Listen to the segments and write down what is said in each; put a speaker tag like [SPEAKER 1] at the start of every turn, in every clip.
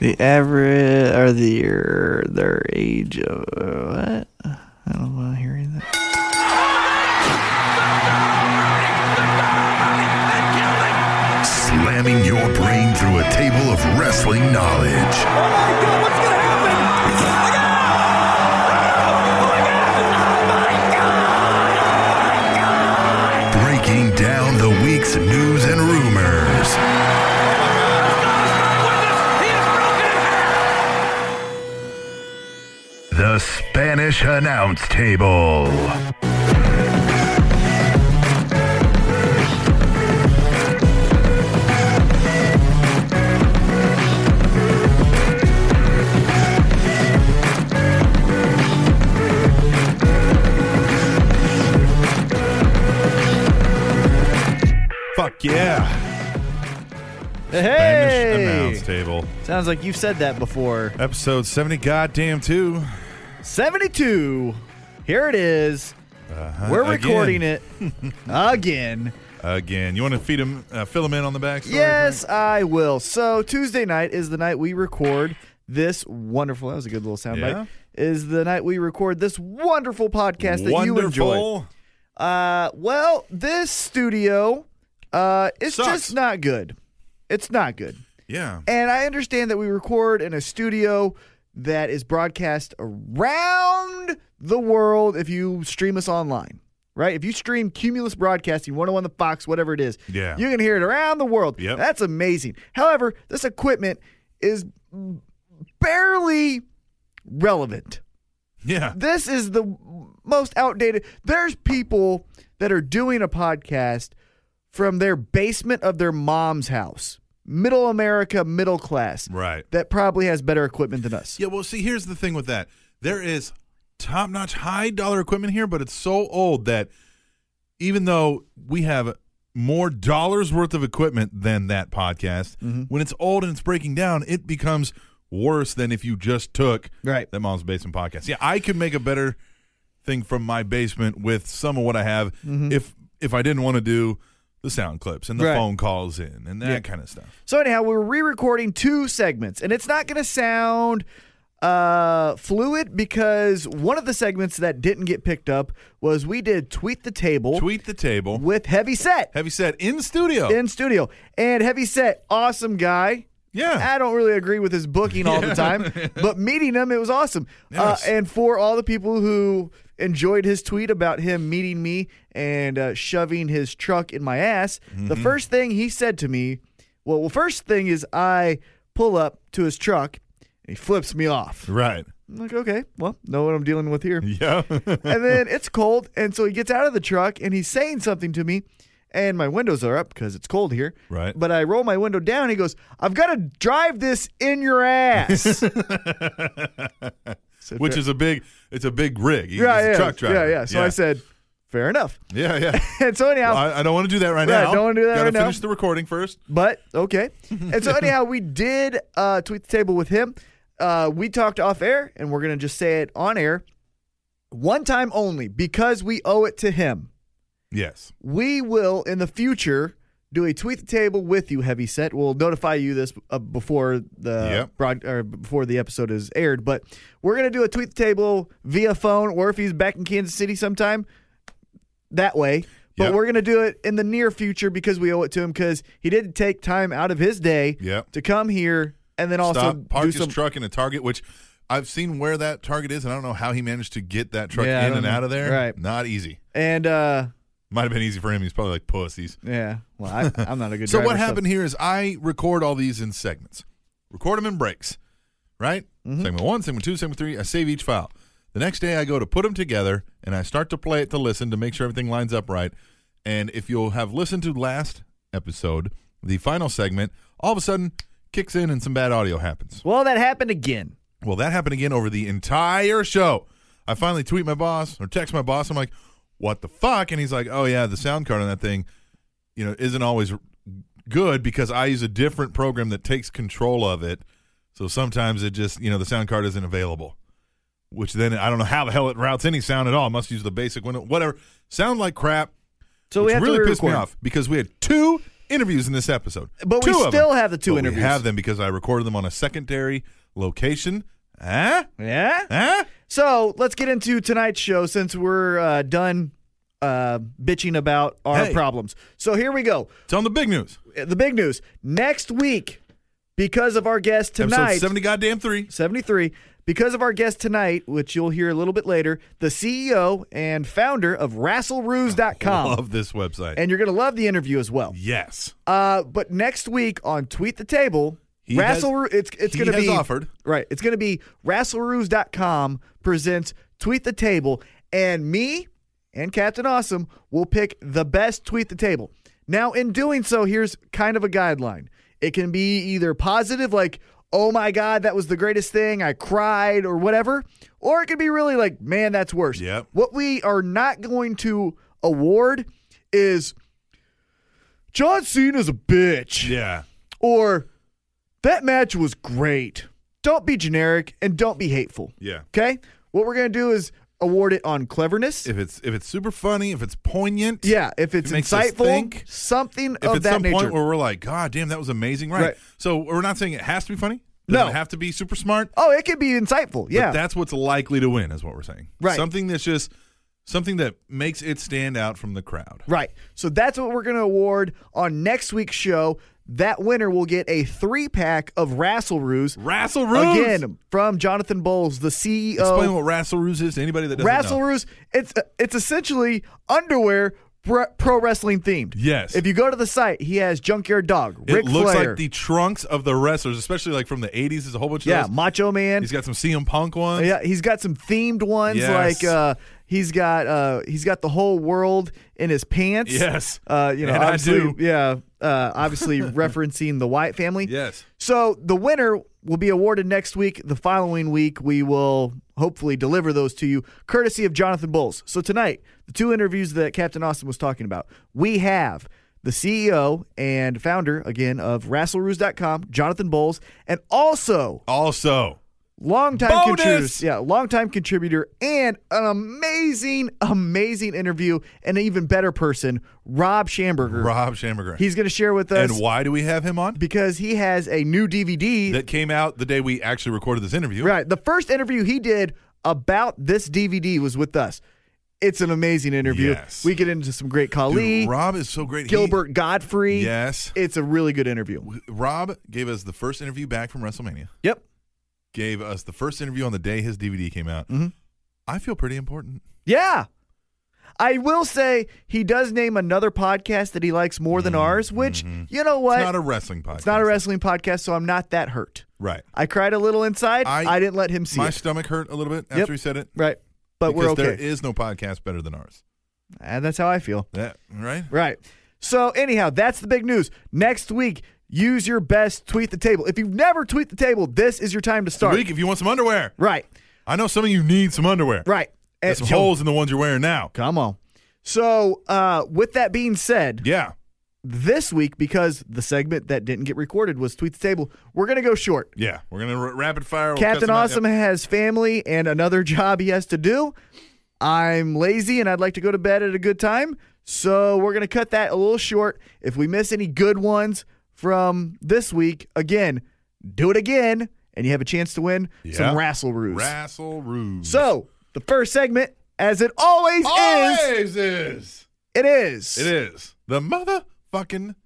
[SPEAKER 1] The average or their their age of uh, what? I don't want to hear anything.
[SPEAKER 2] Slamming your brain through a table of wrestling knowledge. Breaking down the week's news and rumors. The Spanish Announce Table.
[SPEAKER 3] Fuck yeah. Spanish
[SPEAKER 1] Hey,
[SPEAKER 3] announce table.
[SPEAKER 1] sounds like you've said that before.
[SPEAKER 3] Episode 70 goddamn 2.
[SPEAKER 1] Seventy-two. Here it is.
[SPEAKER 3] Uh-huh.
[SPEAKER 1] We're
[SPEAKER 3] Again.
[SPEAKER 1] recording it again.
[SPEAKER 3] Again. You want to feed him, uh, fill him in on the backstory?
[SPEAKER 1] Yes, I will. So Tuesday night is the night we record this wonderful. That was a good little soundbite.
[SPEAKER 3] Yeah.
[SPEAKER 1] Is the night we record this wonderful podcast that
[SPEAKER 3] Wonderful.
[SPEAKER 1] you enjoy. Uh, well, this studio, uh, it's
[SPEAKER 3] Sucks.
[SPEAKER 1] just not good. It's not good.
[SPEAKER 3] Yeah.
[SPEAKER 1] And I understand that we record in a studio that is broadcast around the world if you stream us online, right? If you stream Cumulus Broadcasting, 101 The Fox, whatever it is,
[SPEAKER 3] Yeah.
[SPEAKER 1] you can hear it around the world.
[SPEAKER 3] Yep.
[SPEAKER 1] That's amazing. However, this equipment is barely relevant.
[SPEAKER 3] Yeah.
[SPEAKER 1] This is the most outdated. There's people that are doing a podcast from their basement of their mom's house, middle America, middle class,
[SPEAKER 3] Right.
[SPEAKER 1] that probably has better equipment than us.
[SPEAKER 3] Yeah, well, see, here's the thing with that. There is top notch, high dollar equipment here, but it's so old that even though we have more dollars worth of equipment than that podcast,
[SPEAKER 1] Mm-hmm.
[SPEAKER 3] when it's old and it's breaking down, it becomes worse than if you just took
[SPEAKER 1] Right.
[SPEAKER 3] that mom's basement podcast. Yeah, I could make a better thing from my basement with some of what I have if if I didn't want to do the sound clips and the
[SPEAKER 1] Mm-hmm. Right.
[SPEAKER 3] phone calls in and that
[SPEAKER 1] Yeah.
[SPEAKER 3] kind of stuff.
[SPEAKER 1] So anyhow, we're re-recording two segments, and it's not going to sound uh, fluid because one of the segments that didn't get picked up was we did tweet the table
[SPEAKER 3] Tweet the table.
[SPEAKER 1] with Heavy Set
[SPEAKER 3] Heavy set in studio.
[SPEAKER 1] in studio, and Heavy Set, awesome guy.
[SPEAKER 3] yeah.
[SPEAKER 1] I don't really agree with his booking all the time, but meeting him, it was awesome.
[SPEAKER 3] Yes.
[SPEAKER 1] Uh, and for all the people who enjoyed his tweet about him meeting me and uh, shoving his truck in my ass,
[SPEAKER 3] Mm-hmm.
[SPEAKER 1] the first thing he said to me, well, the first thing is I pull up to his truck and he flips me off.
[SPEAKER 3] Right.
[SPEAKER 1] I'm like, okay, well, know what I'm dealing with here
[SPEAKER 3] Yeah.
[SPEAKER 1] and then it's cold, and so he gets out of the truck and he's saying something to me, and my windows are up because it's cold here.
[SPEAKER 3] Right.
[SPEAKER 1] But I roll my window down. He goes, "I've got to drive this in your ass," So
[SPEAKER 3] Which
[SPEAKER 1] fair-
[SPEAKER 3] is a big it's a big rig. He's
[SPEAKER 1] yeah,
[SPEAKER 3] a
[SPEAKER 1] yeah,
[SPEAKER 3] truck driver.
[SPEAKER 1] yeah, yeah. So I said, "Fair enough."
[SPEAKER 3] Yeah, yeah.
[SPEAKER 1] And so anyhow,
[SPEAKER 3] Well, I, I don't want to do that right
[SPEAKER 1] Right,
[SPEAKER 3] now.
[SPEAKER 1] don't wanna do that
[SPEAKER 3] Gotta
[SPEAKER 1] right now.
[SPEAKER 3] finish the recording first.
[SPEAKER 1] But okay. And so anyhow, we did uh, tweet the table with him. Uh, we talked off air, and we're gonna just say it on air, one time only, because we owe it to him.
[SPEAKER 3] Yes.
[SPEAKER 1] We will in the future do a tweet the table with you, heavy set. We'll notify you this uh, before the
[SPEAKER 3] Yep.
[SPEAKER 1] broad or before the episode is aired. But we're gonna do a tweet the table via phone, or if he's back in Kansas City sometime, that way. But
[SPEAKER 3] Yep.
[SPEAKER 1] we're gonna do it in the near future because we owe it to him because he did take time out of his day
[SPEAKER 3] Yep.
[SPEAKER 1] to come here and then also
[SPEAKER 3] Stop park
[SPEAKER 1] do
[SPEAKER 3] his
[SPEAKER 1] some.
[SPEAKER 3] truck in a target, which I've seen where that target is, and I don't know how he managed to get that truck
[SPEAKER 1] Yeah, I
[SPEAKER 3] in
[SPEAKER 1] don't
[SPEAKER 3] and
[SPEAKER 1] know.
[SPEAKER 3] out of there.
[SPEAKER 1] Right.
[SPEAKER 3] Not easy.
[SPEAKER 1] and uh,
[SPEAKER 3] Might have been easy for him. He's probably like pussies.
[SPEAKER 1] yeah, well, I, I'm not a good.
[SPEAKER 3] So
[SPEAKER 1] driver,
[SPEAKER 3] what happened here is I record all these in segments. Record them in breaks, right?
[SPEAKER 1] Mm-hmm.
[SPEAKER 3] Segment one, segment two, segment three. I save each file. The next day I go to put them together and I start to play it to listen to make sure everything lines up right. And if you'll have listened to last episode, the final segment, all of a sudden kicks in and some bad audio happens.
[SPEAKER 1] Well, that happened again.
[SPEAKER 3] Well, that happened again over the entire show. I finally tweet my boss or text my boss. I'm like, what the fuck? And he's like, oh, yeah, the sound card on that thing, you know, isn't always r- good because I use a different program that takes control of it. So sometimes it just, you know, the sound card isn't available, which then I don't know how the hell it routes any sound at all. I must use the basic window, whatever. Sound like crap.
[SPEAKER 1] So
[SPEAKER 3] which
[SPEAKER 1] we have
[SPEAKER 3] really
[SPEAKER 1] to
[SPEAKER 3] pissed me
[SPEAKER 1] re-record.
[SPEAKER 3] off because we had two interviews in this episode.
[SPEAKER 1] But we
[SPEAKER 3] Two of
[SPEAKER 1] still
[SPEAKER 3] them.
[SPEAKER 1] have the two
[SPEAKER 3] But
[SPEAKER 1] interviews.
[SPEAKER 3] We have them because I recorded them on a secondary location. Huh?
[SPEAKER 1] Yeah.
[SPEAKER 3] Huh?
[SPEAKER 1] So let's get into tonight's show since we're uh, done uh, bitching about our
[SPEAKER 3] Hey.
[SPEAKER 1] problems. So here we go.
[SPEAKER 3] It's on the big news.
[SPEAKER 1] The big news next week, because of our guest tonight,
[SPEAKER 3] Episode 70 goddamn 3.
[SPEAKER 1] 73, because of our guest tonight, which you'll hear a little bit later, the CEO and founder of RasselRuse.com.
[SPEAKER 3] Love this website.
[SPEAKER 1] And you're going to love the interview as well.
[SPEAKER 3] yes.
[SPEAKER 1] Uh, but next week on Tweet the Table,
[SPEAKER 3] He
[SPEAKER 1] Rassel, it's it's
[SPEAKER 3] he
[SPEAKER 1] going to
[SPEAKER 3] has
[SPEAKER 1] be
[SPEAKER 3] offered.
[SPEAKER 1] Right, it's going to be RasselRuse.com presents Tweet the Table, and me and Captain Awesome will pick the best Tweet the Table. Now, in doing so, here's kind of a guideline. It can be either positive, like "Oh my God, that was the greatest thing," I cried, or whatever, or it could be really like, "Man, that's worse."
[SPEAKER 3] Yep.
[SPEAKER 1] What we are not going to award is John Cena's a bitch.
[SPEAKER 3] Yeah.
[SPEAKER 1] Or that match was great. Don't be generic and don't be hateful.
[SPEAKER 3] Yeah.
[SPEAKER 1] Okay? What we're going to do is award it on cleverness.
[SPEAKER 3] If it's if it's super funny, if it's poignant,
[SPEAKER 1] yeah, if it's
[SPEAKER 3] it makes us
[SPEAKER 1] insightful,
[SPEAKER 3] think.
[SPEAKER 1] something
[SPEAKER 3] if
[SPEAKER 1] of
[SPEAKER 3] at
[SPEAKER 1] that
[SPEAKER 3] some
[SPEAKER 1] nature.
[SPEAKER 3] point where we're like, God damn, that was amazing, right?
[SPEAKER 1] Right.
[SPEAKER 3] So we're not saying it has to be funny. Doesn't
[SPEAKER 1] No.
[SPEAKER 3] it have to be super smart.
[SPEAKER 1] oh, it can be insightful.
[SPEAKER 3] But
[SPEAKER 1] Yeah.
[SPEAKER 3] that's what's likely to win, is what we're saying.
[SPEAKER 1] Right.
[SPEAKER 3] Something that's just something that makes it stand out from the crowd.
[SPEAKER 1] right. So that's what we're going to award on next week's show. That winner will get a three pack of Rassel Ruse.
[SPEAKER 3] Rassel Ruse.
[SPEAKER 1] Again, from Jonathan Bowles, the E CEO.
[SPEAKER 3] Explain what Rassel Ruse is to anybody that doesn't
[SPEAKER 1] Rassel
[SPEAKER 3] know.
[SPEAKER 1] Ruse, it's it's essentially underwear pr- pro wrestling themed.
[SPEAKER 3] Yes.
[SPEAKER 1] If you go to the site, he has Junkyard Dog,
[SPEAKER 3] It
[SPEAKER 1] Rick
[SPEAKER 3] looks
[SPEAKER 1] Flair,
[SPEAKER 3] like the trunks of the wrestlers, especially like from the 80s. There's a whole bunch of
[SPEAKER 1] yeah,
[SPEAKER 3] those.
[SPEAKER 1] Macho Man.
[SPEAKER 3] He's got some CM Punk ones.
[SPEAKER 1] yeah, he's got some themed ones
[SPEAKER 3] Yes.
[SPEAKER 1] like uh, he's got uh, he's got the whole world in his pants.
[SPEAKER 3] Yes.
[SPEAKER 1] Uh, you know,
[SPEAKER 3] And I
[SPEAKER 1] obviously,
[SPEAKER 3] do.
[SPEAKER 1] yeah, uh, obviously referencing the Wyatt family.
[SPEAKER 3] Yes.
[SPEAKER 1] So the winner will be awarded next week. The following week, we will hopefully deliver those to you, courtesy of Jonathan Bowles. So tonight, the two interviews that Captain Austin was talking about, we have the CEO and founder, again, of RasselRuse.com, Jonathan Bowles, and also
[SPEAKER 3] Also,
[SPEAKER 1] longtime
[SPEAKER 3] Bonus!
[SPEAKER 1] contributor, yeah, longtime contributor, and an amazing, amazing interview, and an even better person, Rob Schamberger.
[SPEAKER 3] Rob Shamberger.
[SPEAKER 1] He's going to share with us
[SPEAKER 3] and why do we have him on?
[SPEAKER 1] because he has a new DVD
[SPEAKER 3] That came out the day we actually recorded this interview.
[SPEAKER 1] Right. The first interview he did about this DVD was with us. It's an amazing interview.
[SPEAKER 3] Yes.
[SPEAKER 1] We get into some great Kali,
[SPEAKER 3] Dude, Rob is so great. He-
[SPEAKER 1] Gilbert Godfrey.
[SPEAKER 3] yes.
[SPEAKER 1] It's a really good interview.
[SPEAKER 3] Rob gave us the first interview back from WrestleMania.
[SPEAKER 1] Yep.
[SPEAKER 3] Gave us the first interview on the day his DVD came out.
[SPEAKER 1] Mm-hmm.
[SPEAKER 3] I feel pretty important.
[SPEAKER 1] Yeah. I will say he does name another podcast that he likes more than ours, which, you know what?
[SPEAKER 3] Mm-hmm. It's not a wrestling podcast.
[SPEAKER 1] It's not a wrestling podcast, so I'm not that hurt.
[SPEAKER 3] Right.
[SPEAKER 1] I cried a little inside. I,
[SPEAKER 3] I-
[SPEAKER 1] didn't let him see
[SPEAKER 3] My
[SPEAKER 1] it.
[SPEAKER 3] stomach hurt a little bit after
[SPEAKER 1] Yep.
[SPEAKER 3] he said it.
[SPEAKER 1] right. But we're
[SPEAKER 3] because
[SPEAKER 1] okay.
[SPEAKER 3] There is no podcast better than ours.
[SPEAKER 1] and that's how I feel.
[SPEAKER 3] That, right?
[SPEAKER 1] Right. So anyhow, that's the big news. Next week, use your best tweet the table. If you've never tweet the table, this is your time to start.
[SPEAKER 3] Week if you want some underwear.
[SPEAKER 1] Right.
[SPEAKER 3] I know some of you need some underwear.
[SPEAKER 1] Right. Eh,
[SPEAKER 3] There's
[SPEAKER 1] And-
[SPEAKER 3] some holes in the ones you're wearing now.
[SPEAKER 1] Come on. So uh, with that being said,
[SPEAKER 3] Yeah.
[SPEAKER 1] this week because the segment that didn't get recorded was tweet the table, we're gonna go short.
[SPEAKER 3] Yeah. We're going to r- rapid fire. We'll cut
[SPEAKER 1] Captain
[SPEAKER 3] some out.
[SPEAKER 1] Awesome has family and another job he has to do. I'm lazy and I'd like to go to bed at a good time. So we're going to cut that a little short. If we miss any good ones from this week, again, do it again and you have a chance to win
[SPEAKER 3] Yeah.
[SPEAKER 1] some Rassel Ruse.
[SPEAKER 3] Rassel Ruse.
[SPEAKER 1] so the first segment, as it always, is,
[SPEAKER 3] Always is.
[SPEAKER 1] it is,
[SPEAKER 3] It is the motherfucking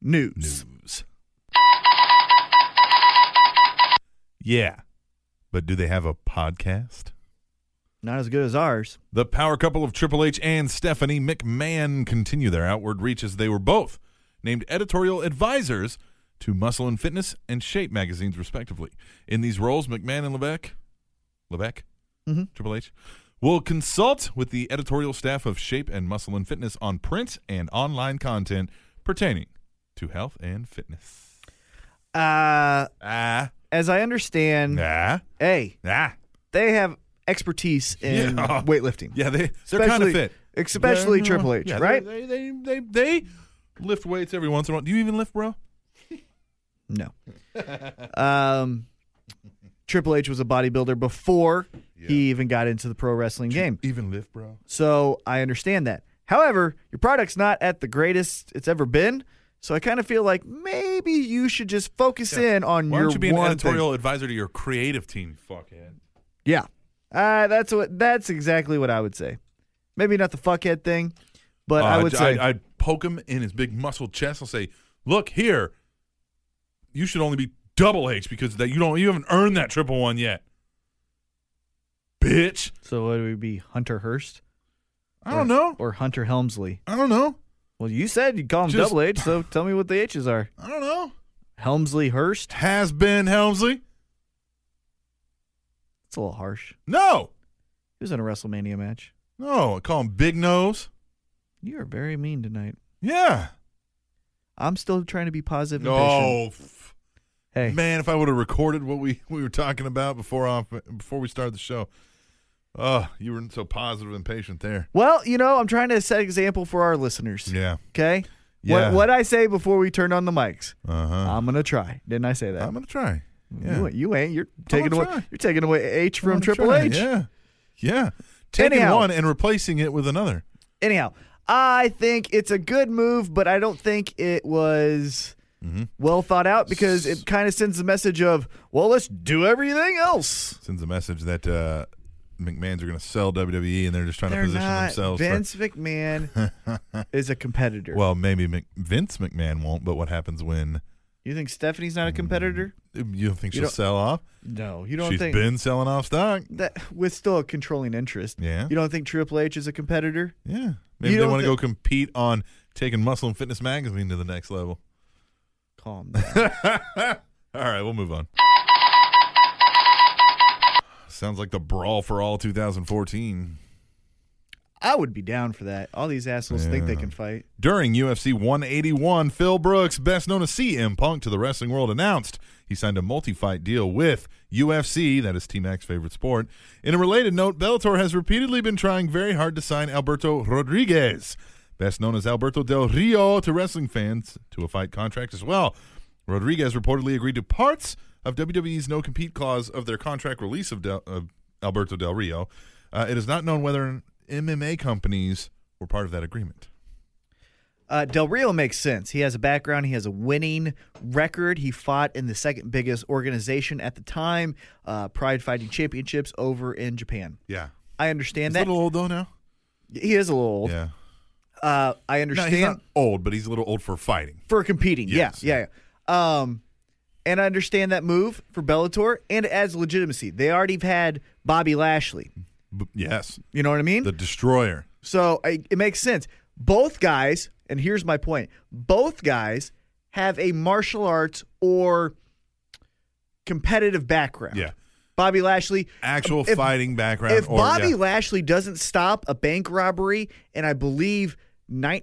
[SPEAKER 1] news.
[SPEAKER 3] news. Yeah. But do they have a podcast?
[SPEAKER 1] Not as good as ours.
[SPEAKER 3] The power couple of Triple H and Stephanie McMahon continue their outward reach as they were both named editorial advisors to Muscle and Fitness and Shape magazines, respectively. In these roles, McMahon and Levesque, Levesque,
[SPEAKER 1] Mhm.
[SPEAKER 3] Triple H, will consult with the editorial staff of Shape and Muscle and Fitness on print and online content pertaining to health and fitness.
[SPEAKER 1] Uh,
[SPEAKER 3] Ah,
[SPEAKER 1] as I understand,
[SPEAKER 3] ah,
[SPEAKER 1] hey,
[SPEAKER 3] ah.
[SPEAKER 1] they have expertise in
[SPEAKER 3] Yeah.
[SPEAKER 1] weightlifting.
[SPEAKER 3] Yeah, they they're kind of
[SPEAKER 1] Especially-
[SPEAKER 3] fit,
[SPEAKER 1] especially
[SPEAKER 3] They're-
[SPEAKER 1] Triple H,
[SPEAKER 3] yeah,
[SPEAKER 1] right?
[SPEAKER 3] They they, they they they lift weights every once in a while. Do you even lift, bro?
[SPEAKER 1] No. um, Triple H was a bodybuilder before he even got into the pro wrestling game.
[SPEAKER 3] Even lift, bro?
[SPEAKER 1] So I understand that. However, your product's not at the greatest it's ever been. So I kind of feel like maybe you should just focus in on
[SPEAKER 3] Why
[SPEAKER 1] your
[SPEAKER 3] don't you be an
[SPEAKER 1] one
[SPEAKER 3] editorial advisor to your creative team? Fuckhead.
[SPEAKER 1] Thing. Yeah, uh, that's what that's exactly what I would say. Maybe not the fuckhead thing, but
[SPEAKER 3] Uh,
[SPEAKER 1] I would
[SPEAKER 3] I'd,
[SPEAKER 1] say
[SPEAKER 3] I'd, I'd poke him in his big muscled chest. I'll say, "Look here, you should only be double H because that you don't you haven't earned that triple one yet, bitch."
[SPEAKER 1] so. Would it be Hunter Hurst?
[SPEAKER 3] I
[SPEAKER 1] or-
[SPEAKER 3] don't know.
[SPEAKER 1] Or Hunter Helmsley?
[SPEAKER 3] I don't know.
[SPEAKER 1] Well, you said you call him
[SPEAKER 3] Just-
[SPEAKER 1] double H, so tell me what the H's are.
[SPEAKER 3] I don't know.
[SPEAKER 1] Helmsley Hurst.
[SPEAKER 3] Has been Helmsley?
[SPEAKER 1] It's a little harsh.
[SPEAKER 3] No,
[SPEAKER 1] He was in a WrestleMania match.
[SPEAKER 3] no. I call him Big Nose.
[SPEAKER 1] You are very mean tonight.
[SPEAKER 3] Yeah.
[SPEAKER 1] I'm still trying to be positive and patient.
[SPEAKER 3] Oh f-
[SPEAKER 1] Hey,
[SPEAKER 3] man, if I would have recorded what we we were talking about before off before we started the show, oh, you were so positive and patient there.
[SPEAKER 1] well, you know, I'm trying to set example for our listeners.
[SPEAKER 3] Yeah.
[SPEAKER 1] Okay.
[SPEAKER 3] Yeah.
[SPEAKER 1] What what I say before we turned on the mics?
[SPEAKER 3] Uh huh.
[SPEAKER 1] I'm gonna try. Didn't I say that?
[SPEAKER 3] I'm gonna try. Yeah.
[SPEAKER 1] uh-huh. You, ain't- you ain't. You're taking
[SPEAKER 3] gonna
[SPEAKER 1] away.
[SPEAKER 3] try.
[SPEAKER 1] You're taking away H
[SPEAKER 3] I'm
[SPEAKER 1] from
[SPEAKER 3] gonna
[SPEAKER 1] Triple
[SPEAKER 3] try.
[SPEAKER 1] H.
[SPEAKER 3] Yeah. Yeah. Taking
[SPEAKER 1] Anyhow.
[SPEAKER 3] one and replacing it with another.
[SPEAKER 1] Anyhow, I think it's a good move, but I don't think it was
[SPEAKER 3] Mm-hmm.
[SPEAKER 1] well thought out because it kind of sends the message of, well, let's do everything else.
[SPEAKER 3] Sends a message that uh, McMahon's are gonna sell WWE and they're just trying
[SPEAKER 1] They're
[SPEAKER 3] to position
[SPEAKER 1] not.
[SPEAKER 3] themselves. for-
[SPEAKER 1] Vince McMahon is a competitor.
[SPEAKER 3] well, maybe Mc- Vince McMahon won't, but what happens when
[SPEAKER 1] you think Stephanie's not a competitor?
[SPEAKER 3] you don't think
[SPEAKER 1] You
[SPEAKER 3] she'll
[SPEAKER 1] don't-
[SPEAKER 3] sell off?
[SPEAKER 1] No, you
[SPEAKER 3] Mm-hmm. She's
[SPEAKER 1] don't think
[SPEAKER 3] been selling off stock.
[SPEAKER 1] that with still a controlling interest.
[SPEAKER 3] Yeah.
[SPEAKER 1] You don't think Triple H is a competitor?
[SPEAKER 3] Yeah. Maybe
[SPEAKER 1] You
[SPEAKER 3] they
[SPEAKER 1] don't
[SPEAKER 3] want to
[SPEAKER 1] thi-
[SPEAKER 3] go compete on taking Muscle and Fitness magazine to the next level.
[SPEAKER 1] Calm down.
[SPEAKER 3] All right, we'll move on. Sounds like the brawl for all 2014.
[SPEAKER 1] I would be down for that. All these assholes think they can fight.
[SPEAKER 3] During UFC 181, Phil Brooks, best known as CM Punk to the wrestling world, announced he signed a multi fight deal with UFC, that is T Mac's favorite sport. In a related note, Bellator has repeatedly been trying very hard to sign Alberto Rodriguez, best known as Alberto Del Rio to wrestling fans, to a fight contract as well. Rodriguez reportedly agreed to parts of WWE's no compete clause of their contract release of, Del, of Alberto Del Rio. Uh, it is not known whether MMA companies were part of that agreement.
[SPEAKER 1] Uh, Del Rio makes sense. He has a background. He has a winning record. He fought in the second biggest organization at the time, uh, Pride Fighting Championships over in Japan.
[SPEAKER 3] Yeah.
[SPEAKER 1] I understand
[SPEAKER 3] He's
[SPEAKER 1] that.
[SPEAKER 3] a little old though now.
[SPEAKER 1] he is a little old.
[SPEAKER 3] Yeah.
[SPEAKER 1] Uh, I
[SPEAKER 3] No,
[SPEAKER 1] understand
[SPEAKER 3] he's not old, but he's a little old for fighting.
[SPEAKER 1] for competing.
[SPEAKER 3] Yes.
[SPEAKER 1] Yeah, yeah, yeah. Um, and I understand that move for Bellator, and it adds legitimacy. They already had Bobby Lashley.
[SPEAKER 3] B- yes.
[SPEAKER 1] You know what I mean?
[SPEAKER 3] The destroyer.
[SPEAKER 1] So I, it makes sense. Both guys, and here's my point both guys have a martial arts or competitive background.
[SPEAKER 3] Yeah.
[SPEAKER 1] Bobby Lashley.
[SPEAKER 3] Actual
[SPEAKER 1] If-
[SPEAKER 3] fighting background.
[SPEAKER 1] If
[SPEAKER 3] or,
[SPEAKER 1] Bobby
[SPEAKER 3] yeah.
[SPEAKER 1] Lashley doesn't stop a bank robbery, and I believe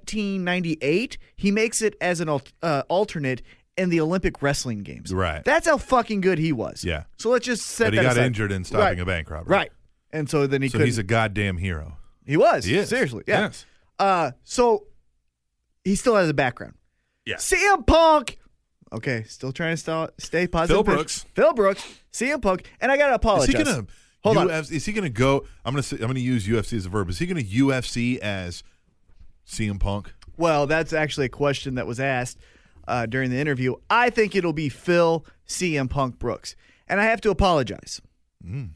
[SPEAKER 1] 1998, he makes it as an al- uh, alternate in the Olympic wrestling games.
[SPEAKER 3] Right.
[SPEAKER 1] That's how fucking good he was.
[SPEAKER 3] Yeah.
[SPEAKER 1] So let's just set
[SPEAKER 3] But he
[SPEAKER 1] that
[SPEAKER 3] got
[SPEAKER 1] aside.
[SPEAKER 3] injured in stopping
[SPEAKER 1] Right.
[SPEAKER 3] a bank robbery.
[SPEAKER 1] Right. And so then he
[SPEAKER 3] So
[SPEAKER 1] could.
[SPEAKER 3] he's a goddamn hero.
[SPEAKER 1] he was.
[SPEAKER 3] He is.
[SPEAKER 1] Seriously. Yeah.
[SPEAKER 3] Yes.
[SPEAKER 1] Uh, so he still has a background.
[SPEAKER 3] Yeah.
[SPEAKER 1] CM Punk. Okay, still trying to sta- stay positive.
[SPEAKER 3] Phil Brooks.
[SPEAKER 1] Phil Brooks. CM Punk. And I gotta
[SPEAKER 3] Is he
[SPEAKER 1] apologize.
[SPEAKER 3] gonna
[SPEAKER 1] Hold on.
[SPEAKER 3] UFC, Is he gonna go? I'm gonna say, I'm gonna use UFC as a verb. Is he gonna UFC as CM Punk?
[SPEAKER 1] Well, that's actually a question that was asked uh, during the interview. I think it'll be Phil CM Punk Brooks, and I have to apologize
[SPEAKER 3] Mm.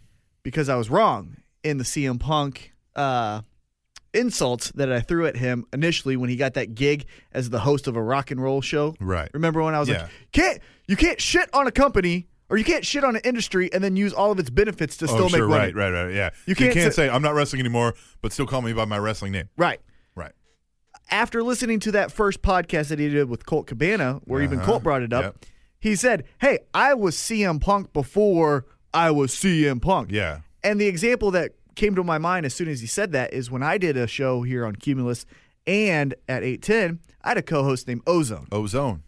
[SPEAKER 1] because I was wrong in the CM Punk uh, insults that I threw at him initially when he got that gig as the host of a rock and roll show.
[SPEAKER 3] Right.
[SPEAKER 1] Remember when I was
[SPEAKER 3] Yeah.
[SPEAKER 1] like, "Can't you can't shit on a company or you can't shit on an industry and then use all of its benefits to still
[SPEAKER 3] oh,
[SPEAKER 1] make
[SPEAKER 3] sure.
[SPEAKER 1] money."
[SPEAKER 3] Right. Right. Right. Yeah.
[SPEAKER 1] You can't
[SPEAKER 3] say, I'm not wrestling anymore, but still call me by my wrestling name.
[SPEAKER 1] Right.
[SPEAKER 3] Right.
[SPEAKER 1] after listening to that first podcast that he did with Colt Cabana, where even Colt brought it up,
[SPEAKER 3] Uh-huh. Yep.
[SPEAKER 1] he said, Hey, I was CM Punk before I was CM Punk.
[SPEAKER 3] Yeah.
[SPEAKER 1] And the example that came to my mind as soon as he said that is when I did a show here on Cumulus and at 810, I had a co host named Ozone.
[SPEAKER 3] Ozone.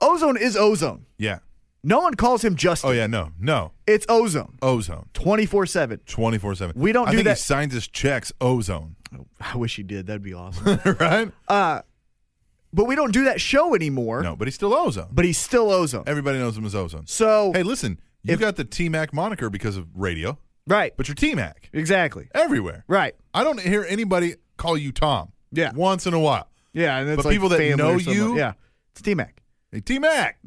[SPEAKER 1] Ozone is Ozone.
[SPEAKER 3] Yeah.
[SPEAKER 1] No one calls him Justin.
[SPEAKER 3] Oh yeah. No. No.
[SPEAKER 1] It's Ozone
[SPEAKER 3] Ozone.
[SPEAKER 1] 24 7.
[SPEAKER 3] Twenty four seven.
[SPEAKER 1] We don't
[SPEAKER 3] I
[SPEAKER 1] do
[SPEAKER 3] think
[SPEAKER 1] that-
[SPEAKER 3] He signs his checks ozone,
[SPEAKER 1] I wish he did. That'd be awesome. Uh,
[SPEAKER 3] right?
[SPEAKER 1] but we don't do that show anymore.
[SPEAKER 3] no, but he's still ozone.
[SPEAKER 1] But he's still Ozone.
[SPEAKER 3] Everybody knows him as ozone.
[SPEAKER 1] Er. So,
[SPEAKER 3] Hey, listen, you
[SPEAKER 1] If-
[SPEAKER 3] got the T Mac moniker because of radio,
[SPEAKER 1] right.
[SPEAKER 3] but you're T Mac
[SPEAKER 1] Exactly.
[SPEAKER 3] everywhere.
[SPEAKER 1] Right.
[SPEAKER 3] I don't hear anybody call you Tom.
[SPEAKER 1] Yeah.
[SPEAKER 3] Once in a while.
[SPEAKER 1] Yeah, and it's
[SPEAKER 3] But
[SPEAKER 1] like
[SPEAKER 3] people that
[SPEAKER 1] family
[SPEAKER 3] know
[SPEAKER 1] or someone-
[SPEAKER 3] you-
[SPEAKER 1] Yeah, It's T Mac.
[SPEAKER 3] Hey, T Mac.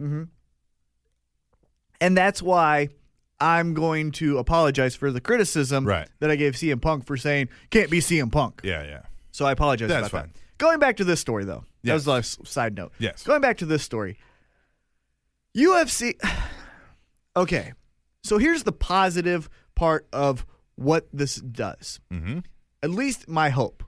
[SPEAKER 1] And that's why I'm going to apologize for the criticism
[SPEAKER 3] Right.
[SPEAKER 1] that I gave CM Punk for saying can't be CM Punk.
[SPEAKER 3] Yeah, yeah.
[SPEAKER 1] So I apologize
[SPEAKER 3] That's
[SPEAKER 1] about
[SPEAKER 3] fine.
[SPEAKER 1] that. Going back to this story though. That
[SPEAKER 3] Yes.
[SPEAKER 1] was the last side note.
[SPEAKER 3] Yes.
[SPEAKER 1] Going back to this story. UFC Okay. So here's the positive part of what this does.
[SPEAKER 3] Mm-hmm.
[SPEAKER 1] At least my hope.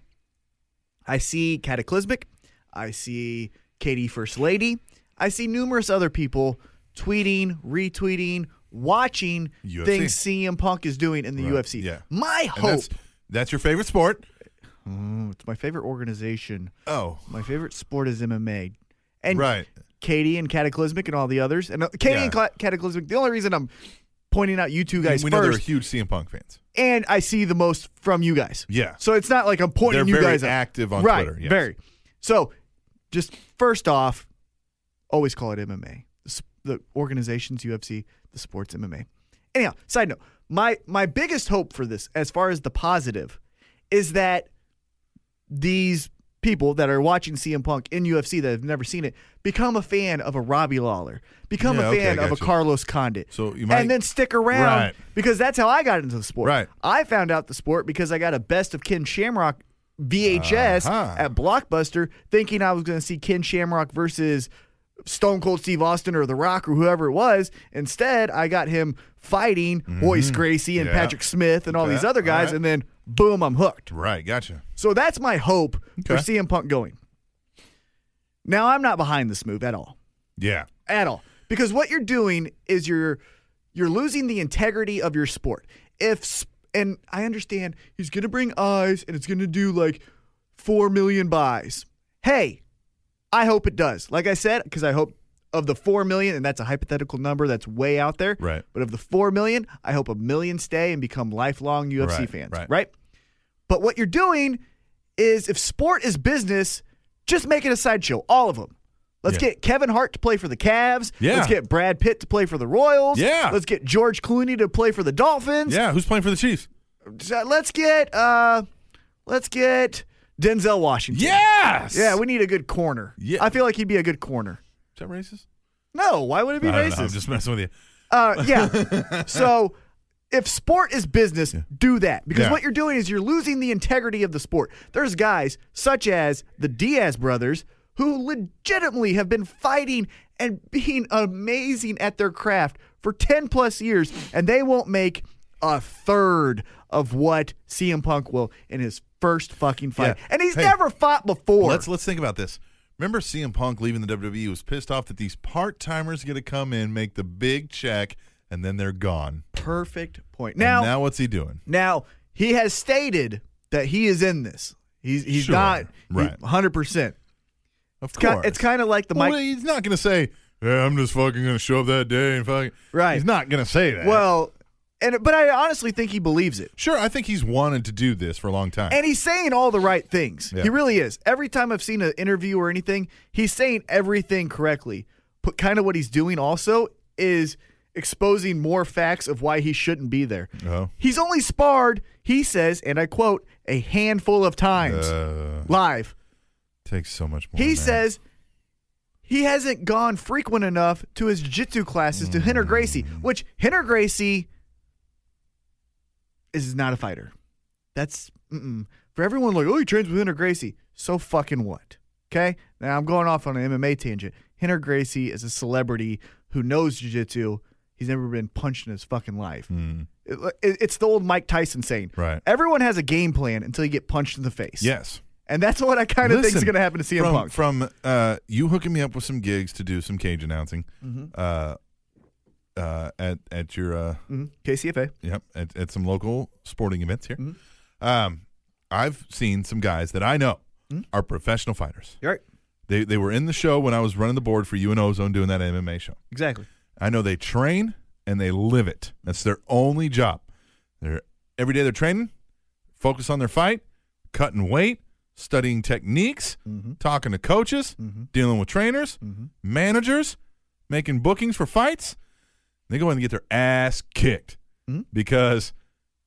[SPEAKER 1] I see Cataclysmic. I see Katie First Lady. I see numerous other people tweeting, retweeting, watching
[SPEAKER 3] UFC.
[SPEAKER 1] things CM Punk is doing in the
[SPEAKER 3] Right,
[SPEAKER 1] UFC.
[SPEAKER 3] yeah.
[SPEAKER 1] My
[SPEAKER 3] And
[SPEAKER 1] hope.
[SPEAKER 3] that's that's your favorite sport.
[SPEAKER 1] Mm, it's my favorite organization.
[SPEAKER 3] Oh,
[SPEAKER 1] My favorite sport is MMA. And
[SPEAKER 3] right.
[SPEAKER 1] Katie and Cataclysmic and all the others. And uh, Katie
[SPEAKER 3] Yeah.
[SPEAKER 1] and Cla- Cataclysmic, the only reason I'm pointing out you two guys
[SPEAKER 3] we know they're
[SPEAKER 1] first,
[SPEAKER 3] huge CM Punk fans.
[SPEAKER 1] and I see the most from you guys.
[SPEAKER 3] Yeah.
[SPEAKER 1] So it's not like I'm pointing
[SPEAKER 3] They're
[SPEAKER 1] you
[SPEAKER 3] very
[SPEAKER 1] guys out.
[SPEAKER 3] active on
[SPEAKER 1] right,
[SPEAKER 3] Twitter. yes.
[SPEAKER 1] Very. So, just first off, always call it MMA. The, s- the organization's UFC, the sports MMA. Anyhow, side note. My my biggest hope for this, as far as the positive, is that these people that are watching CM Punk in UFC that have never seen it become a fan of a Robbie Lawler, become
[SPEAKER 3] Yeah,
[SPEAKER 1] a
[SPEAKER 3] okay,
[SPEAKER 1] fan of a
[SPEAKER 3] gotcha.
[SPEAKER 1] Carlos Condit.
[SPEAKER 3] So you might-
[SPEAKER 1] and then stick around
[SPEAKER 3] Right.
[SPEAKER 1] because that's how I got into the sport.
[SPEAKER 3] Right.
[SPEAKER 1] I found out the sport because I got a best of Ken Shamrock VHS
[SPEAKER 3] Uh-huh.
[SPEAKER 1] at Blockbuster, thinking I was going to see Ken Shamrock versus Stone Cold Steve Austin or The Rock or whoever it was. Instead, I got him fighting Royce Gracie and
[SPEAKER 3] Mm-hmm. Yeah.
[SPEAKER 1] Patrick Smith and all
[SPEAKER 3] Okay.
[SPEAKER 1] these other guys,
[SPEAKER 3] Alright.
[SPEAKER 1] and then boom, I'm hooked.
[SPEAKER 3] Right. Gotcha.
[SPEAKER 1] So that's my hope for
[SPEAKER 3] Okay.
[SPEAKER 1] CM Punk going. Now I'm not behind this move at all.
[SPEAKER 3] Yeah.
[SPEAKER 1] At all. Because what you're doing is you're you're losing the integrity of your sport. If s- and I understand he's going to bring eyes and it's going to do like 4 million buys. Hey, I hope it does. Like I said, cuz I hope of the 4 million and that's a hypothetical number that's way out there.
[SPEAKER 3] Right.
[SPEAKER 1] But of the 4 million, I hope a million stay and become lifelong UFC
[SPEAKER 3] Right,
[SPEAKER 1] fans,
[SPEAKER 3] right.
[SPEAKER 1] right? But what you're doing is if sport is business, just make it a sideshow, all of them. Let's
[SPEAKER 3] Yeah.
[SPEAKER 1] get Kevin Hart to play for the Cavs.
[SPEAKER 3] Yeah.
[SPEAKER 1] Let's get Brad Pitt to play for the Royals.
[SPEAKER 3] Yeah.
[SPEAKER 1] Let's get George Clooney to play for the Dolphins.
[SPEAKER 3] Yeah. Who's playing for the Chiefs?
[SPEAKER 1] So Let's get uh let's get Denzel Washington.
[SPEAKER 3] Yes.
[SPEAKER 1] Yeah, we need a good corner.
[SPEAKER 3] Yeah.
[SPEAKER 1] I feel like he'd be a good corner.
[SPEAKER 3] Is that racist?
[SPEAKER 1] No, why would it be
[SPEAKER 3] I don't know,
[SPEAKER 1] racist?
[SPEAKER 3] I'm just messing with you.
[SPEAKER 1] Uh, yeah. so if sport is business, do that because
[SPEAKER 3] Yeah.
[SPEAKER 1] what you're doing is you're losing the integrity of the sport. There's guys such as the Diaz brothers who legitimately have been fighting and being amazing at their craft for 10 plus years, and they won't make a third of what CM Punk will in his first fucking fight.
[SPEAKER 3] Yeah.
[SPEAKER 1] And he's
[SPEAKER 3] Hey,
[SPEAKER 1] never fought before.
[SPEAKER 3] Let's let's think about this. Remember CM Punk leaving the WWE was pissed off that these part timers get to come in, make the big check, and then they're gone.
[SPEAKER 1] Perfect point.
[SPEAKER 3] And now what's he doing?
[SPEAKER 1] Now he has stated that he is in this. He's he's
[SPEAKER 3] Sure.
[SPEAKER 1] not
[SPEAKER 3] Right.
[SPEAKER 1] hundred percent.
[SPEAKER 3] Of
[SPEAKER 1] It's
[SPEAKER 3] course,
[SPEAKER 1] kind, it's kind of like the
[SPEAKER 3] Well,
[SPEAKER 1] Mike.
[SPEAKER 3] he's not going to say, "Yeah, I'm just fucking going to show up that day and fucking."
[SPEAKER 1] Right.
[SPEAKER 3] He's not going to say that.
[SPEAKER 1] Well, and but I honestly think he believes it,
[SPEAKER 3] sure. I think he's wanted to do this for a long time.
[SPEAKER 1] and he's saying all the right things.
[SPEAKER 3] Yeah.
[SPEAKER 1] He really is. Every time I've seen an interview or anything, he's saying everything correctly. But kind of what he's doing also is exposing more facts of why he shouldn't be there.
[SPEAKER 3] Oh.
[SPEAKER 1] He's only sparred, he says, and I quote, a handful of times
[SPEAKER 3] Uh,
[SPEAKER 1] live.
[SPEAKER 3] takes so much more.
[SPEAKER 1] He
[SPEAKER 3] man.
[SPEAKER 1] says he hasn't gone frequent enough to his jiu-jitsu classes to
[SPEAKER 3] Hmm.
[SPEAKER 1] Henner Gracie, which Henner Gracie is not a fighter. That's mm-mm. for everyone like, oh, he trains with Henner Gracie. So fucking what? Okay, now I'm going off on an MMA tangent. Henner Gracie is a celebrity who knows jiu-jitsu. He's never been punched in his fucking life.
[SPEAKER 3] Mm,
[SPEAKER 1] It- it- it's the old Mike Tyson saying.
[SPEAKER 3] Right.
[SPEAKER 1] Everyone has a game plan until you get punched in the face.
[SPEAKER 3] "Yes."
[SPEAKER 1] And that's what I kind of think is
[SPEAKER 3] Listen,
[SPEAKER 1] going to happen to CM
[SPEAKER 3] from,
[SPEAKER 1] Punk.
[SPEAKER 3] From uh, you hooking me up with some gigs to do some cage announcing,
[SPEAKER 1] Mm-hmm.
[SPEAKER 3] uh, uh, at at your uh,
[SPEAKER 1] Mhm. KCFA.
[SPEAKER 3] Yep, at, at some local sporting events here. Um, I've seen some guys that I know are professional fighters.
[SPEAKER 1] Right.
[SPEAKER 3] They they were in the show when I was running the board for you and Ozone doing that MMA show.
[SPEAKER 1] Exactly.
[SPEAKER 3] I know they train and they live it. That's their only job. They're every day they're training, focus on their fight, cutting weight, studying techniques,
[SPEAKER 1] Mm-hmm.
[SPEAKER 3] talking to coaches, dealing with trainers, managers, making bookings for fights. They go in and get their ass kicked
[SPEAKER 1] Mhm.
[SPEAKER 3] because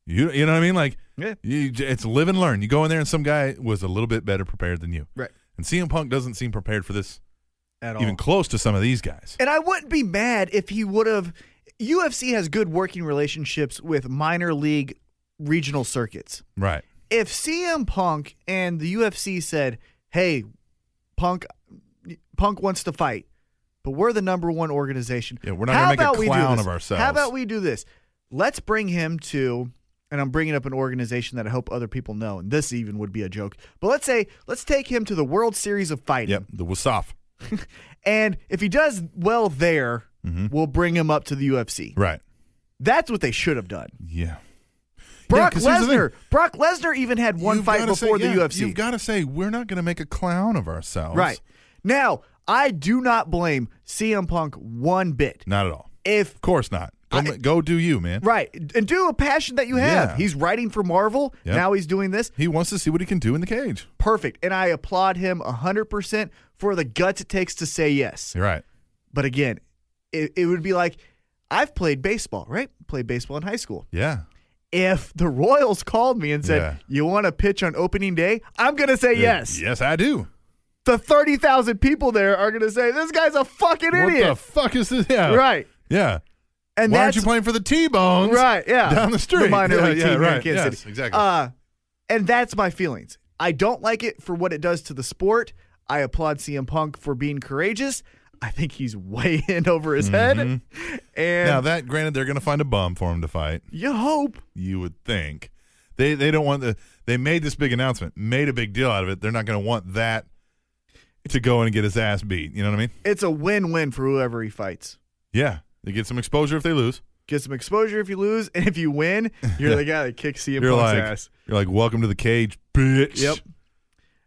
[SPEAKER 3] you you know what I mean. Like
[SPEAKER 1] Yeah.
[SPEAKER 3] you, it's live and learn. You go in there and some guy was a little bit better prepared than you,
[SPEAKER 1] Right.
[SPEAKER 3] and CM Punk doesn't seem prepared for this
[SPEAKER 4] at all.
[SPEAKER 3] even close to some of these guys.
[SPEAKER 1] And I wouldn't be mad if he would have. UFC has good working relationships with minor league regional circuits.
[SPEAKER 3] Right.
[SPEAKER 1] If CM Punk and the UFC said, "Hey, Punk, Punk wants to fight, but we're the number one organization.
[SPEAKER 3] Yeah, we're not
[SPEAKER 1] How
[SPEAKER 3] gonna make a
[SPEAKER 1] about we do
[SPEAKER 3] clown
[SPEAKER 1] this?
[SPEAKER 3] of ourselves."
[SPEAKER 1] How about we do this? Let's bring him to." And I'm bringing up an organization that I hope other people know, and this even would be a joke. But let's say, let's take him to the World Series of Fighting.
[SPEAKER 3] Yep. The Wasaf.
[SPEAKER 1] And if he does well there,
[SPEAKER 3] Mm-hmm.
[SPEAKER 1] we'll bring him up to the UFC.
[SPEAKER 3] Right.
[SPEAKER 1] That's what they should have done.
[SPEAKER 3] Yeah.
[SPEAKER 1] Brock
[SPEAKER 3] 'cause here's the thing.
[SPEAKER 1] Lesnar. Brock Lesnar even had one
[SPEAKER 3] You've
[SPEAKER 1] fight
[SPEAKER 3] gotta say-
[SPEAKER 1] before
[SPEAKER 3] yeah,
[SPEAKER 1] the UFC.
[SPEAKER 3] You've got to say we're not going to make a clown of ourselves.
[SPEAKER 1] right. Now, I do not blame CM Punk one bit.
[SPEAKER 3] Not at all.
[SPEAKER 1] If
[SPEAKER 3] Of course not. Go,
[SPEAKER 1] I-
[SPEAKER 3] go do you, man.
[SPEAKER 1] right, and do a passion that you have.
[SPEAKER 3] Yeah.
[SPEAKER 1] He's writing for Marvel.
[SPEAKER 3] Yep.
[SPEAKER 1] Now he's doing this.
[SPEAKER 3] He wants to see what he can do in the cage.
[SPEAKER 1] Perfect. And I applaud him 100% for the guts it takes to say yes.
[SPEAKER 3] You're right.
[SPEAKER 1] But again, it, it would be like I've played baseball, right? Played baseball in high school.
[SPEAKER 3] Yeah.
[SPEAKER 1] if the Royals called me and said,
[SPEAKER 3] Yeah.
[SPEAKER 1] "You want to pitch on opening day?" I'm going to say yes.
[SPEAKER 3] Yes, I do.
[SPEAKER 1] The 30,000 people there are going to say, "This guy's a fucking
[SPEAKER 3] What the
[SPEAKER 1] idiot."
[SPEAKER 3] fuck is this? Yeah.
[SPEAKER 1] right.
[SPEAKER 3] Yeah.
[SPEAKER 1] And
[SPEAKER 3] Why aren't
[SPEAKER 1] that's
[SPEAKER 3] you playing for the T Bones?
[SPEAKER 1] right, yeah.
[SPEAKER 3] Down the street.
[SPEAKER 1] minor
[SPEAKER 3] Yeah,
[SPEAKER 1] league
[SPEAKER 3] yeah,
[SPEAKER 1] team here in
[SPEAKER 3] right.
[SPEAKER 1] Kansas
[SPEAKER 3] Yes,
[SPEAKER 1] City.
[SPEAKER 3] exactly.
[SPEAKER 1] Uh, and that's my feelings. I don't like it for what it does to the sport. I applaud CM Punk for being courageous. I think he's way in over his head. And
[SPEAKER 3] Mm-hmm. Now that granted, they're going to find a bum for him to fight.
[SPEAKER 1] you hope
[SPEAKER 3] You would think they they don't want the they made this big announcement, made a big deal out of it. They're not going to want that to go in and get his ass beat. You know what I mean?
[SPEAKER 1] it's a win-win for whoever he fights.
[SPEAKER 3] Yeah, they get some exposure if they lose.
[SPEAKER 1] Get some exposure if you lose, and if you win, you're the guy that kicks CM
[SPEAKER 3] You're
[SPEAKER 1] Punk's
[SPEAKER 3] like
[SPEAKER 1] ass.
[SPEAKER 3] you're like welcome to the cage, bitch.
[SPEAKER 1] Yep.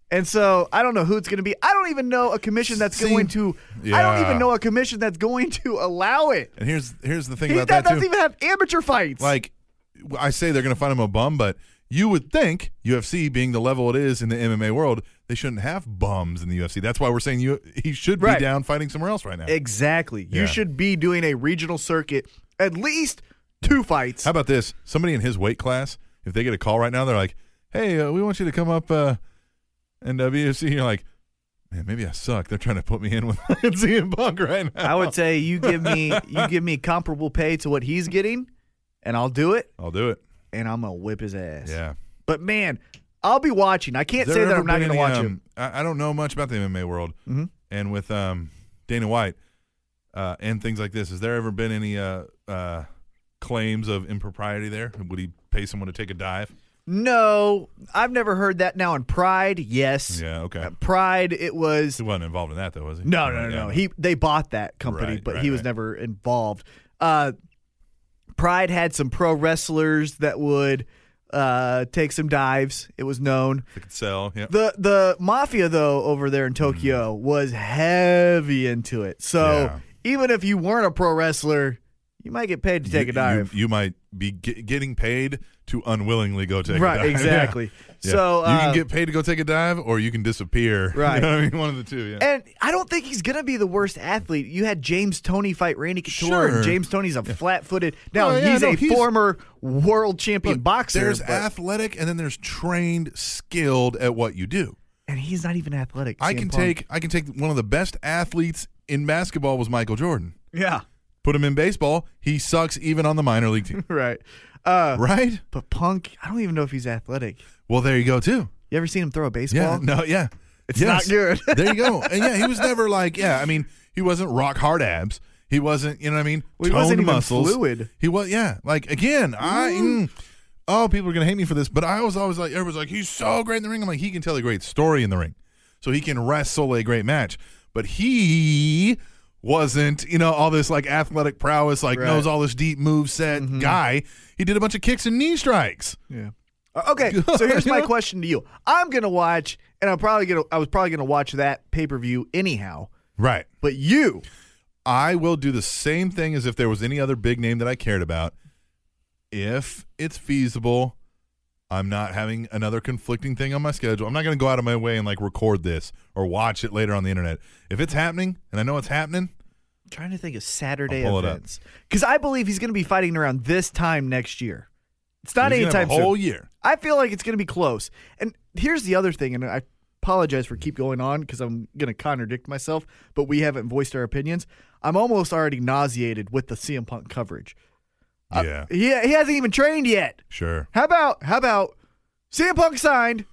[SPEAKER 1] And so I don't know who it's going to be. I don't even know a commission that's
[SPEAKER 3] See?
[SPEAKER 1] going to. I don't
[SPEAKER 3] Yeah.
[SPEAKER 1] even know a commission that's going to allow it.
[SPEAKER 3] And here's here's the thing
[SPEAKER 1] He
[SPEAKER 3] about
[SPEAKER 1] that
[SPEAKER 3] that too.
[SPEAKER 1] doesn't even have amateur fights.
[SPEAKER 3] like I say they're going to find him a bum, but you would think UFC being the level it is in the MMA world, they shouldn't have bums in the UFC. That's why we're saying you he should
[SPEAKER 1] Right.
[SPEAKER 3] be down fighting somewhere else right now.
[SPEAKER 1] exactly.
[SPEAKER 3] Yeah.
[SPEAKER 1] You should be doing a regional circuit, at least two fights.
[SPEAKER 3] How about this? Somebody in his weight class, if they get a call right now, they're like, "Hey, uh, we want you to come up uh, and uh, be UFC." And you're like, "Man, maybe I suck. They're trying to put me in with CM Punk right now."
[SPEAKER 1] I would say you give me you give me comparable pay to what he's getting, and I'll do it,
[SPEAKER 3] I'll do it.
[SPEAKER 1] and I'm gonna whip his ass.
[SPEAKER 3] Yeah.
[SPEAKER 1] But man, I'll be watching. I can't say
[SPEAKER 3] there
[SPEAKER 1] that
[SPEAKER 3] ever
[SPEAKER 1] I'm not
[SPEAKER 3] been
[SPEAKER 1] gonna
[SPEAKER 3] any,
[SPEAKER 1] watch
[SPEAKER 3] um,
[SPEAKER 1] him. Mm-hmm.
[SPEAKER 3] I, I don't know much about the MMA world, and with um, Dana White uh, and things like this, has there ever been any uh, uh, claims of impropriety there? Would he pay someone to take a dive?
[SPEAKER 1] No, I've never heard that. Now in Pride, yes.
[SPEAKER 3] Yeah, okay.
[SPEAKER 1] Uh, Pride, it was
[SPEAKER 3] he wasn't involved in that though, was he?
[SPEAKER 1] No, no, no,
[SPEAKER 3] Yeah,
[SPEAKER 1] no. He they bought that company,
[SPEAKER 3] Right,
[SPEAKER 1] but
[SPEAKER 3] right,
[SPEAKER 1] he was
[SPEAKER 3] right.
[SPEAKER 1] never involved. Uh, Pride had some pro wrestlers that would uh, take some dives. It was known.
[SPEAKER 3] they could sell. Yeah,
[SPEAKER 1] The the mafia though over there in
[SPEAKER 3] Mm-hmm.
[SPEAKER 1] Tokyo was heavy into it. So even if you weren't a pro wrestler, you might get paid to take
[SPEAKER 3] You-
[SPEAKER 1] a dive.
[SPEAKER 3] You, you might be ge- getting paid to unwillingly go take
[SPEAKER 1] right,
[SPEAKER 3] a dive.
[SPEAKER 1] exactly.
[SPEAKER 3] Yeah.
[SPEAKER 1] So
[SPEAKER 3] you
[SPEAKER 1] uh,
[SPEAKER 3] can get paid to go take a dive, or you can disappear. You
[SPEAKER 1] Right.
[SPEAKER 3] know what I mean? One of the two. Yeah.
[SPEAKER 1] And I don't think he's gonna be the worst athlete. You had James Tony fight Randy Couture,
[SPEAKER 3] Sure.
[SPEAKER 1] and James Tony's a flat-footed. Now
[SPEAKER 3] Oh, yeah,
[SPEAKER 1] he's
[SPEAKER 3] no,
[SPEAKER 1] a
[SPEAKER 3] he's-
[SPEAKER 1] former world champion
[SPEAKER 3] Look,
[SPEAKER 1] boxer,
[SPEAKER 3] There's
[SPEAKER 1] but-
[SPEAKER 3] athletic, and then there's trained, skilled at what you do.
[SPEAKER 1] and he's not even athletic.
[SPEAKER 3] I
[SPEAKER 1] CM
[SPEAKER 3] can
[SPEAKER 1] Punk.
[SPEAKER 3] take I can take one of the best athletes in basketball was Michael Jordan.
[SPEAKER 1] yeah,
[SPEAKER 3] Put him in baseball, he sucks even on the minor league team,
[SPEAKER 1] right. Uh,
[SPEAKER 3] right?
[SPEAKER 1] but Punk, I don't even know if he's athletic.
[SPEAKER 3] Well, there you go too.
[SPEAKER 1] You ever seen him throw a
[SPEAKER 3] Yeah,
[SPEAKER 1] baseball?
[SPEAKER 3] no, yeah, it's
[SPEAKER 1] not good.
[SPEAKER 3] there you go. And yeah, he was never like yeah. I mean, he wasn't rock hard abs. He wasn't, you know what I mean?
[SPEAKER 1] Well, he
[SPEAKER 3] toned
[SPEAKER 1] wasn't even
[SPEAKER 3] muscles.
[SPEAKER 1] fluid.
[SPEAKER 3] He was, yeah. Like again, I. mm, oh, people are gonna hate me for this, but I was always like, everybody's like, he's so great in the ring. I'm like, he can tell a great story in the ring, so he can wrestle a great match. But he wasn't, you know, all this like athletic prowess, like knows all this deep move set
[SPEAKER 1] Mm-hmm.
[SPEAKER 3] guy. He did a bunch of kicks and knee strikes.
[SPEAKER 1] Yeah. Uh, Okay, so here's my question to you. I'm gonna watch, and I'm probably gonna. I was probably gonna watch that pay per view anyhow.
[SPEAKER 3] Right.
[SPEAKER 1] But you,
[SPEAKER 3] I will do the same thing as if there was any other big name that I cared about. If it's feasible, I'm not having another conflicting thing on my schedule. I'm not going to go out of my way and like record this or watch it later on the internet. If it's happening and I know it's happening,
[SPEAKER 1] I'm trying to think of Saturday
[SPEAKER 3] I'll pull it up.
[SPEAKER 1] events because I believe he's going to be fighting around this time next year. It's not
[SPEAKER 3] he's gonna have
[SPEAKER 1] anytime
[SPEAKER 3] a whole
[SPEAKER 1] soon.
[SPEAKER 3] year.
[SPEAKER 1] I feel like it's going to be close. And here's the other thing, and I apologize for keep going on because I'm going to contradict myself, but we haven't voiced our opinions. I'm almost already nauseated with the CM Punk coverage. Uh,
[SPEAKER 3] yeah,
[SPEAKER 1] He, he hasn't even trained yet.
[SPEAKER 3] sure.
[SPEAKER 1] How about how about CM Punk signed,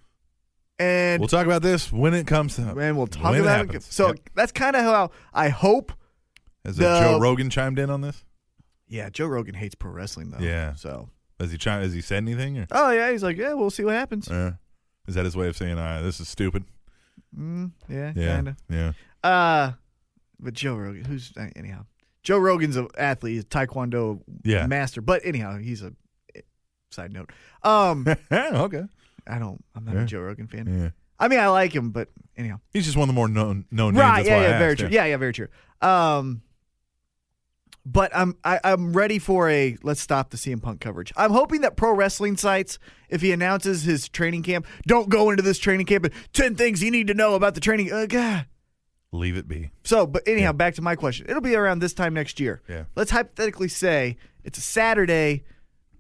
[SPEAKER 1] and
[SPEAKER 3] We'll talk about this when it comes up.
[SPEAKER 1] and we'll talk
[SPEAKER 3] when
[SPEAKER 1] about it.
[SPEAKER 3] happens.
[SPEAKER 1] So
[SPEAKER 3] Yep.
[SPEAKER 1] that's kind of how I hope.
[SPEAKER 3] Has
[SPEAKER 1] the-
[SPEAKER 3] uh, Joe Rogan chimed in on this?
[SPEAKER 1] Yeah, Joe Rogan hates pro wrestling though.
[SPEAKER 3] Yeah.
[SPEAKER 1] So
[SPEAKER 3] Has he chi- Has he said anything? Or,
[SPEAKER 1] oh yeah, he's like yeah, we'll see what happens.
[SPEAKER 3] uh, is that his way of saying, "Ah, this is stupid"?
[SPEAKER 1] Mm, yeah,
[SPEAKER 3] Yeah,
[SPEAKER 1] kind of.
[SPEAKER 3] yeah.
[SPEAKER 1] Uh, but Joe Rogan, who's uh, anyhow, Joe Rogan's an athlete, he's a taekwondo
[SPEAKER 3] Yeah.
[SPEAKER 1] master. But anyhow, he's a eh, side note. Um,
[SPEAKER 3] okay.
[SPEAKER 1] I don't, I'm not
[SPEAKER 3] Yeah.
[SPEAKER 1] a Joe Rogan fan.
[SPEAKER 3] Yeah.
[SPEAKER 1] I mean, I like him, but anyhow,
[SPEAKER 3] He's just one of the more known known
[SPEAKER 1] right?
[SPEAKER 3] names. Oh, That's
[SPEAKER 1] Yeah,
[SPEAKER 3] why I
[SPEAKER 1] yeah,
[SPEAKER 3] asked,
[SPEAKER 1] very true. Yeah, yeah, very true. Um, but I'm I, I'm ready for a let's stop the CM Punk coverage. I'm hoping that pro wrestling sites, if he announces his training camp, don't go into this training camp and ten things you need to know about the training. Uh, God.
[SPEAKER 3] Leave it be.
[SPEAKER 1] So, but anyhow, back to my question. It'll be around this time next year.
[SPEAKER 3] Yeah.
[SPEAKER 1] Let's hypothetically say it's a Saturday,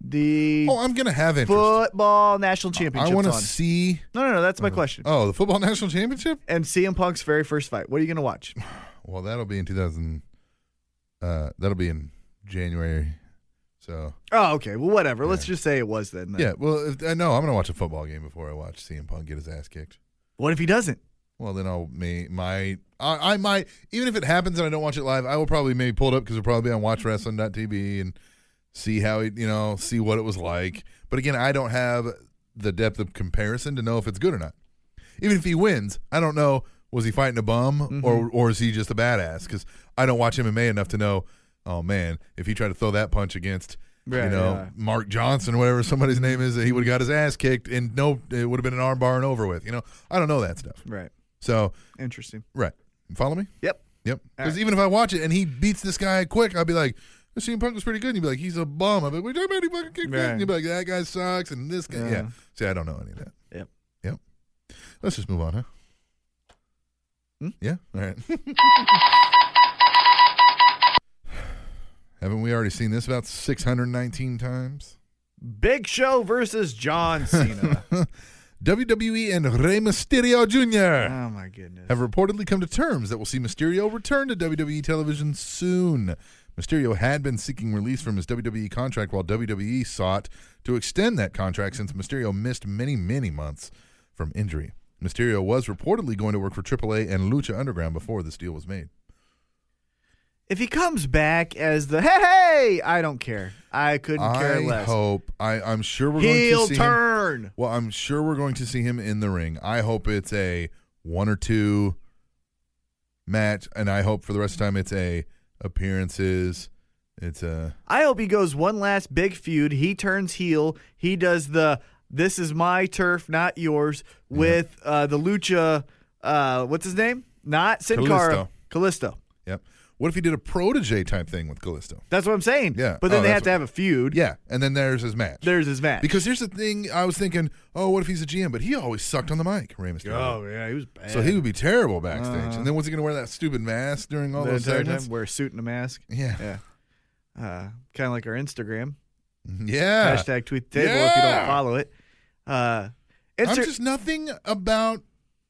[SPEAKER 1] the
[SPEAKER 3] Oh, I'm gonna have interest.
[SPEAKER 1] football national
[SPEAKER 3] I
[SPEAKER 1] championship's
[SPEAKER 3] want to
[SPEAKER 1] on.
[SPEAKER 3] see.
[SPEAKER 1] no, no, no. That's my question.
[SPEAKER 3] Oh, the football national championship.
[SPEAKER 1] And CM Punk's very first fight. What are you going to watch?
[SPEAKER 3] Well, that'll be in 2000. Uh, that'll be in January. So
[SPEAKER 1] Oh, okay. Well, whatever. Let's just say it was then. then.
[SPEAKER 3] yeah. Well, if, uh, no, I'm gonna watch a football game before I watch CM Punk get his ass kicked.
[SPEAKER 1] What if he doesn't?
[SPEAKER 3] Well, then I'll may my I, I might even if it happens and I don't watch it live, I will probably maybe pull it up because it'll probably be on WatchWrestling.tv and see how it you know see what it was like. But again, I don't have the depth of comparison to know if it's good or not. Even if he wins, I don't know was he fighting a bum
[SPEAKER 1] Mm-hmm.
[SPEAKER 3] or or is he just a badass? Because I don't watch MMA enough to know. Oh man, if he tried to throw that punch against.
[SPEAKER 1] Right,
[SPEAKER 3] you know,
[SPEAKER 1] yeah.
[SPEAKER 3] Mark Johnson, whatever somebody's name is, he would have got his ass kicked, and no, it would have been an arm bar and over with. You know, I don't know that stuff.
[SPEAKER 1] Right.
[SPEAKER 3] So
[SPEAKER 1] Interesting.
[SPEAKER 3] right, You follow me.
[SPEAKER 1] Yep.
[SPEAKER 3] Yep.
[SPEAKER 1] All
[SPEAKER 3] Because
[SPEAKER 1] right.
[SPEAKER 3] even if I watch it and he beats this guy quick, I'll be like, "This CM Punk was pretty good." And you'd be like, "He's a bum." I'll be like, "What are you talking about? He fucking kicked
[SPEAKER 1] Right.
[SPEAKER 3] And you'd be like, "That guy sucks," and this guy. Yeah.
[SPEAKER 1] Yeah.
[SPEAKER 3] See, I don't know any of that.
[SPEAKER 1] Yep.
[SPEAKER 3] Yep. Let's just move on, huh?
[SPEAKER 1] Hmm?
[SPEAKER 3] Yeah. All right. Haven't we already seen this about 619 times?
[SPEAKER 1] Big Show versus John Cena.
[SPEAKER 3] WWE E and Rey Mysterio Jr.
[SPEAKER 1] oh my goodness.
[SPEAKER 3] have reportedly come to terms that we'll see Mysterio return to WWE television soon. Mysterio had been seeking release from his WWE contract while WWE sought to extend that contract since Mysterio missed many, many months from injury. Mysterio was reportedly going to work for AAA and Lucha Underground before this deal was made.
[SPEAKER 1] If he comes back as the hey hey, I don't care. I couldn't care
[SPEAKER 3] I
[SPEAKER 1] less.
[SPEAKER 3] hope I, I'm sure we're
[SPEAKER 1] Heel
[SPEAKER 3] going to see him.
[SPEAKER 1] turn.
[SPEAKER 3] Well, I'm sure we're going to see him in the ring. I hope it's a one or two match, and I hope for the rest of the time it's a appearances. It's a
[SPEAKER 1] I hope he goes one last big feud. He turns heel. He does the "This is my turf, not yours" with uh, the Lucha. Uh, what's his name? Not Sin Cara. Callisto.
[SPEAKER 3] yep. What if he did a protege type thing with Callisto?
[SPEAKER 1] That's what I'm saying.
[SPEAKER 3] Yeah.
[SPEAKER 1] But then
[SPEAKER 3] Oh,
[SPEAKER 1] they
[SPEAKER 3] that's
[SPEAKER 1] have to
[SPEAKER 3] what-
[SPEAKER 1] have a feud.
[SPEAKER 3] Yeah, and then there's his match.
[SPEAKER 1] There's his match.
[SPEAKER 3] because here's the thing, I was thinking, oh, what if he's a GM? But he always sucked on the mic, Rey Mysterio.
[SPEAKER 1] oh yeah, he was bad.
[SPEAKER 3] so he would be terrible backstage.
[SPEAKER 1] Uh-huh.
[SPEAKER 3] And then was he going to wear that stupid mask during all
[SPEAKER 1] the
[SPEAKER 3] those
[SPEAKER 1] entire
[SPEAKER 3] segments?
[SPEAKER 1] time wear a suit and a mask.
[SPEAKER 3] Yeah,
[SPEAKER 1] Yeah. Uh, kind of like our Instagram
[SPEAKER 3] yeah.
[SPEAKER 1] hashtag tweet the table if you don't
[SPEAKER 3] Yeah.
[SPEAKER 1] follow it. Uh,
[SPEAKER 3] I'm
[SPEAKER 1] Insta-
[SPEAKER 3] just nothing about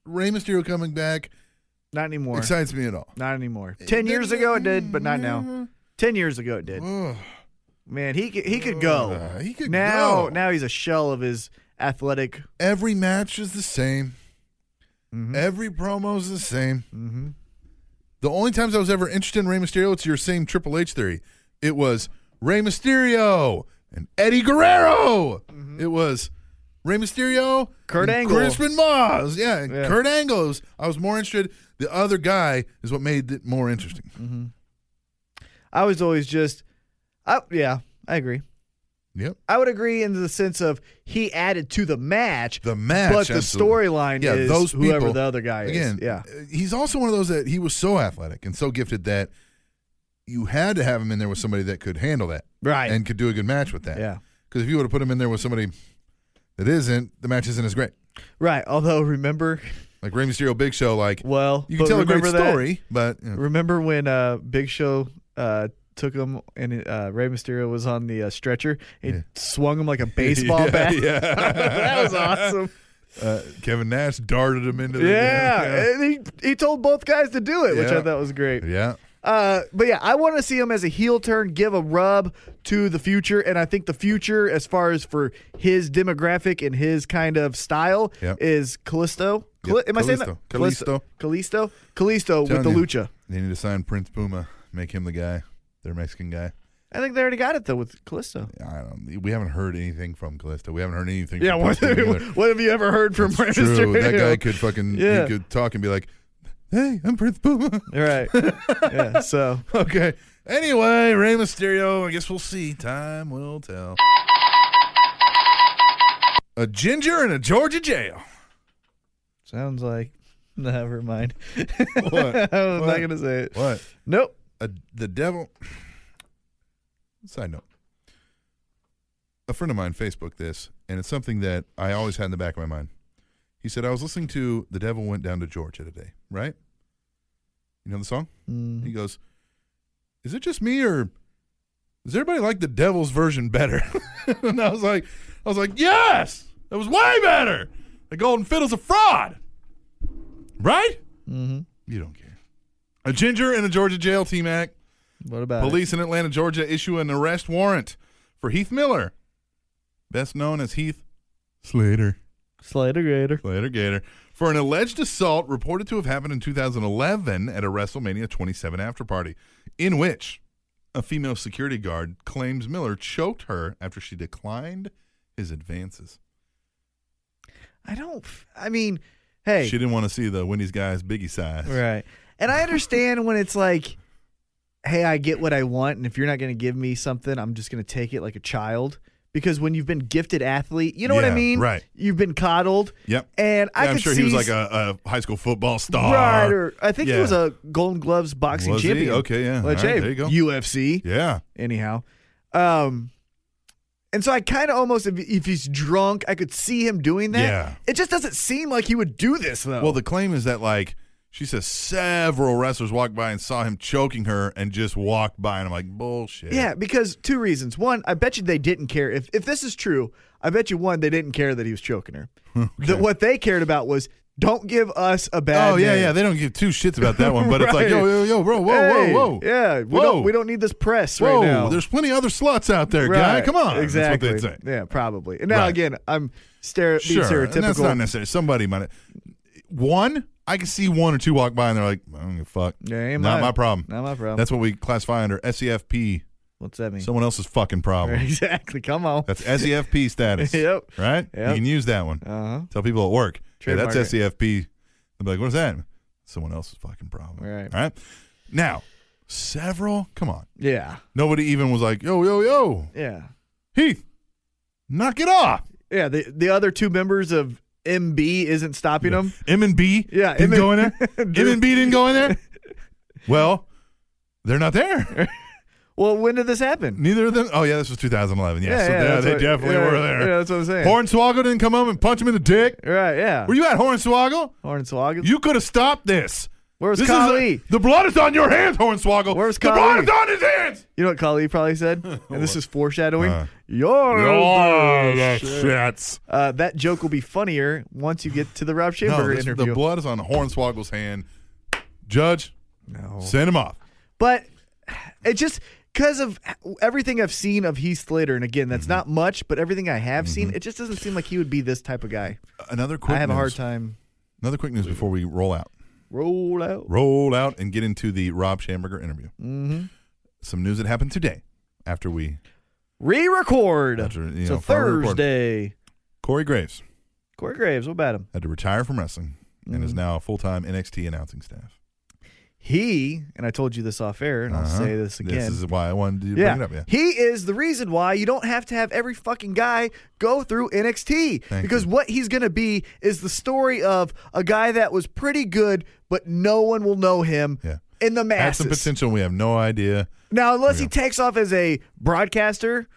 [SPEAKER 3] Rey Mysterio coming back
[SPEAKER 1] not anymore.
[SPEAKER 3] excites me at all.
[SPEAKER 1] Not anymore. Ten years ago it did, but not now. Ten years ago it did.
[SPEAKER 3] Ugh.
[SPEAKER 1] Man, he could, he could go.
[SPEAKER 3] Uh, he could
[SPEAKER 1] Oh. now,
[SPEAKER 3] go.
[SPEAKER 1] now he's a shell of his athletic.
[SPEAKER 3] Every match is the same.
[SPEAKER 1] Mhm.
[SPEAKER 3] Every promo is the same.
[SPEAKER 1] Mm-hmm.
[SPEAKER 3] The only times I was ever interested in Rey Mysterio, it's your same Triple H theory. It was Rey Mysterio and Eddie Guerrero. It was Rey Mysterio,
[SPEAKER 1] Mm-hmm. Kurt
[SPEAKER 3] and
[SPEAKER 1] Angle.
[SPEAKER 3] Crispin Moss. Yeah, and
[SPEAKER 1] Yeah.
[SPEAKER 3] Kurt Angle's. I was more interested. The other guy is what made it more interesting.
[SPEAKER 1] I was always just, I, yeah, I agree.
[SPEAKER 3] Yep.
[SPEAKER 1] I would agree in the sense of he added to the match,
[SPEAKER 3] The match,
[SPEAKER 1] but the
[SPEAKER 3] absolutely.
[SPEAKER 1] storyline
[SPEAKER 3] Yeah,
[SPEAKER 1] is
[SPEAKER 3] those
[SPEAKER 1] whoever
[SPEAKER 3] people-
[SPEAKER 1] the other guy
[SPEAKER 3] again,
[SPEAKER 1] is. Yeah,
[SPEAKER 3] uh, he's also one of those that he was so athletic and so gifted that you had to have him in there with somebody that could handle that
[SPEAKER 1] right.
[SPEAKER 3] and could do a good match with that.
[SPEAKER 1] yeah,
[SPEAKER 3] Because if you would have put him in there with somebody that isn't, the match isn't as great.
[SPEAKER 1] right. Although remember,
[SPEAKER 3] Like Rey Mysterio, Big Show, like
[SPEAKER 1] well,
[SPEAKER 3] you can
[SPEAKER 1] but
[SPEAKER 3] tell a great
[SPEAKER 1] remember that-
[SPEAKER 3] story, but you know,
[SPEAKER 1] Remember when uh, Big Show uh, took him and uh, Rey Mysterio was on the uh, stretcher? It
[SPEAKER 3] Yeah.
[SPEAKER 1] swung him like a baseball
[SPEAKER 3] Yeah,
[SPEAKER 1] bat.
[SPEAKER 3] yeah.
[SPEAKER 1] that was awesome.
[SPEAKER 3] Uh, Kevin Nash darted him into the
[SPEAKER 1] Yeah, and he he told both guys to do it, which I
[SPEAKER 3] Yeah.
[SPEAKER 1] thought was great.
[SPEAKER 3] Yeah. yeah.
[SPEAKER 1] Uh, but yeah, I want to see him as a heel turn, give a rub to the future, and I think the future, as far as for his demographic and his kind of style,
[SPEAKER 3] Yep.
[SPEAKER 1] is Callisto. Cali-
[SPEAKER 3] Yep,
[SPEAKER 1] Am I saying that?
[SPEAKER 3] Kalisto.
[SPEAKER 1] Callisto. Callisto with the
[SPEAKER 3] Telling you.
[SPEAKER 1] lucha.
[SPEAKER 3] They need to sign Prince Puma, make him the guy, their Mexican guy.
[SPEAKER 1] I think they already got it though with Callisto.
[SPEAKER 3] I don't. We haven't heard anything from Callisto. We haven't heard anything.
[SPEAKER 1] Yeah,
[SPEAKER 3] from
[SPEAKER 1] what,
[SPEAKER 3] Prince Puma either.
[SPEAKER 1] what have you ever heard from Rey
[SPEAKER 3] True.
[SPEAKER 1] Mysterio?
[SPEAKER 3] That guy could fucking.
[SPEAKER 1] Yeah.
[SPEAKER 3] He could talk and be like, "Hey, I'm Prince Puma."
[SPEAKER 1] Right. yeah. So
[SPEAKER 3] okay. Anyway, Rey Mysterio. I guess we'll see. Time will tell. A ginger in a Georgia jail.
[SPEAKER 1] sounds like never mind.
[SPEAKER 3] What?
[SPEAKER 1] I'm not
[SPEAKER 3] What?
[SPEAKER 1] gonna say it.
[SPEAKER 3] What?
[SPEAKER 1] Nope.
[SPEAKER 3] a, the devil. Side note: A friend of mine Facebooked this, and it's something that I always had in the back of my mind. He said, "I was listening to The Devil Went Down to Georgia today, right? You know the song." He
[SPEAKER 1] Mm.
[SPEAKER 3] goes, "Is it just me or does everybody like the Devil's version better?" and I was like, "I was like, yes, that was way better. The Golden Fiddle's a fraud, right?
[SPEAKER 1] hmm
[SPEAKER 3] You don't care." A ginger in a Georgia jail team act.
[SPEAKER 1] What about it?
[SPEAKER 3] Police in Atlanta, Georgia issue an arrest warrant for Heath Miller, best known as Heath Slater.
[SPEAKER 1] Slater Grader?
[SPEAKER 3] Slater Gator. For an alleged assault reported to have happened in 2011 at a WrestleMania 27 after party, in which a female security guard claims Miller choked her after she declined his advances.
[SPEAKER 1] I don't. f- I mean, hey,
[SPEAKER 3] She didn't want to see the Wendy's guy's biggie size.
[SPEAKER 1] right? And I understand when it's like, hey, I get what I want, and if you're not going to give me something, I'm just going to take it like a child. Because when you've been gifted athlete, you know what I
[SPEAKER 3] Yeah,
[SPEAKER 1] mean,
[SPEAKER 3] right.
[SPEAKER 1] You've been coddled,
[SPEAKER 3] Yep.
[SPEAKER 1] and I
[SPEAKER 3] Yeah, I'm
[SPEAKER 1] could
[SPEAKER 3] sure
[SPEAKER 1] see
[SPEAKER 3] he was like
[SPEAKER 1] s-
[SPEAKER 3] a, a high school football star.
[SPEAKER 1] right, or I think he
[SPEAKER 3] Yeah.
[SPEAKER 1] was a Golden Gloves boxing
[SPEAKER 3] Was he?
[SPEAKER 1] champion.
[SPEAKER 3] Okay, yeah.
[SPEAKER 1] Which,
[SPEAKER 3] All right,
[SPEAKER 1] hey,
[SPEAKER 3] there you go.
[SPEAKER 1] UFC.
[SPEAKER 3] Yeah.
[SPEAKER 1] anyhow. Um, and so I kind of almost, if, if he's drunk, I could see him doing that.
[SPEAKER 3] Yeah.
[SPEAKER 1] It just doesn't seem like he would do this though.
[SPEAKER 3] Well, the claim is that like she says several wrestlers walked by and saw him choking her and just walked by, and I'm like bullshit.
[SPEAKER 1] yeah, because two reasons. One, I bet you they didn't care. If if this is true, I bet you one, they didn't care that he was choking her. That what they cared about was don't give us a bad.
[SPEAKER 3] Oh yeah,
[SPEAKER 1] name.
[SPEAKER 3] yeah. They don't give two shits about that one, but it's like
[SPEAKER 1] Right.
[SPEAKER 3] yo, yo, yo, bro, whoa,
[SPEAKER 1] Hey,
[SPEAKER 3] whoa, whoa.
[SPEAKER 1] Yeah, we
[SPEAKER 3] Whoa.
[SPEAKER 1] don't we don't need this press
[SPEAKER 3] Whoa,
[SPEAKER 1] right now.
[SPEAKER 3] there's plenty other sluts out there, guy.
[SPEAKER 1] Right,
[SPEAKER 3] Come on,
[SPEAKER 1] exactly.
[SPEAKER 3] That's what they'd say.
[SPEAKER 1] Yeah, probably. And now
[SPEAKER 3] Right.
[SPEAKER 1] again, I'm stero- being
[SPEAKER 3] Sure, and
[SPEAKER 1] stereotypical.
[SPEAKER 3] that's not necessary. Somebody might. One, I can see one or two walk by and they're like, I don't give a fuck.
[SPEAKER 1] Yeah, ain't
[SPEAKER 3] not
[SPEAKER 1] mine.
[SPEAKER 3] my problem.
[SPEAKER 1] Not my problem.
[SPEAKER 3] That's what we classify under SEFP.
[SPEAKER 1] What's that mean?
[SPEAKER 3] Someone else's fucking problem.
[SPEAKER 1] Exactly. Come on.
[SPEAKER 3] That's SEFP status.
[SPEAKER 1] Yep.
[SPEAKER 3] Right.
[SPEAKER 1] Yep.
[SPEAKER 3] You can use that one.
[SPEAKER 1] Uh huh.
[SPEAKER 3] Tell people at work, hey,
[SPEAKER 1] Trademark
[SPEAKER 3] that's
[SPEAKER 1] it.
[SPEAKER 3] SCFP. They'll be like, what is that? Someone else's fucking problem.
[SPEAKER 1] Right.
[SPEAKER 3] All right. Now, several, come on.
[SPEAKER 1] Yeah.
[SPEAKER 3] Nobody even was like, yo, yo, yo,
[SPEAKER 1] Yeah.
[SPEAKER 3] Heath, knock it off.
[SPEAKER 1] Yeah. The the other two members of MB isn't stopping them.
[SPEAKER 3] M and B
[SPEAKER 1] Yeah,
[SPEAKER 3] didn't
[SPEAKER 1] M&B
[SPEAKER 3] go in there. M
[SPEAKER 1] Dude.
[SPEAKER 3] and B didn't go in there. Well, they're not there.
[SPEAKER 1] Well, when did this happen?
[SPEAKER 3] Neither of them. Oh yeah, this was 2011. Yeah, so they-
[SPEAKER 1] that's
[SPEAKER 3] they
[SPEAKER 1] what-
[SPEAKER 3] definitely
[SPEAKER 1] yeah,
[SPEAKER 3] were there.
[SPEAKER 1] Yeah, that's what I'm saying.
[SPEAKER 3] Hornswoggle didn't come home and punch him in the dick.
[SPEAKER 1] right. Yeah.
[SPEAKER 3] Were you at Hornswoggle?
[SPEAKER 1] Hornswoggle.
[SPEAKER 3] You could have stopped this.
[SPEAKER 1] Where was
[SPEAKER 3] This is
[SPEAKER 1] Kali?
[SPEAKER 3] a- the blood is on your hands, Hornswoggle.
[SPEAKER 1] Where's
[SPEAKER 3] the
[SPEAKER 1] Kali?
[SPEAKER 3] blood is on his hands.
[SPEAKER 1] you know what Kali probably said? And this is foreshadowing.
[SPEAKER 3] Uh.
[SPEAKER 1] You're
[SPEAKER 3] Oh,
[SPEAKER 1] the
[SPEAKER 3] that
[SPEAKER 1] shit.
[SPEAKER 3] shits.
[SPEAKER 1] Uh, that joke will be funnier once you get to the Rob Schamberger
[SPEAKER 3] No, this-
[SPEAKER 1] interview.
[SPEAKER 3] the blood is on Hornswoggle's hand. Judge,
[SPEAKER 1] Oh.
[SPEAKER 3] send him off.
[SPEAKER 1] But it just because of everything I've seen of Heath Slater, and again,
[SPEAKER 3] Mm-hmm.
[SPEAKER 1] that's not much, but everything I have seen, it just doesn't seem like he would be this type of guy.
[SPEAKER 3] Another Mm-hmm. quick.
[SPEAKER 1] I have
[SPEAKER 3] news.
[SPEAKER 1] a hard time.
[SPEAKER 3] Another quick news before we roll out.
[SPEAKER 1] Roll out.
[SPEAKER 3] Roll out and get into the Rob Schamberger interview.
[SPEAKER 1] Mm-hmm.
[SPEAKER 3] Some news that happened today after we
[SPEAKER 1] Re-record.
[SPEAKER 3] After, you
[SPEAKER 1] so
[SPEAKER 3] know, finally record.
[SPEAKER 1] Thursday.
[SPEAKER 3] Corey Graves
[SPEAKER 1] Corey Graves. What about him?
[SPEAKER 3] had to retire from wrestling and
[SPEAKER 1] Mm-hmm.
[SPEAKER 3] is now a full time NXT announcing staff.
[SPEAKER 1] He and I told you this off air, and I'll
[SPEAKER 3] Uh-huh.
[SPEAKER 1] say this again.
[SPEAKER 3] This is why I wanted to
[SPEAKER 1] yeah.
[SPEAKER 3] bring it up. Yeah.
[SPEAKER 1] he is the reason why you don't have to have every fucking guy go through NXT
[SPEAKER 3] Thank
[SPEAKER 1] because
[SPEAKER 3] you.
[SPEAKER 1] what he's going to be is the story of a guy that was pretty good, but no one will know him
[SPEAKER 3] Yeah.
[SPEAKER 1] in the
[SPEAKER 3] Had some
[SPEAKER 1] masses.
[SPEAKER 3] potential. We have no idea.
[SPEAKER 1] Now, unless he takes off as a broadcaster,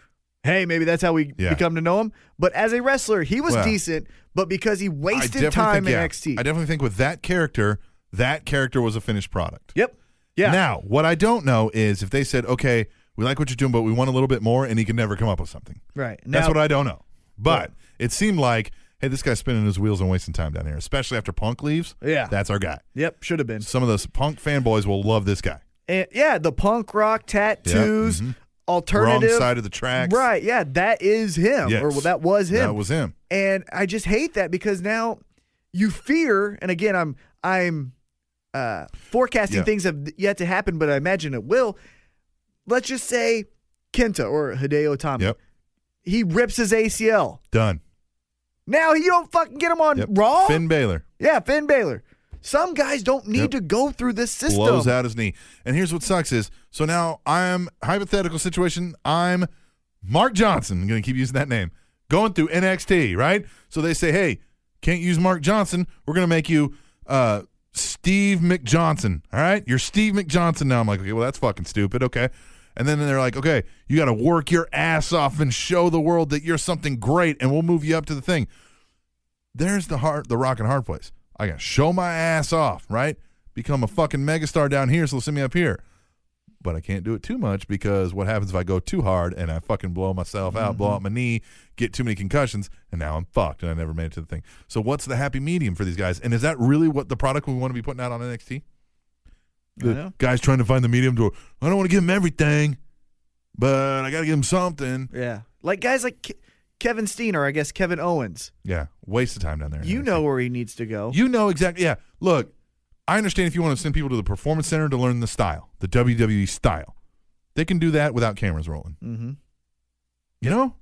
[SPEAKER 1] hey, maybe that's how we
[SPEAKER 3] Yeah.
[SPEAKER 1] become to know him. But as a wrestler, he was
[SPEAKER 3] Well,
[SPEAKER 1] decent, but because he
[SPEAKER 3] I
[SPEAKER 1] wasted
[SPEAKER 3] definitely
[SPEAKER 1] time
[SPEAKER 3] think,
[SPEAKER 1] in
[SPEAKER 3] yeah.
[SPEAKER 1] NXT.
[SPEAKER 3] I definitely think with that character, that character was a finished product.
[SPEAKER 1] yep. Yeah.
[SPEAKER 3] Now, what I don't know is if they said, "Okay, we like what you're doing, but we want a little bit more," and he could never come up with something.
[SPEAKER 1] right.
[SPEAKER 3] That's
[SPEAKER 1] Now-
[SPEAKER 3] what I don't know. But it seemed like, hey, this guy's spinning his wheels and wasting time down here, especially after Punk leaves.
[SPEAKER 1] Yeah.
[SPEAKER 3] That's our guy.
[SPEAKER 1] Yep, should have been.
[SPEAKER 3] Some of those Punk fanboys will love this guy.
[SPEAKER 1] And yeah, the punk rock tattoos,
[SPEAKER 3] mm-hmm. Wrong
[SPEAKER 1] alternative.
[SPEAKER 3] side of the tracks.
[SPEAKER 1] Right, yeah, that is him,
[SPEAKER 3] Yes.
[SPEAKER 1] or well, that was him.
[SPEAKER 3] That was him.
[SPEAKER 1] and I just hate that because now you fear, and again, I'm I'm uh, forecasting
[SPEAKER 3] Yeah.
[SPEAKER 1] things have yet to happen, but I imagine it will. Let's just say Kenta or Hideo Tommy,
[SPEAKER 3] Yep.
[SPEAKER 1] he rips his ACL.
[SPEAKER 3] Done.
[SPEAKER 1] Now you don't fucking get him on
[SPEAKER 3] Yep.
[SPEAKER 1] Raw.
[SPEAKER 3] Finn Baylor
[SPEAKER 1] yeah, Finn Balor. Some guys don't need
[SPEAKER 3] Yep.
[SPEAKER 1] to go through this system.
[SPEAKER 3] blows out his knee. And here's what sucks is so now I'm hypothetical situation. I'm Mark Johnson. I'm going to keep using that name. Going through NXT, right? So they say, hey, can't use Mark Johnson. We're going to make you uh, Steve McJohnson. All right, you're Steve McJohnson now. I'm like, okay, well that's fucking stupid. Okay. And then they're like, okay, you got to work your ass off and show the world that you're something great, and we'll move you up to the thing. there's the hard, the rock and hard place. I gotta show my ass off, right? Become a fucking megastar down here, so they'll send me up here. But I can't do it too much because what happens if I go too hard and I fucking blow myself out,
[SPEAKER 1] Mm-hmm.
[SPEAKER 3] blow out my knee, get too many concussions, and now I'm fucked and I never made it to the thing. So what's the happy medium for these guys? And is that really what the product we want to be putting out on
[SPEAKER 1] I
[SPEAKER 3] NXT? The
[SPEAKER 1] know.
[SPEAKER 3] guys trying to find the medium to I don't want to give him everything, but I gotta give him something.
[SPEAKER 1] Yeah, like guys like Ke- Kevin Steen or I guess Kevin Owens.
[SPEAKER 3] Yeah. Waste of time down there. in
[SPEAKER 1] You
[SPEAKER 3] NXT.
[SPEAKER 1] know where he needs to go.
[SPEAKER 3] You know exactly. Yeah. Look, I understand if you want to send people to the performance center to learn the style, the WWE style. They can do that without cameras rolling.
[SPEAKER 1] mm-hmm.
[SPEAKER 3] You know?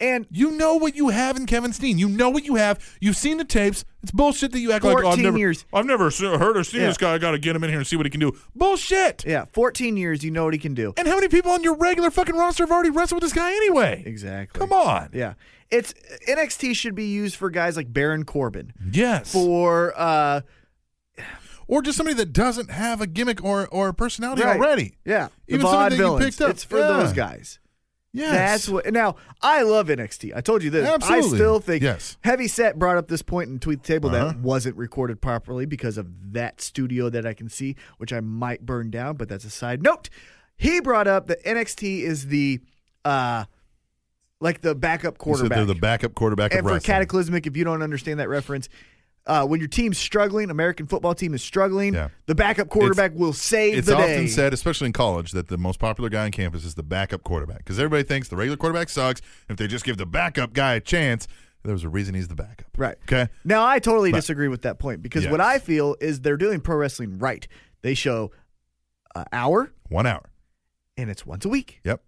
[SPEAKER 1] And
[SPEAKER 3] You know what you have in Kevin Steen. You know what you have. You've seen the tapes. It's bullshit that you act like oh, I've
[SPEAKER 1] 14
[SPEAKER 3] never
[SPEAKER 1] years.
[SPEAKER 3] I've never se- heard or seen
[SPEAKER 1] Yeah.
[SPEAKER 3] this guy. I got to get him in here and see what he can do. Bullshit.
[SPEAKER 1] yeah, 14 years. You know what he can do.
[SPEAKER 3] And how many people on your regular fucking roster have already wrestled with this guy anyway?
[SPEAKER 1] Exactly.
[SPEAKER 3] Come on.
[SPEAKER 1] Yeah. It's NXT should be used for guys like Baron Corbin
[SPEAKER 3] Yes.
[SPEAKER 1] for uh
[SPEAKER 3] or just somebody that doesn't have a gimmick or or a personality
[SPEAKER 1] right.
[SPEAKER 3] already.
[SPEAKER 1] Yeah.
[SPEAKER 3] Even
[SPEAKER 1] the
[SPEAKER 3] something
[SPEAKER 1] Vaude
[SPEAKER 3] that you
[SPEAKER 1] villains.
[SPEAKER 3] picked up.
[SPEAKER 1] It's for
[SPEAKER 3] Yeah.
[SPEAKER 1] those guys.
[SPEAKER 3] Yes.
[SPEAKER 1] That's what now I love NXT. I told you this. I
[SPEAKER 3] Absolutely.
[SPEAKER 1] still think
[SPEAKER 3] Yes.
[SPEAKER 1] Heavy Set brought up this point in Tweet the Table that
[SPEAKER 3] Uh-huh.
[SPEAKER 1] wasn't recorded properly because of that studio that I can see, which I might burn down, but that's a side note. He brought up that NXT is the uh like the backup
[SPEAKER 3] He said
[SPEAKER 1] quarterback.
[SPEAKER 3] they're the backup quarterback
[SPEAKER 1] and
[SPEAKER 3] of
[SPEAKER 1] for
[SPEAKER 3] wrestling.
[SPEAKER 1] cataclysmic, if you don't understand that reference, uh, when your team's struggling, American football team is struggling,
[SPEAKER 3] Yeah.
[SPEAKER 1] the backup quarterback will save
[SPEAKER 3] it's
[SPEAKER 1] the
[SPEAKER 3] often
[SPEAKER 1] day.
[SPEAKER 3] said, especially in college, that the most popular guy on campus is the backup quarterback because everybody thinks the regular quarterback sucks. If they just give the backup guy a chance, there was a reason he's the backup.
[SPEAKER 1] right.
[SPEAKER 3] Okay.
[SPEAKER 1] Now, I totally disagree with that point because what
[SPEAKER 3] Yes.
[SPEAKER 1] I feel is they're doing pro wrestling right. They show an hour
[SPEAKER 3] One hour.
[SPEAKER 1] and it's once a week,
[SPEAKER 3] Yep.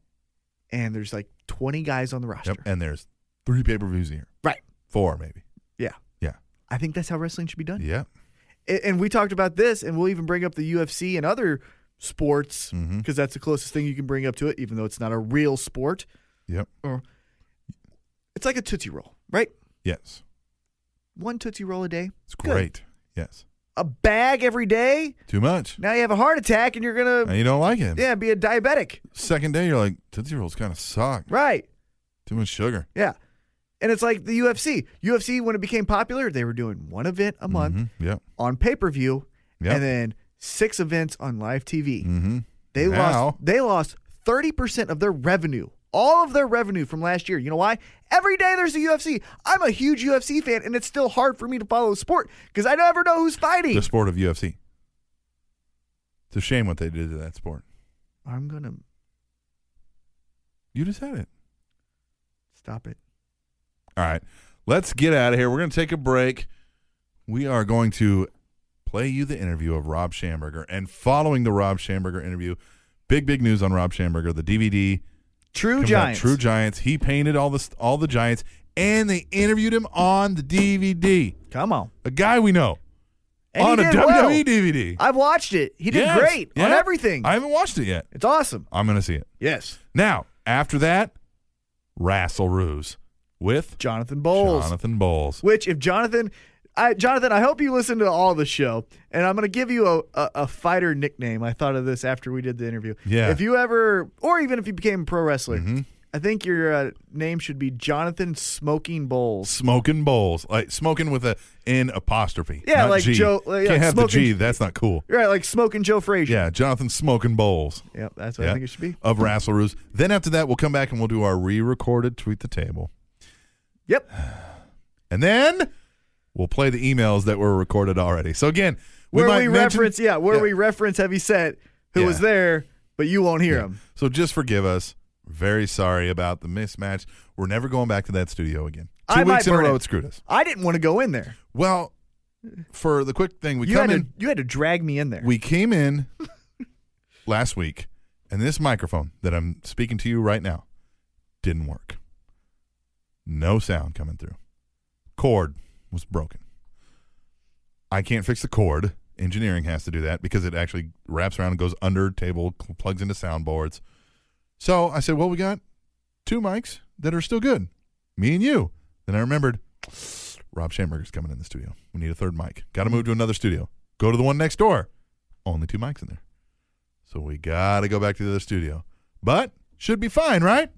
[SPEAKER 1] and there's like 20 guys on the roster.
[SPEAKER 3] Yep. And there's three pay per views a year.
[SPEAKER 1] Right.
[SPEAKER 3] Four, maybe.
[SPEAKER 1] Yeah.
[SPEAKER 3] Yeah.
[SPEAKER 1] I think that's how wrestling should be done.
[SPEAKER 3] Yeah.
[SPEAKER 1] A- And we talked about this, and we'll even bring up the UFC and other sports because
[SPEAKER 3] Mhm.
[SPEAKER 1] that's the closest thing you can bring up to it, even though it's not a real sport.
[SPEAKER 3] Yep.
[SPEAKER 1] or it's like a tootsie roll, right?
[SPEAKER 3] Yes.
[SPEAKER 1] One tootsie roll a day.
[SPEAKER 3] It's
[SPEAKER 1] Good.
[SPEAKER 3] great. Yes.
[SPEAKER 1] A bag every day.
[SPEAKER 3] Too much.
[SPEAKER 1] Now you have a heart attack and you're gonna
[SPEAKER 3] And you don't like it.
[SPEAKER 1] Um, yeah be a diabetic,
[SPEAKER 3] Second day, you're like, Tootsie Rolls kind of suck.
[SPEAKER 1] right?
[SPEAKER 3] Too much sugar.
[SPEAKER 1] Yeah, and it's like the UFC. UFC when it became popular, they were doing one event a month
[SPEAKER 3] Mhm. Yep.
[SPEAKER 1] on pay per view,
[SPEAKER 3] Yep.
[SPEAKER 1] and then six events on live TV.
[SPEAKER 3] Mm-hmm.
[SPEAKER 1] They
[SPEAKER 3] Now-
[SPEAKER 1] lost they lost thirty percent of their revenue. All of their revenue from last year. You know why? Every day there's a UFC. I'm a huge UFC fan, and it's still hard for me to follow the sport because I never know who's fighting.
[SPEAKER 3] The sport of UFC. It's a shame what they did to that sport.
[SPEAKER 1] I'm gonna
[SPEAKER 3] You just had it.
[SPEAKER 1] stop it.
[SPEAKER 3] All right. Let's get out of here. We're going to take a break. We are going to play you the interview of Rob Schamberger. And following the Rob Schamberger interview, big, big news on Rob Schamberger, the DVD.
[SPEAKER 1] True
[SPEAKER 3] comes out,
[SPEAKER 1] Giants.
[SPEAKER 3] True Giants. He painted all the, all the Giants, and they interviewed him on the DVD.
[SPEAKER 1] Come on.
[SPEAKER 3] A guy we know
[SPEAKER 1] And he
[SPEAKER 3] on a E
[SPEAKER 1] did
[SPEAKER 3] WWE
[SPEAKER 1] well.
[SPEAKER 3] DVD.
[SPEAKER 1] I've watched it. He did
[SPEAKER 3] Yes.
[SPEAKER 1] great on
[SPEAKER 3] Yeah.
[SPEAKER 1] everything.
[SPEAKER 3] I haven't watched it yet.
[SPEAKER 1] it's awesome.
[SPEAKER 3] I'm going to see it.
[SPEAKER 1] Yes.
[SPEAKER 3] Now, after that, Rassel Ruse with
[SPEAKER 1] Jonathan Bowles.
[SPEAKER 3] Jonathan Bowles.
[SPEAKER 1] Which if Jonathan I Jonathan, I hope you listen to all the show. And I'm gonna give you a, a, a fighter nickname. I thought of this after we did the interview.
[SPEAKER 3] Yeah. Mm-hmm.
[SPEAKER 1] If you ever or even if you became a pro wrestler, I think your uh, name should be Jonathan Smoking Bowles.
[SPEAKER 3] Smoking bowls, like smoking with a n apostrophe.
[SPEAKER 1] Yeah,
[SPEAKER 3] not
[SPEAKER 1] like
[SPEAKER 3] G.
[SPEAKER 1] Joe- like, yeah,
[SPEAKER 3] Can't have the
[SPEAKER 1] smoking-
[SPEAKER 3] G. That's not cool.
[SPEAKER 1] Right, like smoking Joe Frazier.
[SPEAKER 3] Yeah, Jonathan smoking bowls.
[SPEAKER 1] Yep, that's what
[SPEAKER 3] yeah,
[SPEAKER 1] I think it should be.
[SPEAKER 3] of Rasselroos. Then after that, we'll come back and we'll do our re-recorded tweet the table.
[SPEAKER 1] Yep.
[SPEAKER 3] And then we'll play the emails that were recorded already. So again, we
[SPEAKER 1] where
[SPEAKER 3] might
[SPEAKER 1] we
[SPEAKER 3] mention-
[SPEAKER 1] reference, yeah, where
[SPEAKER 3] Yeah.
[SPEAKER 1] we reference Heavy Set, who
[SPEAKER 3] Yeah.
[SPEAKER 1] was there, but you won't hear him.
[SPEAKER 3] So just forgive us. Very sorry about the mismatch. We're never going back to that studio again. Two
[SPEAKER 1] I might
[SPEAKER 3] weeks in a
[SPEAKER 1] burn
[SPEAKER 3] row,
[SPEAKER 1] it.
[SPEAKER 3] it screwed us.
[SPEAKER 1] I didn't want to go in there.
[SPEAKER 3] Well, for the quick thing, we
[SPEAKER 1] You
[SPEAKER 3] come
[SPEAKER 1] had to,
[SPEAKER 3] in.
[SPEAKER 1] you had to drag me in there.
[SPEAKER 3] We came in last week, and this microphone that I'm speaking to you right now didn't work. No sound coming through. Cord was broken. I can't fix the cord. Engineering has to do that because it actually wraps around and goes under table, cl- plugs into soundboards. So I said, "Well, we got two mics that are still good, me and you." Then I remembered Rob Schamberger's coming in the studio. We need a third mic. Got to move to another studio. Go to the one next door. Only two mics in there. So we got to go back to the other studio. But should be fine, right?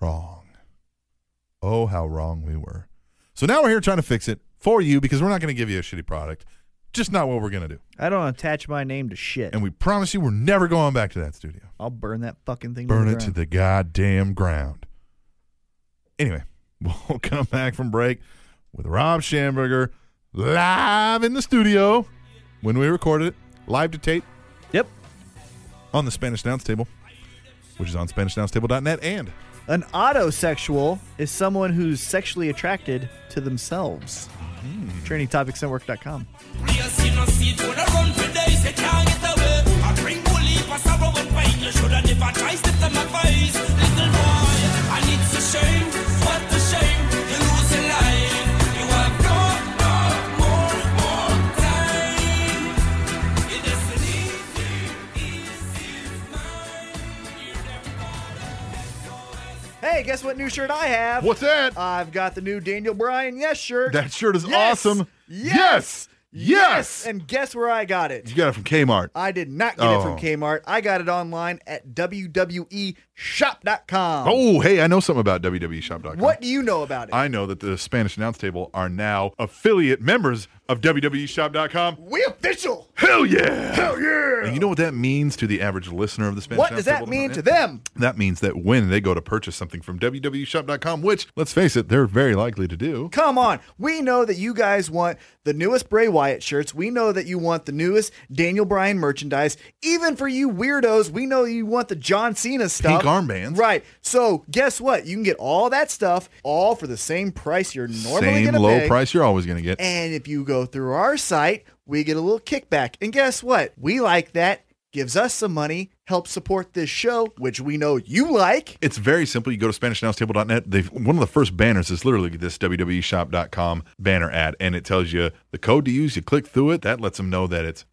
[SPEAKER 3] Wrong. Oh, how wrong we were. So now we're here trying to fix it for you because we're not going to give you a shitty product. Just not what we're going to do.
[SPEAKER 1] I don't attach my name to shit.
[SPEAKER 3] And we promise you we're never going back to that studio.
[SPEAKER 1] I'll burn that fucking thing.
[SPEAKER 3] Burn
[SPEAKER 1] to the
[SPEAKER 3] it to
[SPEAKER 1] ground.
[SPEAKER 3] the goddamn ground. Anyway, we'll come back from break with Rob Schamberger live in the studio when we recorded it, live to tape
[SPEAKER 1] Yep.
[SPEAKER 3] on the Spanish Announce Table, which is on SpanishAnnounceTable.net. And
[SPEAKER 1] An autosexual is someone who's sexually attracted to themselves.
[SPEAKER 3] Hmm.
[SPEAKER 1] TrainingTopicsNetwork.com.
[SPEAKER 4] Real sin no seed, gonna run for days, you can't get away. I bring bully for sorrow and pain, you should have never tried step on my face. Little boy, and it's a shame, what a shame, you lose your life. You have no, no more, more time. Your destiny is, is mine. Hear them call.
[SPEAKER 1] Hey, guess what new shirt I have?
[SPEAKER 3] what's that?
[SPEAKER 1] I've got the new Daniel Bryan Yes shirt.
[SPEAKER 3] that shirt is
[SPEAKER 1] Uh, Yes!
[SPEAKER 3] awesome.
[SPEAKER 1] Yes!
[SPEAKER 3] Yes!
[SPEAKER 1] And guess where I got it?
[SPEAKER 3] You got it from Kmart.
[SPEAKER 1] I did not get it
[SPEAKER 3] Oh.
[SPEAKER 1] from Kmart. I got it online at E WWEshop.com.
[SPEAKER 3] Oh, hey, I know something about E WWEshop.com.
[SPEAKER 1] What do you know about it?
[SPEAKER 3] I know that the Spanish Announce Table are now affiliate members of E WWEshop.com.
[SPEAKER 1] we official.
[SPEAKER 3] Hell yeah! Hell yeah! And you know what that means to the average listener of the Spanish
[SPEAKER 1] What
[SPEAKER 3] Announce
[SPEAKER 1] does that
[SPEAKER 3] Table?
[SPEAKER 1] mean to them?
[SPEAKER 3] That means that when they go to purchase something from E WWEshop.com, which, let's face it, they're very likely to do.
[SPEAKER 1] Come on. We know that you guys want the newest Bray Wyatt shirts. We know that you want the newest Daniel Bryan merchandise. Even for you weirdos, we know you want the John Cena stuff.
[SPEAKER 3] armbands.
[SPEAKER 1] Right. So guess what? You can get all that stuff all for the same price you're normally
[SPEAKER 3] Same
[SPEAKER 1] going to
[SPEAKER 3] low
[SPEAKER 1] pay.
[SPEAKER 3] price you're always going to get.
[SPEAKER 1] And if you go through our site, we get a little kickback. And guess what? We like that. Gives us some money, helps support this show, which we know you like.
[SPEAKER 3] It's very simple. You go to SpanishAnnounceTable.net. They've, one of the first banners is literally this E WWEshop.com banner ad, and it tells you the code to use. You click through it. That lets them know that it's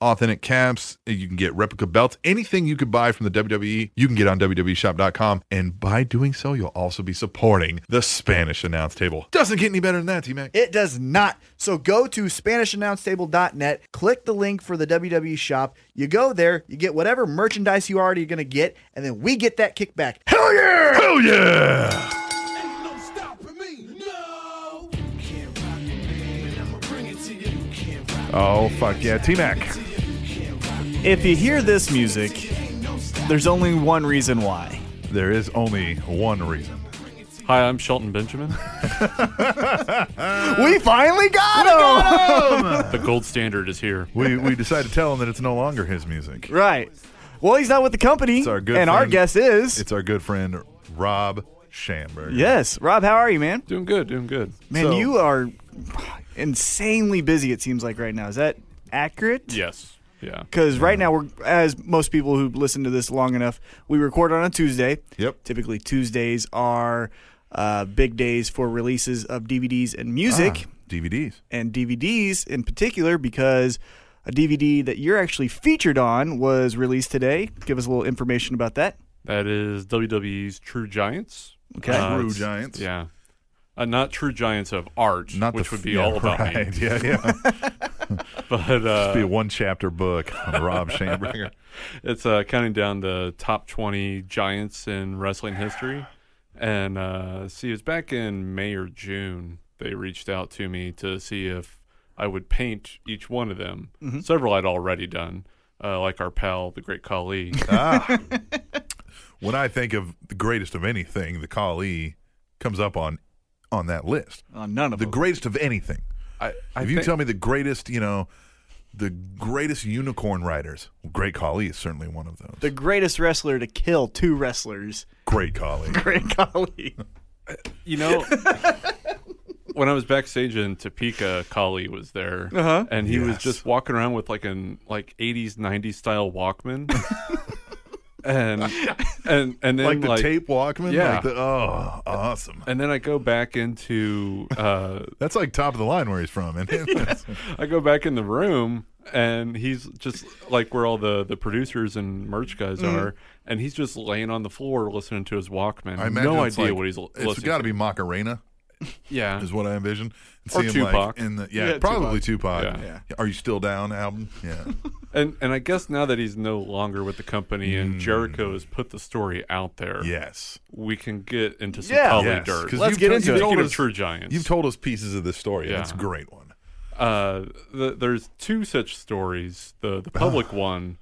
[SPEAKER 3] Authentic caps. You can get replica belts. Anything you could buy from the WWE, you can get on E WWEshop.com. And by doing so, you'll also be supporting the Spanish announce table. Doesn't get any better than that, T Mac.
[SPEAKER 1] It does not. So go to SpanishAnnounceTable.net, click the link for the WWE shop. You go there, you get whatever merchandise you already going to get, and then we get that kickback.
[SPEAKER 3] Hell yeah! Hell yeah!
[SPEAKER 4] Ain't no stopping me, no. You can't rock it, man, I'ma bring it to you. You can't rock
[SPEAKER 3] Oh, fuck yeah. T Mac.
[SPEAKER 5] If you hear this music, there's only one reason why.
[SPEAKER 3] There is only one reason.
[SPEAKER 6] Hi, I'm Shelton Benjamin,
[SPEAKER 1] we finally got him!
[SPEAKER 6] the gold standard is here.
[SPEAKER 3] We, we decided to tell him that it's no longer his music.
[SPEAKER 5] Right. Well, he's not with the company.
[SPEAKER 3] It's our good
[SPEAKER 5] and our
[SPEAKER 3] friend.
[SPEAKER 5] guess is
[SPEAKER 3] It's our good friend, Rob Schamberg.
[SPEAKER 5] yes. Rob, how are you, man?
[SPEAKER 6] Doing good, doing good.
[SPEAKER 5] Man,
[SPEAKER 3] So-
[SPEAKER 5] you are insanely busy. It seems like right now. Is that accurate?
[SPEAKER 6] Yes, yeah.
[SPEAKER 5] Because right now we're, as most people who listen to this long enough, we record on a Tuesday.
[SPEAKER 3] Yep.
[SPEAKER 5] Typically, Tuesdays are uh, big days for releases of DVDs and
[SPEAKER 3] Ah,
[SPEAKER 5] music.
[SPEAKER 3] DVDs.
[SPEAKER 5] and DVDs in particular because a DVD that you're actually featured on was released today. Give us a little information about that.
[SPEAKER 6] That is WWE's True Giants.
[SPEAKER 5] Okay.
[SPEAKER 3] True
[SPEAKER 6] it's-
[SPEAKER 3] Giants.
[SPEAKER 6] Yeah. Uh, not True Giants of Art,
[SPEAKER 3] Not the
[SPEAKER 6] which
[SPEAKER 3] f-
[SPEAKER 6] would be
[SPEAKER 3] yeah,
[SPEAKER 6] all about
[SPEAKER 3] right.
[SPEAKER 6] me.
[SPEAKER 3] Yeah, yeah.
[SPEAKER 6] But
[SPEAKER 3] be a
[SPEAKER 6] uh,
[SPEAKER 3] one chapter book on Rob Schamberger.
[SPEAKER 6] it's uh, counting down the top 20 Giants in wrestling history. And uh, see, it was back in May or June. They reached out to me to see if I would paint each one of them.
[SPEAKER 3] Mm-hmm.
[SPEAKER 6] Several I'd already done, uh, like our pal, the great Kali.
[SPEAKER 3] When I think of the greatest of anything, the Kali comes up on on that list.
[SPEAKER 5] Uh, none of
[SPEAKER 3] The
[SPEAKER 6] Oh.
[SPEAKER 5] them.
[SPEAKER 3] greatest of anything.
[SPEAKER 6] I, I
[SPEAKER 3] If you
[SPEAKER 6] think-
[SPEAKER 3] tell me the greatest, you know, the greatest unicorn riders, Great Kali is certainly one of those.
[SPEAKER 5] the greatest wrestler to kill two wrestlers.
[SPEAKER 3] Great Kali.
[SPEAKER 5] Great golly.
[SPEAKER 6] You know, when I was backstage in Topeka, Kali was there,
[SPEAKER 5] Uh-huh.
[SPEAKER 6] and he was
[SPEAKER 3] Yes.
[SPEAKER 6] just walking around with like an like '80s '90s style Walkman, and and and then
[SPEAKER 3] like
[SPEAKER 6] like,
[SPEAKER 3] the tape Walkman.
[SPEAKER 6] yeah.
[SPEAKER 3] Like the, oh, awesome.
[SPEAKER 6] and then I go back into uh,
[SPEAKER 3] That's like top of the line where he's from. And
[SPEAKER 6] I go back in the room, and he's just like where all the the producers and merch guys are, and he's just laying on the floor listening to his Walkman.
[SPEAKER 3] I imagine
[SPEAKER 6] no
[SPEAKER 3] it's
[SPEAKER 6] idea
[SPEAKER 3] like-
[SPEAKER 6] what he's l-
[SPEAKER 3] It's
[SPEAKER 6] listening.
[SPEAKER 3] got to
[SPEAKER 6] to.
[SPEAKER 3] be Macarena,
[SPEAKER 6] yeah,
[SPEAKER 3] is what I envision. And
[SPEAKER 6] Or
[SPEAKER 3] see him,
[SPEAKER 6] Tupac.
[SPEAKER 3] Like in the, yeah,
[SPEAKER 5] Yeah,
[SPEAKER 3] probably Tupac.
[SPEAKER 6] Yeah.
[SPEAKER 3] Are you still down? Album. Yeah.
[SPEAKER 6] And and I guess now that he's no longer with the company
[SPEAKER 3] Hmm.
[SPEAKER 6] and Jericho has put the story out there,
[SPEAKER 3] yes.
[SPEAKER 6] we can get into some
[SPEAKER 1] Yeah.
[SPEAKER 6] Kali
[SPEAKER 3] Yes.
[SPEAKER 6] dirt.
[SPEAKER 3] 'Cause
[SPEAKER 1] Let's
[SPEAKER 3] you've
[SPEAKER 1] get
[SPEAKER 3] to-
[SPEAKER 1] into
[SPEAKER 3] you've
[SPEAKER 1] it.
[SPEAKER 3] told
[SPEAKER 6] Speaking of
[SPEAKER 3] us-
[SPEAKER 6] true giants,
[SPEAKER 3] You've told us pieces of this story. and It's a
[SPEAKER 6] Yeah.
[SPEAKER 3] great one.
[SPEAKER 6] uh, th- there's two such stories. The the public one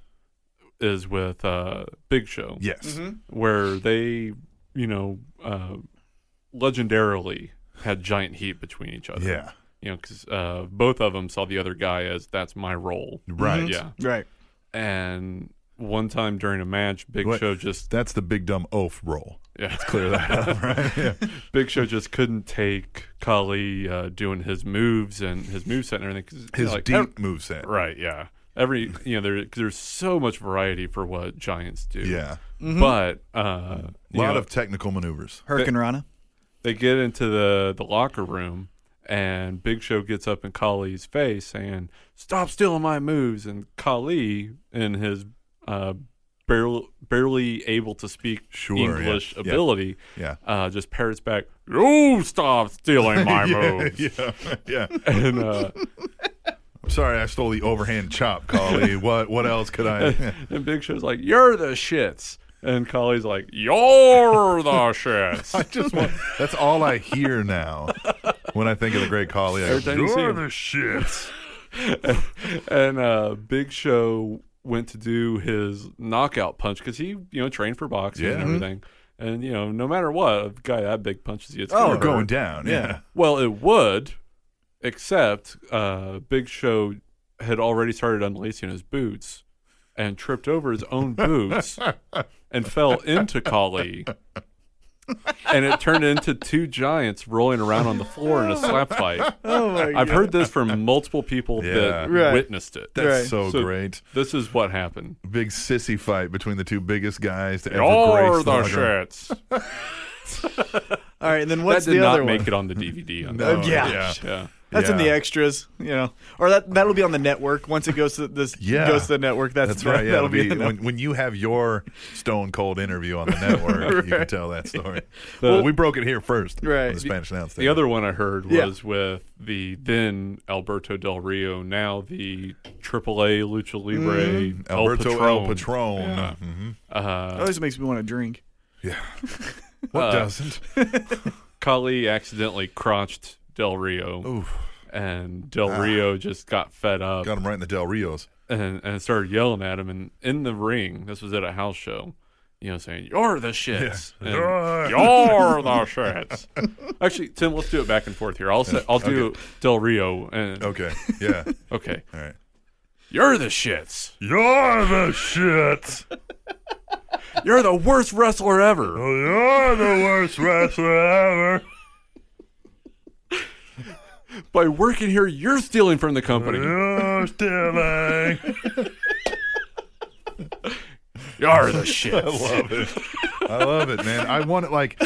[SPEAKER 6] is with uh, Big Show,
[SPEAKER 3] Yes.
[SPEAKER 6] Mm-hmm. where they, you know, uh, legendarily had giant heat between each other.
[SPEAKER 3] Yeah.
[SPEAKER 6] you know, because uh, both of them saw the other guy as that's my role.
[SPEAKER 3] Right.
[SPEAKER 6] Yeah,
[SPEAKER 5] Right.
[SPEAKER 6] and one time during a match, Big
[SPEAKER 3] What-
[SPEAKER 6] Show just
[SPEAKER 3] That's the big dumb oaf roll.
[SPEAKER 6] yeah.
[SPEAKER 3] Clear that up, right? Yeah.
[SPEAKER 6] Big Show just couldn't take Kali uh, doing his moves and his moveset and everything. 'cause, you know,
[SPEAKER 3] His
[SPEAKER 6] like,
[SPEAKER 3] deep
[SPEAKER 6] ev-
[SPEAKER 3] moveset.
[SPEAKER 6] right? Yeah. Every you know, there, 'cause there's so much variety for what giants do.
[SPEAKER 3] Yeah.
[SPEAKER 6] But uh,
[SPEAKER 3] A
[SPEAKER 6] you
[SPEAKER 3] lot
[SPEAKER 6] know,
[SPEAKER 3] of technical maneuvers.
[SPEAKER 5] Hurricane Rana.
[SPEAKER 6] they get into the the locker room and Big Show gets up in Kali's face saying, "Stop stealing my moves!" And Kali, in his uh, barely barely able to speak
[SPEAKER 3] Sure, yeah.
[SPEAKER 6] English
[SPEAKER 3] Yeah.
[SPEAKER 6] ability,
[SPEAKER 3] Yeah.
[SPEAKER 6] uh, just parrots back, "You stop stealing my moves."
[SPEAKER 3] yeah. Yeah.
[SPEAKER 6] And uh,
[SPEAKER 3] I'm sorry I stole the overhand chop, Collie. what what else could I
[SPEAKER 6] and Big Show's like, "You're the shits," and Kali's like, "You're the shits."
[SPEAKER 3] I just want that's all I hear now when I think of the great Collie. I go,
[SPEAKER 6] Every time you see
[SPEAKER 3] "You're
[SPEAKER 6] him."
[SPEAKER 3] the shit.
[SPEAKER 6] and uh, Big Show went to do his knockout punch because he, you know, trained for boxing and
[SPEAKER 3] Yeah.
[SPEAKER 6] everything. And you know, no matter what, a guy that big punches you, it's
[SPEAKER 3] Oh,
[SPEAKER 6] gonna
[SPEAKER 3] we're
[SPEAKER 6] hurt.
[SPEAKER 3] going down. Yeah.
[SPEAKER 6] Well, it would, except uh, Big Show had already started unlacing his boots and tripped over his own boots and fell into Kali. And it turned into two giants rolling around on the floor in a slap fight.
[SPEAKER 1] Oh my
[SPEAKER 6] I've heard this from multiple people
[SPEAKER 3] Yeah.
[SPEAKER 6] that
[SPEAKER 1] Right.
[SPEAKER 6] witnessed it.
[SPEAKER 3] That's
[SPEAKER 1] Right.
[SPEAKER 3] so,
[SPEAKER 6] So-
[SPEAKER 3] great.
[SPEAKER 6] This is what happened.
[SPEAKER 3] Big sissy fight between the two biggest guys to ever
[SPEAKER 6] Or
[SPEAKER 3] grace
[SPEAKER 6] the Uh,
[SPEAKER 3] locker room.
[SPEAKER 6] shirts.
[SPEAKER 1] All right, then
[SPEAKER 6] That
[SPEAKER 1] what's
[SPEAKER 6] did
[SPEAKER 1] the
[SPEAKER 6] not
[SPEAKER 1] other
[SPEAKER 6] make
[SPEAKER 1] one?
[SPEAKER 6] it on the DVD. on
[SPEAKER 3] No,
[SPEAKER 6] that.
[SPEAKER 5] Yeah.
[SPEAKER 3] Oh, yeah.
[SPEAKER 6] yeah.
[SPEAKER 5] That's in the
[SPEAKER 3] Yeah.
[SPEAKER 5] extras, you know, or that that'll be on the network once it goes to this
[SPEAKER 3] Yeah.
[SPEAKER 5] goes to the network. That's,
[SPEAKER 3] That's right. Yeah,
[SPEAKER 5] that'll
[SPEAKER 3] it'll be,
[SPEAKER 5] in the
[SPEAKER 3] when, when you have your Stone Cold interview on the network, you can tell that story. well, we broke it here first. on
[SPEAKER 1] Right.
[SPEAKER 3] The Spanish announce
[SPEAKER 6] The other one I heard
[SPEAKER 1] Yeah.
[SPEAKER 6] was with the then Alberto Del Rio, now the AAA Lucha Libre
[SPEAKER 3] Mm-hmm. Alberto El
[SPEAKER 6] El Patron. Uh,
[SPEAKER 3] Patron.
[SPEAKER 6] Yeah.
[SPEAKER 3] Mhm.
[SPEAKER 5] It always makes me want to drink.
[SPEAKER 3] What
[SPEAKER 6] Uh,
[SPEAKER 3] doesn't?
[SPEAKER 6] Kali accidentally crotched Del Rio,
[SPEAKER 3] Oof. Ah.
[SPEAKER 6] and Del Rio just got fed up
[SPEAKER 3] Got him right in the Del Rios.
[SPEAKER 6] and, and started yelling at him. And in the ring, this was at a house show, you know, saying, You're the shits. and,
[SPEAKER 3] You're-
[SPEAKER 6] You're the shits. Actually, Tim, let's do it back and forth here. I'll, say, I'll do Del Rio. and
[SPEAKER 3] Okay. Yeah.
[SPEAKER 6] Okay.
[SPEAKER 3] All right.
[SPEAKER 6] You're the shits.
[SPEAKER 3] You're the shit.
[SPEAKER 6] You're the worst wrestler ever.
[SPEAKER 3] Oh, You're the worst wrestler ever.
[SPEAKER 6] By working here, you're stealing from the company.
[SPEAKER 3] You're stealing.
[SPEAKER 6] You're the shit.
[SPEAKER 3] love it. I love it, man. I want it like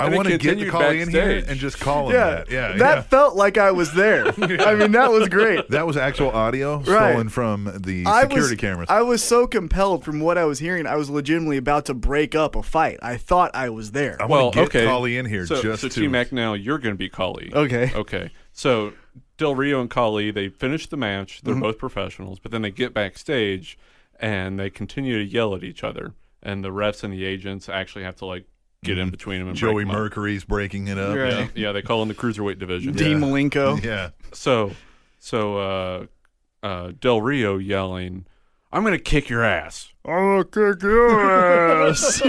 [SPEAKER 3] I
[SPEAKER 6] it
[SPEAKER 3] want to get the
[SPEAKER 6] continued
[SPEAKER 3] call in here
[SPEAKER 6] backstage.
[SPEAKER 3] and just call him
[SPEAKER 1] Yeah,
[SPEAKER 3] that. Yeah,
[SPEAKER 1] that
[SPEAKER 3] yeah.
[SPEAKER 1] felt like I was there. I mean, that was great.
[SPEAKER 3] That was actual audio
[SPEAKER 1] Right.
[SPEAKER 3] stolen from the
[SPEAKER 1] I
[SPEAKER 3] security
[SPEAKER 1] was,
[SPEAKER 3] cameras.
[SPEAKER 1] I was so compelled from what I was hearing. I was legitimately about to break up a fight. I thought I was there.
[SPEAKER 3] I
[SPEAKER 6] Well,
[SPEAKER 3] want to get
[SPEAKER 6] okay.
[SPEAKER 3] Collie in here
[SPEAKER 6] So,
[SPEAKER 3] just
[SPEAKER 6] so
[SPEAKER 3] to
[SPEAKER 6] T Mac, now you're going to be Kali.
[SPEAKER 1] Okay.
[SPEAKER 3] Oh,
[SPEAKER 6] Okay. So Del Rio and Kali, they finish the match.
[SPEAKER 3] Mm-hmm.
[SPEAKER 6] They're both professionals, but then they get backstage and they continue to yell at each other. And the refs and the agents actually have to like get in between them and
[SPEAKER 3] Mm-hmm. Joey
[SPEAKER 6] break 'em up.
[SPEAKER 3] Mercury's breaking it up.
[SPEAKER 1] Right.
[SPEAKER 6] Yeah, yeah, they call him the cruiserweight division.
[SPEAKER 1] Dean Malenko.
[SPEAKER 3] Yeah.
[SPEAKER 6] So, so uh, uh, Del Rio yelling, "I'm gonna kick your ass.
[SPEAKER 3] I'm gonna Oh, kick your ass.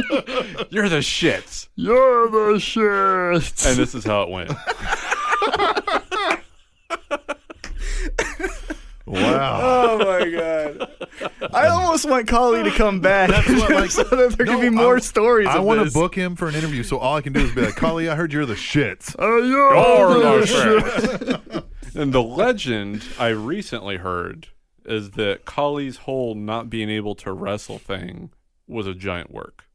[SPEAKER 6] You're the shits."
[SPEAKER 3] You're the shit.
[SPEAKER 6] And this is how it went.
[SPEAKER 3] Wow.
[SPEAKER 1] Oh my god! I almost want Collie to come back
[SPEAKER 3] what, like-
[SPEAKER 1] so that there
[SPEAKER 3] No,
[SPEAKER 1] can be more
[SPEAKER 3] I-
[SPEAKER 1] stories.
[SPEAKER 3] I
[SPEAKER 1] of
[SPEAKER 3] want to
[SPEAKER 1] this.
[SPEAKER 3] book him for an interview, so all I can do is be like, Collie, I heard you're the shits.
[SPEAKER 6] Oh. You're the shits. and the legend I recently heard is that Kali's whole not being able to wrestle thing was a giant work.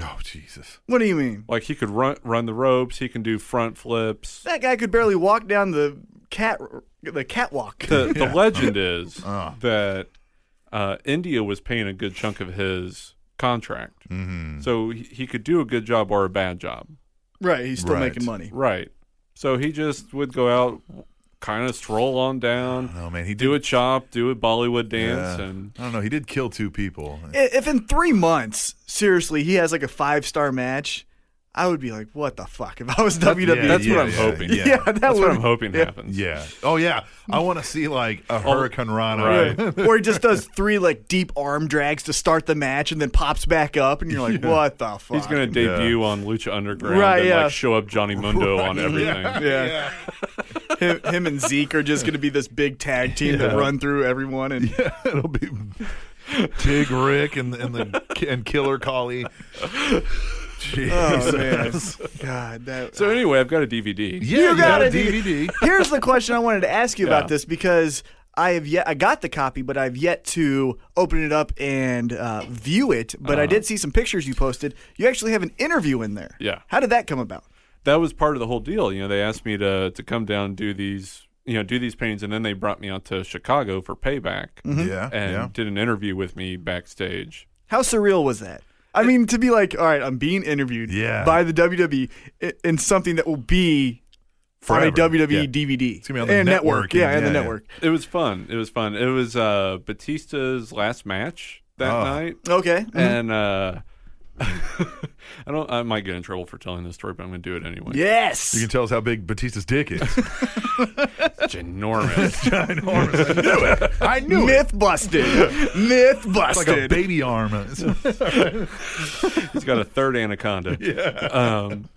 [SPEAKER 3] Oh, Jesus.
[SPEAKER 1] What do you mean?
[SPEAKER 6] Like he could run run the ropes, he can do front flips.
[SPEAKER 1] That guy could barely walk down the cat the catwalk.
[SPEAKER 6] The, the legend is
[SPEAKER 3] Oh.
[SPEAKER 6] that uh, India was paying a good chunk of his contract,
[SPEAKER 3] Mm-hmm.
[SPEAKER 6] so he, he could do a good job or a bad job.
[SPEAKER 1] right, he's still
[SPEAKER 3] Right.
[SPEAKER 1] making money.
[SPEAKER 6] Right. So he just would go out, kind of stroll on down,
[SPEAKER 3] Oh, man. He
[SPEAKER 6] do a
[SPEAKER 3] did.
[SPEAKER 6] chop, do a Bollywood
[SPEAKER 3] yeah.
[SPEAKER 6] dance, and
[SPEAKER 3] I don't know. He did kill two people.
[SPEAKER 1] I- If in three months, seriously, he has like a five star match, I would be like, what the fuck? If I was E WWE,
[SPEAKER 6] that's
[SPEAKER 3] yeah,
[SPEAKER 6] what I'm
[SPEAKER 3] yeah,
[SPEAKER 6] hoping.
[SPEAKER 3] Yeah.
[SPEAKER 1] yeah, that
[SPEAKER 6] that's
[SPEAKER 1] would
[SPEAKER 6] what I'm hoping happens.
[SPEAKER 3] Yeah. Oh, yeah. I want to see like a Hurricane Rana.
[SPEAKER 6] Oh, Right.
[SPEAKER 1] or he just does three like deep arm drags to start the match and then pops back up and you're like, what the fuck?
[SPEAKER 6] He's going to debut on Lucha Underground
[SPEAKER 1] Right,
[SPEAKER 6] and
[SPEAKER 1] yeah.
[SPEAKER 6] like show up Johnny Mundo on everything.
[SPEAKER 1] yeah. him, him and Zeke are just gonna be this big tag team that run through everyone and
[SPEAKER 3] It'll be Big Rick and and the and Killer Collie.
[SPEAKER 1] oh
[SPEAKER 3] Jesus.
[SPEAKER 1] man. God that
[SPEAKER 6] So anyway, I've got a DVD.
[SPEAKER 3] Yeah,
[SPEAKER 1] You got
[SPEAKER 3] a
[SPEAKER 1] it, dude.
[SPEAKER 3] DVD.
[SPEAKER 1] Here's the question I wanted to ask you
[SPEAKER 6] Yeah.
[SPEAKER 1] about this because I have yet I got the copy, but I've yet to open it up and uh, view it. But
[SPEAKER 3] Uh-huh.
[SPEAKER 1] I did see some pictures you posted. You actually have an interview in there.
[SPEAKER 6] Yeah.
[SPEAKER 1] How did that come about?
[SPEAKER 6] That was part of the whole deal. You know, they asked me to to come down and do these, you know, do these paintings, and then they brought me out to Chicago for payback
[SPEAKER 3] Yeah,
[SPEAKER 6] and
[SPEAKER 3] Mm-hmm. yeah.
[SPEAKER 6] did an interview with me backstage.
[SPEAKER 1] How surreal was that? I mean, to be like, all right, I'm being interviewed
[SPEAKER 3] Yeah.
[SPEAKER 1] by the WWE i- in something that will be
[SPEAKER 3] Forever.
[SPEAKER 1] on a E WWE
[SPEAKER 3] Yeah.
[SPEAKER 1] DVD
[SPEAKER 3] gonna be on the
[SPEAKER 1] and
[SPEAKER 3] network
[SPEAKER 1] Yeah, and,
[SPEAKER 3] and-
[SPEAKER 1] the
[SPEAKER 3] yeah, yeah.
[SPEAKER 1] network.
[SPEAKER 6] It was fun. It was fun. It was uh, Batista's last match that
[SPEAKER 3] Oh.
[SPEAKER 6] night,
[SPEAKER 1] Okay. Mhm.
[SPEAKER 6] and uh, I don't. I might get in trouble for telling this story, but I'm going to do it anyway.
[SPEAKER 1] yes.
[SPEAKER 3] You can tell us how big Batista's dick is.
[SPEAKER 6] It's enormous.
[SPEAKER 3] Enormous. I knew it. I knew it.
[SPEAKER 1] Myth busted. Myth
[SPEAKER 3] It's like a
[SPEAKER 1] busted.
[SPEAKER 3] baby arm. It's-
[SPEAKER 6] He's got a third anaconda. Yeah. Um,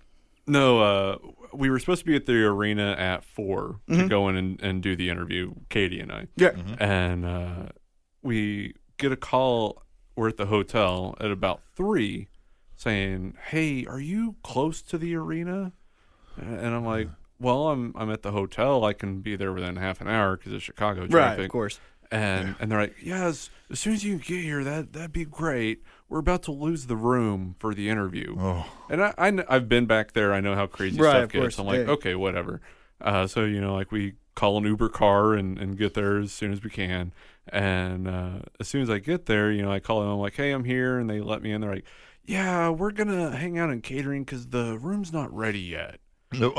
[SPEAKER 6] no. Uh, we were supposed to be at the arena at 4 to go in and, and do the interview. Katie and I.
[SPEAKER 1] yeah.
[SPEAKER 6] and uh, we get a call. We're at the hotel at about three, saying, "Hey, are you close to the arena?" And I'm like, "Well, I'm I'm at the hotel. I can be there within half an hour because of Chicago traffic."
[SPEAKER 1] Right. Of course.
[SPEAKER 6] And and they're like, "Yeah, as, as soon as you get here, that that'd be great. We're about to lose the room for the interview."
[SPEAKER 3] Oh.
[SPEAKER 6] And I, I kn- I've been back there. I know how crazy
[SPEAKER 1] Right,
[SPEAKER 6] stuff
[SPEAKER 1] of
[SPEAKER 6] gets.
[SPEAKER 1] course.
[SPEAKER 6] I'm like,
[SPEAKER 1] Yeah.
[SPEAKER 6] okay, whatever. Uh, so you know, like we call an Uber car and, and get there as soon as we can. And uh, as soon as I get there, you know, I call them. I'm like, hey, I'm here, and they let me in. They're like, yeah, we're gonna hang out in catering because the room's not ready yet.
[SPEAKER 3] No.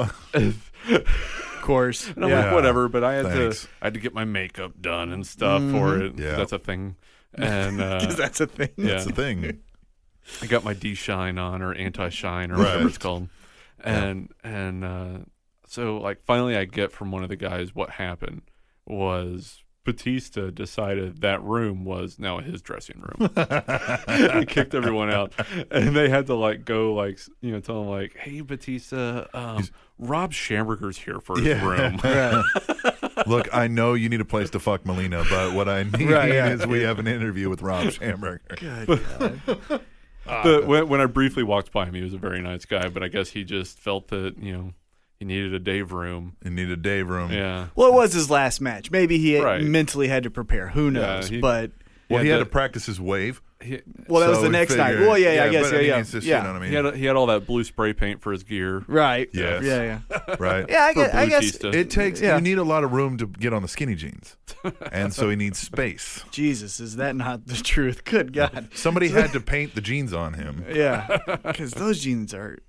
[SPEAKER 1] Of course.
[SPEAKER 6] And I'm
[SPEAKER 3] Yeah.
[SPEAKER 6] like, whatever. But I had
[SPEAKER 3] Thanks.
[SPEAKER 6] to I had to get my makeup done and stuff for it.
[SPEAKER 3] Yeah.
[SPEAKER 6] that's a thing. And
[SPEAKER 1] Because
[SPEAKER 6] uh,
[SPEAKER 1] that's a thing.
[SPEAKER 6] yeah,
[SPEAKER 3] That's the thing.
[SPEAKER 6] I got my D shine on or anti shine or
[SPEAKER 3] Right.
[SPEAKER 6] whatever it's called. And and uh, so like finally I get from one of the guys what happened was Batista decided that room was now his dressing room. he kicked everyone out, and they had to like go like s- you know tell him like, "Hey Batista, um, Rob Schamberger's here for his
[SPEAKER 3] Yeah.
[SPEAKER 6] room."
[SPEAKER 3] Look, I know you need a place to fuck Melina, but what I need
[SPEAKER 1] Right, yeah.
[SPEAKER 3] is we have an interview with Rob Schamberger.
[SPEAKER 6] But when, when I briefly walked by him, he was a very nice guy, but I guess he just felt that you know he needed a Dave room.
[SPEAKER 3] You need a day room.
[SPEAKER 6] Yeah.
[SPEAKER 1] Well, it was his last match. Maybe he had-
[SPEAKER 6] Right.
[SPEAKER 1] mentally had to prepare. Who knows?
[SPEAKER 6] he-
[SPEAKER 1] but
[SPEAKER 3] Well,
[SPEAKER 6] Yeah,
[SPEAKER 3] he had
[SPEAKER 6] the-
[SPEAKER 3] to practice his wave.
[SPEAKER 6] He,
[SPEAKER 1] well, that was
[SPEAKER 3] so
[SPEAKER 1] the
[SPEAKER 3] we
[SPEAKER 1] next night.
[SPEAKER 3] figured-
[SPEAKER 1] Well, yeah, yeah, I guess,
[SPEAKER 3] but
[SPEAKER 1] yeah,
[SPEAKER 3] mean,
[SPEAKER 1] yeah,
[SPEAKER 3] it's just-
[SPEAKER 1] yeah.
[SPEAKER 3] You know what I mean?
[SPEAKER 6] He had, he had all that blue spray paint for his gear.
[SPEAKER 1] right.
[SPEAKER 3] Yes.
[SPEAKER 1] Yeah, yeah.
[SPEAKER 3] right.
[SPEAKER 1] Yeah, I
[SPEAKER 6] For
[SPEAKER 1] guess, I guess
[SPEAKER 6] Bautista.
[SPEAKER 3] It takes
[SPEAKER 1] Yeah.
[SPEAKER 3] you need a lot of room to get on the skinny jeans, and so he needs space.
[SPEAKER 1] Jesus, is that not the truth? Good God.
[SPEAKER 3] Somebody had to paint the jeans on him.
[SPEAKER 1] Yeah, because those jeans are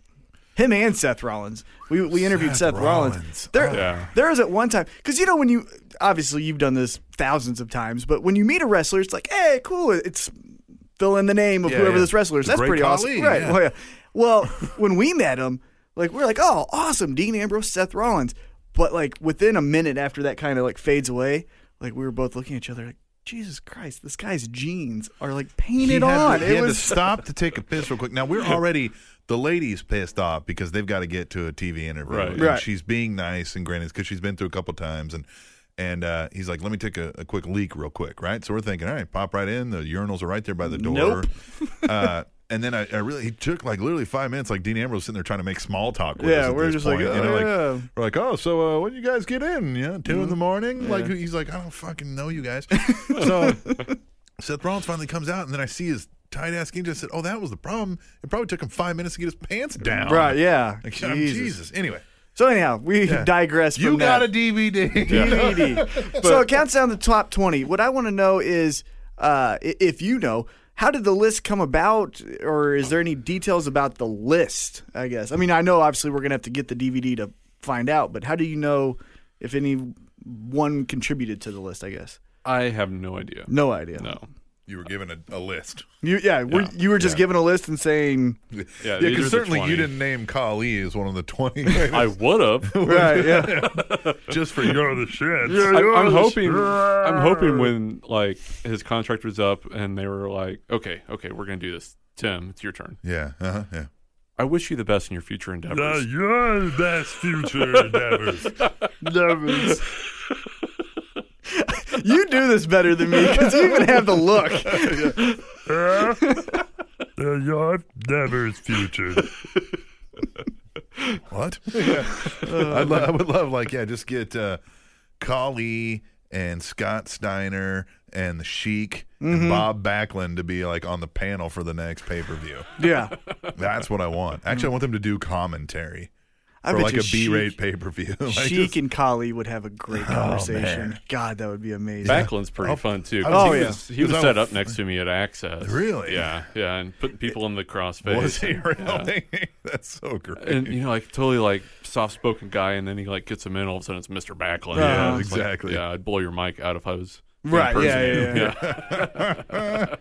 [SPEAKER 1] him and Seth Rollins. We we interviewed Seth,
[SPEAKER 3] Seth
[SPEAKER 1] Rollins.
[SPEAKER 3] Rollins.
[SPEAKER 1] There,
[SPEAKER 6] Yeah.
[SPEAKER 1] there was at one time because you know when you obviously you've done this thousands of times, but when you meet a wrestler, it's like, hey, cool, it's fill in the name of
[SPEAKER 3] Yeah,
[SPEAKER 1] whoever
[SPEAKER 3] yeah.
[SPEAKER 1] this wrestler is.
[SPEAKER 3] The
[SPEAKER 1] That's
[SPEAKER 3] Great
[SPEAKER 1] pretty
[SPEAKER 3] Khali,
[SPEAKER 1] awesome, right?
[SPEAKER 3] yeah.
[SPEAKER 1] Well, yeah. Well, when we met him, like we're like, oh, awesome, Dean Ambrose, Seth Rollins. But like within a minute after that kind of like fades away, like we were both looking at each other like, Jesus Christ, this guy's jeans are like
[SPEAKER 3] He
[SPEAKER 1] painted
[SPEAKER 3] had to-
[SPEAKER 1] on.
[SPEAKER 3] he
[SPEAKER 1] it
[SPEAKER 3] had to
[SPEAKER 1] was
[SPEAKER 3] stop to take a piss real quick. Now we're already the lady's pissed off because they've got to get to a TV interview.
[SPEAKER 6] Right.
[SPEAKER 3] And
[SPEAKER 1] Right.
[SPEAKER 3] She's being nice and granted because she's been through a couple times and and uh, he's like, "Let me take a, a quick leak real quick." Right. So we're thinking, all right, pop right in. The urinals are right there by the door.
[SPEAKER 1] Nope.
[SPEAKER 3] uh, and then I, I really he took like literally five minutes. Like Dean Ambrose sitting there trying to make small talk. With us
[SPEAKER 1] yeah,
[SPEAKER 3] at
[SPEAKER 1] we're
[SPEAKER 3] this
[SPEAKER 1] just
[SPEAKER 3] point,
[SPEAKER 1] like, oh,
[SPEAKER 3] you know, like,
[SPEAKER 1] yeah. Mm-hmm.
[SPEAKER 3] we're like, oh, so uh, when you guys get in? Yeah, 2 in the morning. Like he's like, I don't fucking know you guys. so Seth Rollins finally comes out, and then I see his tight ass jeans. I said, oh, that was the problem. It probably took him five minutes to get his pants down.
[SPEAKER 1] right, yeah.
[SPEAKER 3] Like, I'm-
[SPEAKER 1] Jesus.
[SPEAKER 3] Jesus. Anyway,
[SPEAKER 1] So anyhow, we
[SPEAKER 3] Yeah.
[SPEAKER 1] digress. From
[SPEAKER 3] you got
[SPEAKER 1] that.
[SPEAKER 3] a DVD.
[SPEAKER 1] DVD. so it counts down the top 20. What I want to know is uh, i- if you know, how did the list come about, or is there any details about the list? I guess. I mean, I know obviously we're going to have to get the DVD to find out, but how do you know if any one contributed to the list? I guess.
[SPEAKER 6] I have no idea.
[SPEAKER 1] No idea.
[SPEAKER 6] No.
[SPEAKER 3] You were given a, a list.
[SPEAKER 1] You, yeah, Were, you were just given a list and saying,
[SPEAKER 6] Yeah, these are
[SPEAKER 3] because
[SPEAKER 6] the
[SPEAKER 3] certainly you
[SPEAKER 6] 20.
[SPEAKER 3] didn't name Kali as one of the 20.
[SPEAKER 6] I would have.
[SPEAKER 1] right, yeah,
[SPEAKER 3] just for you're the shit.
[SPEAKER 6] I'm, I'm hoping. I'm hoping when like his contract was up and they were like, "Okay, okay, we're gonna do this." Tim, it's your turn.
[SPEAKER 3] Yeah, uh-huh, yeah.
[SPEAKER 6] I wish you the best in your future endeavors.
[SPEAKER 3] your best future endeavors.
[SPEAKER 1] you do this better than me because you even have the look.
[SPEAKER 7] Your never's future.
[SPEAKER 3] What? I'd lo- I would love, like, yeah, just get uh, Kali and Scott Steiner and the Sheik
[SPEAKER 1] Mm-hmm.
[SPEAKER 3] and Bob Backlund to be like on the panel for the next pay per view.
[SPEAKER 1] Yeah,
[SPEAKER 3] That's what I want. Actually, I want them to do commentary
[SPEAKER 1] I
[SPEAKER 3] for
[SPEAKER 1] bet
[SPEAKER 3] like
[SPEAKER 1] you
[SPEAKER 3] a B rate Oh,
[SPEAKER 1] Sheik-
[SPEAKER 3] pay per view. like
[SPEAKER 1] Sheik
[SPEAKER 3] just-
[SPEAKER 1] and Kali would have a great conversation. God, that would be amazing.
[SPEAKER 6] Backlund's pretty fun too. 'cause
[SPEAKER 1] Oh,
[SPEAKER 6] he
[SPEAKER 1] yeah.
[SPEAKER 6] was, he was
[SPEAKER 3] Because I
[SPEAKER 6] set
[SPEAKER 3] was-
[SPEAKER 6] up next to me at Access.
[SPEAKER 3] Really?
[SPEAKER 6] Yeah, yeah, and putting people in the crossface.
[SPEAKER 3] was he
[SPEAKER 6] and-
[SPEAKER 3] really?
[SPEAKER 6] yeah.
[SPEAKER 3] That's so great.
[SPEAKER 6] And you know, like totally like soft spoken guy, and then he like gets him in. All of a sudden, it's Mr. Backlund.
[SPEAKER 3] Yeah,
[SPEAKER 6] It's like,
[SPEAKER 3] exactly.
[SPEAKER 6] yeah, I'd blow your mic out if I was in
[SPEAKER 1] Right,
[SPEAKER 6] person.
[SPEAKER 1] yeah, yeah, yeah.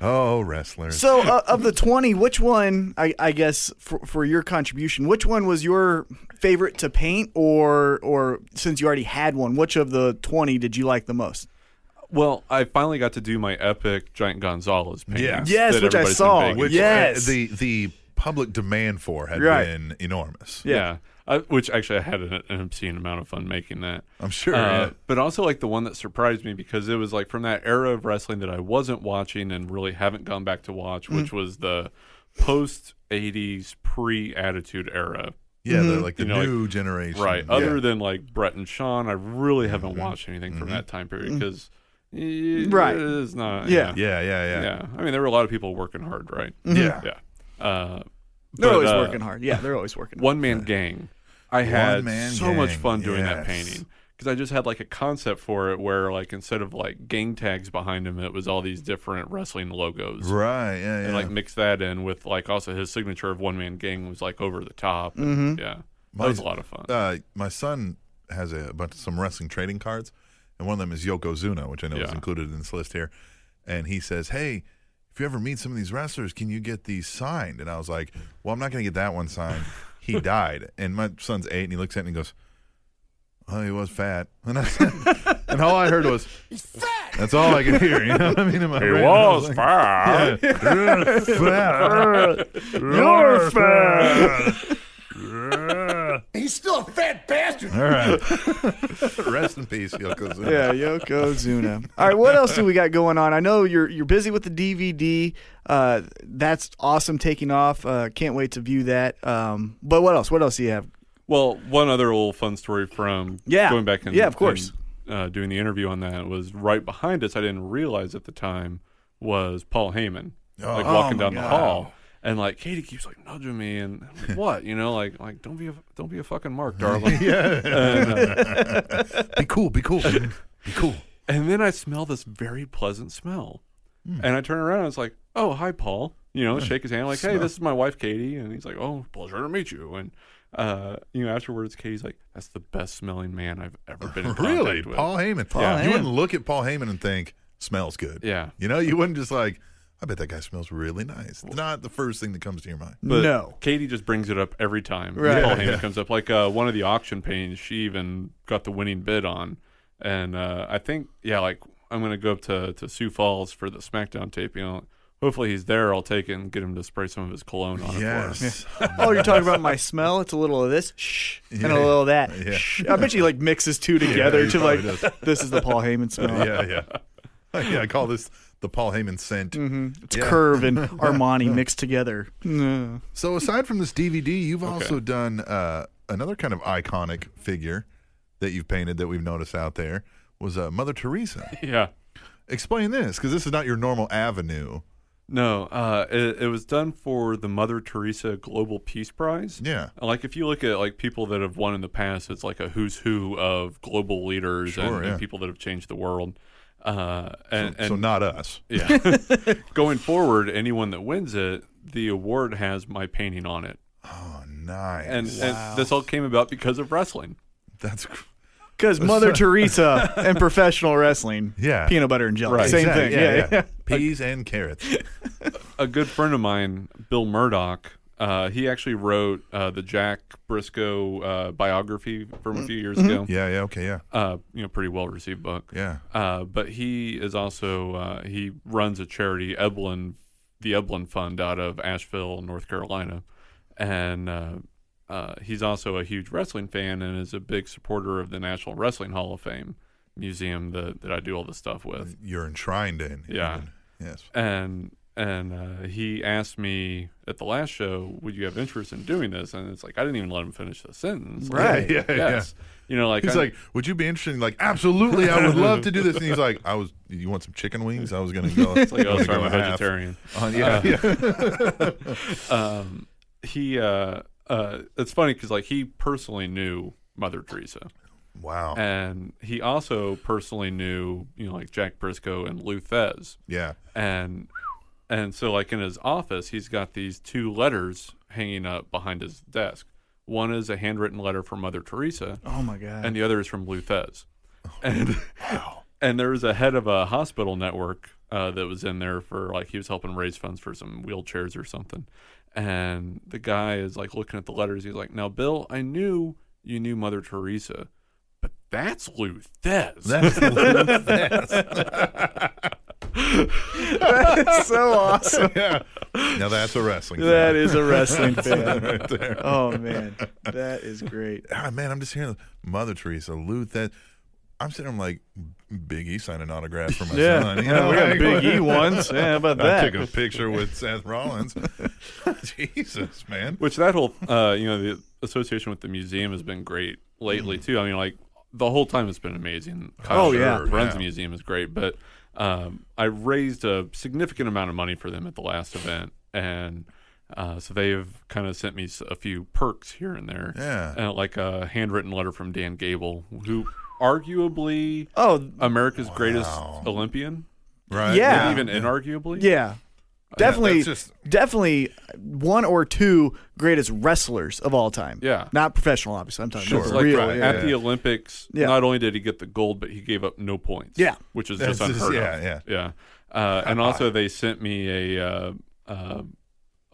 [SPEAKER 3] oh, wrestlers.
[SPEAKER 1] So, uh, of the 20, which one, I, I guess, for, for your contribution, which one was your favorite to paint, or or since you already had one, which of the 20 did you like the most?
[SPEAKER 6] Well, I finally got to do my epic Giant Gonzalez painting.
[SPEAKER 3] Yes.
[SPEAKER 1] Yes,
[SPEAKER 6] that
[SPEAKER 1] which I
[SPEAKER 6] everybody's been
[SPEAKER 1] saw.
[SPEAKER 6] begging
[SPEAKER 3] which
[SPEAKER 6] for.
[SPEAKER 1] Yes.
[SPEAKER 3] uh, the the public demand for had
[SPEAKER 1] Right.
[SPEAKER 3] been enormous.
[SPEAKER 6] Yeah. I, which actually I had an, an obscene amount of fun making that.
[SPEAKER 3] I'm sure.
[SPEAKER 6] Uh,
[SPEAKER 3] yeah.
[SPEAKER 6] But also like the one that surprised me because it was like from that era of wrestling that I wasn't watching and really haven't gone back to watch, which was the post 80s pre attitude era.
[SPEAKER 3] Yeah, the, like the
[SPEAKER 6] mm-hmm. You know, like-
[SPEAKER 3] new generation.
[SPEAKER 6] Right. Mm-hmm.
[SPEAKER 3] Yeah.
[SPEAKER 6] Other than like Brett and Sean, I really haven't watched anything from that time period because
[SPEAKER 1] Right.
[SPEAKER 6] it's not.
[SPEAKER 1] Yeah.
[SPEAKER 3] yeah, yeah, yeah.
[SPEAKER 6] Mm-hmm. yeah. Mm-hmm. I mean, there were a lot of people working hard, right?
[SPEAKER 3] Yeah.
[SPEAKER 6] Yeah. Uh,
[SPEAKER 1] They're
[SPEAKER 6] but,
[SPEAKER 1] always
[SPEAKER 6] uh,
[SPEAKER 1] working hard. Yeah, they're always working hard.
[SPEAKER 6] One man gang. I had
[SPEAKER 3] man
[SPEAKER 6] so much
[SPEAKER 3] gang,
[SPEAKER 6] fun doing
[SPEAKER 3] yes.
[SPEAKER 6] that painting because I just had like a concept for it where like instead of like gang tags behind him, it was all these different wrestling logos.
[SPEAKER 3] Right. Yeah. yeah.
[SPEAKER 6] And like mix that in with like also his signature of one man gang was like over the top.
[SPEAKER 3] Mm-hmm.
[SPEAKER 6] and, Yeah, that was a lot of fun.
[SPEAKER 3] uh, my son has a bunch of some wrestling trading cards, and one of them is Yokozuna, which I know is
[SPEAKER 6] Yeah.
[SPEAKER 3] included in this list here. And he says, "Hey, if you ever meet some of these wrestlers, can you get these signed?" And I was like, "Well, I'm not going to get that one signed. he died." And my son's eight, and he looks at me and goes, "Oh, he was fat." And, I, and all I heard was, That's all I could hear. You know what I mean? In my brain. I was like,
[SPEAKER 6] fire.
[SPEAKER 3] You're fat. You're fat.
[SPEAKER 7] He's still a fat bastard.
[SPEAKER 3] All right. Rest in peace, Yokozuna.
[SPEAKER 1] Yeah, Yokozuna. All right, what else do we got going on? I know you're you're busy with the DVD. Uh, that's awesome, taking off. Uh, can't wait to view that. Um, but what else? What else do you have?
[SPEAKER 6] Well, one other little fun story from
[SPEAKER 1] Yeah.
[SPEAKER 6] going back and
[SPEAKER 1] Yeah, of course.
[SPEAKER 6] and, uh, doing the interview on that was right behind us. I didn't realize at the time was Paul Heyman like
[SPEAKER 3] Oh,
[SPEAKER 6] walking
[SPEAKER 3] my
[SPEAKER 6] down the
[SPEAKER 3] God.
[SPEAKER 6] hall. And like Katie keeps like nudging me and I'm like, what you know like like don't be a don't be a fucking mark darling
[SPEAKER 3] Be cool. Be cool. Be cool.
[SPEAKER 6] and then I smell this very pleasant smell
[SPEAKER 1] Hmm.
[SPEAKER 6] and I turn around and it's like oh hi Paul you know shake his hand like hey this is my wife Katie and he's like oh pleasure to meet you and uh you know afterwards Katie's like that's the best smelling man I've ever been in contact
[SPEAKER 3] Really,
[SPEAKER 6] with.
[SPEAKER 3] Paul Heyman.
[SPEAKER 6] Yeah.
[SPEAKER 3] You wouldn't look at Paul Heyman and think smells good.
[SPEAKER 6] Yeah.
[SPEAKER 3] You know, you wouldn't just like. I bet that guy smells really nice. Not the first thing that comes to your mind.
[SPEAKER 6] But
[SPEAKER 1] no.
[SPEAKER 6] Katie just brings it up every time.
[SPEAKER 1] Right.
[SPEAKER 6] Paul
[SPEAKER 1] Yeah,
[SPEAKER 6] Heyman comes up. Like uh, one of the auction paintings she even got the winning bid on. And uh, I think, yeah, like I'm going to go up to, to Sioux Falls for the SmackDown tape. You know, hopefully he's there. I'll take it and get him to spray some of his cologne on it for us.
[SPEAKER 3] Yes.
[SPEAKER 1] Oh, you're talking about my smell? It's a little of this, shh, and
[SPEAKER 3] Yeah.
[SPEAKER 1] a little of that.
[SPEAKER 3] Yeah.
[SPEAKER 1] Shh. I bet you like mixes two together
[SPEAKER 3] he
[SPEAKER 1] to like,
[SPEAKER 3] probably
[SPEAKER 1] this is the Paul Heyman smell.
[SPEAKER 3] yeah, yeah. Yeah, I call this the Paul Heyman scent.
[SPEAKER 1] It's Curve and Armani mixed together. No.
[SPEAKER 3] So aside from this DVD, you've also done uh, another kind of iconic figure that you've painted that we've noticed out there was uh, Mother Teresa.
[SPEAKER 6] Yeah.
[SPEAKER 3] Explain this because this is not your normal avenue.
[SPEAKER 6] No, uh, it, it was done for the Mother Teresa Global Peace Prize.
[SPEAKER 3] Yeah.
[SPEAKER 6] like if you look at like people that have won in the past, it's like a who's who of global leaders and,
[SPEAKER 3] Sure,
[SPEAKER 6] and
[SPEAKER 3] yeah.
[SPEAKER 6] people that have changed the world. Uh, and
[SPEAKER 3] so
[SPEAKER 6] and
[SPEAKER 3] not us.
[SPEAKER 6] yeah, going forward, anyone that wins it, the award has my painting on it,
[SPEAKER 3] Oh, nice.
[SPEAKER 6] and, and this all came about because of wrestling.
[SPEAKER 3] that's cr-
[SPEAKER 1] Because Mother Teresa and professional wrestling,
[SPEAKER 3] Yeah.
[SPEAKER 1] peanut butter and jelly,
[SPEAKER 6] Right.
[SPEAKER 1] same
[SPEAKER 3] Exactly,
[SPEAKER 1] thing. Yeah, yeah.
[SPEAKER 3] Peas and carrots.
[SPEAKER 6] a good friend of mine, Bill Murdoch, uh, he actually wrote uh, the Jack Briscoe uh, biography from a few years ago.
[SPEAKER 3] Mm-hmm. Yeah, yeah, okay, yeah,
[SPEAKER 6] Uh, you know, pretty well received book.
[SPEAKER 3] yeah.
[SPEAKER 6] Uh, but he is also uh, he runs a charity, Eblin, the Eblin Fund, out of Asheville, North Carolina, and uh, uh, he's also a huge wrestling fan and is a big supporter of the National Wrestling Hall of Fame museum that that I do all this stuff with
[SPEAKER 3] You're enshrined in.
[SPEAKER 6] Yeah.
[SPEAKER 3] even. Yes.
[SPEAKER 6] and and uh, he asked me at the last show, "Would you have interest in doing this?" And it's like I didn't even let him finish the sentence. Like,
[SPEAKER 1] Right.
[SPEAKER 3] Yeah, yeah,
[SPEAKER 6] yes. You know, like
[SPEAKER 3] He's
[SPEAKER 6] I-
[SPEAKER 3] like, would you be interested? in-" Like, absolutely, I would love to do this. And he's like, I was. You want some chicken wings? I was gonna go.
[SPEAKER 6] it's like,
[SPEAKER 3] I
[SPEAKER 6] oh,
[SPEAKER 3] was
[SPEAKER 6] sorry, I'm
[SPEAKER 3] gonna
[SPEAKER 6] a
[SPEAKER 3] go half.
[SPEAKER 6] vegetarian.
[SPEAKER 3] Uh, yeah, yeah.
[SPEAKER 6] Um, he, uh, uh, it's funny because like he personally knew Mother Teresa,
[SPEAKER 3] Wow.
[SPEAKER 6] and he also personally knew you know like Jack Briscoe and Lou Thez.
[SPEAKER 3] yeah.
[SPEAKER 6] and and so like in his office he's got these two letters hanging up behind his desk one is a handwritten letter from mother teresa
[SPEAKER 1] Oh my god.
[SPEAKER 6] and the other is from lou Thez. and and there was a head of a hospital network uh, that was in there for like he was helping raise funds for some wheelchairs or something and the guy is like looking at the letters he's like now bill i knew you knew mother teresa but that's lou Thez.
[SPEAKER 3] That's
[SPEAKER 1] That's so awesome.
[SPEAKER 3] yeah. Now that's a wrestling.
[SPEAKER 1] That
[SPEAKER 3] fan
[SPEAKER 1] is a wrestling fan.
[SPEAKER 3] right there.
[SPEAKER 1] Oh man, that is great.
[SPEAKER 3] Ah, man, I'm just hearing Mother Teresa, Lou. That I'm sitting. I'm like, Big E signed an autograph for my
[SPEAKER 1] Yeah,
[SPEAKER 3] son. You know,
[SPEAKER 1] we got
[SPEAKER 3] like,
[SPEAKER 1] Big E ones. Yeah, how about
[SPEAKER 3] I
[SPEAKER 1] that?
[SPEAKER 3] took a picture with Seth Rollins. Jesus, man.
[SPEAKER 6] Which that whole, uh, you know, the association with the museum has been great lately too. I mean, like the whole time it's been amazing. Kyle
[SPEAKER 1] Mm. Oh, yeah.
[SPEAKER 6] Scherrer runs the
[SPEAKER 3] Yeah.
[SPEAKER 6] museum is great, but um, I raised a significant amount of money for them at the last event, and uh, so they have kind of sent me s- a few perks here and there.
[SPEAKER 3] Yeah.
[SPEAKER 6] Uh, like a handwritten letter from Dan Gable, who arguably
[SPEAKER 1] Oh
[SPEAKER 6] America's greatest
[SPEAKER 3] Wow.
[SPEAKER 6] Olympian,
[SPEAKER 3] Right?
[SPEAKER 1] Yeah.
[SPEAKER 6] even inarguably.
[SPEAKER 1] yeah, definitely,
[SPEAKER 3] that's just-
[SPEAKER 1] definitely one or two greatest wrestlers of all time.
[SPEAKER 6] Yeah.
[SPEAKER 1] not professional, obviously. I'm talking
[SPEAKER 3] Sure.
[SPEAKER 1] about
[SPEAKER 6] Like
[SPEAKER 1] real.
[SPEAKER 3] right,
[SPEAKER 1] yeah.
[SPEAKER 6] at the Olympics,
[SPEAKER 1] Yeah.
[SPEAKER 6] not only did he get the gold, but he gave up no points.
[SPEAKER 1] Yeah.
[SPEAKER 6] which is
[SPEAKER 3] That's
[SPEAKER 6] just
[SPEAKER 3] just-
[SPEAKER 6] unheard
[SPEAKER 3] yeah,
[SPEAKER 6] of. Yeah, yeah. Uh, and also, they sent me a uh, uh,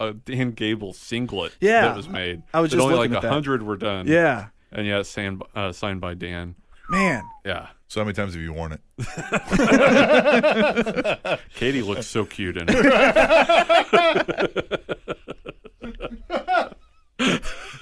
[SPEAKER 6] a Dan Gable singlet.
[SPEAKER 1] Yeah.
[SPEAKER 6] that was made.
[SPEAKER 1] I was
[SPEAKER 6] But
[SPEAKER 1] just
[SPEAKER 6] only
[SPEAKER 1] looking
[SPEAKER 6] like
[SPEAKER 1] at that.
[SPEAKER 6] hundred were done.
[SPEAKER 1] yeah,
[SPEAKER 6] and yeah, it's signed, by- uh, signed by Dan.
[SPEAKER 1] man.
[SPEAKER 6] Yeah,
[SPEAKER 3] So how many times have you worn it?
[SPEAKER 6] Katie looks so cute in it.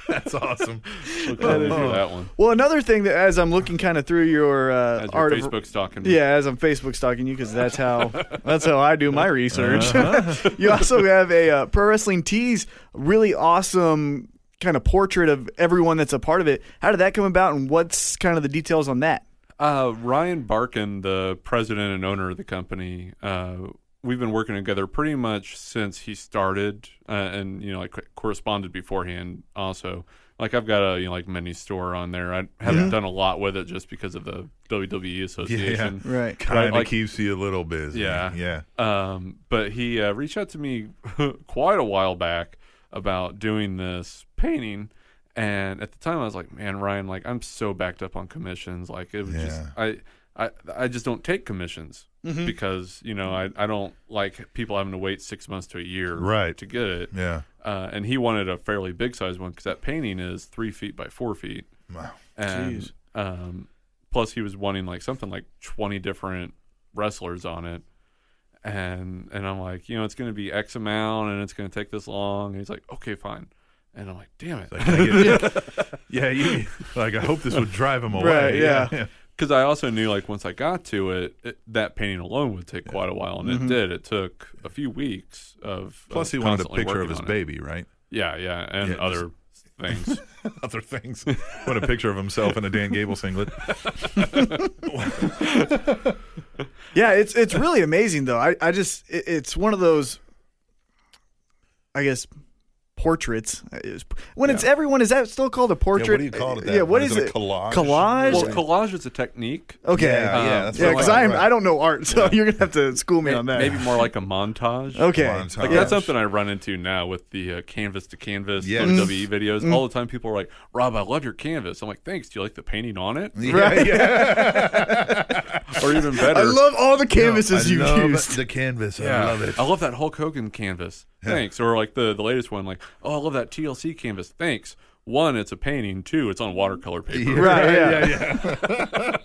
[SPEAKER 3] That's awesome.
[SPEAKER 6] Look forward
[SPEAKER 1] Oh.
[SPEAKER 6] to that one.
[SPEAKER 1] Well, another thing that as I'm looking kind of through your uh,
[SPEAKER 6] As your
[SPEAKER 1] art of
[SPEAKER 6] Facebook stalking.
[SPEAKER 1] Yeah, as I'm Facebook stalking you because that's how that's how I do my research.
[SPEAKER 6] Uh-huh.
[SPEAKER 1] you also have a uh, pro wrestling tees, really awesome kind of portrait of everyone that's a part of it. How did that come about, and what's kind of the details on that?
[SPEAKER 6] Uh, Ryan Barkin, the president and owner of the company, uh, we've been working together pretty much since he started, uh, and you know, like corresponded beforehand. Also, like I've got a you know like mini store on there. I haven't done a lot with it just because of the WWE association.
[SPEAKER 1] Right.
[SPEAKER 3] Kind of
[SPEAKER 6] like-
[SPEAKER 3] keeps you a little busy.
[SPEAKER 6] Yeah.
[SPEAKER 3] Yeah.
[SPEAKER 6] Um, but he uh, reached out to me quite a while back about doing this painting. And at the time, I was like, "Man, Ryan, like I'm so backed up on commissions. Like it was just
[SPEAKER 3] Yeah.
[SPEAKER 6] I, I I just don't take commissions because you know I, I don't like people having to wait six months to a year
[SPEAKER 3] Right.
[SPEAKER 6] to get it.
[SPEAKER 3] Yeah.
[SPEAKER 6] Uh, and he wanted a fairly big size one because that painting is three feet by four feet.
[SPEAKER 3] Wow.
[SPEAKER 6] And um, plus he was wanting like something like twenty different wrestlers on it. And and I'm like, you know, it's gonna be X amount and it's gonna take this long. And he's like, Okay, fine. And I'm like, damn it.
[SPEAKER 3] Like, I get- yeah, you, like I hope this would drive him away.
[SPEAKER 1] Right, yeah.
[SPEAKER 6] because I also knew like once I got to it, it that painting alone would take quite a while, and it did. It took a few weeks of
[SPEAKER 3] Mm-hmm. Plus,
[SPEAKER 6] of
[SPEAKER 3] he wanted a
[SPEAKER 6] constantly
[SPEAKER 3] picture of
[SPEAKER 6] working
[SPEAKER 3] his
[SPEAKER 6] on it.
[SPEAKER 3] baby, right?
[SPEAKER 6] Yeah, yeah, and
[SPEAKER 3] Yeah,
[SPEAKER 6] other things.
[SPEAKER 3] Other things. what a picture of himself in a Dan Gable singlet.
[SPEAKER 1] Yeah, it's it's really amazing though. I I just it, it's one of those, I guess, portraits. It was- when it's everyone, is that still called a portrait?
[SPEAKER 3] do you call it that?
[SPEAKER 1] Yeah, what
[SPEAKER 3] Is
[SPEAKER 1] is,
[SPEAKER 3] it a
[SPEAKER 1] it?
[SPEAKER 3] collage?
[SPEAKER 1] Collage.
[SPEAKER 6] well, collage is a technique.
[SPEAKER 1] okay.
[SPEAKER 3] Yeah,
[SPEAKER 1] Yeah,
[SPEAKER 3] yeah,
[SPEAKER 6] Um,
[SPEAKER 3] that's
[SPEAKER 6] yeah,
[SPEAKER 3] what
[SPEAKER 1] because
[SPEAKER 3] I'm-
[SPEAKER 1] I am I don't know art, so you're gonna have to school me
[SPEAKER 6] May-
[SPEAKER 1] on that.
[SPEAKER 6] Maybe more like a montage.
[SPEAKER 1] Okay.
[SPEAKER 3] Montage.
[SPEAKER 6] Like
[SPEAKER 3] Yeah.
[SPEAKER 6] that's something I run into now with the uh, canvas to canvas
[SPEAKER 3] Yes.
[SPEAKER 6] WWE videos. All the time, people are like, "Rob, I love your canvas." I'm like, "Thanks. Do you like the painting on it?"
[SPEAKER 3] Yeah, yeah.
[SPEAKER 6] Or even better,
[SPEAKER 1] I love all the canvases
[SPEAKER 3] I
[SPEAKER 1] you've
[SPEAKER 3] love
[SPEAKER 1] used.
[SPEAKER 3] The canvas.
[SPEAKER 6] Yeah.
[SPEAKER 3] I love it.
[SPEAKER 6] I love that Hulk Hogan canvas. Thanks. Or like the the latest one, like, oh, I love that TLC canvas. Thanks. One, it's a painting. Two, it's on watercolor paper.
[SPEAKER 3] Yeah,
[SPEAKER 1] Right, yeah.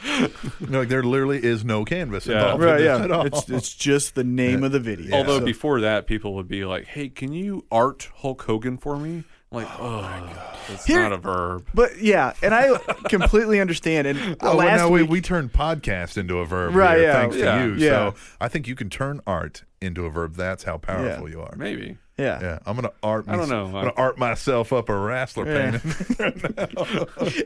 [SPEAKER 3] yeah. no, like there literally is no canvas
[SPEAKER 6] Yeah.
[SPEAKER 3] involved in
[SPEAKER 1] Right,
[SPEAKER 3] this
[SPEAKER 1] yeah.
[SPEAKER 3] at all.
[SPEAKER 1] It's it's just the name of the video.
[SPEAKER 6] Although
[SPEAKER 1] So-
[SPEAKER 6] before that, people would be like, hey, can you art Hulk Hogan for me? I'm like, oh, my God. it's
[SPEAKER 1] Here-
[SPEAKER 6] not a verb.
[SPEAKER 1] but yeah, and I completely understand. And
[SPEAKER 3] Oh, well,
[SPEAKER 1] last
[SPEAKER 3] now
[SPEAKER 1] week,
[SPEAKER 3] we, we turned podcast into a verb,
[SPEAKER 1] Right,
[SPEAKER 3] here,
[SPEAKER 1] yeah.
[SPEAKER 3] Thanks
[SPEAKER 6] Yeah.
[SPEAKER 3] to you.
[SPEAKER 1] Yeah.
[SPEAKER 3] So I think you can turn art into a verb. That's how powerful you are.
[SPEAKER 6] Maybe.
[SPEAKER 1] yeah.
[SPEAKER 3] Yeah, I'm gonna art.
[SPEAKER 6] I don't know.
[SPEAKER 3] I'm gonna art myself up a wrestler painting.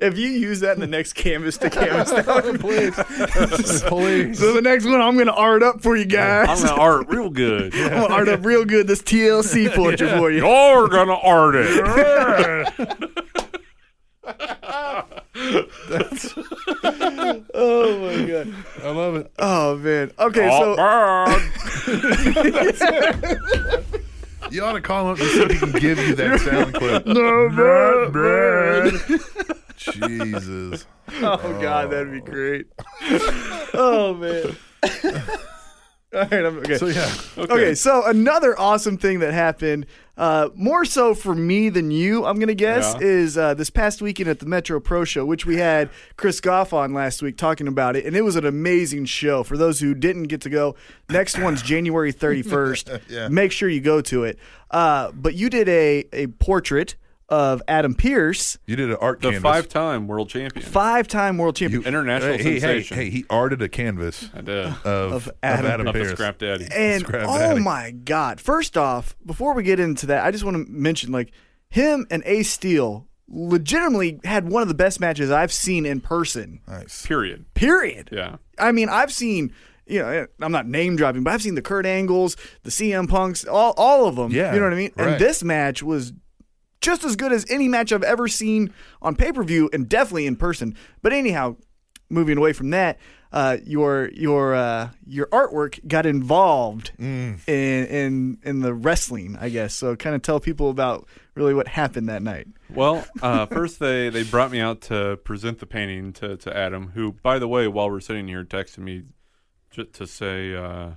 [SPEAKER 1] If you use that in the next canvas to canvas, that would please.
[SPEAKER 3] Please.
[SPEAKER 1] So the next one, I'm gonna art up for you
[SPEAKER 6] I'm
[SPEAKER 1] guys.
[SPEAKER 6] going to art real good.
[SPEAKER 1] I'm gonna art up real good this TLC portrait for you.
[SPEAKER 6] You're going to art it.
[SPEAKER 1] Oh my god.
[SPEAKER 3] I love it.
[SPEAKER 1] Oh man. Okay,
[SPEAKER 6] Oh,
[SPEAKER 1] so
[SPEAKER 6] man.
[SPEAKER 3] You ought to call him up and see if he can give you that sound clip. Jesus.
[SPEAKER 1] oh god, that'd be great. Oh man. All right, I'm okay.
[SPEAKER 3] So yeah,
[SPEAKER 1] Okay, so another awesome thing that happened, uh, more so for me than you, I'm going to guess,
[SPEAKER 6] Yeah.
[SPEAKER 1] is uh, this past weekend at the Metro Pro Show, which we had Chris Goff on last week talking about it, and it was an amazing show. For those who didn't get to go, next one's January 31st.
[SPEAKER 3] Yeah.
[SPEAKER 1] Make sure you go to it. Uh, but you did a, a portrait of Adam Pierce,
[SPEAKER 3] you did an art
[SPEAKER 6] the
[SPEAKER 3] canvas.
[SPEAKER 6] five time world champion.
[SPEAKER 1] five time world champion.
[SPEAKER 6] International
[SPEAKER 3] hey, hey,
[SPEAKER 6] sensation.
[SPEAKER 3] Hey, he arted a canvas
[SPEAKER 6] I did.
[SPEAKER 3] of, of
[SPEAKER 1] Adam
[SPEAKER 3] Adam
[SPEAKER 6] Up
[SPEAKER 3] Uh, Pierce.
[SPEAKER 6] to Scrap Daddy.
[SPEAKER 1] And
[SPEAKER 3] Scrap
[SPEAKER 1] oh
[SPEAKER 3] Daddy.
[SPEAKER 1] my God. First off, before we get into that, I just want to mention like him and Ace Steel legitimately had one of the best matches I've seen in person.
[SPEAKER 3] Nice.
[SPEAKER 6] Period.
[SPEAKER 1] Period.
[SPEAKER 6] Yeah.
[SPEAKER 1] I mean, I've seen you know, eh, I'm not name dropping, but I've seen the Kurt Angles, the CM Punks, all all of them.
[SPEAKER 3] Yeah,
[SPEAKER 1] You know what I mean?
[SPEAKER 3] right.
[SPEAKER 1] And this match was just as good as any match I've ever seen on pay per view and definitely in person. But anyhow, moving away from that, uh, your your uh, your artwork got involved
[SPEAKER 3] Mm.
[SPEAKER 1] in in in the wrestling, I guess. So kind of tell people about really what happened that night.
[SPEAKER 6] Well, uh, first they, they brought me out to present the painting to, to Adam, who, by the way, while we're sitting here, texted me just to say, uh,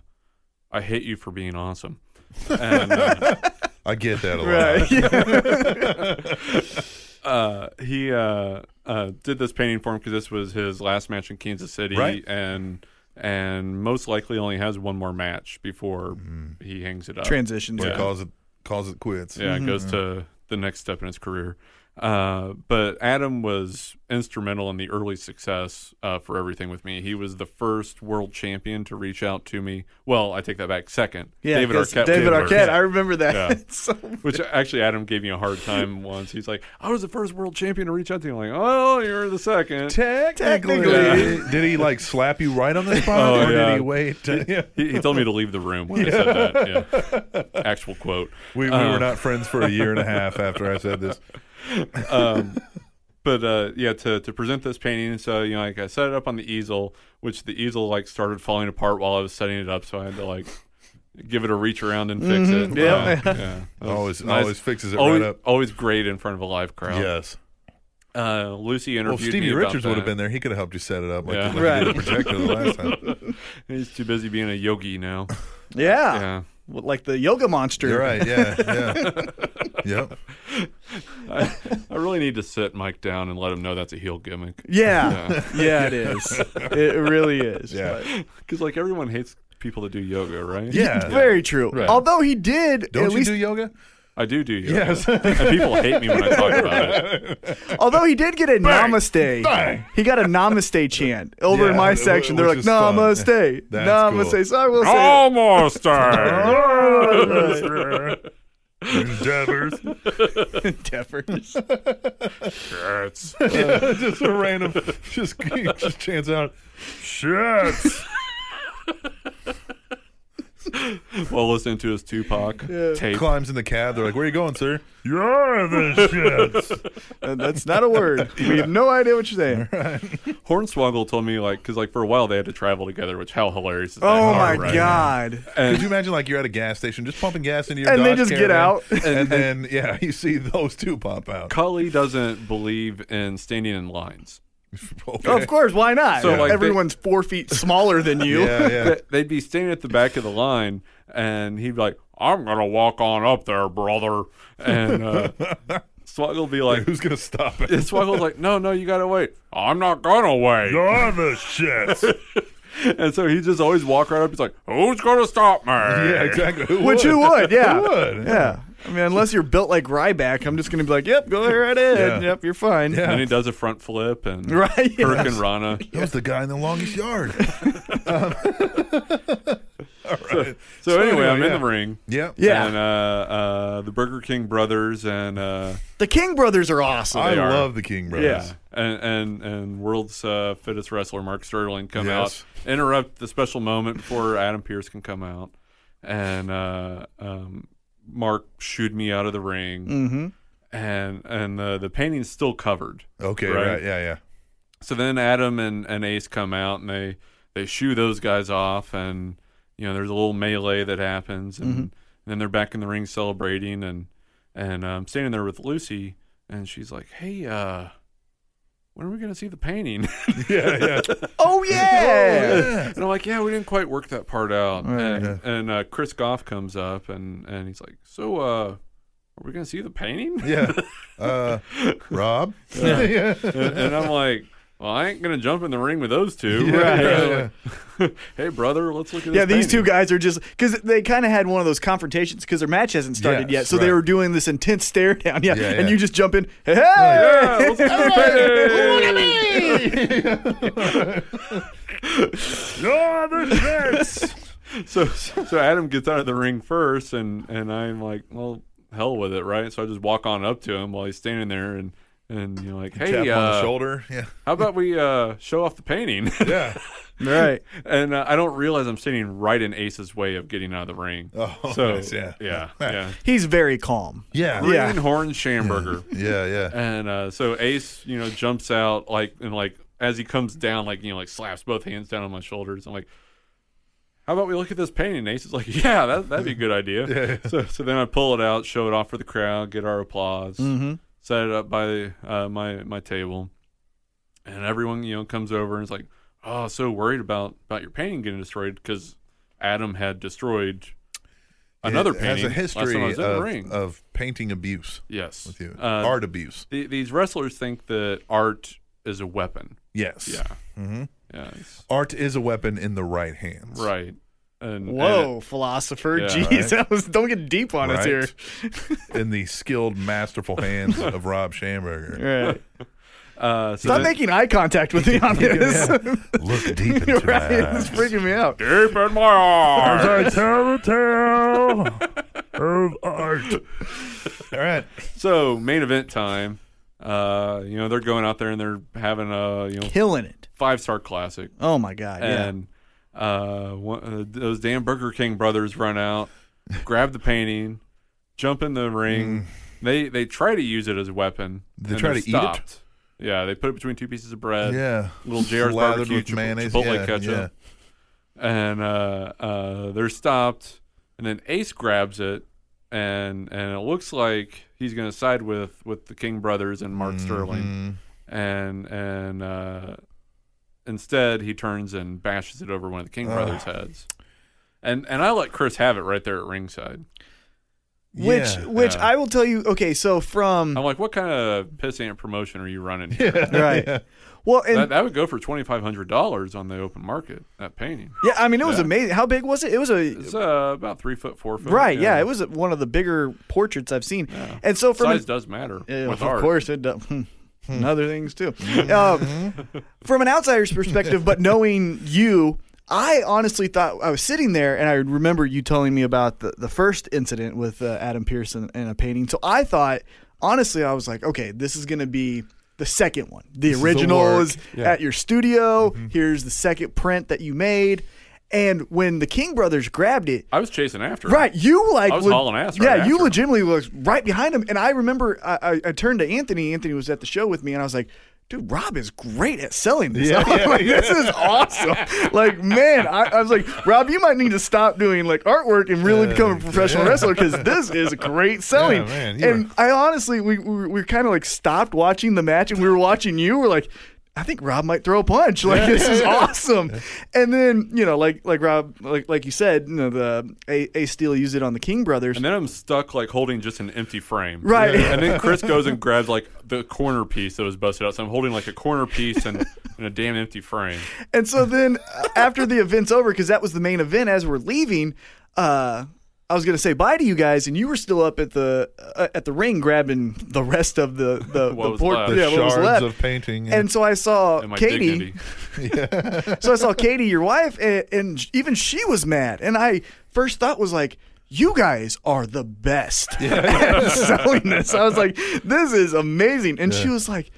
[SPEAKER 6] "I hate you for being awesome." And, uh,
[SPEAKER 3] I get that a lot.
[SPEAKER 6] uh, he uh, uh, did this painting for him because this was his last match in Kansas City,
[SPEAKER 3] Right.
[SPEAKER 6] and and most likely only has one more match before
[SPEAKER 3] Mm.
[SPEAKER 6] he hangs it up.
[SPEAKER 1] Transitions.
[SPEAKER 3] Or
[SPEAKER 6] Yeah.
[SPEAKER 3] calls it calls it quits.
[SPEAKER 6] Yeah, it goes
[SPEAKER 1] Mm-hmm.
[SPEAKER 6] to the next step in his career. Uh, but Adam was instrumental in the early success uh, for everything with me. He was the first world champion to reach out to me. Well, I take that back. Second,
[SPEAKER 1] Yeah,
[SPEAKER 6] David
[SPEAKER 1] 'cause
[SPEAKER 6] Arquette.
[SPEAKER 1] David
[SPEAKER 6] was
[SPEAKER 1] Arquette.
[SPEAKER 6] first.
[SPEAKER 1] I remember that.
[SPEAKER 6] Yeah.
[SPEAKER 1] So
[SPEAKER 6] Which actually, Adam gave me a hard time once. He's like, "I was the first world champion to reach out to you." I'm like, "Oh, you're the second.
[SPEAKER 3] Technically,
[SPEAKER 1] Technically.
[SPEAKER 3] did he like slap you right on the spot,
[SPEAKER 6] Oh,
[SPEAKER 3] or
[SPEAKER 6] yeah.
[SPEAKER 3] did he wait? to- yeah.
[SPEAKER 6] He, he told me to leave the room when I said that. Yeah. Actual quote. Uh,
[SPEAKER 3] We, we
[SPEAKER 6] Uh-huh.
[SPEAKER 3] were not friends for a year and a half after I said this.
[SPEAKER 6] but uh, yeah, to, to present this painting, so you know, like I set it up on the easel, which the easel like started falling apart while I was setting it up, so I had to like give it a reach around and fix it.
[SPEAKER 1] Yeah.
[SPEAKER 6] Uh, yeah. That was
[SPEAKER 3] Always,
[SPEAKER 6] nice. Oh,
[SPEAKER 3] always fixes it
[SPEAKER 6] always,
[SPEAKER 3] right up.
[SPEAKER 6] always great in front of a live crowd.
[SPEAKER 3] Yes.
[SPEAKER 6] uh, Lucy interviewed
[SPEAKER 3] Well, if Stevie
[SPEAKER 6] me about
[SPEAKER 3] Richards would have
[SPEAKER 6] that.
[SPEAKER 3] been there. He could have helped you set it up, like
[SPEAKER 6] Yeah.
[SPEAKER 3] the, right. the projector the last time.
[SPEAKER 6] He's too busy being a yogi now.
[SPEAKER 1] Yeah.
[SPEAKER 6] Yeah.
[SPEAKER 1] Well, Like the yoga monster.
[SPEAKER 3] You're right. Yeah, yeah, yep.
[SPEAKER 6] I, I really need to sit Mike down and let him know that's a heel gimmick.
[SPEAKER 1] Yeah. yeah. it is. It really is.
[SPEAKER 3] Yeah.
[SPEAKER 6] Because, like, everyone hates people that do yoga, right?
[SPEAKER 3] Yeah.
[SPEAKER 1] Very true.
[SPEAKER 3] Right.
[SPEAKER 1] Although he did
[SPEAKER 3] Don't
[SPEAKER 1] at
[SPEAKER 3] you
[SPEAKER 1] least,
[SPEAKER 3] do yoga?
[SPEAKER 6] I do do yoga. Yes. and people hate me when I talk about it.
[SPEAKER 1] although he did get a namaste,
[SPEAKER 3] Bang.
[SPEAKER 1] he got a namaste chant over in
[SPEAKER 3] Yeah,
[SPEAKER 1] my
[SPEAKER 3] wh-
[SPEAKER 1] section. They're like
[SPEAKER 3] which is fun.
[SPEAKER 1] namaste,
[SPEAKER 3] That's
[SPEAKER 1] namaste.
[SPEAKER 3] cool. Oh.
[SPEAKER 1] So I will say, that.
[SPEAKER 6] Almost there.
[SPEAKER 3] Endeavors.
[SPEAKER 1] Deafers.
[SPEAKER 6] Shirts.
[SPEAKER 3] Yeah, just a random, just just chance out. Shit.
[SPEAKER 6] While listening to his Tupac tape.
[SPEAKER 3] Climbs in the cab. They're like, "Where you going, sir?" You're the shit.
[SPEAKER 1] And that's not a word. We have no idea what you're saying.
[SPEAKER 6] Hornswoggle told me, like, because, like, for a while they had to travel together, which how hilarious is that?
[SPEAKER 1] Oh my
[SPEAKER 3] right.
[SPEAKER 1] god!
[SPEAKER 3] Could you imagine like you're at a gas station, just pumping gas into your
[SPEAKER 1] And they
[SPEAKER 3] Dodge
[SPEAKER 1] just get
[SPEAKER 3] Caravan,
[SPEAKER 1] out.
[SPEAKER 3] and then yeah, you see those two pop out.
[SPEAKER 6] Cully doesn't believe in standing in lines.
[SPEAKER 3] Okay.
[SPEAKER 1] Of course, why not?
[SPEAKER 6] So, like, they-
[SPEAKER 1] Everyone's four feet smaller than you.
[SPEAKER 3] Yeah, yeah.
[SPEAKER 6] They- They'd be standing at the back of the line, and he'd be like, "I'm gonna walk on up there, brother," and uh, Swaggle would be like,
[SPEAKER 3] Who's gonna stop it?
[SPEAKER 6] and Swaggle's like, "No, no, you gotta wait. I'm not gonna wait."
[SPEAKER 3] You're the shit.
[SPEAKER 6] And so he just always walk right up. He's like, "Who's gonna stop me?"
[SPEAKER 3] yeah, exactly. Who
[SPEAKER 1] Which you would, yeah.
[SPEAKER 3] Who would?
[SPEAKER 1] Yeah. I mean, unless you're built like Ryback, I'm just going to be like, yep, go right in.
[SPEAKER 3] Yeah.
[SPEAKER 1] Yep, you're fine.
[SPEAKER 6] And then he does a front flip and
[SPEAKER 1] Right. yeah.
[SPEAKER 6] Hurricane Rana.
[SPEAKER 3] That was the guy in the longest yard.
[SPEAKER 6] So, anyway, I'm in
[SPEAKER 3] yeah.
[SPEAKER 6] the ring.
[SPEAKER 3] Yep.
[SPEAKER 1] Yeah.
[SPEAKER 6] And uh, uh, the Burger King brothers and uh,
[SPEAKER 1] The King brothers are awesome.
[SPEAKER 3] I
[SPEAKER 6] they are.
[SPEAKER 3] love the King Brothers.
[SPEAKER 6] Yeah, and and and world's uh, fittest wrestler Mark Sterling come
[SPEAKER 3] Yes.
[SPEAKER 6] out, interrupt the special moment before Adam Pierce can come out, and uh, um, Mark shooed me out of the ring,
[SPEAKER 1] Mm.
[SPEAKER 6] mm-hmm. and and the the painting's still covered.
[SPEAKER 3] Okay,
[SPEAKER 6] Right.
[SPEAKER 3] right. Yeah, yeah.
[SPEAKER 6] So then Adam and, and Ace come out and they they shoo those guys off, and you know there's a little melee that happens, and,
[SPEAKER 3] Mm-hmm.
[SPEAKER 6] then they're back in the ring celebrating, and and I'm um, standing there with Lucy, and she's like, "Hey, uh, when are we gonna see the painting?"
[SPEAKER 3] Yeah, yeah.
[SPEAKER 1] oh, yeah.
[SPEAKER 6] And I'm like, yeah, we didn't quite work that part out. And, and uh, Chris Goff comes up and, and he's like, so uh, are we going to see the painting?
[SPEAKER 3] Yeah. Uh, Rob? Yeah.
[SPEAKER 6] and, and I'm like, well, I ain't going to jump in the ring with those two.
[SPEAKER 3] yeah,
[SPEAKER 6] Like, hey, brother, let's look at this
[SPEAKER 1] Yeah, these two
[SPEAKER 6] painting."
[SPEAKER 1] guys are just because they kind of had one of those confrontations because their match hasn't started
[SPEAKER 3] Yes,
[SPEAKER 1] yet, so they
[SPEAKER 3] right.
[SPEAKER 1] were doing this intense stare down. Yeah,
[SPEAKER 3] Yeah,
[SPEAKER 1] and
[SPEAKER 3] yeah.
[SPEAKER 1] you just jump in. Hey,
[SPEAKER 6] Yeah, let's look at the painting.
[SPEAKER 3] You're the shit.
[SPEAKER 6] so so Adam gets out of the ring first, and and I'm like, well, hell with it, right? So I just walk on up to him while he's standing there, and and you know, like, hey,
[SPEAKER 3] Tap on
[SPEAKER 6] uh,
[SPEAKER 3] the shoulder. Yeah.
[SPEAKER 6] how about we uh, show off the painting?
[SPEAKER 3] Yeah.
[SPEAKER 1] right.
[SPEAKER 6] and uh, I don't realize I'm standing right in Ace's way of getting out of the ring.
[SPEAKER 3] Oh,
[SPEAKER 6] so
[SPEAKER 3] nice, yeah.
[SPEAKER 6] yeah, yeah.
[SPEAKER 1] He's very calm.
[SPEAKER 3] Yeah.
[SPEAKER 1] Yeah.
[SPEAKER 6] Green Horn Schamburger,
[SPEAKER 3] Yeah, yeah.
[SPEAKER 6] and uh, so Ace, you know, jumps out like and like as he comes down, like you know, like slaps both hands down on my shoulders. I'm like, how about we look at this painting? And Ace is like, yeah, that that'd be a good idea. So so then I pull it out, show it off for the crowd, get our applause,
[SPEAKER 3] Mm-hmm.
[SPEAKER 6] set it up by uh, my my table, and everyone you know comes over and is like, oh, so worried about about your painting getting destroyed because Adam had destroyed. Another
[SPEAKER 3] It
[SPEAKER 6] painting
[SPEAKER 3] has a
[SPEAKER 6] last time
[SPEAKER 3] history
[SPEAKER 6] I was in the ring.
[SPEAKER 3] of, of painting abuse
[SPEAKER 6] yes,
[SPEAKER 3] with you.
[SPEAKER 6] Uh,
[SPEAKER 3] Art abuse.
[SPEAKER 6] the, these wrestlers think that art is a weapon.
[SPEAKER 3] Yes.
[SPEAKER 6] Yeah. Mm-hmm. Yeah. it's-
[SPEAKER 3] Art is a weapon in the right hands.
[SPEAKER 6] Right. And
[SPEAKER 1] Whoa,
[SPEAKER 6] and
[SPEAKER 1] philosopher.
[SPEAKER 6] Yeah,
[SPEAKER 1] Jeez,
[SPEAKER 3] right.
[SPEAKER 1] that was, don't get deep on us here.
[SPEAKER 3] Right. in the skilled, masterful hands of Rob Schamberger.
[SPEAKER 1] Right.
[SPEAKER 6] uh, so
[SPEAKER 1] Stop
[SPEAKER 6] then-
[SPEAKER 1] making eye contact with me on this.
[SPEAKER 3] Look deep into
[SPEAKER 1] right? It's freaking me out.
[SPEAKER 6] deep in my heart.
[SPEAKER 3] I tell the tale of art. All right.
[SPEAKER 6] So main event time. Uh, you know they're going out there and they're having a you know
[SPEAKER 1] Killing it.
[SPEAKER 6] five star classic
[SPEAKER 1] Oh my god. Yeah.
[SPEAKER 6] and uh, one, uh those damn Burger King brothers run out, grab the painting, jump in the ring. They they try to use it as a weapon.
[SPEAKER 3] Mm. They
[SPEAKER 6] and
[SPEAKER 3] try
[SPEAKER 6] they're
[SPEAKER 3] to eat it?
[SPEAKER 6] stopped. Yeah, they put it between two pieces of bread.
[SPEAKER 3] Yeah.
[SPEAKER 6] little
[SPEAKER 3] Slathered
[SPEAKER 6] JR's barbecue
[SPEAKER 3] with
[SPEAKER 6] chip-
[SPEAKER 3] mayonnaise.
[SPEAKER 6] Chipotle
[SPEAKER 3] yeah,
[SPEAKER 6] ketchup. and uh, uh, they're stopped. And then Ace grabs it and and it looks like he's going to side with with the King brothers and Mark
[SPEAKER 3] Mm-hmm. Mm.
[SPEAKER 6] Sterling, and and uh, instead he turns and bashes it over one of the King brothers' heads, and and I let Chris have it right there at ringside.
[SPEAKER 1] Which
[SPEAKER 3] Yeah.
[SPEAKER 1] which
[SPEAKER 6] Yeah. Oh.
[SPEAKER 1] I will tell you. Okay, so from
[SPEAKER 6] I'm like, what kind of pissant promotion are you running? Here?
[SPEAKER 1] right. Well, and
[SPEAKER 6] That, that would go for twenty five hundred dollars on the open market. That painting.
[SPEAKER 1] yeah, I mean, it was
[SPEAKER 6] Yeah.
[SPEAKER 1] amazing. How big was it? It was a
[SPEAKER 6] It's uh, about three foot, four foot.
[SPEAKER 1] right. Yeah. it was one of the bigger portraits I've seen. And so from an-
[SPEAKER 6] size does matter.
[SPEAKER 1] Yeah,
[SPEAKER 6] with
[SPEAKER 1] of
[SPEAKER 6] art.
[SPEAKER 1] course it does. Hmm. and other things too. Um, from an outsider's perspective, but knowing you, I honestly thought I was sitting there, and I remember you telling me about the, the first incident with uh, Adam Pearson and a painting. So I thought, honestly, I was like, okay, this is going to be the second one. The original
[SPEAKER 3] work.
[SPEAKER 1] is at your studio. Here's the second print that you made. And when the King brothers grabbed it,
[SPEAKER 6] I was chasing after. it.
[SPEAKER 1] Right, you like
[SPEAKER 6] I was hauling ass
[SPEAKER 1] Yeah,
[SPEAKER 6] right
[SPEAKER 1] you
[SPEAKER 6] after him.
[SPEAKER 1] legitimately looked right behind him, and I remember I, I, I turned to Anthony. Anthony was at the show with me, and I was like, "Dude, Rob is great at selling this.
[SPEAKER 3] Yeah, yeah,
[SPEAKER 1] like, This is awesome. like, man, I, I was like, Rob, you might need to stop doing like artwork and really become a professional wrestler because this is great selling.
[SPEAKER 3] Uh, Yeah, man, you
[SPEAKER 1] and I honestly, we we, were- we kind of like stopped watching the match, and we were watching you. We're like. I think Rob might throw a punch. Like this is awesome. And then you know, like like Rob, like like you said, you know, the A, a Steel used it on the King brothers.
[SPEAKER 6] And then I'm stuck like holding just an empty frame.
[SPEAKER 1] Right. Yeah.
[SPEAKER 6] And then Chris goes and grabs like the corner piece that was busted out. So I'm holding like a corner piece and, and a damn empty frame.
[SPEAKER 1] And so then uh, after the event's over, because that was the main event, as we're leaving, uh, I was gonna say bye to you guys, and you were still up at the uh, at the ring grabbing the rest of the the,
[SPEAKER 6] What
[SPEAKER 1] the
[SPEAKER 6] was
[SPEAKER 1] port-
[SPEAKER 6] left.
[SPEAKER 3] The
[SPEAKER 1] yeah, what was
[SPEAKER 3] shards
[SPEAKER 1] left.
[SPEAKER 3] of painting.
[SPEAKER 1] and so I saw
[SPEAKER 6] And my
[SPEAKER 1] Katie.
[SPEAKER 6] dignity.
[SPEAKER 1] So I saw Katie, your wife, and, and even she was mad. And I first thought was like, you guys are the best at selling this. I was like, this is amazing. And she was like,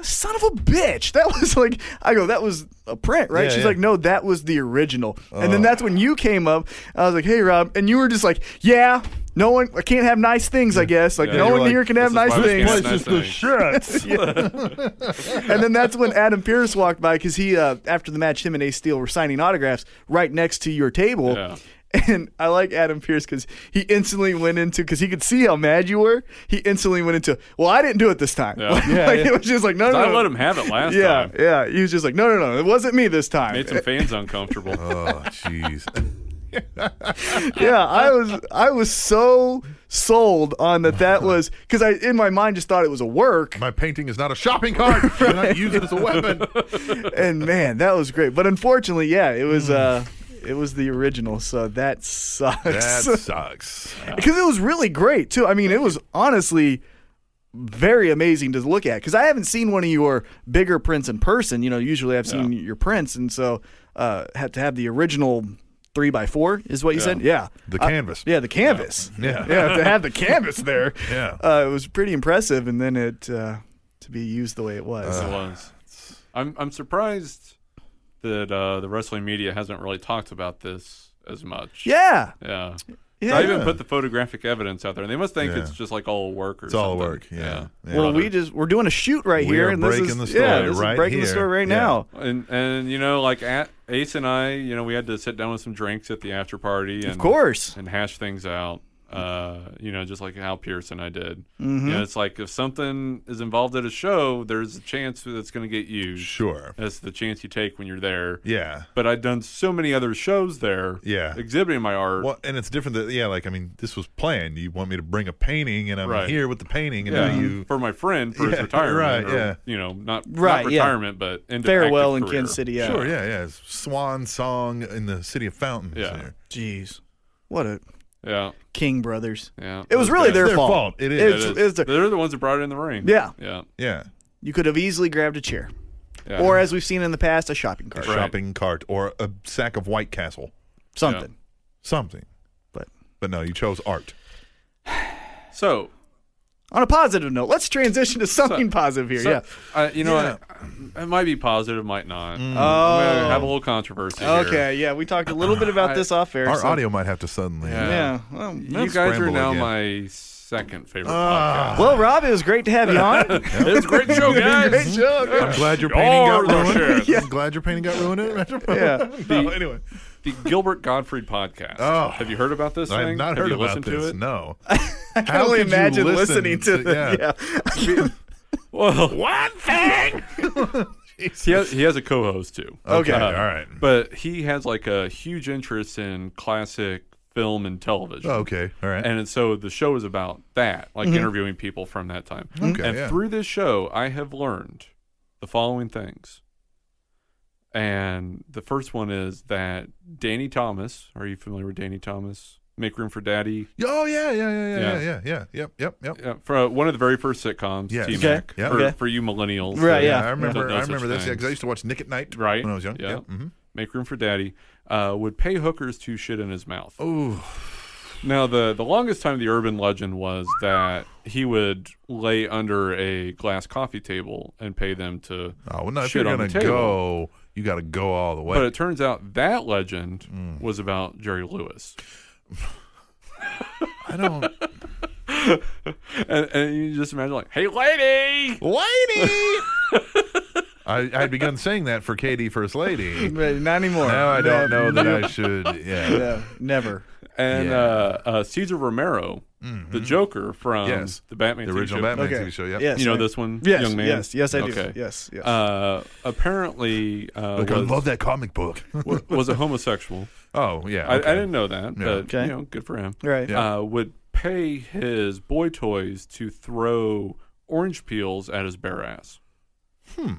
[SPEAKER 1] son of a bitch. That was like, I go, that was a print, right?
[SPEAKER 3] Yeah,
[SPEAKER 1] She's
[SPEAKER 3] yeah.
[SPEAKER 1] like, no, that was the original. And then that's when you came up. I was like, hey, Rob. And you were just like, yeah, no one, I can't have nice things, I guess. Like,
[SPEAKER 6] Yeah,
[SPEAKER 1] no
[SPEAKER 3] you're
[SPEAKER 1] one
[SPEAKER 3] like,
[SPEAKER 1] here can have
[SPEAKER 6] is
[SPEAKER 1] nice
[SPEAKER 6] why we
[SPEAKER 1] things.
[SPEAKER 6] can't have nice things.
[SPEAKER 3] shit.
[SPEAKER 1] And then that's when Adam Pierce walked by because he, uh, after the match, him and Ace Steel were signing autographs right next to your table.
[SPEAKER 6] Yeah.
[SPEAKER 1] And I like Adam Pierce because he instantly went into because he could see how mad you were. He instantly went into, well, I didn't do it this time.
[SPEAKER 6] Yeah.
[SPEAKER 1] like,
[SPEAKER 3] Yeah,
[SPEAKER 1] like,
[SPEAKER 3] yeah.
[SPEAKER 1] It was just like, no, no,
[SPEAKER 6] I
[SPEAKER 1] no.
[SPEAKER 6] let him have it last
[SPEAKER 1] yeah,
[SPEAKER 6] time.
[SPEAKER 1] yeah. He was just like, no, no, no, it wasn't me this time.
[SPEAKER 6] Made some fans uncomfortable.
[SPEAKER 3] Oh, jeez.
[SPEAKER 1] yeah, I was I was so sold on that. That was because I in my mind just thought it was a work.
[SPEAKER 3] My painting is not a shopping cart. Do not use it as a weapon.
[SPEAKER 1] and man, that was great. But unfortunately, yeah, it was uh it was the original, so that
[SPEAKER 3] That
[SPEAKER 1] sucks. Uh,
[SPEAKER 3] sucks.
[SPEAKER 1] Because it was really great too. I mean, it was honestly very amazing to look at. Because I haven't seen one of your bigger prints in person. You know, usually I've seen your prints, and so uh, had to have the original three by four is what you said. Yeah,
[SPEAKER 3] The
[SPEAKER 1] I-
[SPEAKER 3] canvas.
[SPEAKER 1] yeah, the canvas.
[SPEAKER 3] Yeah.
[SPEAKER 1] yeah, to have the canvas there.
[SPEAKER 3] Yeah.
[SPEAKER 1] uh, it was pretty impressive, and then it uh, to be used the way it was.
[SPEAKER 3] Uh.
[SPEAKER 6] It was. I'm I'm surprised that uh, the wrestling media hasn't really talked about this as much.
[SPEAKER 1] yeah,
[SPEAKER 6] Yeah.
[SPEAKER 1] yeah.
[SPEAKER 6] I even put the photographic evidence out there, and they must think
[SPEAKER 3] Yeah.
[SPEAKER 6] it's just like all work or
[SPEAKER 3] It's all
[SPEAKER 6] something.
[SPEAKER 3] work. Yeah. yeah.
[SPEAKER 1] Well, we just we're doing a shoot right
[SPEAKER 3] We
[SPEAKER 1] here,
[SPEAKER 3] are
[SPEAKER 1] and this
[SPEAKER 3] breaking
[SPEAKER 1] is
[SPEAKER 3] the story
[SPEAKER 1] yeah, this
[SPEAKER 3] right
[SPEAKER 1] is breaking the
[SPEAKER 3] here.
[SPEAKER 1] story right
[SPEAKER 3] Yeah.
[SPEAKER 1] now.
[SPEAKER 6] And and you know, like at Ace and I, you know, we had to sit down with some drinks at the after party, and
[SPEAKER 1] Of course,
[SPEAKER 6] and hash things out. Uh, you know, just like how Pierce and I did.
[SPEAKER 1] Mm-hmm.
[SPEAKER 6] You know, it's like if something is involved at a show, there's a chance that it's going to get used.
[SPEAKER 3] sure.
[SPEAKER 6] That's the chance you take when you're there.
[SPEAKER 3] Yeah.
[SPEAKER 6] But I'd done so many other shows there.
[SPEAKER 3] Yeah.
[SPEAKER 6] Exhibiting my art.
[SPEAKER 3] Well, and it's different that yeah, like I mean, this was planned. You want me to bring a painting, and I'm
[SPEAKER 6] Right.
[SPEAKER 3] here with the painting, and
[SPEAKER 6] Yeah, Mm-hmm.
[SPEAKER 3] now you
[SPEAKER 6] for my friend for his
[SPEAKER 3] Yeah,
[SPEAKER 6] retirement,
[SPEAKER 3] right,
[SPEAKER 6] or,
[SPEAKER 3] yeah.
[SPEAKER 6] you know, not
[SPEAKER 1] Right,
[SPEAKER 6] not
[SPEAKER 1] yeah.
[SPEAKER 6] retirement, but end of
[SPEAKER 1] farewell
[SPEAKER 6] active
[SPEAKER 1] in
[SPEAKER 6] career.
[SPEAKER 1] Kansas City. Yeah.
[SPEAKER 3] sure, yeah, yeah, it's swan song in the city of fountains.
[SPEAKER 6] Yeah.
[SPEAKER 3] there.
[SPEAKER 1] Jeez, what a
[SPEAKER 6] Yeah,
[SPEAKER 1] King Brothers.
[SPEAKER 6] yeah.
[SPEAKER 1] It was really
[SPEAKER 6] good.
[SPEAKER 1] their,
[SPEAKER 3] It's their
[SPEAKER 1] fault.
[SPEAKER 3] fault. It is.
[SPEAKER 6] It
[SPEAKER 1] It's,
[SPEAKER 6] is.
[SPEAKER 1] it's their-
[SPEAKER 6] They're the ones that brought it in the ring.
[SPEAKER 1] Yeah.
[SPEAKER 6] yeah,
[SPEAKER 3] yeah.
[SPEAKER 1] you could have easily grabbed a chair,
[SPEAKER 6] yeah.
[SPEAKER 1] or as we've seen in the past, a shopping cart,
[SPEAKER 6] Right.
[SPEAKER 3] Shopping cart or a sack of White Castle,
[SPEAKER 1] something.
[SPEAKER 3] something.
[SPEAKER 1] But-
[SPEAKER 3] but no, you chose art.
[SPEAKER 6] so
[SPEAKER 1] On a positive note, let's transition to something
[SPEAKER 6] So-
[SPEAKER 1] positive here.
[SPEAKER 6] So,
[SPEAKER 1] yeah. Mm.
[SPEAKER 6] I- you know, I, it might be positive, might not. Mm. I'm gonna have a little controversy. here.
[SPEAKER 1] Oh, Okay. Yeah, we talked a little bit about
[SPEAKER 6] I-
[SPEAKER 1] this off air.
[SPEAKER 3] Our
[SPEAKER 1] so-
[SPEAKER 3] audio might have to suddenly.
[SPEAKER 6] Yeah.
[SPEAKER 1] Yeah. Well,
[SPEAKER 6] You
[SPEAKER 1] that's-
[SPEAKER 6] guys are
[SPEAKER 3] scramble
[SPEAKER 6] now my second favorite
[SPEAKER 3] Ah.
[SPEAKER 6] podcast.
[SPEAKER 1] well, Rob, it was great to have you on.
[SPEAKER 6] It's a great show, Oh, guys.
[SPEAKER 1] great show.
[SPEAKER 3] I'm glad your
[SPEAKER 6] You're
[SPEAKER 3] painting got
[SPEAKER 6] the
[SPEAKER 3] ruined.
[SPEAKER 6] shit.
[SPEAKER 3] I'm glad your painting got ruined.
[SPEAKER 1] Yeah.
[SPEAKER 3] no, anyway,
[SPEAKER 6] The Gilbert Gottfried podcast.
[SPEAKER 3] Oh.
[SPEAKER 6] have you heard about this?
[SPEAKER 3] I have
[SPEAKER 6] thing?
[SPEAKER 3] not heard
[SPEAKER 6] you
[SPEAKER 3] about
[SPEAKER 6] listened
[SPEAKER 3] this.
[SPEAKER 6] to it.
[SPEAKER 3] No.
[SPEAKER 5] I can only
[SPEAKER 3] could you
[SPEAKER 5] imagine
[SPEAKER 3] listen
[SPEAKER 5] listening to,
[SPEAKER 3] to-
[SPEAKER 5] the,
[SPEAKER 3] yeah.
[SPEAKER 5] yeah.
[SPEAKER 6] Well,
[SPEAKER 3] One thing. Oh.
[SPEAKER 6] he has, he has a co-host too.
[SPEAKER 3] Okay.
[SPEAKER 6] Uh,
[SPEAKER 3] all right.
[SPEAKER 6] But he has like a huge interest in classic film and television.
[SPEAKER 3] Oh, okay. All right.
[SPEAKER 6] And so the show is about that, like interviewing people from that time.
[SPEAKER 3] Mm-hmm. Okay,
[SPEAKER 6] and
[SPEAKER 3] yeah.
[SPEAKER 6] through this show, I have learned the following things. And the first one is that Danny Thomas, are you familiar with Danny Thomas? Make Room for Daddy.
[SPEAKER 3] oh yeah, yeah, yeah, yeah,
[SPEAKER 6] Yeah.
[SPEAKER 3] yeah, yeah, yeah. Yep, yep, yep.
[SPEAKER 6] Yeah, from one of the very first sitcoms,
[SPEAKER 3] Yes.
[SPEAKER 6] T-Mac,
[SPEAKER 3] Okay. Yeah.
[SPEAKER 6] For,
[SPEAKER 3] Okay.
[SPEAKER 6] for you millennials.
[SPEAKER 5] Right,
[SPEAKER 6] that
[SPEAKER 5] yeah.
[SPEAKER 3] I remember.
[SPEAKER 6] don't know
[SPEAKER 3] I
[SPEAKER 6] such
[SPEAKER 3] remember this. Yeah, because I
[SPEAKER 6] things.
[SPEAKER 3] used to watch Nick at Night.
[SPEAKER 6] Right.
[SPEAKER 3] When I was young.
[SPEAKER 6] Yeah.
[SPEAKER 3] Yep. Mm-hmm.
[SPEAKER 6] Make Room for Daddy. Uh, would pay hookers to shit in his mouth.
[SPEAKER 3] Ooh.
[SPEAKER 6] Now, the, the longest time the urban legend was that he would lay under a glass coffee table and pay them to
[SPEAKER 3] Oh, well, no, if
[SPEAKER 6] shit
[SPEAKER 3] you're
[SPEAKER 6] on the
[SPEAKER 3] gonna
[SPEAKER 6] table.
[SPEAKER 3] go, you got to go all the way.
[SPEAKER 6] But it turns out that legend
[SPEAKER 3] Mm.
[SPEAKER 6] was about Jerry Lewis.
[SPEAKER 3] I don't,
[SPEAKER 6] And, and you just imagine, like, hey, lady!
[SPEAKER 3] lady. I I'd begun saying that for Katie, first lady.
[SPEAKER 5] But not anymore.
[SPEAKER 3] Now I don't
[SPEAKER 5] No,
[SPEAKER 3] know that I should. Yeah.
[SPEAKER 5] no, never.
[SPEAKER 6] And
[SPEAKER 3] Yeah. Mm-hmm.
[SPEAKER 6] uh, uh, Caesar Romero, the Joker from
[SPEAKER 3] Yes.
[SPEAKER 6] the Batman
[SPEAKER 3] The
[SPEAKER 6] TV
[SPEAKER 3] original
[SPEAKER 6] show.
[SPEAKER 3] Batman
[SPEAKER 5] Okay.
[SPEAKER 3] TV show. Yeah.
[SPEAKER 5] Yes.
[SPEAKER 6] You know
[SPEAKER 5] right.
[SPEAKER 6] this one,
[SPEAKER 5] Yes,
[SPEAKER 6] young man?
[SPEAKER 5] yes, yes, I do.
[SPEAKER 6] Okay.
[SPEAKER 5] Yes, yes.
[SPEAKER 6] Uh, apparently, uh,
[SPEAKER 3] Like, I
[SPEAKER 6] was,
[SPEAKER 3] love that comic book.
[SPEAKER 6] wa- was a homosexual.
[SPEAKER 3] oh yeah.
[SPEAKER 6] I, I
[SPEAKER 3] okay.
[SPEAKER 6] didn't know that, but
[SPEAKER 5] Okay.
[SPEAKER 6] you know, good for him.
[SPEAKER 5] Right.
[SPEAKER 3] Yeah.
[SPEAKER 6] Uh, would pay his boy toys to throw orange peels at his bare ass. Hmm.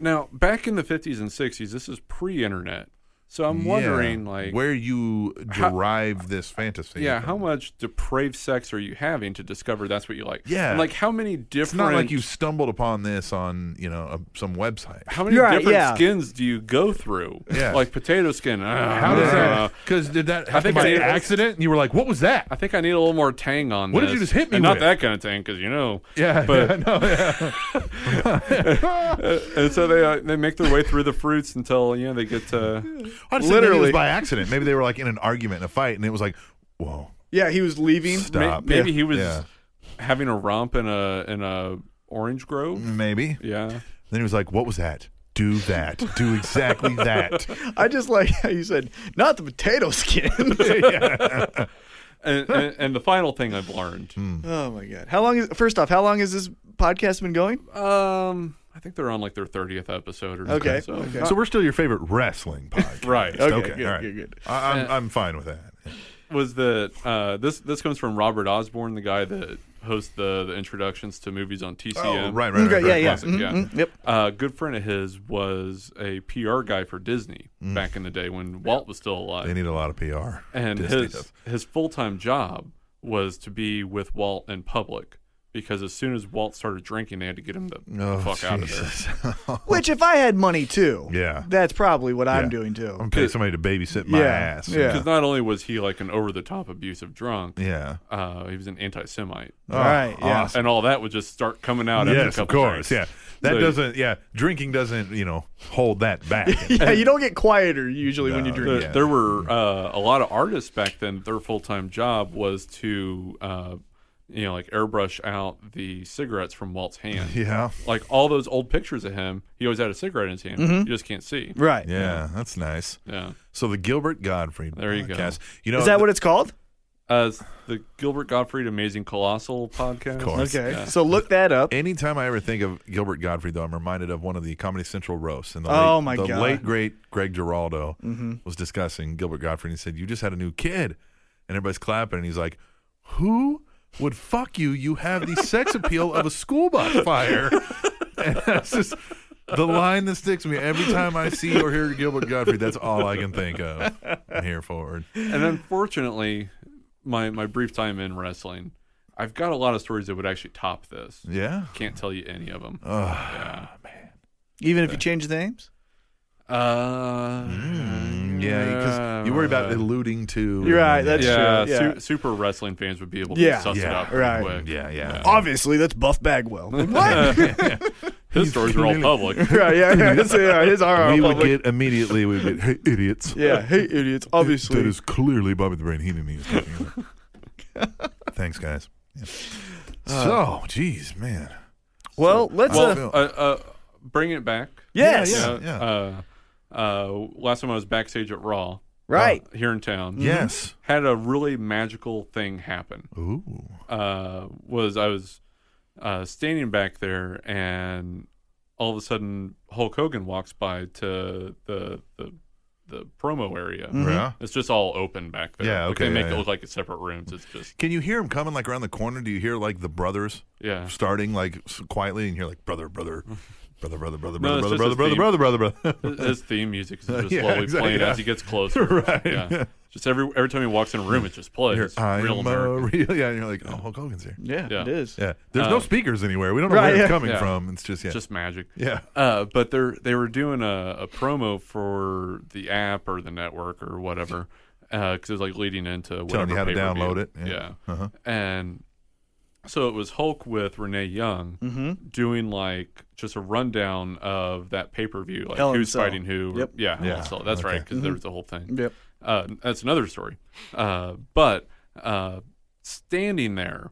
[SPEAKER 6] Now, back in the fifties and sixties, this is pre-internet, so I'm
[SPEAKER 3] Yeah.
[SPEAKER 6] wondering, like,
[SPEAKER 3] where you
[SPEAKER 6] How-
[SPEAKER 3] derive this fantasy.
[SPEAKER 6] yeah,
[SPEAKER 3] from.
[SPEAKER 6] how much depraved sex are you having to discover that's what you like?
[SPEAKER 3] Yeah.
[SPEAKER 6] And, like how many different?
[SPEAKER 3] It's not like you stumbled upon this on you know a, some website.
[SPEAKER 6] How many
[SPEAKER 5] You're right,
[SPEAKER 6] different
[SPEAKER 5] yeah.
[SPEAKER 6] skins do you go through?
[SPEAKER 3] Yeah.
[SPEAKER 6] Like potato skin. ah,
[SPEAKER 3] How does
[SPEAKER 6] ah.
[SPEAKER 3] that? Because did that happen
[SPEAKER 6] think
[SPEAKER 3] by
[SPEAKER 6] it-
[SPEAKER 3] accident? And you were like, "What was that?"
[SPEAKER 6] I think I need a little more tang on
[SPEAKER 3] What did
[SPEAKER 6] this.
[SPEAKER 3] you just hit me
[SPEAKER 6] and Not
[SPEAKER 3] with?
[SPEAKER 6] that kind of tang, because you know.
[SPEAKER 3] Yeah,
[SPEAKER 6] But-
[SPEAKER 3] yeah, no, yeah.
[SPEAKER 6] And so they uh, they make their way through the fruits until you know they get to.
[SPEAKER 3] I just literally it was by accident. Maybe they were like in an argument, in a fight, and it was like, "Whoa,
[SPEAKER 5] Yeah, he was leaving.
[SPEAKER 3] stop!"
[SPEAKER 6] May- maybe he was
[SPEAKER 3] Yeah.
[SPEAKER 6] having a romp in a in a orange grove.
[SPEAKER 3] maybe.
[SPEAKER 6] Yeah,
[SPEAKER 3] Then he was like, "What was that? Do that. Do exactly that."
[SPEAKER 5] I just like how you said, not the potato skin.
[SPEAKER 6] and, and and the final thing I've learned.
[SPEAKER 3] Hmm.
[SPEAKER 5] oh my god! How long is? First off, how long has this podcast been going?
[SPEAKER 6] Um, I think they're on like their thirtieth episode or
[SPEAKER 5] Okay,
[SPEAKER 6] something.
[SPEAKER 5] okay.
[SPEAKER 3] so we're still your favorite wrestling podcast,
[SPEAKER 6] Right.
[SPEAKER 3] Okay,
[SPEAKER 5] good,
[SPEAKER 3] all right.
[SPEAKER 5] good, good.
[SPEAKER 3] I, I'm I'm fine with that.
[SPEAKER 6] was that uh, this this comes from Robert Osborne, the guy that hosts the, the introductions to movies on TCM.
[SPEAKER 3] Oh, right, right, right,
[SPEAKER 5] Okay,
[SPEAKER 3] right.
[SPEAKER 5] yeah, yeah.
[SPEAKER 6] Classic, yeah.
[SPEAKER 5] Yep.
[SPEAKER 6] Uh, A good friend of his was a PR guy for Disney
[SPEAKER 3] Mm.
[SPEAKER 6] back in the day when Walt was still alive.
[SPEAKER 3] They need a lot of PR.
[SPEAKER 6] and
[SPEAKER 3] Disney
[SPEAKER 6] his
[SPEAKER 3] does.
[SPEAKER 6] his full time job was to be with Walt in public because as soon as Walt started drinking, they had to get him the
[SPEAKER 3] Oh,
[SPEAKER 6] fuck out of there.
[SPEAKER 3] Jesus.
[SPEAKER 5] Which, if I had money too,
[SPEAKER 3] Yeah.
[SPEAKER 5] that's probably what
[SPEAKER 3] Yeah. Um,
[SPEAKER 5] I'm doing too.
[SPEAKER 3] I'm paying somebody to babysit my
[SPEAKER 5] Yeah,
[SPEAKER 3] ass.
[SPEAKER 5] yeah.
[SPEAKER 6] Because not only was he like an over the top abusive drunk,
[SPEAKER 3] Yeah. Oh,
[SPEAKER 6] uh, he was an anti Semite,
[SPEAKER 3] All
[SPEAKER 5] right, yeah.
[SPEAKER 6] and all that would just start coming out. after a
[SPEAKER 3] Yes, of
[SPEAKER 6] couple
[SPEAKER 3] course. Yeah.
[SPEAKER 6] drinks.
[SPEAKER 3] That
[SPEAKER 6] So-
[SPEAKER 3] doesn't, yeah, drinking doesn't, you know, hold that back.
[SPEAKER 5] yeah, you don't get quieter usually when you
[SPEAKER 3] No,
[SPEAKER 5] drink.
[SPEAKER 6] There,
[SPEAKER 3] Yeah.
[SPEAKER 6] there were uh, a lot of artists back then. Their full time job was to, uh, you know, like airbrush out the cigarettes from Walt's hand.
[SPEAKER 3] yeah.
[SPEAKER 6] Like all those old pictures of him, he always had a cigarette in his hand.
[SPEAKER 3] Mm-hmm.
[SPEAKER 6] You just can't see.
[SPEAKER 5] Right.
[SPEAKER 3] Yeah, that's nice.
[SPEAKER 6] Yeah.
[SPEAKER 3] So the Gilbert Godfrey
[SPEAKER 6] There you go.
[SPEAKER 3] podcast. You know,
[SPEAKER 5] Is that
[SPEAKER 3] the-
[SPEAKER 5] what it's called?
[SPEAKER 6] Uh, it's the Gilbert Gottfried Amazing Colossal podcast. Of
[SPEAKER 3] course.
[SPEAKER 5] Okay. So look that up.
[SPEAKER 3] Anytime I ever think of Gilbert Godfrey, though, I'm reminded of one of the Comedy Central roasts. And the
[SPEAKER 5] Oh,
[SPEAKER 3] late,
[SPEAKER 5] my
[SPEAKER 3] the
[SPEAKER 5] God. Mm-hmm.
[SPEAKER 3] late great Greg Giraldo was discussing Gilbert Godfrey, and he said, "You just had a new kid," and everybody's clapping, and he's like, "Who would fuck you? You have the sex appeal of a school bus fire." And that's just the line that sticks with me every time I see or hear Gilbert Godfrey. That's all I can think of. I'm here forward.
[SPEAKER 6] And unfortunately, my, my brief time in wrestling, I've got a lot of stories that would actually top this.
[SPEAKER 3] Yeah. Uh,
[SPEAKER 6] Can't tell you any of them.
[SPEAKER 5] Even if you change the names.
[SPEAKER 6] Uh,
[SPEAKER 3] mm. Yeah, because you worry about alluding to.
[SPEAKER 5] You're right, that's-
[SPEAKER 6] yeah,
[SPEAKER 5] true, yeah.
[SPEAKER 6] Su- super wrestling fans would be able to
[SPEAKER 5] Yeah,
[SPEAKER 6] suss it
[SPEAKER 3] yeah,
[SPEAKER 6] out pretty
[SPEAKER 5] right.
[SPEAKER 6] quick.
[SPEAKER 3] yeah, yeah.
[SPEAKER 5] Obviously, that's Buff Bagwell. what?
[SPEAKER 6] His stories are all public.
[SPEAKER 5] right. Yeah. Yeah. His, yeah, his are
[SPEAKER 3] we
[SPEAKER 5] all
[SPEAKER 3] would
[SPEAKER 5] public.
[SPEAKER 3] get immediately. We would get, hey, idiots.
[SPEAKER 5] yeah. Hey, idiots. Obviously.
[SPEAKER 3] That is clearly Bobby the Brain Heenan he was talking about. Thanks, guys. Yeah.
[SPEAKER 5] Uh,
[SPEAKER 3] so, geez, man.
[SPEAKER 5] mm-hmm. well, let's.
[SPEAKER 3] Well,
[SPEAKER 5] uh,
[SPEAKER 3] Phil.
[SPEAKER 6] uh, uh, bring it back.
[SPEAKER 5] yes.
[SPEAKER 3] yeah,
[SPEAKER 6] Uh, uh, uh, last time I was backstage at Raw,
[SPEAKER 1] Right.
[SPEAKER 6] here in town.
[SPEAKER 3] Yes.
[SPEAKER 6] Had a really magical thing happen.
[SPEAKER 3] Ooh.
[SPEAKER 6] uh, was I was uh, standing back there, and all of a sudden Hulk Hogan walks by to the the, the promo area.
[SPEAKER 5] Mm-hmm.
[SPEAKER 3] Yeah.
[SPEAKER 6] It's just all open back there.
[SPEAKER 3] Yeah,
[SPEAKER 6] Like, they
[SPEAKER 3] okay,
[SPEAKER 6] make
[SPEAKER 3] yeah,
[SPEAKER 6] it
[SPEAKER 3] yeah.
[SPEAKER 6] look like it's separate rooms. It's just
[SPEAKER 3] Can you hear him coming like around the corner? Do you hear like the brothers
[SPEAKER 6] yeah.
[SPEAKER 3] starting like s- quietly, and you're like brother, brother, brother, brother, brother,
[SPEAKER 6] No,
[SPEAKER 3] brother,
[SPEAKER 6] it's
[SPEAKER 3] brother,
[SPEAKER 6] just
[SPEAKER 3] brother, brother,
[SPEAKER 6] his theme.
[SPEAKER 3] brother, brother, brother.
[SPEAKER 6] His theme music is just
[SPEAKER 3] Yeah,
[SPEAKER 6] slowly
[SPEAKER 3] exactly,
[SPEAKER 6] playing
[SPEAKER 3] yeah.
[SPEAKER 6] as he gets closer.
[SPEAKER 3] Right, yeah.
[SPEAKER 6] Yeah. Just every every time he walks in a room, it just plays.
[SPEAKER 3] You're, I'm
[SPEAKER 6] Real
[SPEAKER 3] a
[SPEAKER 6] American.
[SPEAKER 3] real, yeah, and you're like, oh, Hulk Hogan's here.
[SPEAKER 5] Yeah,
[SPEAKER 6] Yeah.
[SPEAKER 5] it is.
[SPEAKER 3] Yeah, there's no
[SPEAKER 6] Um,
[SPEAKER 3] speakers anywhere. We don't know
[SPEAKER 1] Right,
[SPEAKER 3] where
[SPEAKER 1] yeah.
[SPEAKER 3] it's coming
[SPEAKER 6] Yeah.
[SPEAKER 3] from. It's just yeah,
[SPEAKER 6] Just magic.
[SPEAKER 3] yeah.
[SPEAKER 6] Uh, but they're they were doing a, a promo for the app or the network or whatever, because it was like leading into whatever
[SPEAKER 3] Telling you how to
[SPEAKER 6] pay-per-view.
[SPEAKER 3] download it.
[SPEAKER 6] Yeah,
[SPEAKER 3] Uh-huh.
[SPEAKER 6] and so it was Hulk with Renee Young
[SPEAKER 3] Mm-hmm.
[SPEAKER 6] doing like just a rundown of that pay per view, like
[SPEAKER 5] Hell in a
[SPEAKER 6] who's
[SPEAKER 5] Cell.
[SPEAKER 6] fighting who. or-
[SPEAKER 5] Yep.
[SPEAKER 6] Yeah, Hell in a
[SPEAKER 3] Yeah,
[SPEAKER 6] Cell. That's right,
[SPEAKER 3] okay.
[SPEAKER 6] 'cause
[SPEAKER 3] Mm-hmm.
[SPEAKER 6] right, because there was the whole thing.
[SPEAKER 5] Yep.
[SPEAKER 6] Uh, that's another story. Uh, but uh, standing there.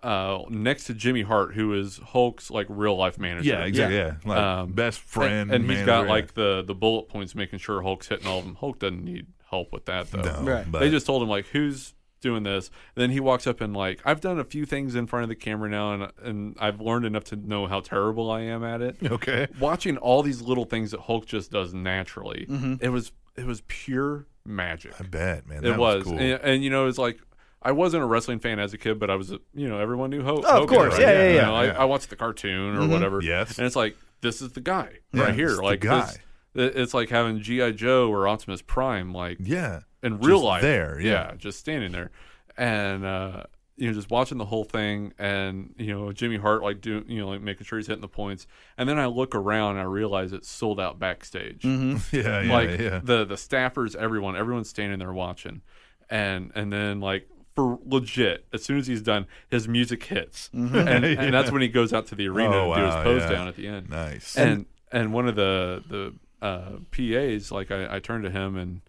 [SPEAKER 6] Uh, next to Jimmy Hart, who is Hulk's like real life manager.
[SPEAKER 3] Yeah, exactly. Yeah, Like,
[SPEAKER 6] Um,
[SPEAKER 3] best friend,
[SPEAKER 6] And, and he's
[SPEAKER 3] manager,
[SPEAKER 6] got
[SPEAKER 3] yeah.
[SPEAKER 6] like the the bullet points, making sure Hulk's hitting all of them. Hulk doesn't need help with that though.
[SPEAKER 3] no,
[SPEAKER 5] Right.
[SPEAKER 3] but
[SPEAKER 6] They just told him like, who's doing this? Then he walks up and like, I've done a few things in front of the camera now, and and I've learned enough to know how terrible I am at it.
[SPEAKER 3] okay.
[SPEAKER 6] Watching all these little things that Hulk just does naturally, it was it was pure magic.
[SPEAKER 3] Mm-hmm. I bet, man.
[SPEAKER 6] It
[SPEAKER 3] That
[SPEAKER 6] was,
[SPEAKER 3] was, cool.
[SPEAKER 6] and, and, you know, it's like I wasn't a wrestling fan as a kid, but I was, a- you know, everyone knew Hulk.
[SPEAKER 1] Oh, of course. Yeah, yeah,
[SPEAKER 6] You
[SPEAKER 1] yeah. Mm-hmm.
[SPEAKER 6] know, I,
[SPEAKER 3] Yeah.
[SPEAKER 6] I watched the cartoon or whatever.
[SPEAKER 3] Yes.
[SPEAKER 6] and it's like this is the guy
[SPEAKER 3] Yeah,
[SPEAKER 6] right here.
[SPEAKER 3] it's the
[SPEAKER 6] Like
[SPEAKER 3] guy.
[SPEAKER 6] This, it's like having GI Joe or Optimus Prime, like
[SPEAKER 3] yeah,
[SPEAKER 6] in real
[SPEAKER 3] Just
[SPEAKER 6] life
[SPEAKER 3] there, yeah.
[SPEAKER 6] just standing there and uh you know just watching the whole thing and you know jimmy hart like doing you know like making sure he's hitting the points and then i look around and i realize it's sold out backstage
[SPEAKER 1] Mm-hmm. Hmm?
[SPEAKER 3] yeah, yeah,
[SPEAKER 6] like
[SPEAKER 3] yeah.
[SPEAKER 6] the the staffers everyone everyone's standing there watching and and then like for legit as soon as he's done his music hits and, and that's when he goes out to the arena
[SPEAKER 3] Mm-hmm. Oh,
[SPEAKER 6] to do his
[SPEAKER 3] wow,
[SPEAKER 6] pose
[SPEAKER 3] yeah.
[SPEAKER 6] down at the end
[SPEAKER 3] nice.
[SPEAKER 6] and and one of the the uh, PAs, like I, I turned to him and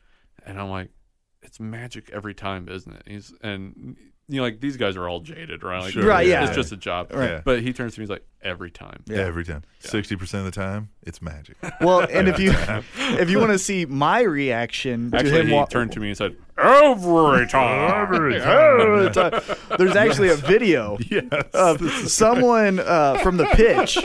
[SPEAKER 6] and I'm like, it's magic every time, isn't it? He's and you know, like these guys are all jaded, right? Like,
[SPEAKER 3] Sure, Right,
[SPEAKER 1] yeah.
[SPEAKER 6] It's just a job.
[SPEAKER 3] Right.
[SPEAKER 6] But he turns to me, he's like, every time.
[SPEAKER 3] Every time, sixty percent of the time, it's magic.
[SPEAKER 1] Well, and if you if you want to see my reaction to
[SPEAKER 6] Actually,
[SPEAKER 1] him
[SPEAKER 6] he
[SPEAKER 1] wa-
[SPEAKER 6] turned to me and said, every time.
[SPEAKER 1] Oh, it's a- there's actually a video of someone uh, from the pitch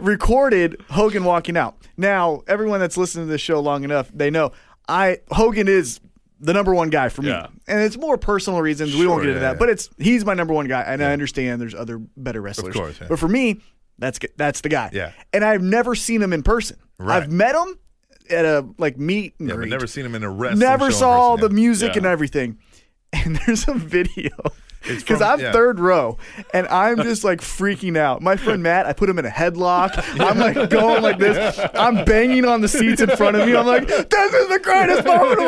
[SPEAKER 1] recorded Hogan walking out. Now, everyone that's listened to this show long enough, they know I Hogan is the number one guy for me,
[SPEAKER 6] Yeah.
[SPEAKER 1] and it's more personal reasons. we won't
[SPEAKER 3] Sure,
[SPEAKER 1] get into
[SPEAKER 3] yeah,
[SPEAKER 1] that,
[SPEAKER 3] yeah.
[SPEAKER 1] but it's he's my number one guy, and I understand there's other better wrestlers.
[SPEAKER 3] course, yeah.
[SPEAKER 1] but for me, that's g- that's the guy.
[SPEAKER 3] Yeah.
[SPEAKER 1] and I've never seen him in person.
[SPEAKER 3] Right.
[SPEAKER 1] I've met him at a like meet and
[SPEAKER 3] yeah, but
[SPEAKER 1] greet
[SPEAKER 3] never seen him in a wrestling.
[SPEAKER 1] never
[SPEAKER 3] show in
[SPEAKER 1] saw
[SPEAKER 3] person,
[SPEAKER 1] the music
[SPEAKER 6] Yeah.
[SPEAKER 1] and everything. And there's a video
[SPEAKER 3] It's
[SPEAKER 1] because
[SPEAKER 3] from-
[SPEAKER 1] I'm
[SPEAKER 3] yeah.
[SPEAKER 1] third row and I'm just like freaking out. My friend Matt, I put him in a headlock. I'm like going like this. I'm banging on the seats in front of me. I'm like, this is the greatest moment of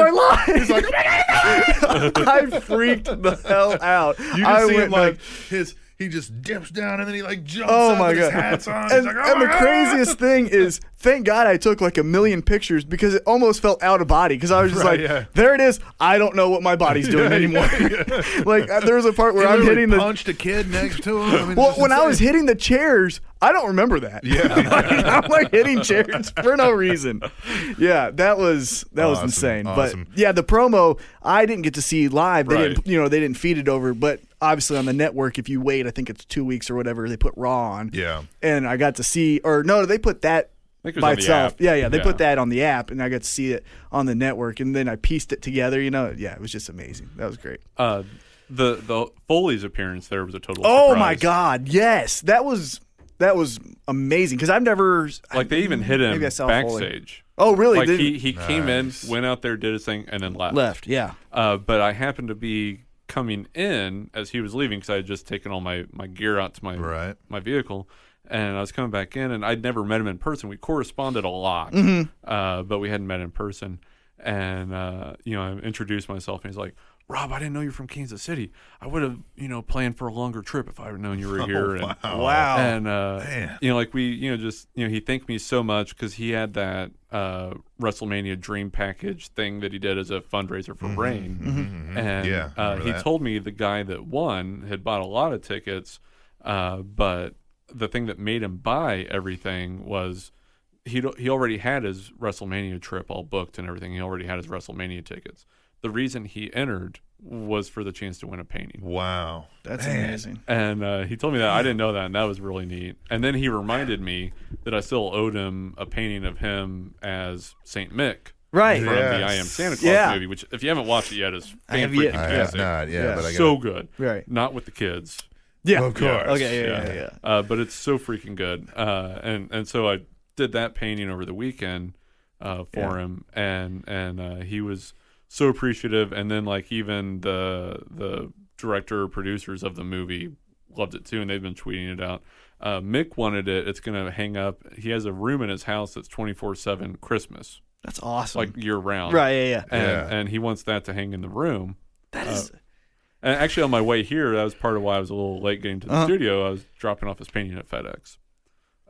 [SPEAKER 1] my life. I freaked the hell out.
[SPEAKER 3] Yeah. You
[SPEAKER 1] I
[SPEAKER 3] just see
[SPEAKER 1] went
[SPEAKER 3] him like his. He just dips down and then he like jumps.
[SPEAKER 1] Oh
[SPEAKER 3] up
[SPEAKER 1] my
[SPEAKER 3] and
[SPEAKER 1] god!
[SPEAKER 3] His hat's on.
[SPEAKER 1] And,
[SPEAKER 3] He's like, oh
[SPEAKER 1] and
[SPEAKER 3] my
[SPEAKER 1] the
[SPEAKER 3] God.
[SPEAKER 1] craziest thing is, thank God I took like a million pictures because it almost felt out of body because I was just
[SPEAKER 3] Right,
[SPEAKER 1] like,
[SPEAKER 3] yeah.
[SPEAKER 1] there it is. I don't know what my body's doing anymore. like uh, there was a part
[SPEAKER 3] He
[SPEAKER 1] where I'm
[SPEAKER 3] literally
[SPEAKER 1] hitting the
[SPEAKER 3] punched a kid next to him. I mean,
[SPEAKER 1] well
[SPEAKER 3] it's
[SPEAKER 1] when I
[SPEAKER 3] insane.
[SPEAKER 1] was hitting the chairs. I don't remember that.
[SPEAKER 3] Yeah.
[SPEAKER 1] Like, I'm like hitting chairs for no reason. Yeah, that was that was
[SPEAKER 3] Awesome,
[SPEAKER 1] insane.
[SPEAKER 3] awesome.
[SPEAKER 1] But yeah, the promo I didn't get to see live. They didn't,
[SPEAKER 6] Right.
[SPEAKER 1] you know, they didn't feed it over. But obviously on the network, if you wait, I think it's two weeks or whatever, they put Raw on.
[SPEAKER 3] Yeah.
[SPEAKER 1] and I got to see, or no, they put that
[SPEAKER 6] think it was
[SPEAKER 1] by
[SPEAKER 6] on the
[SPEAKER 1] itself.
[SPEAKER 6] app.
[SPEAKER 1] Yeah, yeah, they
[SPEAKER 6] Yeah.
[SPEAKER 1] put that on the app, and I got to see it on the network, and then I pieced it together. You know, yeah, it was just amazing. That was great.
[SPEAKER 6] Uh, the the Foley's appearance there was a total.
[SPEAKER 1] Oh
[SPEAKER 6] surprise.
[SPEAKER 1] my God, yes, that was that was amazing because I've never
[SPEAKER 6] Like they even hit him
[SPEAKER 1] Maybe I saw Foley.
[SPEAKER 6] backstage.
[SPEAKER 1] Oh, really?
[SPEAKER 6] Like
[SPEAKER 1] They-
[SPEAKER 6] he, he came in, went out there, did his thing, and then left.
[SPEAKER 1] left. Yeah.
[SPEAKER 6] uh, but I happened to be coming in as he was leaving because I had just taken all my, my gear out to my
[SPEAKER 3] Right.
[SPEAKER 6] my vehicle, and I was coming back in, and I'd never met him in person. We corresponded a lot,
[SPEAKER 3] Mm-hmm.
[SPEAKER 6] uh, but we hadn't met in person. And uh, you know, I introduced myself, and he's like, "Rob, I didn't know you're from Kansas City. I would have you know planned for a longer trip if I would known you were here." and,
[SPEAKER 3] Oh, Wow.
[SPEAKER 6] and uh,
[SPEAKER 3] Oh, Man.
[SPEAKER 6] you know, like we, you know, just you know, he thanked me so much because he had that uh, WrestleMania Dream Package thing that he did as a fundraiser
[SPEAKER 3] Mm-hmm.
[SPEAKER 6] for Rain, and
[SPEAKER 3] Yeah, I
[SPEAKER 6] uh,
[SPEAKER 3] remember
[SPEAKER 6] he
[SPEAKER 3] that.
[SPEAKER 6] told me the guy that won had bought a lot of tickets, uh, but the thing that made him buy everything was he d- he already had his WrestleMania trip all booked and everything. He already had his WrestleMania tickets. The reason he entered was for the chance to win a painting.
[SPEAKER 3] Wow.
[SPEAKER 1] That's amazing.
[SPEAKER 6] And uh, he told me that I didn't know that, and that was really neat. And then he reminded me that I still owed him a painting of him as Saint Mick
[SPEAKER 1] Right.
[SPEAKER 6] from the
[SPEAKER 3] Yes.
[SPEAKER 6] I Am Santa Claus
[SPEAKER 1] Yeah.
[SPEAKER 6] movie, which if you haven't watched it yet, is
[SPEAKER 1] I have
[SPEAKER 6] freaking
[SPEAKER 1] yet-
[SPEAKER 3] I have
[SPEAKER 6] fantastic.
[SPEAKER 3] not. Yeah,
[SPEAKER 1] Yeah.
[SPEAKER 3] but I got
[SPEAKER 6] so good.
[SPEAKER 1] Right.
[SPEAKER 6] Not with the kids.
[SPEAKER 1] Yeah.
[SPEAKER 3] Of course.
[SPEAKER 1] Okay. Yeah. Yeah. yeah.
[SPEAKER 6] Uh, but it's so freaking good. Uh, and and so I did that painting over the weekend uh, for him, and and uh, he was so appreciative. And then like even the the director producers of the movie loved it too, and they've been tweeting it out. Uh, Mick wanted it. It's gonna hang up. He has a room in his house that's twenty four seven Christmas,
[SPEAKER 1] That's awesome.
[SPEAKER 6] like year round.
[SPEAKER 1] right. Yeah. Yeah.
[SPEAKER 6] And,
[SPEAKER 3] Yeah.
[SPEAKER 6] and he wants that to hang in the room.
[SPEAKER 1] That is.
[SPEAKER 6] And actually, on my way here, that was part of why I was a little late getting to
[SPEAKER 1] Uh-huh.
[SPEAKER 6] the studio. I was dropping off his painting at FedEx.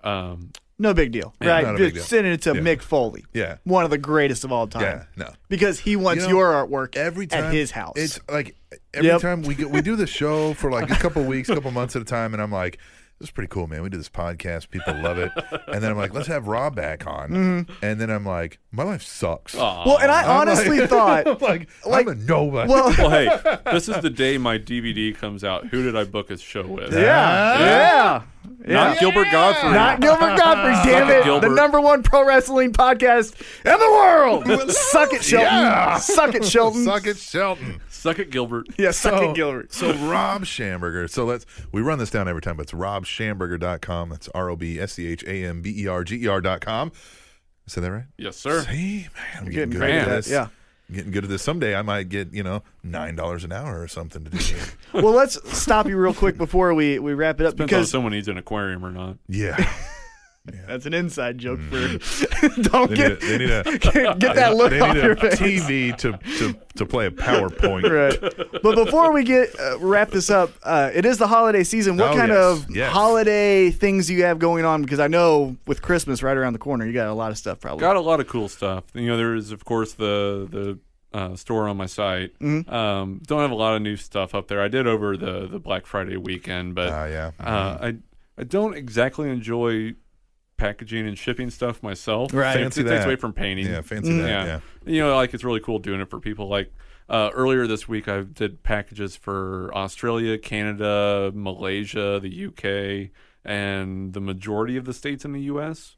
[SPEAKER 6] Um,
[SPEAKER 1] No big deal, right?
[SPEAKER 3] not
[SPEAKER 1] Just
[SPEAKER 3] a big deal.
[SPEAKER 1] sending it to
[SPEAKER 3] Yeah.
[SPEAKER 1] Mick Foley,
[SPEAKER 3] Yeah.
[SPEAKER 1] one of the greatest of all time.
[SPEAKER 3] Yeah, no.
[SPEAKER 1] because he wants
[SPEAKER 3] You know,
[SPEAKER 1] your artwork
[SPEAKER 3] every time
[SPEAKER 1] at his house.
[SPEAKER 3] It's like every
[SPEAKER 1] Yep.
[SPEAKER 3] time we go, we do the show for like a couple weeks, couple months at a time, and I'm like, this is pretty cool, man. We do this podcast, people love it, and then I'm like, let's have Rob back on, and then I'm like, my life sucks.
[SPEAKER 1] well, and Mm-hmm. I
[SPEAKER 3] I'm
[SPEAKER 1] honestly
[SPEAKER 3] like- I'm
[SPEAKER 1] thought,
[SPEAKER 3] like,
[SPEAKER 1] like-
[SPEAKER 3] I'm a nobody.
[SPEAKER 1] well,
[SPEAKER 6] well, hey, this is the day my DVD comes out. Who did I book a show with?
[SPEAKER 1] yeah, yeah,
[SPEAKER 6] Not
[SPEAKER 1] yeah.
[SPEAKER 6] Gilbert Godfrey.
[SPEAKER 1] Not Gilbert Godfrey, damn it! The
[SPEAKER 6] Gilbert.
[SPEAKER 1] number one pro wrestling podcast in the world. Suck it, Shelton.
[SPEAKER 3] Yeah.
[SPEAKER 1] Suck it, Shelton.
[SPEAKER 3] Suck it, Shelton.
[SPEAKER 6] Suck it, Gilbert.
[SPEAKER 1] Yeah, suck
[SPEAKER 3] So-
[SPEAKER 1] it, Gilbert.
[SPEAKER 3] So Rob Schamberger. So let's we run this down every time, but it's robschamberger.com. That's R O B S C H A M B E R G E R dot com. Say that right?
[SPEAKER 6] Yes, sir.
[SPEAKER 3] See, man, I'm
[SPEAKER 1] Getting
[SPEAKER 3] getting, good
[SPEAKER 1] great
[SPEAKER 3] at
[SPEAKER 6] at
[SPEAKER 3] this.
[SPEAKER 1] that, yeah.
[SPEAKER 3] I'm getting good at this. Someday I might get you know nine dollars an hour or something to do. here.
[SPEAKER 1] Well, let's stop you real quick before we, we wrap it up
[SPEAKER 6] Depends on if
[SPEAKER 1] because
[SPEAKER 6] someone needs an aquarium or not.
[SPEAKER 3] yeah,
[SPEAKER 1] that's an inside joke for. don't
[SPEAKER 3] they need a,
[SPEAKER 1] get
[SPEAKER 3] they need a,
[SPEAKER 1] get that look
[SPEAKER 3] they
[SPEAKER 1] off
[SPEAKER 3] need a
[SPEAKER 1] your face.
[SPEAKER 3] TV to, to to play a PowerPoint.
[SPEAKER 1] right. But before we get uh, wrap this up, uh, it is the holiday season. What
[SPEAKER 3] Oh,
[SPEAKER 1] kind
[SPEAKER 3] yes,
[SPEAKER 1] of
[SPEAKER 3] yes.
[SPEAKER 1] holiday things do you have going on? Because I know with Christmas right around the corner, you got a lot of stuff probably.
[SPEAKER 6] Got a lot of cool stuff. You know, there is of course the the uh, store on my site.
[SPEAKER 3] Mm-hmm.
[SPEAKER 6] Um, don't have a lot of new stuff up there. I did over the the Black Friday weekend, but
[SPEAKER 3] Ah, yeah.
[SPEAKER 6] uh, I I don't exactly enjoy packaging and shipping stuff myself.
[SPEAKER 1] Right.
[SPEAKER 6] It-
[SPEAKER 3] Fancy
[SPEAKER 6] it takes
[SPEAKER 3] that.
[SPEAKER 6] away from painting.
[SPEAKER 3] Yeah, fancy that.
[SPEAKER 6] yeah.
[SPEAKER 3] Yeah.
[SPEAKER 6] You know, like it's really cool doing it for people. Like uh, earlier this week, I did packages for Australia, Canada, Malaysia, the UK, and the majority of the states in the US.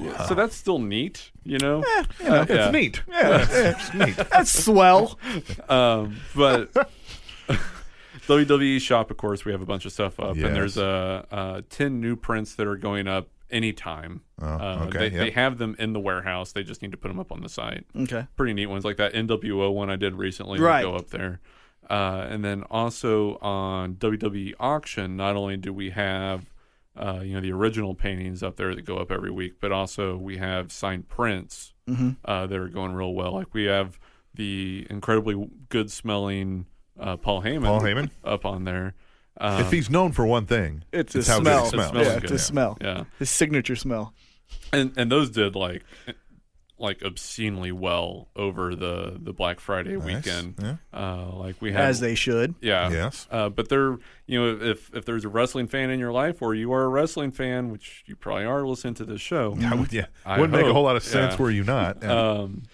[SPEAKER 6] Yeah, so that's still neat, you know?
[SPEAKER 3] Eh.
[SPEAKER 6] Uh, yeah.
[SPEAKER 3] neat. Yeah, it's neat.
[SPEAKER 1] That's swell.
[SPEAKER 6] Um, but WWE shop, of course, we have a bunch of stuff up,
[SPEAKER 3] Yes.
[SPEAKER 6] and there's uh, uh, ten new prints that are going up anytime. uh,
[SPEAKER 3] Oh, okay,
[SPEAKER 6] they,
[SPEAKER 3] yep.
[SPEAKER 6] they have them in the warehouse. They just need to put them up on the site.
[SPEAKER 1] Okay.
[SPEAKER 6] Pretty neat ones like that NWO one I did recently.
[SPEAKER 1] Right.
[SPEAKER 6] Would go up there. Uh, and then also on WWE auction, not only do we have uh, you know the original paintings up there that go up every week, but also we have signed prints
[SPEAKER 1] Mm-hmm.
[SPEAKER 6] uh, that are going real well. Like we have the incredibly good smelling uh, Paul Heyman,
[SPEAKER 3] Paul Heyman?
[SPEAKER 6] up on there. Uh,
[SPEAKER 3] if he's known for one thing,
[SPEAKER 1] It's
[SPEAKER 3] it's
[SPEAKER 1] a
[SPEAKER 3] how
[SPEAKER 1] smell.
[SPEAKER 3] good it smells.
[SPEAKER 6] smells
[SPEAKER 1] yeah,
[SPEAKER 6] good.
[SPEAKER 1] it's a smell.
[SPEAKER 6] yeah,
[SPEAKER 1] His signature smell.
[SPEAKER 6] and and those did like like obscenely well over the the Black Friday
[SPEAKER 3] Nice.
[SPEAKER 6] weekend.
[SPEAKER 3] Yeah.
[SPEAKER 6] Uh, like we had
[SPEAKER 1] As they should.
[SPEAKER 6] Yeah.
[SPEAKER 3] Yes.
[SPEAKER 6] Uh, but they're you know if if there's a wrestling fan in your life or you are a wrestling fan, which you probably are listening to this show,
[SPEAKER 3] I would, yeah,
[SPEAKER 6] I
[SPEAKER 3] wouldn't make a
[SPEAKER 6] hope.
[SPEAKER 3] whole lot of sense
[SPEAKER 6] Yeah.
[SPEAKER 3] were you not. Yeah.
[SPEAKER 6] um,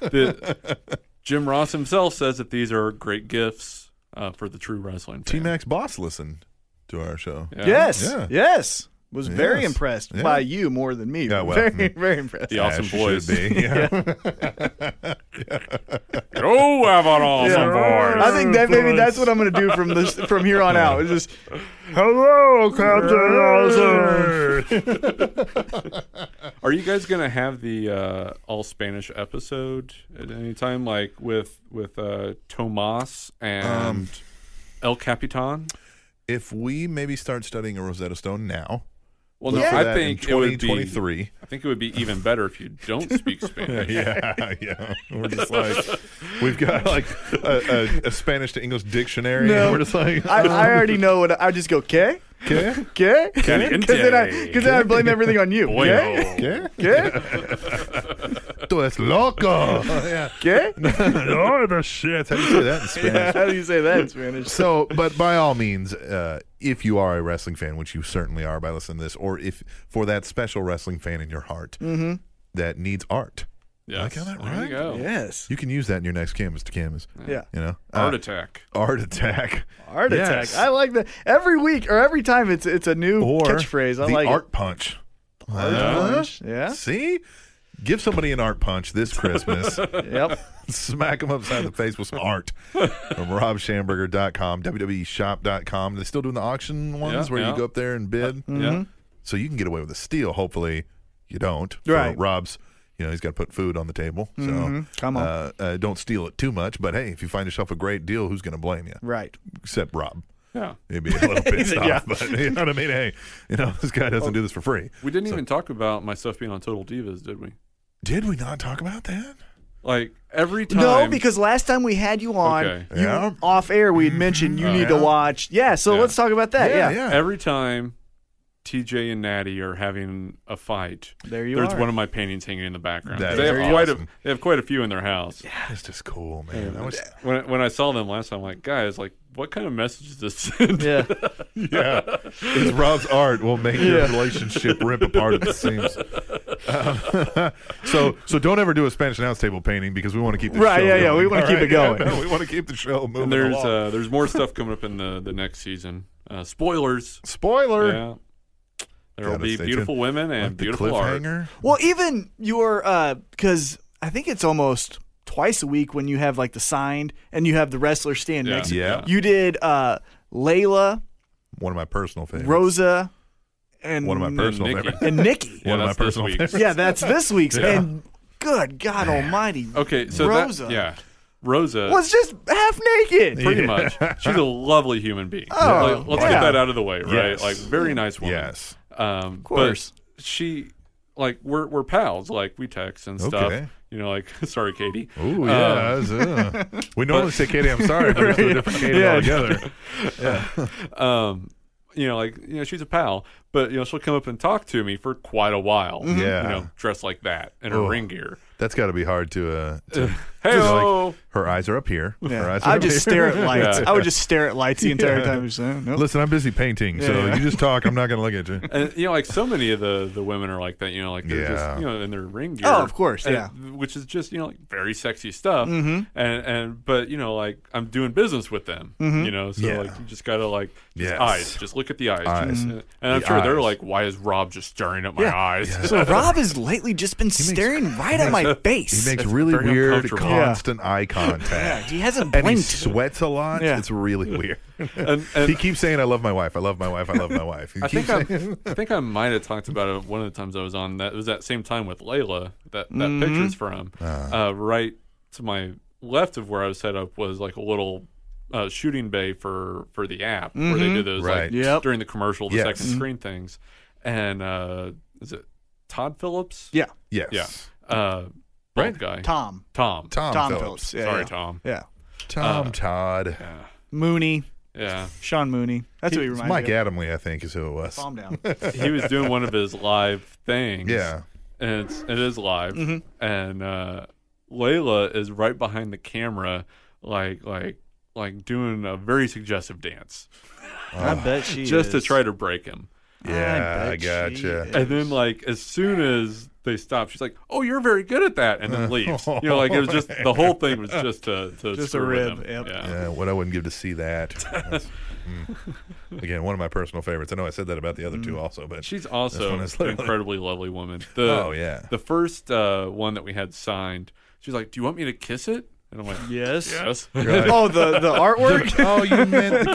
[SPEAKER 6] the, Jim Ross himself says that these are great gifts uh, for the true wrestling
[SPEAKER 3] T
[SPEAKER 6] fan.
[SPEAKER 3] Max Boss listened to our show.
[SPEAKER 6] Yeah.
[SPEAKER 1] Yes.
[SPEAKER 3] Yeah.
[SPEAKER 1] Yes. Was very
[SPEAKER 3] Yes.
[SPEAKER 1] impressed
[SPEAKER 3] Yeah.
[SPEAKER 1] by you more than me.
[SPEAKER 3] Yeah, well,
[SPEAKER 1] very,
[SPEAKER 3] mm.
[SPEAKER 1] very impressed.
[SPEAKER 6] The awesome
[SPEAKER 3] As you
[SPEAKER 6] boys.
[SPEAKER 3] should be, yeah.
[SPEAKER 6] Oh, have an awesome boys.
[SPEAKER 1] I think that maybe that's what I'm going to do from this from here on out. Is just
[SPEAKER 3] Hello, Captain Awesome.
[SPEAKER 6] Are you guys gonna have the uh, all Spanish episode at any time, like with with uh, Tomas and
[SPEAKER 3] Um,
[SPEAKER 6] El Capitan?
[SPEAKER 3] If we maybe start studying a Rosetta Stone now,
[SPEAKER 6] Well, no,
[SPEAKER 3] look for
[SPEAKER 6] I
[SPEAKER 3] that
[SPEAKER 6] think
[SPEAKER 3] in
[SPEAKER 6] it would
[SPEAKER 3] twenty
[SPEAKER 6] be.
[SPEAKER 3] three.
[SPEAKER 6] I think it would be even better if you don't speak Spanish.
[SPEAKER 3] Yeah, yeah. We're just like, we've got like a, a, a Spanish to English dictionary.
[SPEAKER 1] No.
[SPEAKER 3] And we're just like,
[SPEAKER 1] I, I already know what I just go. Okay.
[SPEAKER 3] okay,
[SPEAKER 1] Okay. Because then I because then I blame everything on you.
[SPEAKER 6] Boy,
[SPEAKER 1] Okay.
[SPEAKER 6] oh.
[SPEAKER 3] okay.
[SPEAKER 1] Okay.
[SPEAKER 3] esto es loco. yeah.
[SPEAKER 1] Okay?
[SPEAKER 3] oh, the shit. How do you say that in Spanish?
[SPEAKER 1] How do you say that in Spanish?
[SPEAKER 3] So, but by all means, uh, if you are a wrestling fan, which you certainly are by listening to this, or if for that special wrestling fan in your heart that needs art,
[SPEAKER 6] Yes.
[SPEAKER 3] Like, am I
[SPEAKER 6] There
[SPEAKER 3] right?
[SPEAKER 6] you go.
[SPEAKER 1] Yes.
[SPEAKER 3] you can use that in your next canvas to canvas.
[SPEAKER 1] Yeah.
[SPEAKER 3] You know,
[SPEAKER 6] Heart
[SPEAKER 3] Uh,
[SPEAKER 6] attack.
[SPEAKER 3] art attack,
[SPEAKER 1] Art
[SPEAKER 3] Yes.
[SPEAKER 1] attack. I like that. Every week or every time it's it's a new
[SPEAKER 3] or
[SPEAKER 1] catchphrase. I
[SPEAKER 3] the
[SPEAKER 1] like
[SPEAKER 3] art punch. Art
[SPEAKER 1] punch, yeah.
[SPEAKER 3] See, give somebody an art punch this Christmas.
[SPEAKER 1] it. Yep.
[SPEAKER 3] Smack them upside the face with some art from robshamberger.com, wweshop.com. They're still doing the auction ones
[SPEAKER 6] Yeah,
[SPEAKER 3] where
[SPEAKER 6] yeah.
[SPEAKER 3] you go up there and bid.
[SPEAKER 1] Uh,
[SPEAKER 6] Yeah.
[SPEAKER 3] So you can get away with a steal. Hopefully, you don't. So
[SPEAKER 1] Right. Mm-hmm.
[SPEAKER 3] Rob's, you know, he's got to put food on the table. So
[SPEAKER 1] Come on.
[SPEAKER 3] Uh, uh, don't steal it too much. But hey, if you find yourself a great deal, who's going to blame you?
[SPEAKER 1] Right.
[SPEAKER 3] Except Rob.
[SPEAKER 6] Yeah.
[SPEAKER 3] He'd be a little pissed
[SPEAKER 1] said,
[SPEAKER 3] off.
[SPEAKER 1] yeah.
[SPEAKER 3] But you know what I mean? Hey, you know, this guy doesn't do this for free.
[SPEAKER 6] We didn't
[SPEAKER 3] So-
[SPEAKER 6] even talk about my stuff being on Total Divas, did we?
[SPEAKER 3] Did we not talk about that?
[SPEAKER 6] Like every time.
[SPEAKER 1] No, because last time we had you on,
[SPEAKER 6] Okay.
[SPEAKER 1] you
[SPEAKER 3] Yeah.
[SPEAKER 1] off air, we had mentioned you
[SPEAKER 3] Oh,
[SPEAKER 1] need to
[SPEAKER 3] yeah.
[SPEAKER 1] watch. Yeah, so
[SPEAKER 6] Yeah.
[SPEAKER 1] let's talk about that. Uh, Yeah,
[SPEAKER 6] every time TJ and Natty are having a fight,
[SPEAKER 1] there you
[SPEAKER 6] there's
[SPEAKER 1] are.
[SPEAKER 6] one of my paintings hanging in the background.
[SPEAKER 3] That
[SPEAKER 6] they
[SPEAKER 3] is
[SPEAKER 6] have quite a
[SPEAKER 3] awesome.
[SPEAKER 6] they have quite a few in their house.
[SPEAKER 3] That's just cool, man. I was,
[SPEAKER 6] When when I saw them last time, I'm like, guys, like what kind of message is this? send?
[SPEAKER 1] yeah,
[SPEAKER 3] yeah. It's Rob's art will make your relationship rip apart at the seams. Um, so so don't ever do a Spanish announce table painting because we want to keep the
[SPEAKER 1] Right,
[SPEAKER 3] show
[SPEAKER 1] yeah, yeah,
[SPEAKER 3] going.
[SPEAKER 1] we wanna
[SPEAKER 3] All
[SPEAKER 1] keep it
[SPEAKER 3] yeah,
[SPEAKER 1] going.
[SPEAKER 3] no, we want to keep the show moving.
[SPEAKER 6] And there's
[SPEAKER 3] along.
[SPEAKER 6] uh, there's more stuff coming up in the the next season. Uh, spoilers.
[SPEAKER 3] spoiler.
[SPEAKER 6] Yeah. There will
[SPEAKER 3] Gotta
[SPEAKER 6] be
[SPEAKER 3] stay
[SPEAKER 6] beautiful
[SPEAKER 3] tuned.
[SPEAKER 6] women and
[SPEAKER 3] Like the
[SPEAKER 6] beautiful art.
[SPEAKER 3] cliffhanger.
[SPEAKER 1] Well, even your because I think it's almost twice a week when you have like the signed and you have the wrestler stand
[SPEAKER 6] Yeah.
[SPEAKER 1] next.
[SPEAKER 3] Yeah.
[SPEAKER 1] You did uh, Layla,
[SPEAKER 3] One of my personal favorites.
[SPEAKER 1] Rosa, and
[SPEAKER 3] One of my personal
[SPEAKER 6] Nikki.
[SPEAKER 3] favorites.
[SPEAKER 1] and Nikki.
[SPEAKER 6] Yeah,
[SPEAKER 3] One of my
[SPEAKER 6] that's this
[SPEAKER 3] personal
[SPEAKER 6] week.
[SPEAKER 3] favorites.
[SPEAKER 1] yeah, that's this week's. And good God Almighty,
[SPEAKER 6] Okay, so
[SPEAKER 1] Rosa
[SPEAKER 6] that yeah, Rosa
[SPEAKER 1] was just half naked.
[SPEAKER 6] pretty much. She's a lovely human being.
[SPEAKER 1] Oh,
[SPEAKER 6] Like, let's
[SPEAKER 1] yeah.
[SPEAKER 6] get that out of the way, right?
[SPEAKER 3] Yes.
[SPEAKER 6] Like very nice woman.
[SPEAKER 3] Yes.
[SPEAKER 6] Um, of
[SPEAKER 1] course.
[SPEAKER 6] But she, like, we're we're pals. Like we text and stuff.
[SPEAKER 3] Okay.
[SPEAKER 6] You know, like, sorry, Katie.
[SPEAKER 3] Ooh, yeah. that's, uh, we normally say Katie, I'm sorry, but it's a different Katie altogether.
[SPEAKER 6] Um, you know, like, you know, she's a pal, but you know, she'll come up and talk to me for quite a while.
[SPEAKER 3] Mm-hmm. Yeah.
[SPEAKER 6] You know, dressed like that in her
[SPEAKER 3] Ugh.
[SPEAKER 6] ring gear.
[SPEAKER 3] That's got to be hard to. Uh, to
[SPEAKER 6] Hey,
[SPEAKER 3] you know, like, her eyes are up here. Her eyes are
[SPEAKER 1] I would
[SPEAKER 3] up
[SPEAKER 1] just
[SPEAKER 3] here.
[SPEAKER 1] stare at lights.
[SPEAKER 6] Yeah.
[SPEAKER 1] I would just stare at lights the entire time. You're saying, nope.
[SPEAKER 3] Listen, I'm busy painting, so you just talk. I'm not going to look at you.
[SPEAKER 6] and you know, like so many of the the women are like that. You know, like they're
[SPEAKER 3] Yeah.
[SPEAKER 6] just you know in their ring gear.
[SPEAKER 1] Oh, of course,
[SPEAKER 6] and-
[SPEAKER 1] yeah.
[SPEAKER 6] Which is just you know like very sexy stuff. Mm-hmm. And and but you know like I'm doing business with them. You know, so
[SPEAKER 3] Mm-hmm. Yeah.
[SPEAKER 6] like you just gotta like just
[SPEAKER 3] Yes.
[SPEAKER 6] eyes, just look at the eyes.
[SPEAKER 3] Eyes.
[SPEAKER 6] And I'm
[SPEAKER 3] The
[SPEAKER 6] sure they're
[SPEAKER 3] eyes.
[SPEAKER 6] like, why is Rob just staring at my
[SPEAKER 1] Yeah.
[SPEAKER 6] eyes?
[SPEAKER 1] So Rob has lately just been staring right at my face.
[SPEAKER 3] He makes
[SPEAKER 6] That's
[SPEAKER 3] really
[SPEAKER 6] very
[SPEAKER 3] weird,
[SPEAKER 6] uncomfortable.
[SPEAKER 3] constant eye
[SPEAKER 1] yeah,
[SPEAKER 3] contact.
[SPEAKER 1] he hasn't
[SPEAKER 3] And he
[SPEAKER 1] blinked.
[SPEAKER 3] sweats a lot.
[SPEAKER 1] Yeah.
[SPEAKER 3] It's really weird.
[SPEAKER 6] and, and
[SPEAKER 3] he keeps saying, "I love my wife. I love my wife. I love my wife." He
[SPEAKER 6] I
[SPEAKER 3] keeps
[SPEAKER 6] think
[SPEAKER 3] saying,
[SPEAKER 6] I, I think I might have talked about it one of the times I was on. That it was that same time with Layla that that
[SPEAKER 3] Mm-hmm.
[SPEAKER 6] picture's from.
[SPEAKER 3] Ah.
[SPEAKER 6] Uh, right to my left of where I was set up was like a little uh, shooting bay for for the app where they do those
[SPEAKER 3] Mm-hmm. Right.
[SPEAKER 6] like
[SPEAKER 1] Yep.
[SPEAKER 6] during the commercial, the
[SPEAKER 3] Yes.
[SPEAKER 6] second screen things. And uh, is it Todd Phillips?
[SPEAKER 1] yeah,
[SPEAKER 3] "Yes,
[SPEAKER 6] yeah. Uh, bald guy.
[SPEAKER 1] Tom.
[SPEAKER 6] Tom.
[SPEAKER 3] Tom,
[SPEAKER 1] Tom
[SPEAKER 3] Phillips.
[SPEAKER 1] Phillips. Yeah,
[SPEAKER 6] Sorry,
[SPEAKER 1] yeah.
[SPEAKER 6] Tom.
[SPEAKER 1] Yeah.
[SPEAKER 3] Tom Todd,
[SPEAKER 1] Mooney,
[SPEAKER 6] Yeah.
[SPEAKER 1] Sean Mooney. That's what he
[SPEAKER 3] It's
[SPEAKER 1] reminds
[SPEAKER 3] Mike
[SPEAKER 1] me of.
[SPEAKER 3] Adamley, I think, is who it was."
[SPEAKER 1] Calm down.
[SPEAKER 6] he was doing one of his live things.
[SPEAKER 3] Yeah.
[SPEAKER 6] and it's, it is live, and uh, Layla is right behind the camera, like like like doing a very suggestive dance,
[SPEAKER 1] I bet she
[SPEAKER 6] just to
[SPEAKER 1] is.
[SPEAKER 6] try to break him.
[SPEAKER 3] Yeah,
[SPEAKER 1] bet
[SPEAKER 3] I
[SPEAKER 1] she
[SPEAKER 3] gotcha.
[SPEAKER 1] is.
[SPEAKER 6] And then like as soon as they stop, she's like, "Oh, you're very good at that," and then leaves. You know, like it was just the whole thing was just to, to
[SPEAKER 1] Just a
[SPEAKER 6] screw
[SPEAKER 1] rib,
[SPEAKER 6] with
[SPEAKER 1] yep.
[SPEAKER 6] him. Yeah.
[SPEAKER 3] Yeah, what I wouldn't give to see that. That's- mm. Again, one of my personal favorites. I know I said that about the other
[SPEAKER 6] Mm.
[SPEAKER 3] two also, but
[SPEAKER 6] She's
[SPEAKER 3] This
[SPEAKER 6] also
[SPEAKER 3] one
[SPEAKER 6] an
[SPEAKER 3] is literally-
[SPEAKER 6] incredibly lovely woman. The,
[SPEAKER 3] Oh, yeah.
[SPEAKER 6] The first uh, one that we had signed, she's like, "Do you want me to kiss it?" And I'm like,
[SPEAKER 1] Yes.
[SPEAKER 6] "Yes."
[SPEAKER 3] Right.
[SPEAKER 1] Oh, the the artwork,
[SPEAKER 3] oh, you meant the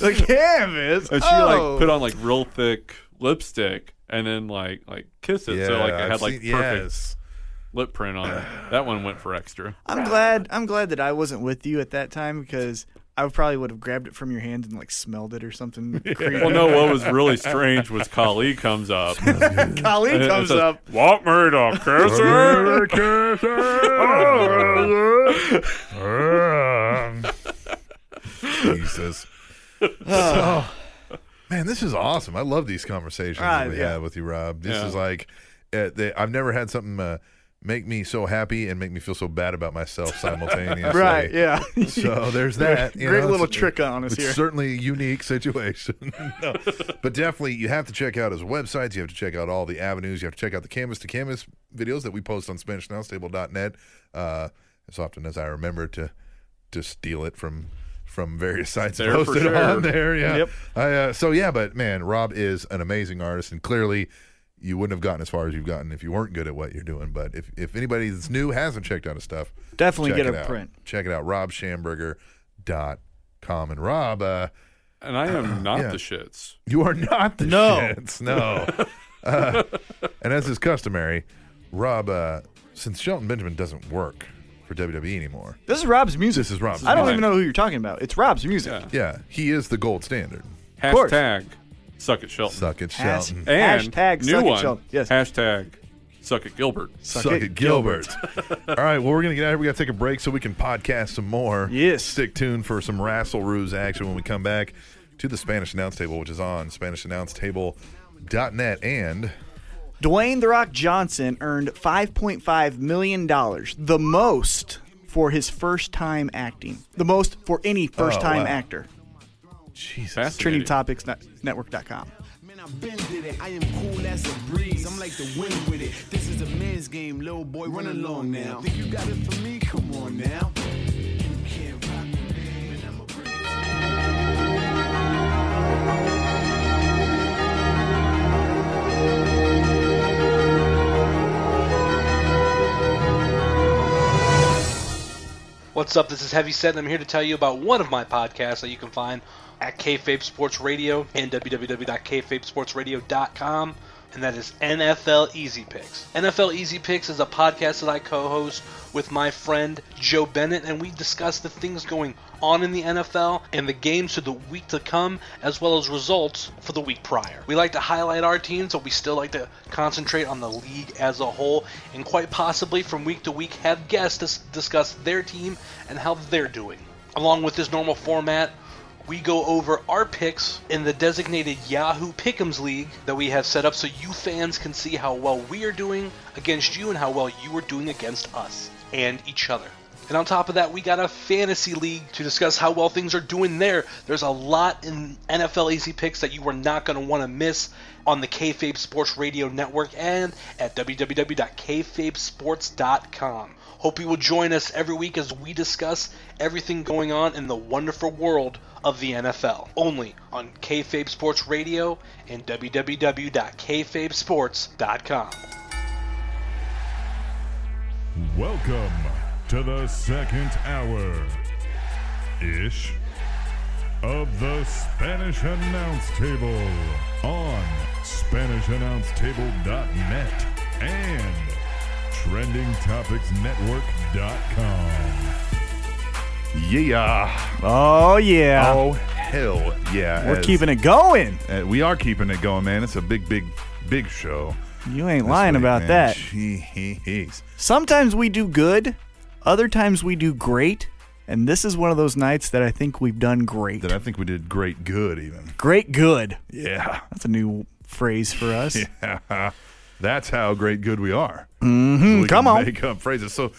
[SPEAKER 1] the canvas.
[SPEAKER 6] And she
[SPEAKER 1] Oh.
[SPEAKER 6] like put on like real thick lipstick and then like like kiss it. so like it
[SPEAKER 3] I've
[SPEAKER 6] had like
[SPEAKER 3] seen-
[SPEAKER 6] perfect
[SPEAKER 3] yes.
[SPEAKER 6] lip print on it. That one went for extra.
[SPEAKER 1] I'm glad. I'm glad that I wasn't with you at that time because I probably would have grabbed it from your hand and like smelled it or something. creepy.
[SPEAKER 6] Well, no, what was really strange was Kali comes up. and
[SPEAKER 1] Colleen
[SPEAKER 6] it
[SPEAKER 1] comes
[SPEAKER 6] says,
[SPEAKER 1] up.
[SPEAKER 6] Walt Murdoch, kiss her.
[SPEAKER 3] Jesus. So,
[SPEAKER 1] Oh.
[SPEAKER 3] man, this is awesome. I love these conversations
[SPEAKER 1] Right,
[SPEAKER 3] that we
[SPEAKER 1] Uh, yeah.
[SPEAKER 3] have with you, Rob. This
[SPEAKER 6] Yeah.
[SPEAKER 3] is like, uh, they, I've never had something uh, make me so happy and make me feel so bad about myself simultaneously.
[SPEAKER 1] Right. Yeah.
[SPEAKER 3] So there's that. you
[SPEAKER 1] Great
[SPEAKER 3] know,
[SPEAKER 1] little
[SPEAKER 3] it's-
[SPEAKER 1] trick on us
[SPEAKER 3] it's
[SPEAKER 1] here.
[SPEAKER 3] certainly a unique situation. No. But definitely, you have to check out his websites. You have to check out all the avenues. You have to check out the canvas to canvas videos that we post on SpanishNowStable.net uh, as often as I remember to to steal it from from various sites
[SPEAKER 6] There for
[SPEAKER 3] posted
[SPEAKER 6] sure.
[SPEAKER 3] on there. Yeah.
[SPEAKER 1] Yep.
[SPEAKER 3] I, uh, so yeah, but man, Rob is an amazing artist, and clearly. You wouldn't have gotten as far as you've gotten if you weren't good at what you're doing. But if, if anybody that's new hasn't checked out his stuff,
[SPEAKER 1] Definitely
[SPEAKER 3] check
[SPEAKER 1] get
[SPEAKER 3] it
[SPEAKER 1] a
[SPEAKER 3] out.
[SPEAKER 1] print.
[SPEAKER 3] Check it out, robshamburger.com. And Rob, uh,
[SPEAKER 6] And I am not
[SPEAKER 3] Yeah.
[SPEAKER 6] the shits.
[SPEAKER 3] you are not the
[SPEAKER 1] No.
[SPEAKER 3] shits. No. Uh, and as is customary, Rob, uh, since Shelton Benjamin doesn't work for WWE anymore,
[SPEAKER 1] This is Rob's music.
[SPEAKER 3] This is Rob's
[SPEAKER 1] I don't
[SPEAKER 6] music.
[SPEAKER 1] even know who you're talking about. It's Rob's music.
[SPEAKER 6] Yeah.
[SPEAKER 3] yeah, he is the gold standard.
[SPEAKER 1] course.
[SPEAKER 6] Hashtag suck at Shelton.
[SPEAKER 3] Suck it,
[SPEAKER 1] Has-
[SPEAKER 3] Shelton.
[SPEAKER 6] And
[SPEAKER 1] Hashtag
[SPEAKER 6] new
[SPEAKER 1] suck at
[SPEAKER 6] one.
[SPEAKER 1] Shelton. Yes.
[SPEAKER 6] Hashtag suck at Gilbert.
[SPEAKER 3] Suck, it, Gilbert. All right, well, we're going to get out of here. We got to take a break so we can podcast some more.
[SPEAKER 1] Yes.
[SPEAKER 3] Stick tuned for some Rassel Ruse action when we come back to the Spanish Announce Table, which is on SpanishAnnounceTable.net and.
[SPEAKER 1] Dwayne The Rock Johnson earned $5.5 million, the most for his first time acting, the most for any first time
[SPEAKER 3] Oh, wow.
[SPEAKER 1] actor.
[SPEAKER 6] Fascinating.
[SPEAKER 1] TrinityTopicsNetwork.com.
[SPEAKER 8] Man, I've been did it. I am cool as a breeze. I'm like the wind with it. This is a man's game, little boy. Run along now. Think you got it for me? Come on now. You can't rock with me. Man, I'ma bring it.
[SPEAKER 9] What's up? This is Heavy Set, and I'm here to tell you about one of my podcasts that you can find at Kayfabe Sports Radio and www.kayfabesportsradio.com, and that is NFL Easy Picks. NFL Easy Picks is a podcast that I co-host with my friend Joe Bennett, and we discuss the things going on in the NFL and the games for the week to come, as well as results for the week prior. We like to highlight our teams, but we still like to concentrate on the league as a whole, and quite possibly from week to week have guests dis- discuss their team and how they're doing. Along with this normal format, we go over our picks in the designated Yahoo Pick'ems League that we have set up so you fans can see how well we are doing against you and how well you are doing against us and each other. And on top of that, we got a fantasy league to discuss how well things are doing there. There's a lot in NFL Easy Picks that you are not going to want to miss on the KFABE Sports Radio Network and at www.kfabesports.com. Hope you will join us every week as we discuss everything going on in the wonderful world of the NFL. Only on KFABE Sports Radio and www.kfabesports.com.
[SPEAKER 7] Welcome to the second hour ish of the Spanish Announce Table on SpanishAnnounceTable.net and TrendingTopicsNetwork.com.
[SPEAKER 3] Yeah.
[SPEAKER 1] Oh, yeah.
[SPEAKER 3] Oh, hell yeah.
[SPEAKER 1] We're
[SPEAKER 3] As-
[SPEAKER 1] keeping it going.
[SPEAKER 3] Uh, we are keeping it going, man. It's a big, big, big show.
[SPEAKER 1] You ain't
[SPEAKER 3] this
[SPEAKER 1] lying
[SPEAKER 3] week,
[SPEAKER 1] about
[SPEAKER 3] man.
[SPEAKER 1] that.
[SPEAKER 3] Jeez.
[SPEAKER 1] Sometimes we do good, other times we do great, and this is one of those nights that I think we've done great.
[SPEAKER 3] That I think we did great good, even.
[SPEAKER 1] Great good.
[SPEAKER 3] Yeah.
[SPEAKER 1] That's a new phrase for us.
[SPEAKER 3] That's how great good we are. we
[SPEAKER 1] Mm-hmm. come
[SPEAKER 3] can
[SPEAKER 1] on.
[SPEAKER 3] Make up phrases. So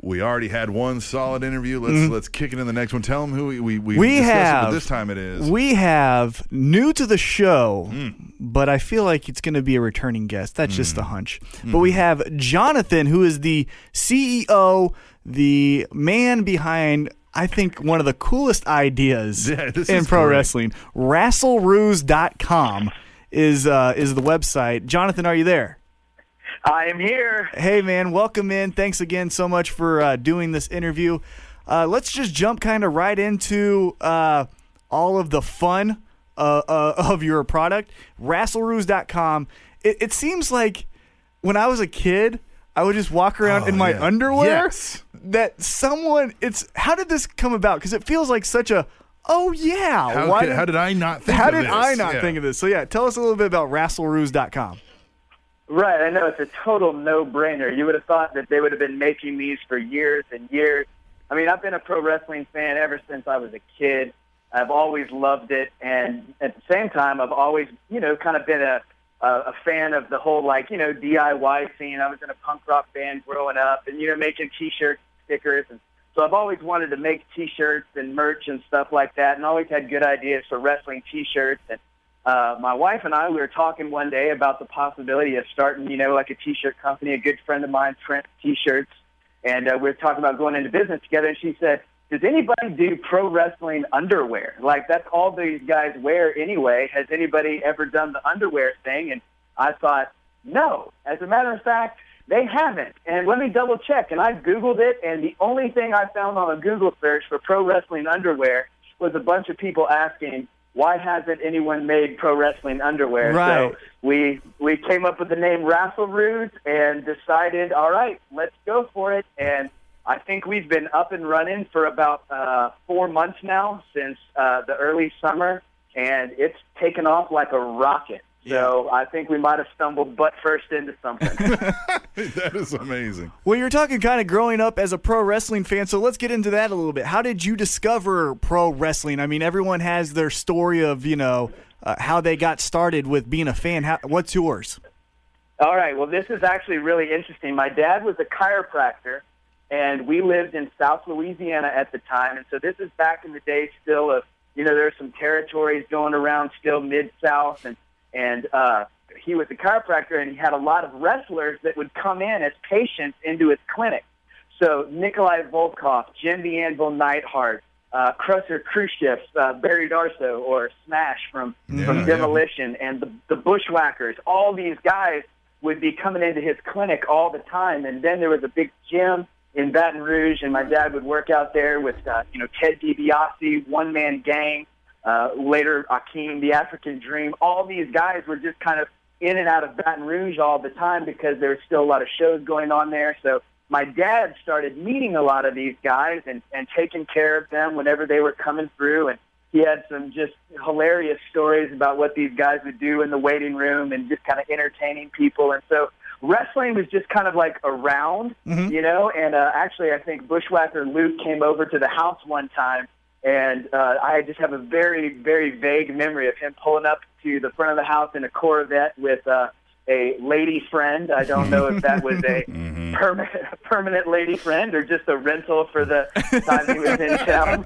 [SPEAKER 3] we already had one solid interview. Let's let's kick it in the next one. Tell them who we we, we,
[SPEAKER 1] Mm-hmm. We
[SPEAKER 3] discussed it, but
[SPEAKER 1] have
[SPEAKER 3] this time it is. Mm.
[SPEAKER 1] We have new to the show, but I feel like it's going to be a returning guest. That's just a hunch. But
[SPEAKER 3] Mm-hmm.
[SPEAKER 1] we have Jonathan, who is the CEO, the man behind. I think one of the coolest ideas
[SPEAKER 3] Yeah, this
[SPEAKER 1] in
[SPEAKER 3] is
[SPEAKER 1] pro
[SPEAKER 3] great.
[SPEAKER 1] wrestling, wrestleruse.com is uh, is the website. Jonathan, are you there?
[SPEAKER 10] I am here.
[SPEAKER 1] Hey, man, welcome in. Thanks again so much for uh, doing this interview. Uh, let's just jump kind of right into uh, all of the fun uh, uh, of your product, Rasselroos.com. It, it seems like when I was a kid, I would just walk around
[SPEAKER 3] Oh,
[SPEAKER 1] in my
[SPEAKER 3] yeah.
[SPEAKER 1] underwear.
[SPEAKER 3] Yes.
[SPEAKER 1] That someone, it's how did this come about? Because it feels like such a, oh yeah,
[SPEAKER 3] how,
[SPEAKER 1] why
[SPEAKER 3] could- how did I not think
[SPEAKER 1] how
[SPEAKER 3] of
[SPEAKER 1] did
[SPEAKER 3] this?
[SPEAKER 1] I not
[SPEAKER 3] Yeah.
[SPEAKER 1] think of this? So yeah, tell us a little bit about Rasselroos.com.
[SPEAKER 10] Right, I know it's a total no-brainer. You would have thought that they would have been making these for years and years. I mean, I've been a pro wrestling fan ever since I was a kid. I've always loved it, and at the same time, I've always, you know, kind of been a uh, a fan of the whole like you know DIY scene. I was in a punk rock band growing up, and you know making T-shirts, stickers, and so I've always wanted to make T-shirts and merch and stuff like that, and always had good ideas for wrestling T-shirts. And uh, my wife and I we were talking one day about the possibility of starting you know like a T-shirt company. A good friend of mine prints T-shirts, and uh, we were talking about going into business together. And she said. Does anybody do pro wrestling underwear? Like that's all these guys wear anyway. Has anybody ever done the underwear thing? And I thought, no. As a matter of fact, they haven't. And let me double check. And I googled it, and the only thing I found on a Google search for pro wrestling underwear was a bunch of people asking, why hasn't anyone made pro wrestling underwear?
[SPEAKER 1] Right.
[SPEAKER 10] So we we came up with the name Raffle Rudes and decided, all right, let's go for it. And I think we've been up and running for about uh, four months now since uh, the early summer, and it's taken off like a rocket. So I think we might have stumbled butt first into something.
[SPEAKER 3] that is amazing.
[SPEAKER 5] Well, you're talking kind of growing up as a pro wrestling fan, so let's get into that a little bit. How did you discover pro wrestling? I mean, everyone has their story of you know uh, how they got started with being a fan. How, what's yours?
[SPEAKER 10] All right. Well, this is actually really interesting. My dad was a chiropractor, and we lived in South Louisiana at the time. And so this is back in the day still of, you know, there's some territories going around still mid-South. And, and uh, he was a chiropractor, and he had a lot of wrestlers that would come in as patients into his clinic. So Nikolai Volkoff, Jim the Anvil Neidhart, uh, Crusher Khrushchev, uh, Barry Darso, or Smash from,
[SPEAKER 3] Yeah,
[SPEAKER 10] from
[SPEAKER 3] yeah.
[SPEAKER 10] Demolition, and the, the Bushwhackers, all these guys would be coming into his clinic all the time. And then there was a big gym in Baton Rouge, and my dad would work out there with, uh, you know, Ted DiBiase, One Man Gang, uh, later Akeem, The African Dream. All these guys were just kind of in and out of Baton Rouge all the time because there was still a lot of shows going on there. So my dad started meeting a lot of these guys and, and taking care of them whenever they were coming through. And he had some just hilarious stories about what these guys would do in the waiting room and just kind of entertaining people. And so wrestling was just kind of like around, you know. And uh, actually, I think Bushwhacker Luke came over to the house one time, and uh, I just have a very, very vague memory of him pulling up to the front of the house in a Corvette with. Uh, a lady friend. I don't know if that was a
[SPEAKER 3] Mm-hmm.
[SPEAKER 10] permanent permanent lady friend or just a rental for the time he was in town.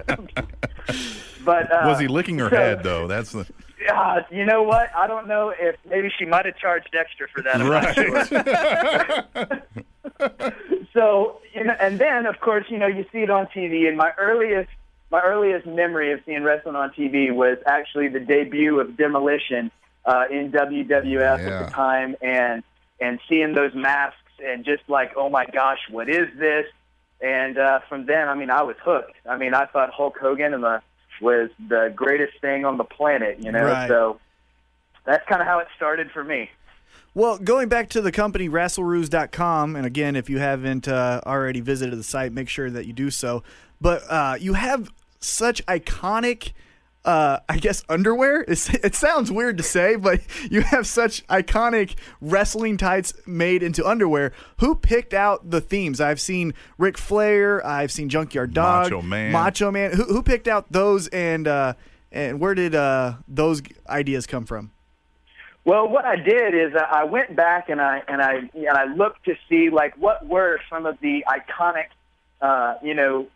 [SPEAKER 10] but uh,
[SPEAKER 3] Was he licking her
[SPEAKER 10] so-
[SPEAKER 3] head though? That's the
[SPEAKER 10] God, you know what? I don't know if maybe she might have charged extra for that. I'm not sure. so, you know, and then of course, you know, you see it on TV. And my earliest, my earliest memory of seeing wrestling on TV was actually the debut of Demolition uh, in WWF at
[SPEAKER 3] Yeah.
[SPEAKER 10] the time, and and seeing those masks and just like, oh my gosh, what is this? And uh, from then, I mean, I was hooked. I mean, I thought Hulk Hogan and the was the greatest thing on the planet, you know.
[SPEAKER 5] Right.
[SPEAKER 10] So that's kind of how it started for me.
[SPEAKER 5] Well, going back to the company, wrestleroos.com, and again, if you haven't uh, already visited the site, make sure that you do so. But uh, you have such iconic, uh, I guess, underwear. It's, it sounds weird to say, but you have such iconic wrestling tights made into underwear. Who picked out the themes? I've seen Ric Flair, I've seen Junkyard Dog,
[SPEAKER 3] Macho Man.
[SPEAKER 5] Macho Man. Who, who picked out those, and uh, and where did uh, those ideas come from?
[SPEAKER 10] Well, what I did is I I went back and I and I and I looked to see like what were some of the iconic, uh, you know,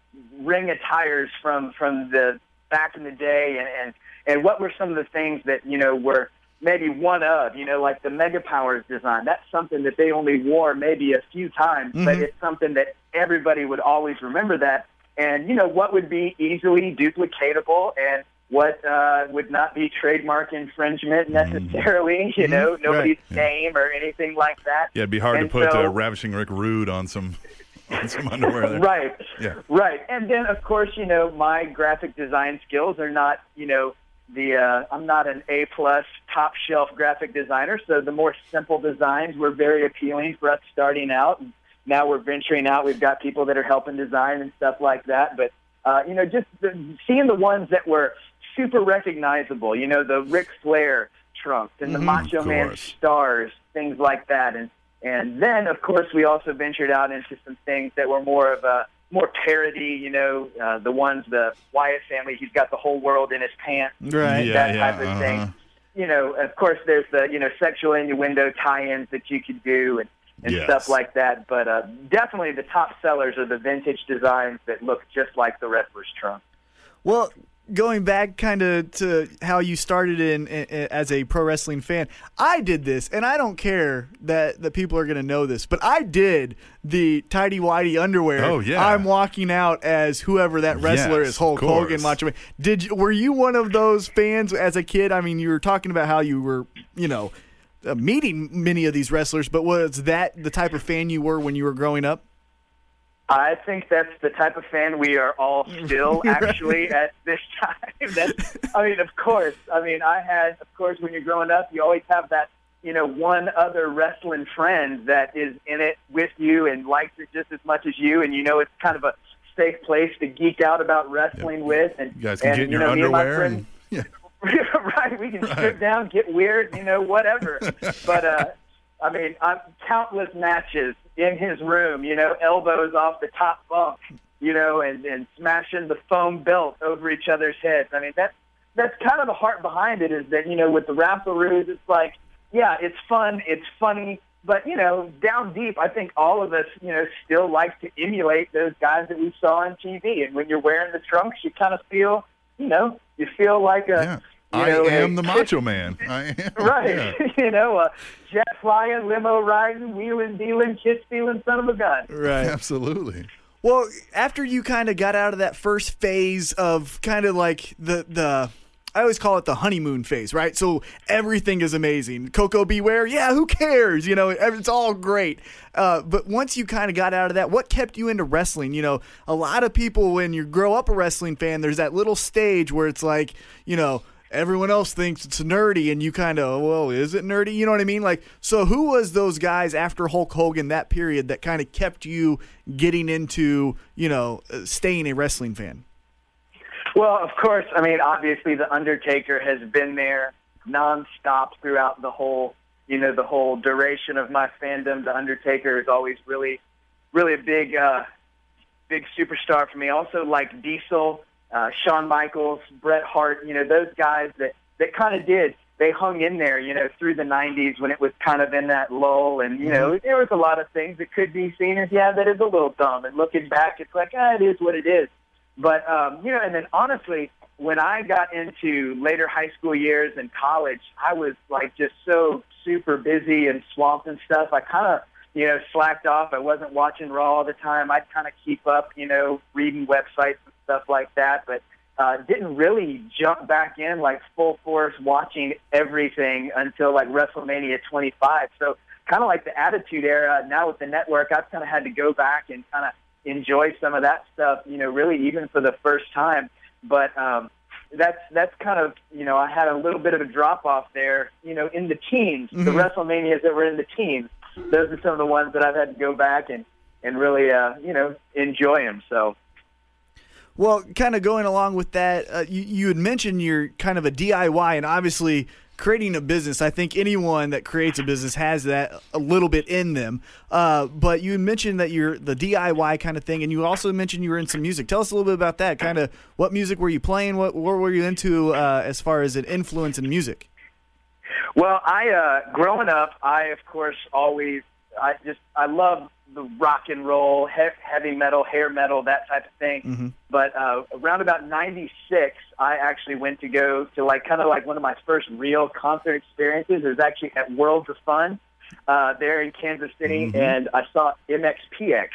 [SPEAKER 10] ring attires from from the back in the day, and and and what were some of the things that you know were maybe one of you know like the Mega Powers design. That's something that they only wore maybe a few times, but it's something that everybody would always remember that. And you know what would be easily duplicatable and what uh, would not be trademark infringement
[SPEAKER 3] Mm-hmm.
[SPEAKER 10] necessarily, you know, nobody's name or anything like that.
[SPEAKER 3] yeah. It'd be hard
[SPEAKER 10] And
[SPEAKER 3] to put
[SPEAKER 10] so-
[SPEAKER 3] uh, ravishing Rick Rude on some on some underwear there.
[SPEAKER 10] Right.
[SPEAKER 3] Yeah.
[SPEAKER 10] Right. And then, of course, you know, my graphic design skills are not, you know, the uh, I'm not an A plus top shelf graphic designer, so the more simple designs were very appealing for us starting out. And now we're venturing out. We've got people that are helping design and stuff like that. But uh, you know, just the, seeing the ones that were super recognizable. You know, the Ric Flair trunks and the Macho
[SPEAKER 3] Mm-hmm. Of
[SPEAKER 10] Man
[SPEAKER 3] course.
[SPEAKER 10] stars, things like that. And and then of course we also ventured out into some things that were more of a more parody, you know, uh, the ones the Wyatt family, he's got the whole world in his pants,
[SPEAKER 5] Right.
[SPEAKER 3] Yeah,
[SPEAKER 10] that
[SPEAKER 3] yeah,
[SPEAKER 10] type of
[SPEAKER 3] uh-huh.
[SPEAKER 10] thing. you know, of course, there's the you know sexual innuendo tie-ins that you could do and, and
[SPEAKER 3] Yes.
[SPEAKER 10] stuff like that. But uh, definitely, the top sellers are the vintage designs that look just like the wrestler's trunk.
[SPEAKER 1] Well, going back kind of to how you started in, in as a pro wrestling fan, I did this, and I don't care that that people are going to know this, but I did the tidy whitey underwear.
[SPEAKER 3] Oh, yeah.
[SPEAKER 1] I'm walking out as whoever that wrestler
[SPEAKER 3] Yes,
[SPEAKER 1] is, Hulk
[SPEAKER 3] of
[SPEAKER 1] Hogan,
[SPEAKER 3] course.
[SPEAKER 1] Macho Man. Did you, were you one of those fans as a kid? I mean, you were talking about how you were, you know. Uh, meeting many of these wrestlers, but was that the type of fan you were when you were growing up?
[SPEAKER 10] I think that's the type of fan we are all still actually at this time. That's, I mean, of course. I mean, I had, of course, when you're growing up, you always have that, you know, one other wrestling friend that is in it with you and likes it just as much as you, and you know, it's kind of a safe place to geek out about wrestling with. And
[SPEAKER 3] You guys can
[SPEAKER 10] and,
[SPEAKER 3] get in
[SPEAKER 10] you
[SPEAKER 3] your
[SPEAKER 10] know, me and my
[SPEAKER 3] underwear.
[SPEAKER 10] friend-
[SPEAKER 3] and- yeah.
[SPEAKER 10] right, we can strip down, get weird, you know, whatever. but uh, I mean, I'm, countless matches in his room, you know, elbows off the top bunk, you know, and and smashing the foam belt over each other's heads. I mean, that's that's kind of the heart behind it is that you know, with the Rapparoos, it's like, yeah, it's fun, it's funny. But you know, down deep, I think all of us, you know, still like to emulate those guys that we saw on TV. And when you're wearing the trunks, you kind of feel, you know, you feel like a
[SPEAKER 3] Yeah.
[SPEAKER 10] you
[SPEAKER 3] I
[SPEAKER 10] know,
[SPEAKER 3] am the
[SPEAKER 10] a-
[SPEAKER 3] macho man. I am.
[SPEAKER 10] Right.
[SPEAKER 3] Yeah.
[SPEAKER 10] you know, uh, jet flying, limo riding, wheeling, dealing, kiss stealing, son of a gun.
[SPEAKER 1] Right.
[SPEAKER 3] Absolutely.
[SPEAKER 1] Well, after you kind of got out of that first phase of kind of like the the I always call it the honeymoon phase, right? So everything is amazing. Coco Beware, yeah, who cares? You know, ev- it's all great. Uh, but once you kind of got out of that, what kept you into wrestling? You know, a lot of people when you grow up a wrestling fan, there's that little stage where it's like, you know, everyone else thinks it's nerdy and you kind of well is it nerdy you know what i mean like so who was those guys after hulk hogan that period that kind of kept you getting into you know uh, staying a wrestling fan
[SPEAKER 10] Well, of course, I mean, obviously the Undertaker has been there nonstop throughout the whole, you know, the whole duration of my fandom. The Undertaker is always really, really a big, uh, big superstar for me. Also, like Diesel, uh, Shawn Michaels, Bret Hart, you know, those guys that, that kind of did, they hung in there, you know, through the 90s when it was kind of in that lull. And, you know, there was a lot of things that could be seen as, yeah, that is a little dumb. And looking back, it's like, ah, it is what it is. But, um, you know, and then honestly, when I got into later high school years and college, I was like just so super busy and swamped and stuff. I kind of you know, slacked off. I wasn't watching Raw all the time. I'd kind of keep up, you know, reading websites and stuff like that, but uh, didn't really jump back in like full force watching everything until like WrestleMania 25. So kind of like the Attitude Era. Now with the network, I've kind of had to go back and kind of enjoy some of that stuff, you know, really even for the first time. But um, that's that's kind of you know I had a little bit of a drop off there. You know, in the teens, the WrestleManias that were in the teens, those are some of the ones that I've had to go back and and really uh, you know enjoy them. So
[SPEAKER 1] Well, kind of going along with that, uh, you, you had mentioned you're kind of a DIY, and obviously creating a business. I think anyone that creates a business has that a little bit in them. Uh, but you had mentioned that you're the DIY kind of thing, and you also mentioned you were in some music. Tell us a little bit about that. Kind of what music were you playing? What, what were you into uh, as far as an influence in music?
[SPEAKER 10] Well, I uh growing up, I of course always I just I love the rock and roll, he- heavy metal, hair metal, that type of thing. But uh around about 96, I actually went to go to like kind of like one of my first real concert experiences. It was actually at Worlds of Fun uh there in Kansas City and I saw MXPX.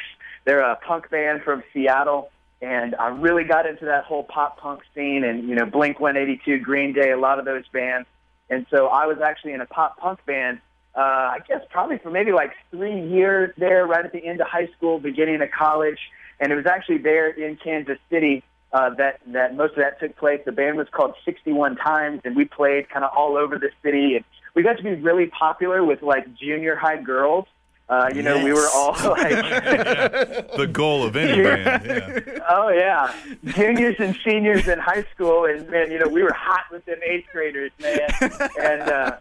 [SPEAKER 10] They're a punk band from Seattle and I really got into that whole pop punk scene and you know Blink 182, Green Day, a lot of those bands. And so I was actually in a pop punk band, uh, I guess probably for maybe like three years there, right at the end of high school, beginning of college. And it was actually there in Kansas City uh, that, that most of that took place. The band was called 61 Times, and we played kind of all over the city. And we got to be really popular with like junior high girls. Uh, you know, we were all like
[SPEAKER 3] The goal of any band. Yeah.
[SPEAKER 10] Oh yeah, juniors and seniors in high school, and man, you know we were hot with them eighth graders, man. And uh,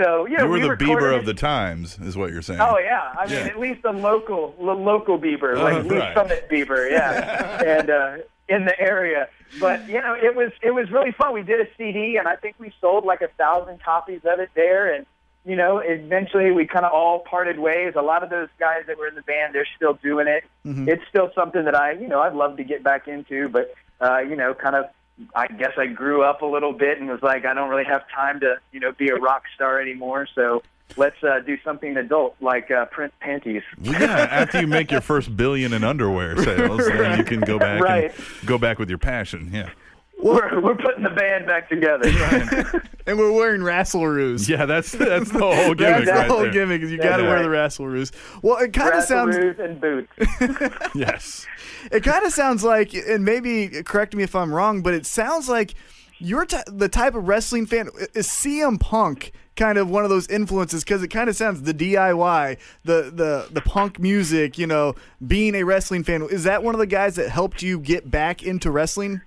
[SPEAKER 10] so you know
[SPEAKER 3] You were
[SPEAKER 10] we
[SPEAKER 3] the Bieber
[SPEAKER 10] recorded-
[SPEAKER 3] of the times, is what you're saying.
[SPEAKER 10] Oh yeah, I mean
[SPEAKER 3] Yeah.
[SPEAKER 10] at least the local, the local Bieber, like
[SPEAKER 3] Oh,
[SPEAKER 10] Lee
[SPEAKER 3] right.
[SPEAKER 10] Summit Bieber, yeah. and uh, in the area. But you know, it was it was really fun. We did a CD, and I think we sold like a thousand copies of it there. And you know, eventually we kind of all parted ways. A lot of those guys that were in the band, they're still doing it. It's still something that I, you know, I'd love to get back into, but uh, you know, kind of. I guess I grew up a little bit and was like, I don't really have time to, you know, be a rock star anymore. So let's uh, do something adult, like uh, print panties.
[SPEAKER 3] Well, yeah, after you make your first billion in underwear sales, then you can go back
[SPEAKER 10] Right.
[SPEAKER 3] and go back with your passion. Yeah.
[SPEAKER 10] we're, we're putting the band back together.
[SPEAKER 5] and we're wearing Rassleroos.
[SPEAKER 3] Yeah, that's that's the whole
[SPEAKER 5] That's
[SPEAKER 3] gimmick
[SPEAKER 5] the
[SPEAKER 3] right
[SPEAKER 5] whole
[SPEAKER 3] there.
[SPEAKER 5] gimmick is you got to
[SPEAKER 10] right.
[SPEAKER 5] wear the Rassleroos. Well, it kind of sounds
[SPEAKER 10] Rastaroos and boots.
[SPEAKER 3] Yes.
[SPEAKER 5] it kind of sounds like, and maybe correct me if I'm wrong, but it sounds like you're t- the type of wrestling fan. Is CM Punk kind of one of those influences? Because it kind of sounds the DIY, the the the punk music. You know, being a wrestling fan is that one of the guys that helped you get back into wrestling?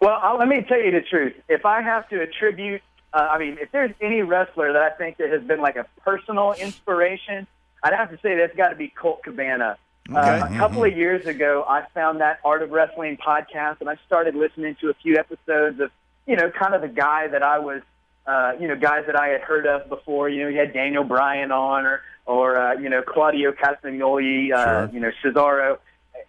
[SPEAKER 10] Well, i let me tell you the truth. If I have to attribute, uh, I mean, if there's any wrestler that I think that has been like a personal inspiration, I'd have to say that's got to be Colt Cabana. Uh, a couple of years ago, I found that Art of Wrestling podcast, and I started listening to a few episodes of, you know, kind of the guy that I was, uh, you know, guys that I had heard of before. You know, you had Daniel Bryan on, or, or uh, you know, Claudio Castagnoli, uh, you know, Cesaro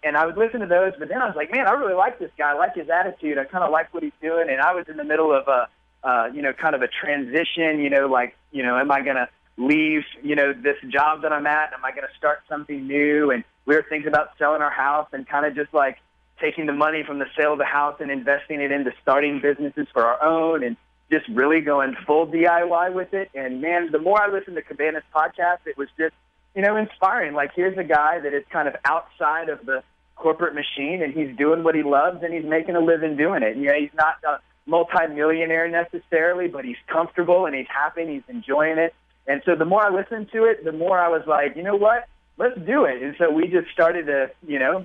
[SPEAKER 10] and I would listen to those, but then I was like, man, I really like this guy. I like his attitude. I kind of like what he's doing. And I was in the middle of a, uh, you know, kind of a transition, you know, like, you know, am I going to leave, you know, this job that I'm at? Am I going to start something new? And we were thinking about selling our house and kind of just like taking the money from the sale of the house and investing it into starting businesses for our own and just really going full DIY with it. And man, the more I listened to Cabana's podcast, it was just, you know, inspiring. Like here's a guy that is kind of outside of the corporate machine and he's doing what he loves and he's making a living doing it. You know, he's not a multimillionaire necessarily, but he's comfortable and he's happy and he's enjoying it. And so the more I listened to it, the more I was like, you know what? Let's do it. And so we just started to, you know,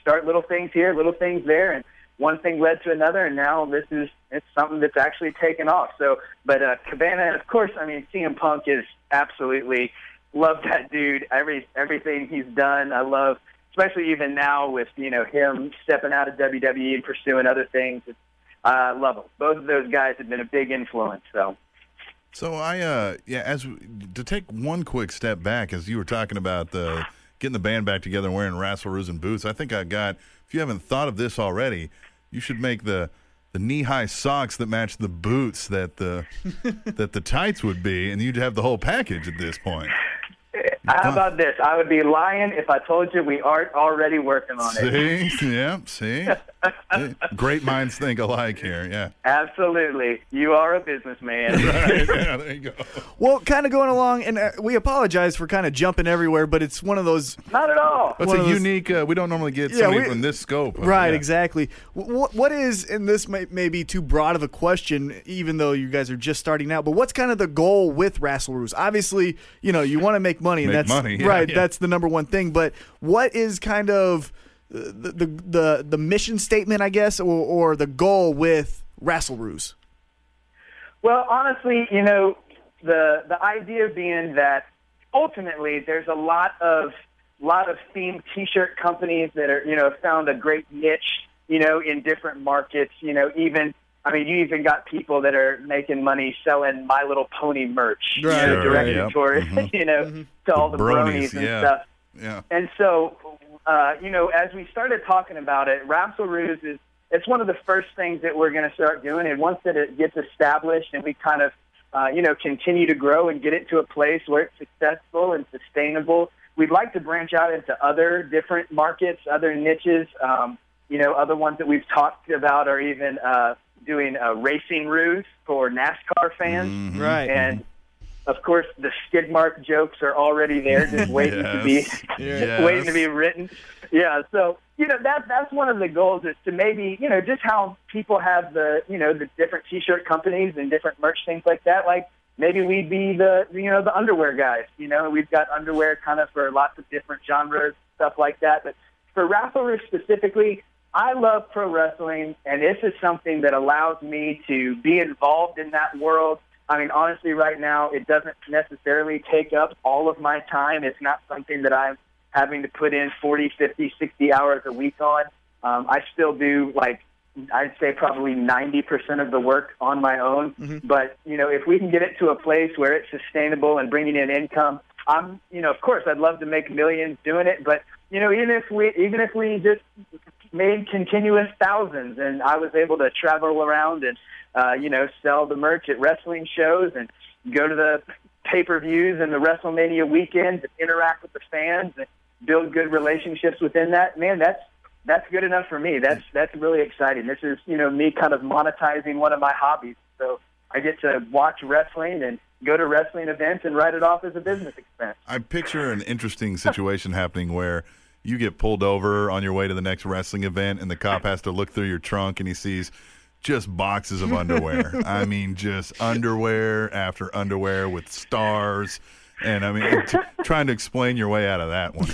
[SPEAKER 10] start little things here, little things there and one thing led to another, and now this is it's something that's actually taken off. So, but uh, Cabana, of course, I mean CM Punk is absolutely love that dude. Every everything he's done, I love, especially even now with you know him stepping out of WWE and pursuing other things. It's, I love them. Both of those guys have been a big influence. So.
[SPEAKER 3] So I uh yeah, as to take one quick step back as you were talking about the getting the band back together and wearing Rasselroos and boots, I think I got if you haven't thought of this already, you should make the the knee-high socks that match the boots that the that the tights would be and you'd have the whole package at this point.
[SPEAKER 10] How about this? I would be lying if I told you we aren't already working on it.
[SPEAKER 3] See? Yeah, see? Yeah. Great minds think alike here. Yeah.
[SPEAKER 10] Absolutely. You are a businessman.
[SPEAKER 3] Right, yeah, there you go.
[SPEAKER 5] Well, kind of going along, and uh, we apologize for kind of jumping everywhere, but it's one of those
[SPEAKER 10] Not at all.
[SPEAKER 3] That's
[SPEAKER 5] One
[SPEAKER 3] a
[SPEAKER 5] of those-
[SPEAKER 3] unique uh, we don't normally get
[SPEAKER 5] Yeah,
[SPEAKER 3] somebody
[SPEAKER 5] we-
[SPEAKER 3] from this scope.
[SPEAKER 5] Right,
[SPEAKER 3] Yeah.
[SPEAKER 5] exactly. What what is, and this may, may be too broad of a question, even though you guys are just starting out. But what's kind of the goal with Rasselroos? Obviously, you know you want to make money, and
[SPEAKER 3] Make
[SPEAKER 5] that's
[SPEAKER 3] money, yeah,
[SPEAKER 5] right.
[SPEAKER 3] yeah.
[SPEAKER 5] That's the number one thing. But what is kind of uh, the the the, the mission statement, I guess, or, or the goal with Rasselroos?
[SPEAKER 10] Well, honestly, you know, the the idea being that ultimately there's a lot of lot of themed T-shirt companies that are you know have found a great niche, you know, in different markets. You know, even I mean, you even got people that are making money selling My Little Pony merch, you
[SPEAKER 3] Right. Mm-hmm.
[SPEAKER 10] know,
[SPEAKER 3] Sure,
[SPEAKER 10] directed
[SPEAKER 3] yeah.
[SPEAKER 10] towards you know to all the
[SPEAKER 3] bronies,
[SPEAKER 10] bronies, and
[SPEAKER 3] yeah.
[SPEAKER 10] stuff.
[SPEAKER 3] Yeah.
[SPEAKER 10] And so, uh, you know, as we started talking about it, Rapsel Ruse is it's one of the first things that we're going to start doing. And once that it gets established and we kind of, uh, you know, continue to grow and get it to a place where it's successful and sustainable, we'd like to branch out into other different markets, other niches. Um, you know, other ones that we've talked about are even uh, doing a racing ruse for NASCAR fans.
[SPEAKER 5] Right.
[SPEAKER 10] And of course, the skid mark jokes are already there, just waiting to be
[SPEAKER 3] Yes. Yes.
[SPEAKER 10] waiting to be written. Yeah, so you know that that's one of the goals is to maybe you know just how people have the you know the different T-shirt companies and different merch things like that. Like maybe we'd be the you know the underwear guys. You know, we've got underwear kind of for lots of different genres, stuff like that. But for Raffle Roof specifically, I love pro wrestling, and this is something that allows me to be involved in that world. I mean, honestly, right now, it doesn't necessarily take up all of my time. It's not something that I'm having to put in 40, 50, 60 hours a week on. Um, I still do like I'd say probably 90% of the work on my own. But, you know, if we can get it to a place where it's sustainable and bringing in income, I'm, you know, of course I'd love to make millions doing it, but you know, even if we even if we just made continuous thousands and I was able to travel around and uh, you know, sell the merch at wrestling shows and go to the pay-per-views and the WrestleMania weekends and interact with the fans and build good relationships within that, man, that's that's good enough for me. That's that's really exciting. This is you know me kind of monetizing one of my hobbies. So I get to watch wrestling and go to wrestling events and write it off as a business expense.
[SPEAKER 3] I picture an interesting situation happening where you get pulled over on your way to the next wrestling event, and the cop has to look through your trunk and he sees just boxes of underwear. I mean, just underwear after underwear with stars. And I mean, t- trying to explain your way out of that one.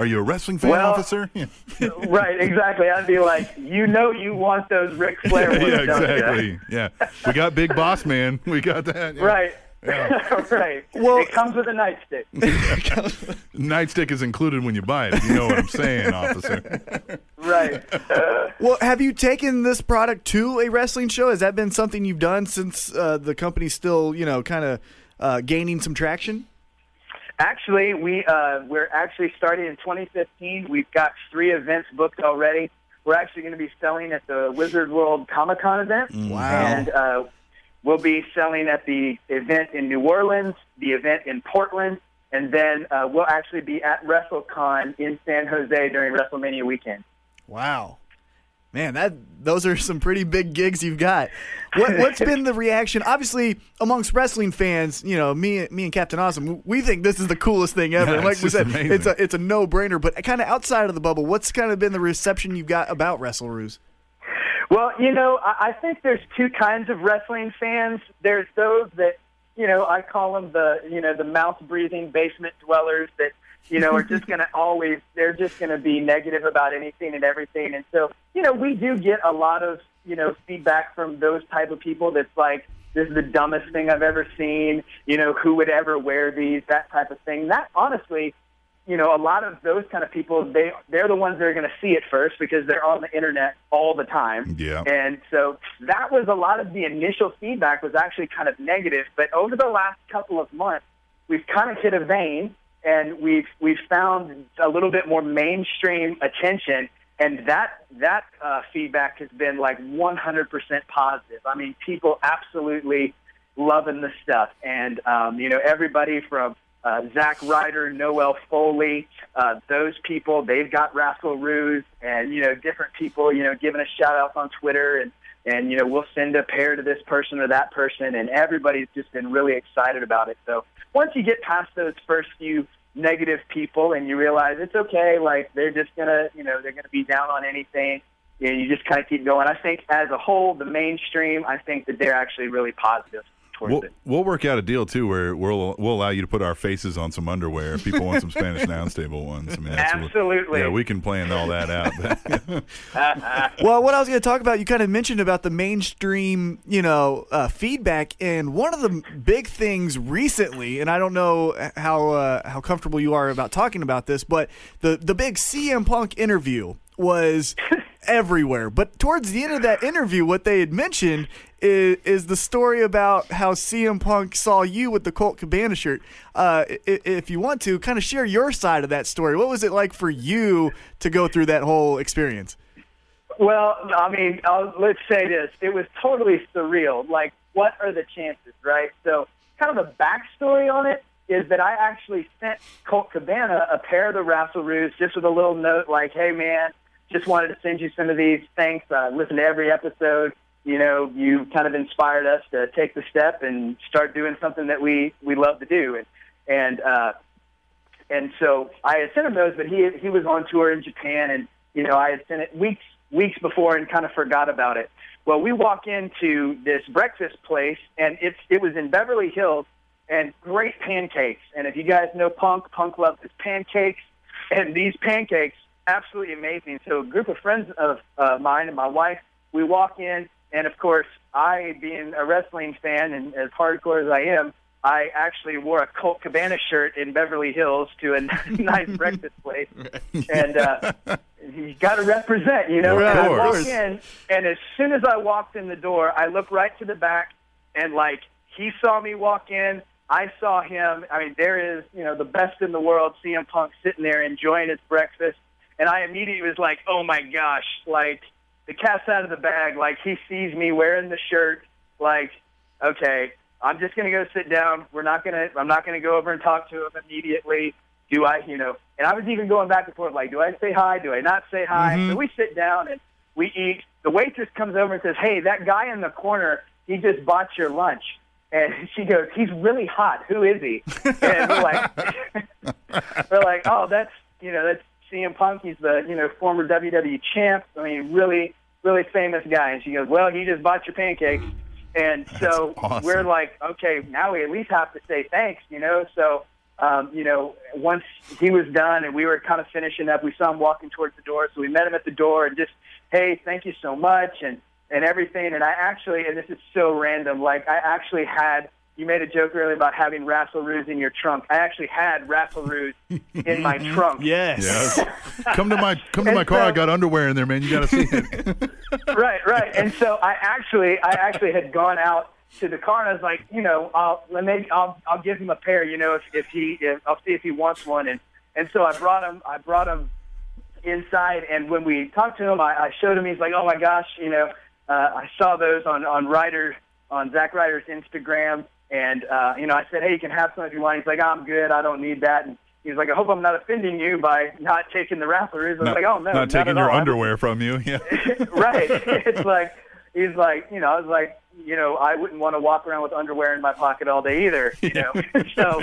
[SPEAKER 3] Are you a wrestling fan,
[SPEAKER 10] Well-
[SPEAKER 3] officer? Yeah,
[SPEAKER 10] right, exactly. I'd be like, you know, you want those Ric Flair ones,
[SPEAKER 3] yeah
[SPEAKER 10] don't ya?
[SPEAKER 3] exactly. Yeah. We got Big Boss Man. We got that. yeah.
[SPEAKER 10] Right. right. Well, it comes with a nightstick.
[SPEAKER 3] Nightstick is included when you buy it. if You know what I'm saying, officer.
[SPEAKER 10] right.
[SPEAKER 1] Well, have you taken this product to a wrestling show? Has that been something you've done since uh, the company's still, you know, kind of uh, gaining some traction?
[SPEAKER 10] Actually, we uh, we're actually starting in 2015. We've got three events booked already. We're actually going to be selling at the Wizard World Comic Con event, and uh, we'll be selling at the event in New Orleans, the event in Portland, and then uh, we'll actually be at WrestleCon in San Jose during WrestleMania weekend.
[SPEAKER 1] Wow. Man, that those are some pretty big gigs you've got. What, what's been the reaction? Obviously, amongst wrestling fans, you know, me, me and Captain Awesome, we think this is the coolest thing ever.
[SPEAKER 3] Yeah,
[SPEAKER 1] And like
[SPEAKER 3] it's
[SPEAKER 1] we
[SPEAKER 3] just
[SPEAKER 1] said,
[SPEAKER 3] amazing.
[SPEAKER 1] it's a it's a no brainer. But kind of outside of the bubble, what's kind of been the reception you've got about WrestleRoos?
[SPEAKER 10] Well, you know, I, I think there's two kinds of wrestling fans. There's those that, you know, I call them the, you know, the mouth breathing basement dwellers that, you know, are just going to always, they're just going to be negative about anything and everything. And so, you know, we do get a lot of, you know, feedback from those type of people that's like, this is the dumbest thing I've ever seen. You know, who would ever wear these? That type of thing. That honestly, you know, a lot of those kind of people, they they're the ones that are going to see it first because they're on the internet all the time.
[SPEAKER 3] Yeah.
[SPEAKER 10] And so that was a lot of the initial feedback was actually kind of negative, but over the last couple of months, we've kind of hit a vein and we've we've found a little bit more mainstream attention, and that that uh, feedback has been like 100% positive. I mean, people absolutely loving the stuff. And, um, you know, everybody from uh, Zach Ryder, Noel Foley, uh, those people, they've got Rascal Ruse and, you know, different people, you know, giving us shout outs on Twitter and, and, you know, we'll send a pair to this person or that person. And everybody's just been really excited about it. So once you get past those first few negative people and you realize it's okay, like they're just going to, you know, they're going to be down on anything. And you just kind of keep going. I think, as a whole, the mainstream, I think that they're actually really positive towards
[SPEAKER 3] We'll,
[SPEAKER 10] it.
[SPEAKER 3] we'll work out a deal too, where we'll we'll allow you to put our faces on some underwear. If people want some Spanish nouns table ones, I mean, that's what-
[SPEAKER 10] Absolutely.
[SPEAKER 3] yeah, we can plan all that out.
[SPEAKER 1] Well, what I was going to talk about, you kind of mentioned about the mainstream, you know, uh, feedback, and one of the big things recently, and I don't know how uh, how comfortable you are about talking about this, but the the big CM Punk interview was everywhere. But towards the end of that interview, what they had mentioned is, is the story about how CM Punk saw you with the Colt Cabana shirt. Uh, i- i- if you want to, kind of share your side of that story. What was it like for you to go through that whole experience?
[SPEAKER 10] Well, I mean, I'll, let's say this. It was totally surreal. Like, what are the chances, right? So, kind of the backstory on it is that I actually sent Colt Cabana a pair of the Rasselroos just with a little note like, hey, man, just wanted to send you some of these. Thanks. Uh, listen to every episode. You know, you kind of inspired us to take the step and start doing something that we, we love to do. And, and uh, and so I had sent him those, but he he was on tour in Japan, and you know I had sent it weeks weeks before and kind of forgot about it. Well, we walk into this breakfast place, and it's it was in Beverly Hills, and great pancakes. And if you guys know Punk, Punk loves his pancakes, and these pancakes absolutely amazing. So a group of friends of uh, mine and my wife, we walk in, and of course I, being a wrestling fan and as hardcore as I am, I actually wore a Colt Cabana shirt in Beverly Hills to a nice breakfast place, and uh, you got to represent, you know.
[SPEAKER 3] Of
[SPEAKER 10] and I walk
[SPEAKER 3] course.
[SPEAKER 10] in, and as soon as I walked in the door, I look right to the back, and like he saw me walk in, I saw him. I mean, there is you know the best in the world, CM Punk sitting there enjoying his breakfast, and I immediately was like, oh my gosh, like the cat's out of the bag. Like he sees me wearing the shirt, like okay, I'm just gonna go sit down. We're not gonna. I'm not gonna go over and talk to him immediately. Do I, you know? And I was even going back and forth, like, do I say hi? Do I not say hi? So we sit down and we eat. The waitress comes over and says, "Hey, that guy in the corner, he just bought your lunch." And she goes, "He's really hot. Who is he?" And we're like, we're like, "Oh, that's you know, that's CM Punk. He's the you know former WWE champ. I mean, really, really famous guy." And she goes, "Well, he just bought your pancakes." And so
[SPEAKER 3] awesome.
[SPEAKER 10] we're like, okay, now we at least have to say thanks, you know. So, um, you know, once he was done and we were kind of finishing up, we saw him walking towards the door, so we met him at the door and just, hey, thank you so much, and and everything. And I actually, and this is so random, like I actually had. You made a joke earlier about having Raffle Ruse in your trunk. I actually had Raffle Ruse in my trunk.
[SPEAKER 5] Yes.
[SPEAKER 3] Yes. come to my come to my
[SPEAKER 10] And
[SPEAKER 3] car.
[SPEAKER 10] so-
[SPEAKER 3] I got underwear in there, man. You got to see it.
[SPEAKER 10] right, right. And so I actually, I actually had gone out to the car, and I was like, you know, I'll let maybe I'll I'll give him a pair, you know, if if he, if, I'll see if he wants one, and and so I brought him, I brought him inside, and when we talked to him, I, I showed him. He's like, "Oh my gosh, you know, uh, I saw those on on Ryder on Zach Ryder's Instagram, and uh, you know, I said, hey, you can have some if you want." He's like, "I'm good, I don't need that." And he's like, "I hope I'm not offending you by not taking the rafflers." I was like, "Oh no,
[SPEAKER 3] not taking
[SPEAKER 10] at
[SPEAKER 3] your
[SPEAKER 10] all. I'm-
[SPEAKER 3] underwear from you. Yeah.
[SPEAKER 10] right. It's like he's like, you know, I was like, you know, I wouldn't want to walk around with underwear in my pocket all day either, you know. so,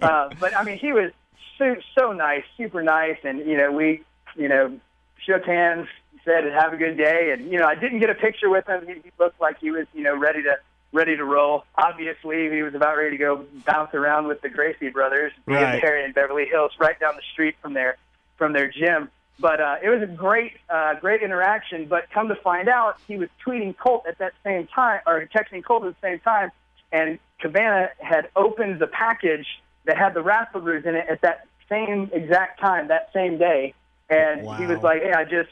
[SPEAKER 10] uh, but I mean, he was so so nice, super nice, and you know, we, you know, shook hands, said have a good day, and you know, I didn't get a picture with him. He, he looked like he was, you know, ready to ready to roll. Obviously, he was about ready to go bounce around with the Gracie brothers, me and
[SPEAKER 5] Right.
[SPEAKER 10] Terry in Beverly Hills, right down the street from their from their gym. But uh, it was a great, uh, great interaction. But come to find out, he was tweeting Colt at that same time, or texting Colt at the same time, and Cabana had opened the package that had the Raspberries in it at that same exact time, that same day. And he was
[SPEAKER 5] Wow.
[SPEAKER 10] like, "Hey, I just,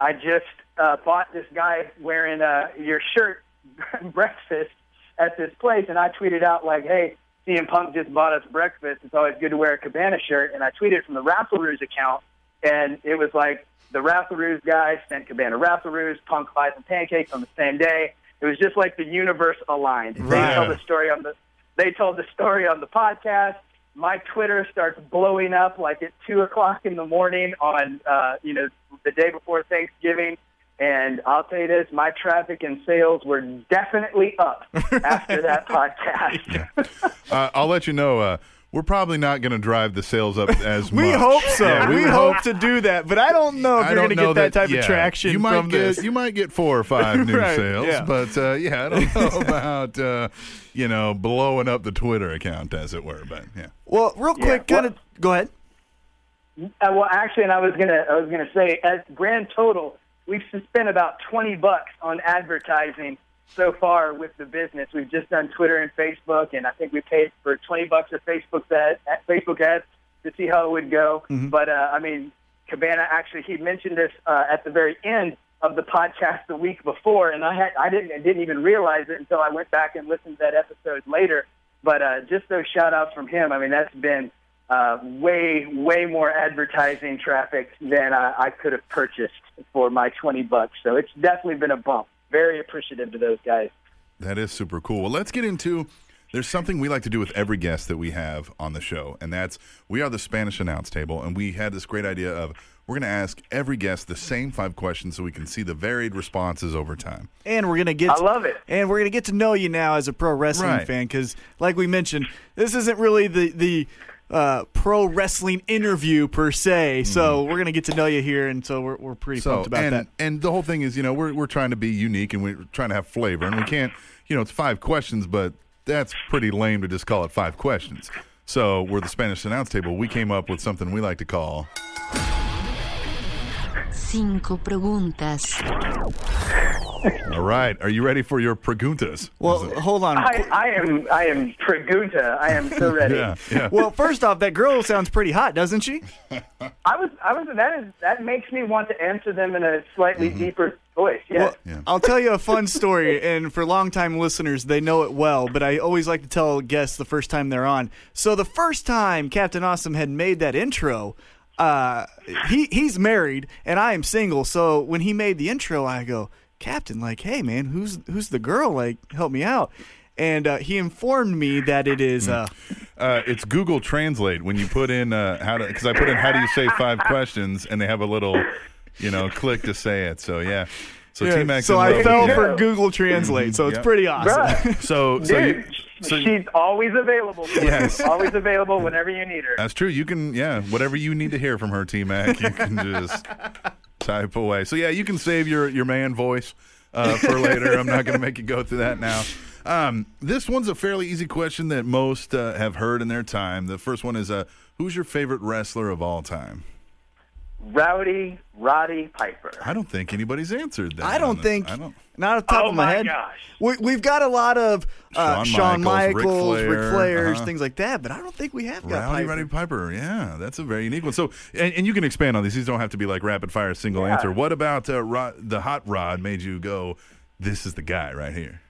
[SPEAKER 10] I just uh, bought this guy wearing uh, your shirt breakfast at this place, and I tweeted out like, "Hey, CM Punk just bought us breakfast. It's always good to wear a Cabana shirt." And I tweeted from the Raffleroos account, and it was like the Raffleroos guy sent Cabana Raffleroos, Punk buys and pancakes on the same day. It was just like the universe aligned. They
[SPEAKER 3] Right.
[SPEAKER 10] tell the story on the they told the story on the podcast. My Twitter starts blowing up like at two o'clock in the morning on uh, you know the day before Thanksgiving. And I'll tell you this, my traffic and sales were definitely up after that podcast.
[SPEAKER 3] Uh, I'll let you know. Uh, we're probably not going to drive the sales up as much.
[SPEAKER 5] We hope so.
[SPEAKER 3] Yeah,
[SPEAKER 5] we
[SPEAKER 3] would
[SPEAKER 5] hope to do that, but I don't know if
[SPEAKER 3] I
[SPEAKER 5] you're
[SPEAKER 3] don't
[SPEAKER 5] going to
[SPEAKER 3] know
[SPEAKER 5] get that, type
[SPEAKER 3] yeah,
[SPEAKER 5] of traction
[SPEAKER 3] you might
[SPEAKER 5] from
[SPEAKER 3] get,
[SPEAKER 5] this.
[SPEAKER 3] You might get four or five new
[SPEAKER 5] Right,
[SPEAKER 3] sales,
[SPEAKER 5] yeah.
[SPEAKER 3] but uh, yeah, I don't know about uh, you know blowing up the Twitter account, as it were. But yeah,
[SPEAKER 5] well, real quick,
[SPEAKER 10] Well-
[SPEAKER 5] kind of go ahead.
[SPEAKER 10] Uh, well, actually, and I was gonna, I was gonna say, as grand total, we've spent about twenty bucks on advertising so far with the business. We've just done Twitter and Facebook, and I think we paid for twenty bucks of Facebook ad, at Facebook ads to see how it would go. But uh, I mean, Cabana actually he mentioned this uh, at the very end of the podcast the week before, and I had, I didn't, I didn't even realize it until I went back and listened to that episode later. But uh, just those shout outs from him, I mean, that's been uh, way, way more advertising traffic than I, I could have purchased for my 20 bucks. So it's definitely been a bump. Very appreciative to those guys.
[SPEAKER 3] that is super cool. Well, let's get into. There's something we like to do with every guest that we have on the show, and that's we are the Spanish announce table, and we had this great idea of we're going to ask every guest the same five questions so we can see the varied responses over time.
[SPEAKER 5] and we're gonna get.
[SPEAKER 10] I love it.
[SPEAKER 5] And we're gonna get to know you now as a pro wrestling
[SPEAKER 3] Right.
[SPEAKER 5] fan, because like we mentioned, this isn't really the the uh, pro wrestling interview per se. So we're gonna get to know you here, and so we're we're pretty pumped about
[SPEAKER 3] Mm-hmm. and,
[SPEAKER 5] that.
[SPEAKER 3] And the whole thing is, you know, we're we're trying to be unique and we're trying to have flavor, and we can't, you know, it's five questions, but that's pretty lame to just call it five questions. So we're the Spanish announce table. We came up with something we like to call
[SPEAKER 8] Cinco preguntas.
[SPEAKER 3] All right. Are you ready for your preguntas?
[SPEAKER 1] Well, hold on.
[SPEAKER 10] I, I am I am pregunta. I am so ready.
[SPEAKER 3] Yeah. Yeah.
[SPEAKER 1] Well, first off, that girl sounds pretty hot, doesn't she?
[SPEAKER 10] I was I was that is that makes me want to answer them in a slightly
[SPEAKER 3] Mm-hmm.
[SPEAKER 10] deeper voice. Yes.
[SPEAKER 1] Well, I'll tell you a fun story, and for longtime listeners, they know it well, but I always like to tell guests the first time they're on. So the first time Captain Awesome had made that intro, uh, he he's married and I am single. So when he made the intro, I go, Captain, like, hey man, who's who's the girl? Like, help me out. And uh, he informed me that it
[SPEAKER 10] Mm.
[SPEAKER 1] is. Uh,
[SPEAKER 3] Uh, it's Google Translate when you put in uh, how to because I put in how do you say five questions and they have a little you know click to say it. So yeah. So T Mac.
[SPEAKER 1] so I fell
[SPEAKER 10] Yeah.
[SPEAKER 1] for Google Translate. So it's
[SPEAKER 3] Yep.
[SPEAKER 1] pretty awesome.
[SPEAKER 10] Bruh,
[SPEAKER 3] So so you,
[SPEAKER 10] dude,
[SPEAKER 3] so
[SPEAKER 10] she's always available. For
[SPEAKER 3] Yes. Uh,
[SPEAKER 10] you. always available whenever you need her.
[SPEAKER 3] that's true. You can yeah whatever you need to hear from her T Mac you can just type away. So yeah you can save your your man voice uh, for later. I'm not going to make you go through that now. Um, this one's a fairly easy question that most uh, have heard in their time. The first one is uh, who's your favorite wrestler of all time?
[SPEAKER 10] Rowdy Roddy Piper.
[SPEAKER 3] I don't think anybody's answered that.
[SPEAKER 1] I
[SPEAKER 3] on
[SPEAKER 1] don't
[SPEAKER 3] this.
[SPEAKER 1] think.
[SPEAKER 3] I don't.
[SPEAKER 1] Not off the top
[SPEAKER 10] Oh
[SPEAKER 1] of my,
[SPEAKER 10] my
[SPEAKER 1] head.
[SPEAKER 10] gosh.
[SPEAKER 1] We, we've got a lot of uh,
[SPEAKER 3] Shawn
[SPEAKER 1] Shawn
[SPEAKER 3] Michaels, Ric
[SPEAKER 1] Michaels, Ric
[SPEAKER 3] Flair,
[SPEAKER 1] Flairs,
[SPEAKER 3] uh-huh.
[SPEAKER 1] things like that, but I don't think we have got
[SPEAKER 3] Rowdy
[SPEAKER 1] Piper.
[SPEAKER 3] Roddy Piper. Yeah, that's a very unique one. So, and, and you can expand on these. These don't have to be like rapid fire, single answer. What about uh, ro- the hot rod made you go, this is the guy right here?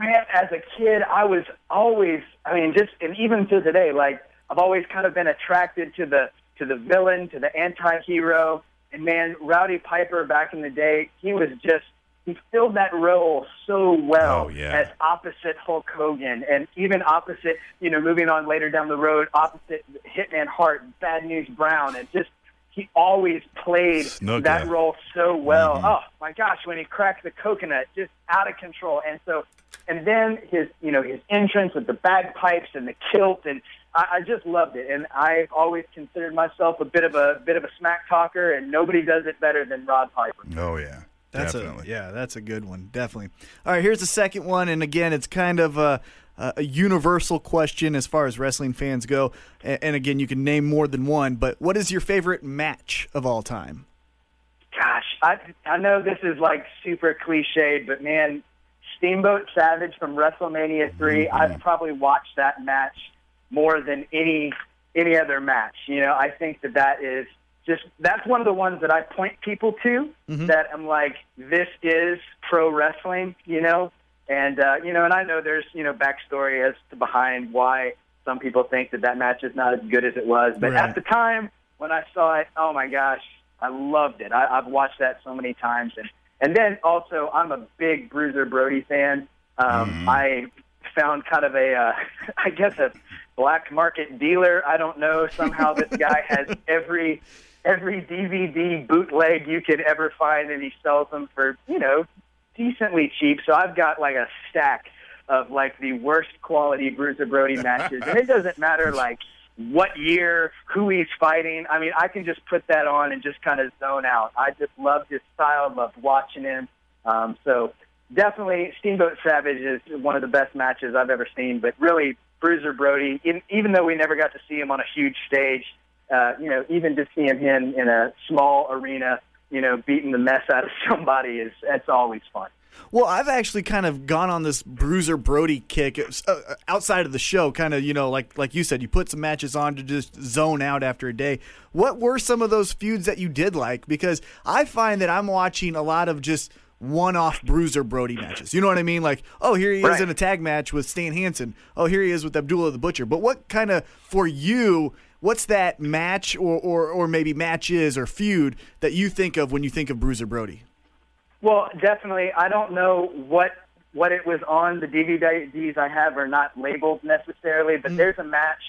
[SPEAKER 10] man, as a kid, I was always, I mean, just, and even to today, like, I've always kind of been attracted to the, to the villain, to the anti-hero. And man, Rowdy Piper back in the day, he was just, he filled that role so well
[SPEAKER 3] Oh, yeah.
[SPEAKER 10] as opposite Hulk Hogan and even opposite, you know, moving on later down the road, opposite Hitman Hart, Bad News Brown, and just, he always played
[SPEAKER 3] Snooker.
[SPEAKER 10] that role so well. Oh my gosh, when he cracked the coconut, just out of control. And so, and then his, you know, his entrance with the bagpipes and the kilt, and I, I just loved it. And I've always considered myself a bit of a bit of a smack talker, and nobody does it better than Rod Piper.
[SPEAKER 3] Oh, yeah.
[SPEAKER 1] That's
[SPEAKER 3] Definitely.
[SPEAKER 1] a yeah, that's a good one, definitely. All right, here's the second one, and again, it's kind of a, a universal question as far as wrestling fans go. And, and again, you can name more than one, but what is your favorite match of all time?
[SPEAKER 10] Gosh, I I know this is like super cliched, but man, Steamboat Savage from WrestleMania 3 i I've probably watched that match more than any any other match. You know, I think that that is just that's one of the ones that I point people to that I'm like, this is pro wrestling. You know, and uh, you know, and I know there's you know backstory as to behind why some people think that that match is not as good as it was, but
[SPEAKER 1] Right.
[SPEAKER 10] at the time when I saw it, oh my gosh, I loved it. I, I've watched that so many times, and and then also I'm a big Bruiser Brody fan. Um, I found kind of a, uh, I guess a black market dealer. I don't know. Somehow this guy has every every DVD bootleg you could ever find, and he sells them for you know decently cheap. So I've got like a stack of like the worst quality Bruiser Brody matches, and it doesn't matter like what year, who he's fighting. I mean, I can just put that on and just kind of zone out. I just loved his style, loved watching him. Um, so definitely, Steamboat Savage is one of the best matches I've ever seen. But really, Bruiser Brody, in, even though we never got to see him on a huge stage, uh, you know, even just seeing him in a small arena. You know, beating the mess out of somebody is that's always fun.
[SPEAKER 1] Well, I've actually kind of gone on this Bruiser Brody kick uh, uh, outside of the show, kind of you know, like like you said, you put some matches on to just zone out after a day. What were some of those feuds that you did like? Because I find that I'm watching a lot of just one-off Bruiser Brody matches. You know what I mean? Like, oh, here he is
[SPEAKER 10] Right.
[SPEAKER 1] in a tag match with Stan Hansen. Oh, here he is with Abdullah the Butcher. But what kind of for you? What's that match or, or or maybe matches or feud that you think of when you think of Bruiser Brody?
[SPEAKER 10] Well, definitely. I don't know what what it was on the DVDs I have are not labeled necessarily, but there's a match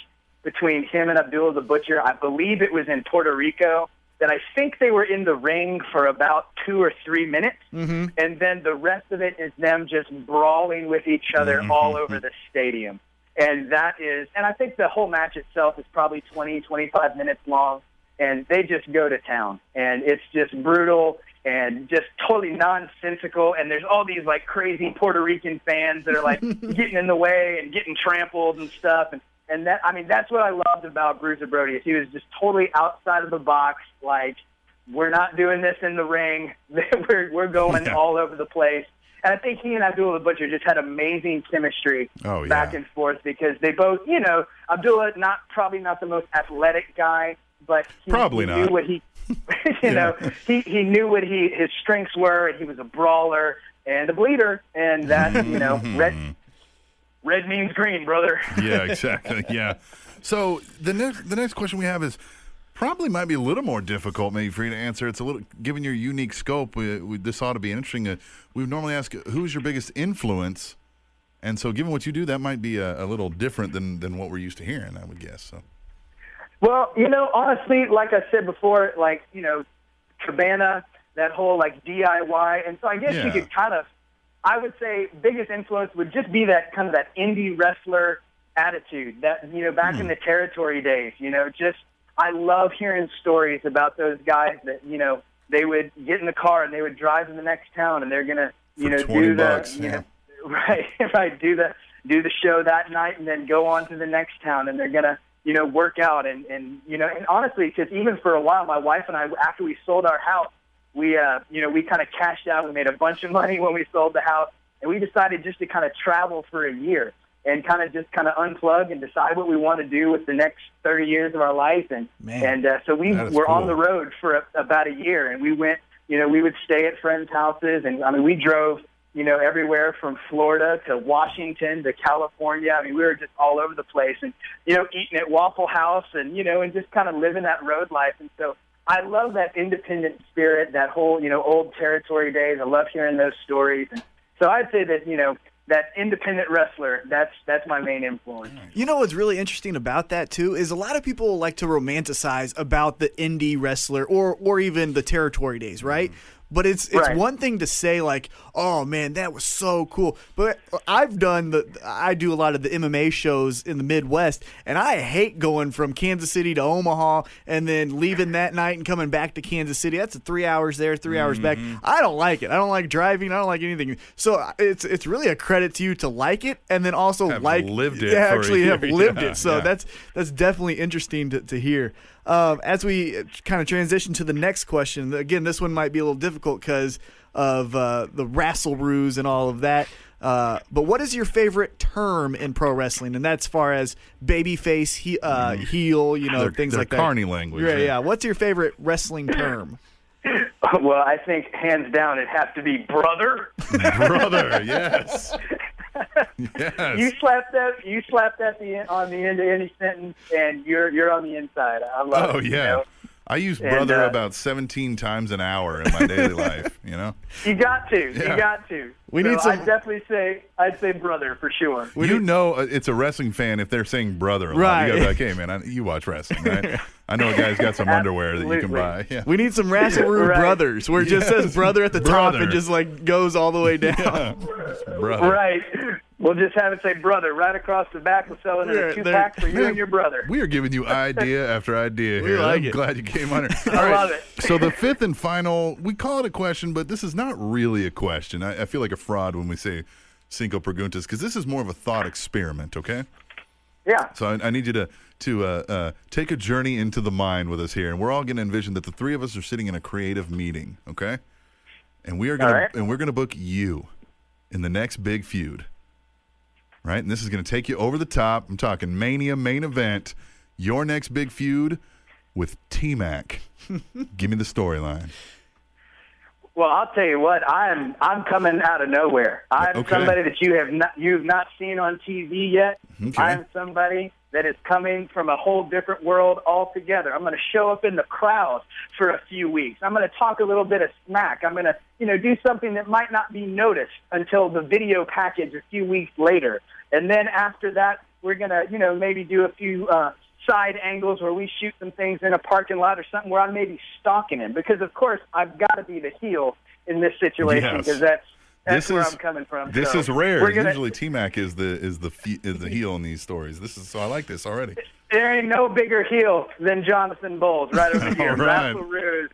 [SPEAKER 10] between him and Abdullah the Butcher. I believe it was in Puerto Rico. That I think they were in the ring for about two or three minutes, and then the rest of it is them just brawling with each other all over the stadium. And that is, and I think the whole match itself is probably 20, 25 minutes long, and they just go to town. And it's just brutal and just totally nonsensical. And there's all these like crazy Puerto Rican fans that are like getting in the way and getting trampled and stuff. And, and that, I mean, that's what I loved about Bruiser Brody is he was just totally outside of the box, like, we're not doing this in the ring. we're we're going
[SPEAKER 3] Yeah.
[SPEAKER 10] all over the place. And I think he and Abdullah the Butcher just had amazing chemistry
[SPEAKER 3] Oh, yeah.
[SPEAKER 10] back and forth because they both, you know, Abdullah not probably not the most athletic guy, but he,
[SPEAKER 3] Probably
[SPEAKER 10] he
[SPEAKER 3] not.
[SPEAKER 10] knew what he, you know, he he knew what he his strengths were, and he was a brawler and a bleeder, and that you know, red red means green, brother.
[SPEAKER 3] yeah, exactly. Yeah. So the next the next question we have is probably might be a little more difficult, maybe for you to answer. It's a little given your unique scope. We, we, this ought to be interesting. Uh, we would normally ask who's your biggest influence, and so given what you do, that might be a, a little different than than what we're used to hearing. I would guess. So
[SPEAKER 10] Well, you know, honestly, like I said before, like you know, Cabana, that whole like DIY, and so I guess
[SPEAKER 3] Yeah.
[SPEAKER 10] you could kind of, I would say, biggest influence would just be that kind of that indie wrestler attitude. That you know, back
[SPEAKER 3] Hmm.
[SPEAKER 10] in the territory days, you know, just I love hearing stories about those guys that you know they would get in the car and they would drive to the next town and they're gonna you
[SPEAKER 3] For
[SPEAKER 10] know
[SPEAKER 3] 20
[SPEAKER 10] do the
[SPEAKER 3] bucks,
[SPEAKER 10] you
[SPEAKER 3] yeah.
[SPEAKER 10] know, right right do the do the show that night and then go on to the next town and they're gonna you know work out and and you know and honestly because even for a while my wife and i after we sold our house we uh you know we kind of cashed out we made a bunch of money when we sold the house and we decided just to kind of travel for a year and kind of just kind of unplug and decide what we want to do with the next 30 years of our life and and uh, so we
[SPEAKER 3] That is
[SPEAKER 10] were on
[SPEAKER 3] cool.
[SPEAKER 10] the road for a, about a year and we went you know we would stay at friends houses and i mean we drove you know everywhere from florida to washington to california i mean we were just all over the place and you know eating at waffle house and you know and just kind of living that road life and so i love that independent spirit that whole you know old territory days i love hearing those stories and so i'd say that you know that independent wrestler that's that's my main influence
[SPEAKER 1] You know what's really interesting about that too is a lot of people like to romanticize about the indie wrestler or or even the territory days, right? But it's it's
[SPEAKER 10] Right.
[SPEAKER 1] one thing to say like, "Oh man, that was so cool." But I've done the I do a lot of the MMA shows in the Midwest, and I hate going from Kansas City to Omaha and then leaving that night and coming back to Kansas City. That's three hours there, 3 hours back. I don't like it. I don't like driving. I don't like anything. So it's it's really a credit to you to like it and then also
[SPEAKER 3] Have
[SPEAKER 1] like
[SPEAKER 3] lived it
[SPEAKER 1] yeah,
[SPEAKER 3] for a
[SPEAKER 1] actually
[SPEAKER 3] year.
[SPEAKER 1] have lived
[SPEAKER 3] Yeah,
[SPEAKER 1] it. So
[SPEAKER 3] yeah.
[SPEAKER 1] that's that's definitely interesting to, to hear. Um, as we kind of transition to the next question, again, this one might be a little difficult because of uh, the wrestle ruse and all of that. Uh, but what is your favorite term in pro wrestling? And that's far as babyface, he, uh, heel, you know,
[SPEAKER 3] Their-
[SPEAKER 1] things
[SPEAKER 3] their
[SPEAKER 1] like that.
[SPEAKER 3] Mm. carny language,
[SPEAKER 1] Yeah,
[SPEAKER 3] yeah.
[SPEAKER 1] yeah. What's your favorite wrestling term?
[SPEAKER 3] Mm.
[SPEAKER 10] well i think hands down it'd have to be brother
[SPEAKER 3] brother, yes, yes.
[SPEAKER 10] You slap that. You slap that the, on the end of any sentence, and you're you're on the inside. I love.
[SPEAKER 3] oh
[SPEAKER 10] it,
[SPEAKER 3] yeah.
[SPEAKER 10] You, know?
[SPEAKER 3] I use
[SPEAKER 10] And,
[SPEAKER 3] brother
[SPEAKER 10] uh,
[SPEAKER 3] about 17 times an hour in my daily life, you know?
[SPEAKER 10] You got to.
[SPEAKER 3] Yeah.
[SPEAKER 10] You got to.
[SPEAKER 1] We
[SPEAKER 10] So
[SPEAKER 1] need some-
[SPEAKER 10] I'd definitely say I'd say brother for sure.
[SPEAKER 3] you know uh, it's a wrestling fan if they're saying brother a lot.
[SPEAKER 1] Right.
[SPEAKER 3] You gotta be like, hey man, I, you watch wrestling, right? I know a guy's got some underwear that you can
[SPEAKER 10] Absolutely.
[SPEAKER 3] buy. Yeah.
[SPEAKER 1] We need some Rasselroo
[SPEAKER 10] Right.
[SPEAKER 1] brothers, where it just
[SPEAKER 3] Yes,
[SPEAKER 1] says brother at the top
[SPEAKER 3] brother.
[SPEAKER 1] and just like goes all the way down.
[SPEAKER 3] brother.
[SPEAKER 10] Right. We'll just have it say brother right across the back. We're selling it
[SPEAKER 1] There-
[SPEAKER 10] a two
[SPEAKER 1] there-
[SPEAKER 10] pack for you and your brother.
[SPEAKER 3] We are giving you idea after idea here.
[SPEAKER 1] like
[SPEAKER 3] I'm
[SPEAKER 1] it.
[SPEAKER 3] glad you came on here. I
[SPEAKER 10] love it.
[SPEAKER 3] So the fifth and final, we call it a question, but this is not really a question. I, I feel like a fraud when we say cinco preguntas because this is more of a thought experiment. Okay.
[SPEAKER 10] Yeah.
[SPEAKER 3] So I, I need you to to uh, uh, take a journey into the mind with us here, and we're all going to envision that the three of us are sitting in a creative meeting, okay? And we are going
[SPEAKER 10] All right.
[SPEAKER 3] to and we're going to book you in the next big feud, right? And this is going to take you over the top. I'm talking mania main event, your next big feud with T Mac. Give me the storyline.
[SPEAKER 10] Well, I'll tell you what. I'm I'm coming out of nowhere. I'm
[SPEAKER 3] Okay.
[SPEAKER 10] somebody that you have not you've not seen on TV yet.
[SPEAKER 3] Okay.
[SPEAKER 10] I'm somebody that is coming from a whole different world altogether. I'm going to show up in the crowd for a few weeks. I'm going to talk a little bit of smack. I'm going to you know do something that might not be noticed until the video package a few weeks later. And then after that, we're going to you know maybe do a few. Uh, side angles where we shoot some things in a parking lot or something where I may be stalking him because of course I've got to be the heel in this
[SPEAKER 3] Yes.
[SPEAKER 10] situation because that's that's
[SPEAKER 3] This
[SPEAKER 10] where
[SPEAKER 3] is-
[SPEAKER 10] I'm coming from.
[SPEAKER 3] This
[SPEAKER 10] So
[SPEAKER 3] is rare.
[SPEAKER 10] We're gonna,
[SPEAKER 3] Usually T Mac is the is the fe- is the heel in these stories. This is so I like this already.
[SPEAKER 10] there ain't no bigger heel than Jonathan Bowles right over here.
[SPEAKER 3] All right.
[SPEAKER 10] Raffle Rude,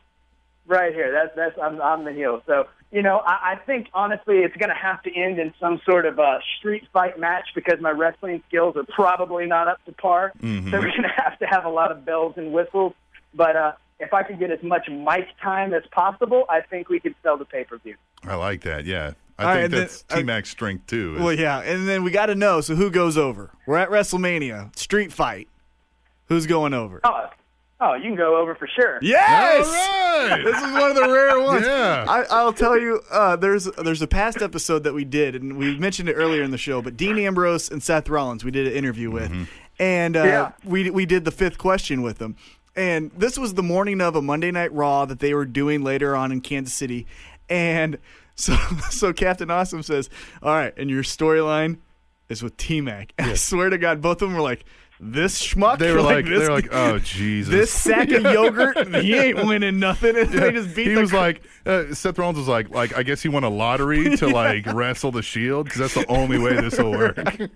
[SPEAKER 10] right here. That's that's I'm I'm the heel. So you know, I, I think honestly, it's going to have to end in some sort of a street fight match because my wrestling skills
[SPEAKER 3] Mm-hmm.
[SPEAKER 10] are probably not up to par. So we're going to have to have a lot of bells and whistles. But uh, if I could get as much mic time as possible, I think we could sell the pay per view.
[SPEAKER 3] I like that. Yeah. I
[SPEAKER 1] All right,
[SPEAKER 3] think
[SPEAKER 1] and then- uh,
[SPEAKER 3] that's T Mac's strength too. is-
[SPEAKER 1] Well, yeah, and then we got to know. So who goes over? We're at WrestleMania, street fight. Who's going over?
[SPEAKER 10] Oh, oh, you can go over for sure.
[SPEAKER 1] Yes,
[SPEAKER 3] All right.
[SPEAKER 1] this is one of the rare ones.
[SPEAKER 3] Yeah.
[SPEAKER 1] I, I'll tell you, uh, there's there's a past episode that we did, and we mentioned it earlier in the show. But Dean Ambrose and Seth Rollins, we did an interview with,
[SPEAKER 3] Mm-hmm.
[SPEAKER 1] and uh,
[SPEAKER 10] Yeah.
[SPEAKER 1] we we did the fifth question with them. And this was the morning of a Monday Night Raw that they were doing later on in Kansas City, and so so Captain Awesome says, "All right, and your storyline is with T Mac." I swear to God, both of them were like. This schmuck.
[SPEAKER 3] They were like,
[SPEAKER 1] this,
[SPEAKER 3] they were like, oh Jesus.
[SPEAKER 1] this sack of yogurt, he ain't winning nothing. And they just beat
[SPEAKER 3] he
[SPEAKER 1] the
[SPEAKER 3] was like uh, Seth Rollins was like like I guess he won a lottery to like wrestle the Shield because that's the only way this will work.
[SPEAKER 1] Oh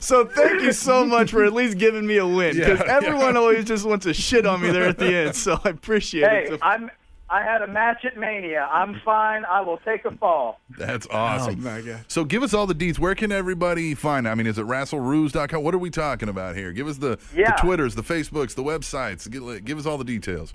[SPEAKER 1] So thank you so much for at least giving me a win because
[SPEAKER 3] Yeah, yeah.
[SPEAKER 1] everyone always just wants to shit on me there at the end. So I appreciate
[SPEAKER 10] Hey,
[SPEAKER 1] it. So-
[SPEAKER 10] I'm. I had a match at Mania. I'm fine. I will take a fall.
[SPEAKER 3] That's awesome.
[SPEAKER 1] Oh, my God.
[SPEAKER 3] So give us all the deeds. Where can everybody find? I mean, is it wrestleruse.com? What are we talking about here? Give us the,
[SPEAKER 10] Yeah.
[SPEAKER 3] the Twitters, the Facebooks, the websites. Give, give us all the details.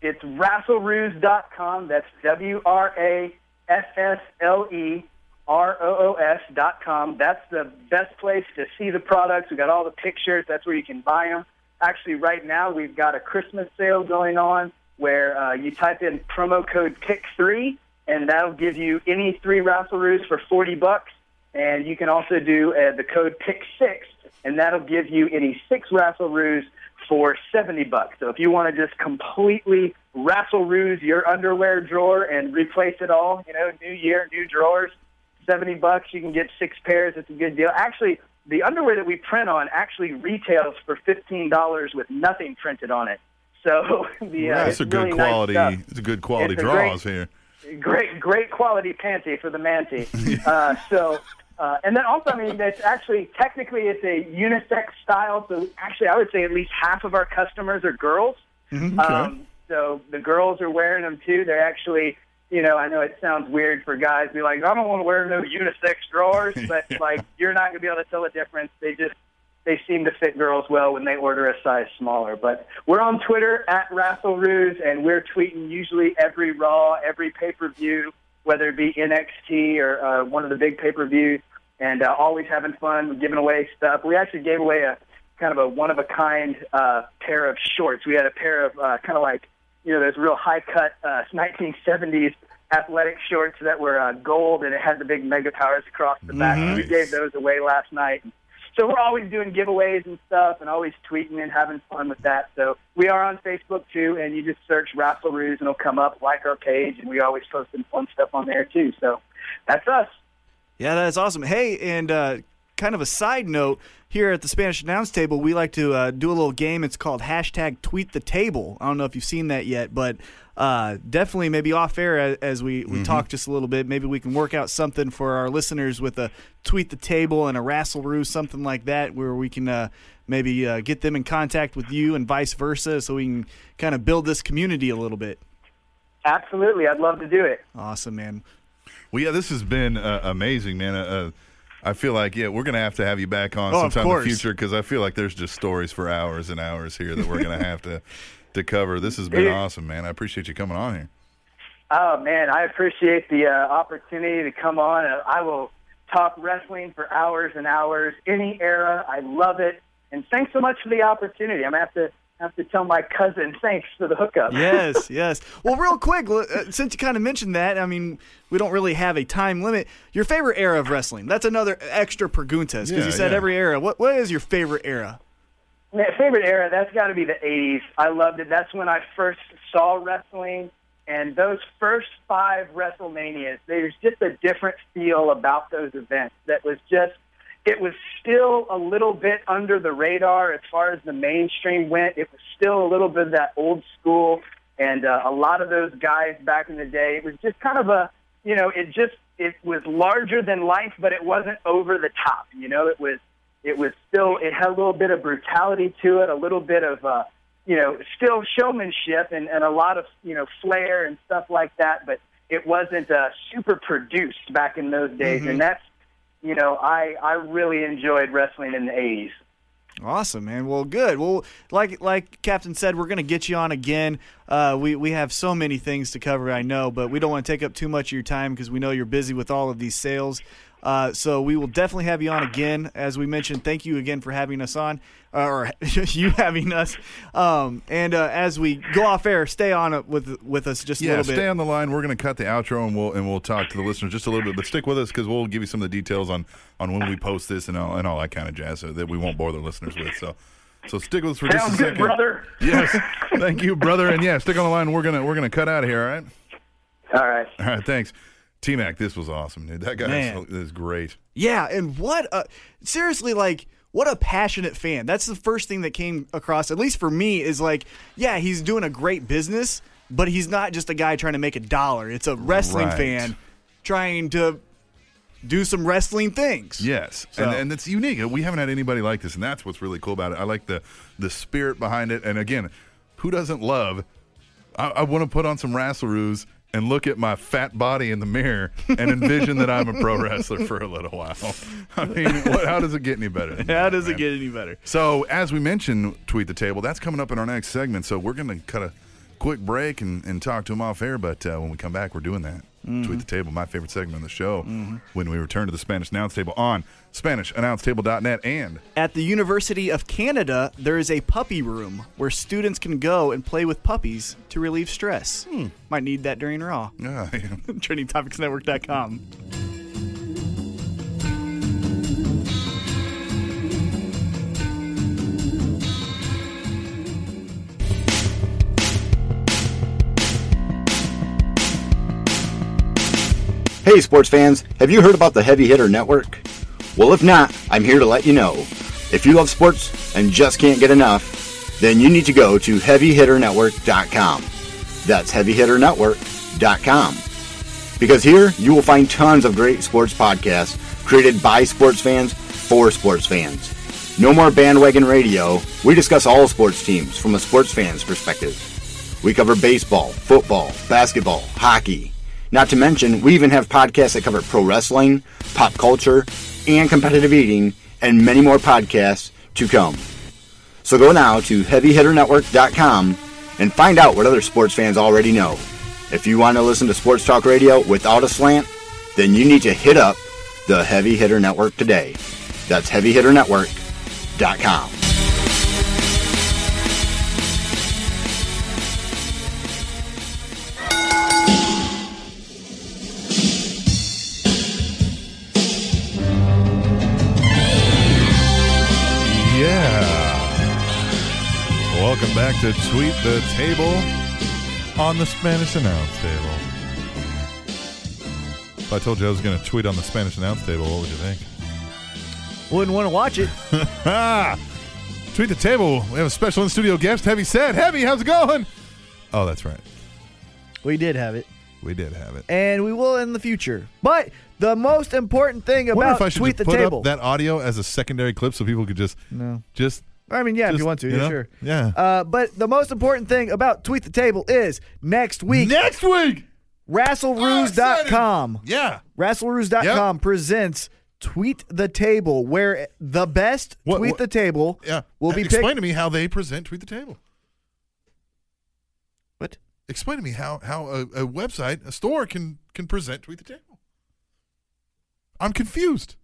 [SPEAKER 10] It's wrestleruse.com. That's W R A S S L E R O O S dot com. That's the best place to see the products. We've got all the pictures. That's where you can buy them. Actually, right now, we've got a Christmas sale going on where uh, you type in promo code PICK3, and that'll give you any three Wrestleroos for 40 bucks. And you can also do uh, the code PICK6, and that'll give you any six Wrestleroos for 70 bucks. So if you want to just completely wrestle ruse your underwear drawer and replace it all, you know, new year, new drawers, 70 bucks, you can get six pairs. It's a good deal. Actually, the underwear that we print on actually retails for $15 with nothing printed on it. So the uh,
[SPEAKER 3] That's
[SPEAKER 10] it's
[SPEAKER 3] a good
[SPEAKER 10] really nice
[SPEAKER 3] quality.
[SPEAKER 10] stuff
[SPEAKER 3] it's a good quality
[SPEAKER 10] It's a
[SPEAKER 3] draws
[SPEAKER 10] great-
[SPEAKER 3] here.
[SPEAKER 10] great, great quality panty for the manty. Uh, so, uh, and then also, I mean, that's actually technically it's a unisex style. So actually, I would say at least half of our customers are girls. um, so the girls are wearing them too. They're actually, you know, I know it sounds weird for guys to be like, I don't want to wear no unisex drawers, but like you're not gonna be able to tell the difference. They just they seem to fit girls well when they order a size smaller. But we're on Twitter at Raffleroos, and we're tweeting usually every Raw, every pay per view, whether it be NXT or uh, one of the big pay per views, and uh, always having fun, giving away stuff. We actually gave away a kind of a one of a kind uh, pair of shorts. We had a pair of uh, kind of like you know those real high cut uh, 1970s athletic shorts that were uh, gold and it had the big mega powers across the back. We
[SPEAKER 3] Nice.
[SPEAKER 10] gave those away last night. So we're always doing giveaways and stuff and always tweeting and having fun with that. So we are on Facebook too, and you just search Raffle Ruse and it'll come up, like our page, and we always post some fun stuff on there too. So that's us.
[SPEAKER 1] yeah, that's awesome. Hey, and uh, kind of a side note here at the Spanish Announce Table, we like to uh, do a little game. It's called hashtag Tweet the Table. I don't know if you've seen that yet, but uh, definitely maybe off air as, as we, we talk just a little bit. Maybe we can work out something for our listeners with a Tweet the Table and a Rassle Roo, something like that, where we can. Uh, maybe uh, get them in contact with you and vice versa so we can kind of build this community a little bit.
[SPEAKER 10] Absolutely, I'd love to do it.
[SPEAKER 1] Awesome, man.
[SPEAKER 3] Well, yeah, this has been uh, amazing, man. Uh, uh, I feel like, yeah, we're going to have to have you back on
[SPEAKER 1] Oh, of
[SPEAKER 3] sometime in the
[SPEAKER 1] course.
[SPEAKER 3] future because I feel like there's just stories for hours and hours here that we're going to have to to cover. This has been
[SPEAKER 10] Dude.
[SPEAKER 3] awesome, man. I appreciate you coming on here.
[SPEAKER 10] Oh man, I appreciate the uh, opportunity to come on. Uh, I will talk wrestling for hours and hours, any era. I love it, and thanks so much for the opportunity. I'm gonna have to have to tell my cousin thanks for the hookup.
[SPEAKER 1] Yes, yes. Well, real quick, l- uh, since you kind of mentioned that, I mean, we don't really have a time limit. Your favorite era of wrestling? That's another extra preguntas because
[SPEAKER 3] Yeah,
[SPEAKER 1] you said
[SPEAKER 3] yeah.
[SPEAKER 1] every era. What What is your favorite era?
[SPEAKER 10] My favorite era, that's got to be the 80s. I loved it. That's when I first saw wrestling. And those first five WrestleManias, there's just a different feel about those events that was just, it was still a little bit under the radar as far as the mainstream went. It was still a little bit of that old school. And uh, a lot of those guys back in the day, it was just kind of a, you know, it just, it was larger than life, but it wasn't over the top. You know, it was, it was still it had a little bit of brutality to it, a little bit of uh, you know still showmanship and, and a lot of you know flair and stuff like that, but it wasn't uh, super produced back
[SPEAKER 3] Mm-hmm.
[SPEAKER 10] in those days, and that's you know I I really enjoyed wrestling in the eighties.
[SPEAKER 5] Awesome, man. Well, good. Well, like like Captain said, we're going to get you on again. Uh, we we have so many things to cover, I know, but we don't want to take up too much of your time because we know you're busy with all of these sales. Uh, so we will definitely have you on again. As we mentioned, thank you again for having us on, uh, or you having us. Um, and uh, as we go off air, stay on it with with us just a
[SPEAKER 3] Yeah,
[SPEAKER 5] little bit.
[SPEAKER 3] stay on the line. We're going to cut the outro and we'll and we'll talk to the listener just a little bit, but stick with us because we'll give you some of the details on on when we post this and all and all that kind of jazz so that we won't bore the listeners with. So so stick with us for just
[SPEAKER 10] Sounds
[SPEAKER 3] a
[SPEAKER 10] good,
[SPEAKER 3] second,
[SPEAKER 10] brother.
[SPEAKER 3] Yes, thank you, brother. And yeah, stick on the line. We're gonna we're gonna cut out of here. All right.
[SPEAKER 10] All right.
[SPEAKER 3] All right. Thanks, T Mac. This was awesome, dude. That guy
[SPEAKER 5] Man.
[SPEAKER 3] is, is great.
[SPEAKER 5] Yeah, and what a seriously like what a passionate fan. That's the first thing that came across at least for me is like, yeah, he's doing a great business, but he's not just a guy trying to make a dollar. It's a wrestling
[SPEAKER 3] Right.
[SPEAKER 5] fan trying to do some wrestling things.
[SPEAKER 3] Yes,
[SPEAKER 5] So-
[SPEAKER 3] and, and it's unique. We haven't had anybody like this, and that's what's really cool about it. I like the the spirit behind it. And again, who doesn't love? I, I want to put on some rassleroos and look at my fat body in the mirror and envision that I'm a pro wrestler for a little while. I mean, what, how does it get any better? than
[SPEAKER 5] How
[SPEAKER 3] that,
[SPEAKER 5] does
[SPEAKER 3] man?
[SPEAKER 5] it get any better?
[SPEAKER 3] So, as we mentioned, tweet the table. That's coming up in our next segment. So we're going to cut a quick break and, and talk to him off air. But uh, when we come back, we're doing that. Tweet the table, my favorite segment of the show. When we return to the Spanish announce table on SpanishAnnounceTable.net and
[SPEAKER 5] At the University of Canada, there is a puppy room where students can go and play with puppies to relieve stress.
[SPEAKER 3] Hmm.
[SPEAKER 5] Might need that during Raw.
[SPEAKER 3] Ah, yeah.
[SPEAKER 5] TrainingTopicsNetwork.com.
[SPEAKER 8] Hey, sports fans, have you heard about the Heavy Hitter Network? Well, if not, I'm here to let you know. If you love sports and just can't get enough, then you need to go to HeavyHitterNetwork.com. That's HeavyHitterNetwork.com. Because here you will find tons of great sports podcasts created by sports fans for sports fans. No more bandwagon radio. We discuss all sports teams from a sports fan's perspective. We cover baseball, football, basketball, hockey. Not to mention, we even have podcasts that cover pro wrestling, pop culture, and competitive eating, and many more podcasts to come. So go now to HeavyHitterNetwork.com and find out what other sports fans already know. If you want to listen to sports talk radio without a slant, then you need to hit up the Heavy Hitter Network today. That's HeavyHitterNetwork.com.
[SPEAKER 3] Yeah. Welcome back to Tweet the Table on the Spanish Announce Table. If I told you I was going to tweet on the Spanish Announce Table, what would you think?
[SPEAKER 5] Wouldn't want to watch it.
[SPEAKER 3] Ah, tweet the table. We have a special in studio guest, Heavy Said. Heavy, how's it going? Oh, that's right.
[SPEAKER 1] We did have it,
[SPEAKER 3] We did have it.
[SPEAKER 1] and we will in the future. But the most important thing
[SPEAKER 3] I wonder
[SPEAKER 1] about
[SPEAKER 3] if I should
[SPEAKER 1] tweet
[SPEAKER 3] just
[SPEAKER 1] the
[SPEAKER 3] put
[SPEAKER 1] table.
[SPEAKER 3] up that audio as a secondary clip so people could just
[SPEAKER 1] No.
[SPEAKER 3] just
[SPEAKER 1] I mean, yeah, if
[SPEAKER 3] Just,
[SPEAKER 1] you want to,
[SPEAKER 3] you
[SPEAKER 1] yeah,
[SPEAKER 3] know?
[SPEAKER 1] sure.
[SPEAKER 3] Yeah.
[SPEAKER 1] Uh, but the most important thing about tweet the table is next week,
[SPEAKER 3] next week. Oh,
[SPEAKER 1] WrestleRoos.com.
[SPEAKER 3] Yeah.
[SPEAKER 1] WrestleRoos.com presents Tweet the Table, where the best
[SPEAKER 3] What-
[SPEAKER 1] Tweet
[SPEAKER 3] what-
[SPEAKER 1] the Table
[SPEAKER 3] Yeah.
[SPEAKER 1] will be
[SPEAKER 3] explain
[SPEAKER 1] picked.
[SPEAKER 3] to me how they present tweet the table.
[SPEAKER 1] What?
[SPEAKER 3] Explain to me how how a, a website, a store can can present tweet the table. I'm confused.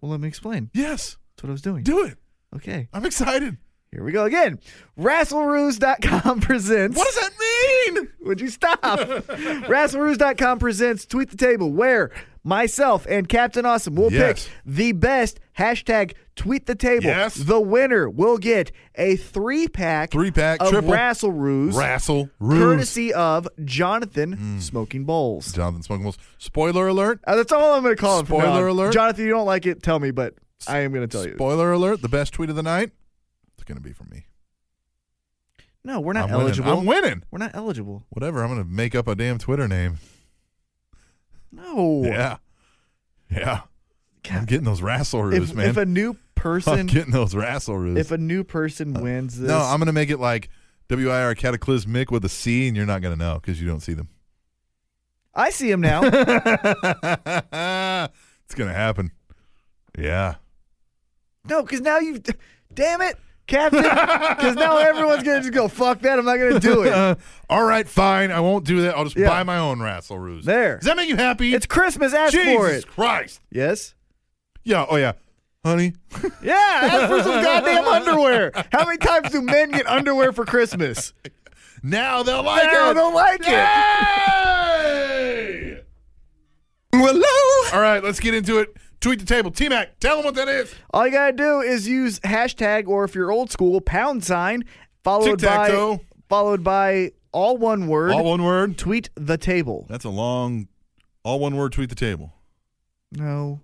[SPEAKER 1] Well, let me explain.
[SPEAKER 3] Yes,
[SPEAKER 1] That's what I was doing.
[SPEAKER 3] do it.
[SPEAKER 1] Okay,
[SPEAKER 3] I'm excited.
[SPEAKER 1] here we go again. WrestleRoos.com presents.
[SPEAKER 3] What does that mean?
[SPEAKER 1] Would you stop? WrestleRoos.com presents Tweet the Table, where myself and Captain Awesome will
[SPEAKER 3] Yes.
[SPEAKER 1] pick the best hashtag Tweet the Table.
[SPEAKER 3] Yes.
[SPEAKER 1] The winner will get a three pack,
[SPEAKER 3] Three-pack,
[SPEAKER 1] of
[SPEAKER 3] triple.
[SPEAKER 1] WrestleRoos,
[SPEAKER 3] Rassle Ruse.
[SPEAKER 1] courtesy of Jonathan
[SPEAKER 3] Hmm.
[SPEAKER 1] Smoking Bowles.
[SPEAKER 3] Jonathan Smokables. Spoiler alert.
[SPEAKER 1] Uh, that's all I'm going to call him. from now
[SPEAKER 3] Spoiler
[SPEAKER 1] on.
[SPEAKER 3] alert.
[SPEAKER 1] Jonathan. You don't like it? Tell me, but I am going to tell you.
[SPEAKER 3] Spoiler alert. The best tweet of the night. It's going to be from me.
[SPEAKER 1] no, we're not
[SPEAKER 3] I'm
[SPEAKER 1] eligible.
[SPEAKER 3] Winning. I'm winning.
[SPEAKER 1] we're not eligible.
[SPEAKER 3] Whatever. I'm going to make up a damn Twitter name.
[SPEAKER 1] No.
[SPEAKER 3] Yeah. Yeah. I'm
[SPEAKER 1] God.
[SPEAKER 3] getting those rassleroos,
[SPEAKER 1] if,
[SPEAKER 3] man.
[SPEAKER 1] if a new
[SPEAKER 3] I'm
[SPEAKER 1] person,
[SPEAKER 3] getting those rassleroos.
[SPEAKER 1] if a new person wins this,
[SPEAKER 3] Uh, no, I'm going to make it like WIR cataclysmic with a C, and you're not going to know because you don't see them.
[SPEAKER 1] I see him now.
[SPEAKER 3] it's going to happen. Yeah.
[SPEAKER 1] No, because now you've damn it, Captain, because now everyone's gonna just go fuck that. I'm not gonna do it.
[SPEAKER 3] All right, fine. I won't do that. I'll just
[SPEAKER 1] Yeah.
[SPEAKER 3] buy my own Rassel Ruse.
[SPEAKER 1] There.
[SPEAKER 3] Does that make you happy?
[SPEAKER 1] It's Christmas. Ask
[SPEAKER 3] Jesus
[SPEAKER 1] for it.
[SPEAKER 3] Christ.
[SPEAKER 1] Yes.
[SPEAKER 3] Yeah. Oh yeah. Honey.
[SPEAKER 1] Yeah. Ask for some goddamn underwear. How many times do men get underwear for Christmas?
[SPEAKER 3] Now they'll like
[SPEAKER 1] Now
[SPEAKER 3] it.
[SPEAKER 1] they'll like it.
[SPEAKER 3] Yay! All right, let's get into it. Tweet the table. T Mac, tell them what that is.
[SPEAKER 1] All you gotta do is use hashtag, or if you're old school, pound sign, followed by
[SPEAKER 3] Tic-tac-toe.
[SPEAKER 1] followed by all one word.
[SPEAKER 3] All one word.
[SPEAKER 1] Tweet the table.
[SPEAKER 3] That's a long, all one word. Tweet the table.
[SPEAKER 1] No.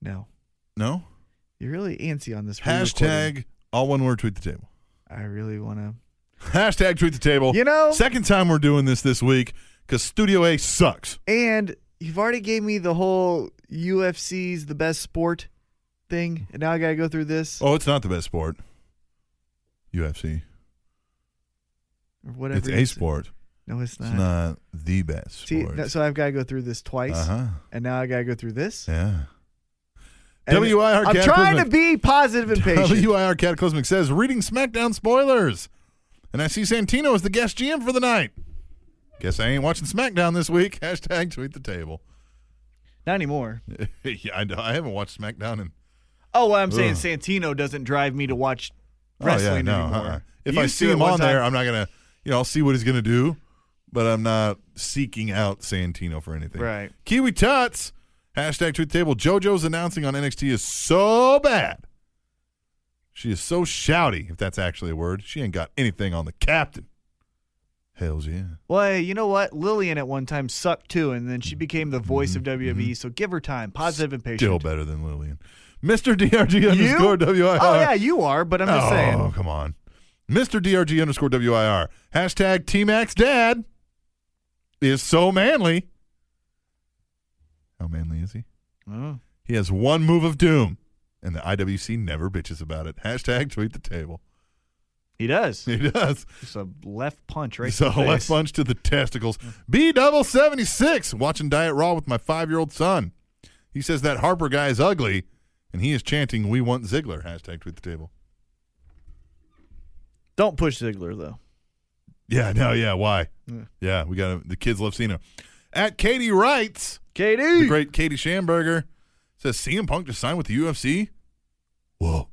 [SPEAKER 1] No.
[SPEAKER 3] No.
[SPEAKER 1] You're really antsy on this. re-recording.
[SPEAKER 3] Hashtag all one word. Tweet the table.
[SPEAKER 1] I really want to.
[SPEAKER 3] Hashtag tweet the table.
[SPEAKER 1] You know-
[SPEAKER 3] second time we're doing this this week because Studio A sucks.
[SPEAKER 1] And you've already gave me the whole UFC's the best sport thing, and now I gotta go through this
[SPEAKER 3] Oh, it's not the best sport. UFC.
[SPEAKER 1] or whatever.
[SPEAKER 3] it's
[SPEAKER 1] you
[SPEAKER 3] a
[SPEAKER 1] said.
[SPEAKER 3] sport.
[SPEAKER 1] No, it's not.
[SPEAKER 3] It's not the best
[SPEAKER 1] See,
[SPEAKER 3] sport.
[SPEAKER 1] no, so I've got to go through this twice,
[SPEAKER 3] uh-huh.
[SPEAKER 1] and now I got to go through this.
[SPEAKER 3] Yeah.
[SPEAKER 1] And
[SPEAKER 3] WIR
[SPEAKER 1] I'm trying to
[SPEAKER 3] Cataclysmic-
[SPEAKER 1] be positive and patient.
[SPEAKER 3] WIR Cataclysmic says reading SmackDown spoilers, and I see Santino is the guest GM for the night. Guess I ain't watching SmackDown this week. Hashtag tweet the table.
[SPEAKER 1] not anymore.
[SPEAKER 3] yeah, I, know. I haven't watched SmackDown in
[SPEAKER 1] Oh, well, I'm saying
[SPEAKER 3] Ugh.
[SPEAKER 1] Santino doesn't drive me to watch wrestling
[SPEAKER 3] oh, yeah, no,
[SPEAKER 1] anymore.
[SPEAKER 3] uh-uh. If
[SPEAKER 1] You
[SPEAKER 3] I
[SPEAKER 1] used
[SPEAKER 3] see
[SPEAKER 1] to at
[SPEAKER 3] him
[SPEAKER 1] one
[SPEAKER 3] on there,
[SPEAKER 1] time.
[SPEAKER 3] I'm not gonna, you know, I'll see what he's gonna do, but I'm not seeking out Santino for anything.
[SPEAKER 1] Right.
[SPEAKER 3] Kiwi Tuts. Hashtag tweet the table. JoJo's announcing on NXT is so bad. She is so shouty, if that's actually a word. She ain't got anything on the captain. Hells yeah.
[SPEAKER 1] well, hey, you know what? Lillian at one time sucked too, and then she became the voice of WWE. So give her time, positive and patient.
[SPEAKER 3] Mm-hmm. Still better than Lillian. Mr. DRG underscore WIR.
[SPEAKER 1] Oh yeah, you are, but I'm just
[SPEAKER 3] oh,
[SPEAKER 1] saying.
[SPEAKER 3] come on. Mr. DRG underscore WIR. Hashtag T Max Dad is so manly. How manly is he?
[SPEAKER 1] Oh.
[SPEAKER 3] He has one move of doom, and the IWC never bitches about it. Hashtag tweet the table.
[SPEAKER 1] He does.
[SPEAKER 3] He does.
[SPEAKER 1] Just a left punch right.
[SPEAKER 3] so
[SPEAKER 1] to the
[SPEAKER 3] let's
[SPEAKER 1] face.
[SPEAKER 3] punch to the testicles. B double seventy six watching Diet Raw with my five year old son. He says that Harper guy is ugly, and he is chanting "We want Ziggler." Hashtag tweet the table.
[SPEAKER 1] Don't push Ziggler though.
[SPEAKER 3] Yeah, no, yeah. Why? Yeah,
[SPEAKER 1] Mm.
[SPEAKER 3] we got him. the kids love Cena. At Katie writes,
[SPEAKER 1] KD.
[SPEAKER 3] the great Katie Schamberger says CM Punk just signed with the UFC. Whoa!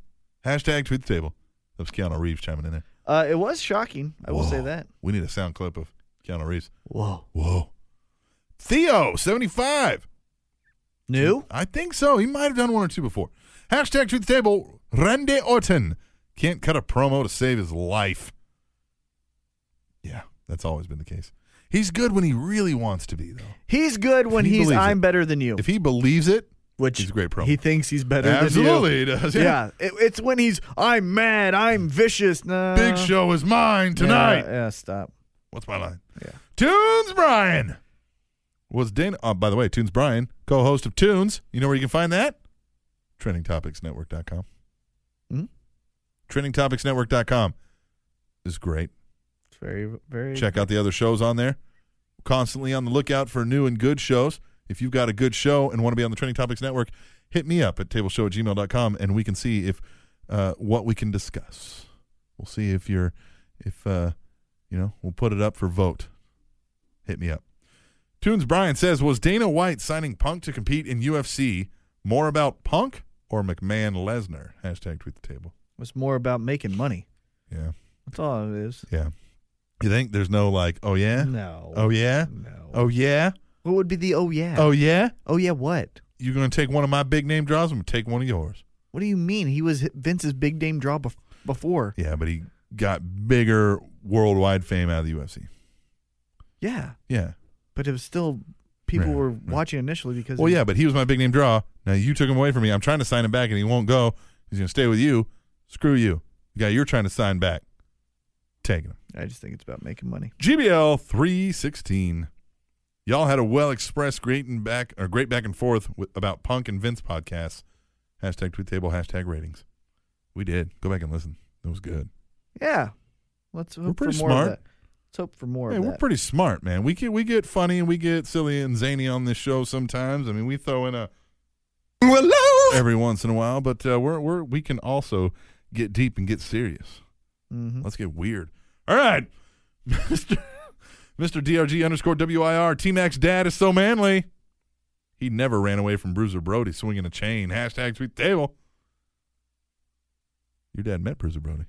[SPEAKER 3] Hashtag tweet the table. That was Keanu Reeves chiming in there.
[SPEAKER 1] uh, it was shocking. I will say
[SPEAKER 3] Whoa.
[SPEAKER 1] that.
[SPEAKER 3] We need a sound clip of Keanu Reeves.
[SPEAKER 1] Whoa.
[SPEAKER 3] Whoa. Theo, 75.
[SPEAKER 1] New.
[SPEAKER 3] I think so. He might have done one or two before. Hashtag tweet the table. Randy Orton can't cut a promo to save his life. Yeah, that's always been the case. He's good when he really wants to be, though.
[SPEAKER 1] He's good when
[SPEAKER 3] he
[SPEAKER 1] he's
[SPEAKER 3] believes
[SPEAKER 1] I'm
[SPEAKER 3] it.
[SPEAKER 1] better than you,
[SPEAKER 3] If he believes it,
[SPEAKER 1] which
[SPEAKER 3] he's a great promo.
[SPEAKER 1] He thinks he's better
[SPEAKER 3] absolutely he
[SPEAKER 1] than you.
[SPEAKER 3] does.
[SPEAKER 1] Yeah, it, it's when he's I'm mad, I'm vicious. No.
[SPEAKER 3] Big Show is mine tonight.
[SPEAKER 1] Yeah, yeah, stop.
[SPEAKER 3] What's my line? Yeah. Tunes Brian was Dana. Uh, by the way, Tunes Brian, co-host of Tunes. You know where you can find that? TrendingTopicsNetwork.com.
[SPEAKER 1] Hmm?
[SPEAKER 3] TrendingTopicsNetwork.com is great.
[SPEAKER 1] It's very, very.
[SPEAKER 3] Check out the other shows on there. Constantly on the lookout for new and good shows. If you've got a good show and want to be on the Trending Topics Network, hit me up at tableshow at gmail.com and we can see if uh, what we can discuss. We'll see if you're, if, uh, you know, we'll put it up for vote. Hit me up. Tunes Brian says Was Dana White signing Punk to compete in UFC more about Punk or McMahon Lesnar? Hashtag tweet the table.
[SPEAKER 1] It's more about making money.
[SPEAKER 3] Yeah.
[SPEAKER 1] That's all it is.
[SPEAKER 3] Yeah. You think there's no like, oh yeah?
[SPEAKER 1] No.
[SPEAKER 3] Oh yeah?
[SPEAKER 1] No.
[SPEAKER 3] Oh yeah?
[SPEAKER 1] What would be the oh yeah?
[SPEAKER 3] Oh yeah?
[SPEAKER 1] Oh yeah, what?
[SPEAKER 3] You're gonna take one of my big name draws. I'm gonna take one of yours.
[SPEAKER 1] What do you mean? He was Vince's big name draw bef- before.
[SPEAKER 3] Yeah, but he got bigger worldwide fame out of the UFC.
[SPEAKER 1] Yeah,
[SPEAKER 3] Yeah.
[SPEAKER 1] but it was still people
[SPEAKER 3] Right,
[SPEAKER 1] were
[SPEAKER 3] right.
[SPEAKER 1] watching initially because.
[SPEAKER 3] Well,
[SPEAKER 1] he-
[SPEAKER 3] yeah, but he was my big name draw. Now you took him away from me. I'm trying to sign him back, and he won't go. He's gonna stay with you. Screw you, the guy you're trying to sign back. Taking him.
[SPEAKER 1] I just think it's about making money.
[SPEAKER 3] GBL three sixteen. Y'all had a well expressed great and back or great back and forth with, about Punk and Vince podcasts. Hashtag tweet table. Hashtag ratings. We did. Go back and listen. It was good.
[SPEAKER 1] Yeah, let's hope
[SPEAKER 3] pretty
[SPEAKER 1] for more
[SPEAKER 3] smart.
[SPEAKER 1] of that. Let's hope for more
[SPEAKER 3] Hey,
[SPEAKER 1] of
[SPEAKER 3] we're
[SPEAKER 1] that.
[SPEAKER 3] pretty smart, man. We get we get funny and we get silly and zany on this show sometimes. I mean, we throw in a every once in a while, but uh, we're, we're we can also get deep and get serious.
[SPEAKER 1] Mm-hmm.
[SPEAKER 3] Let's get weird. All right, Mister Mister Drg underscore wir T Mac's dad is so manly. He never ran away from Bruiser Brody swinging a chain. Hashtag tweet the table. Your dad met Bruiser Brody.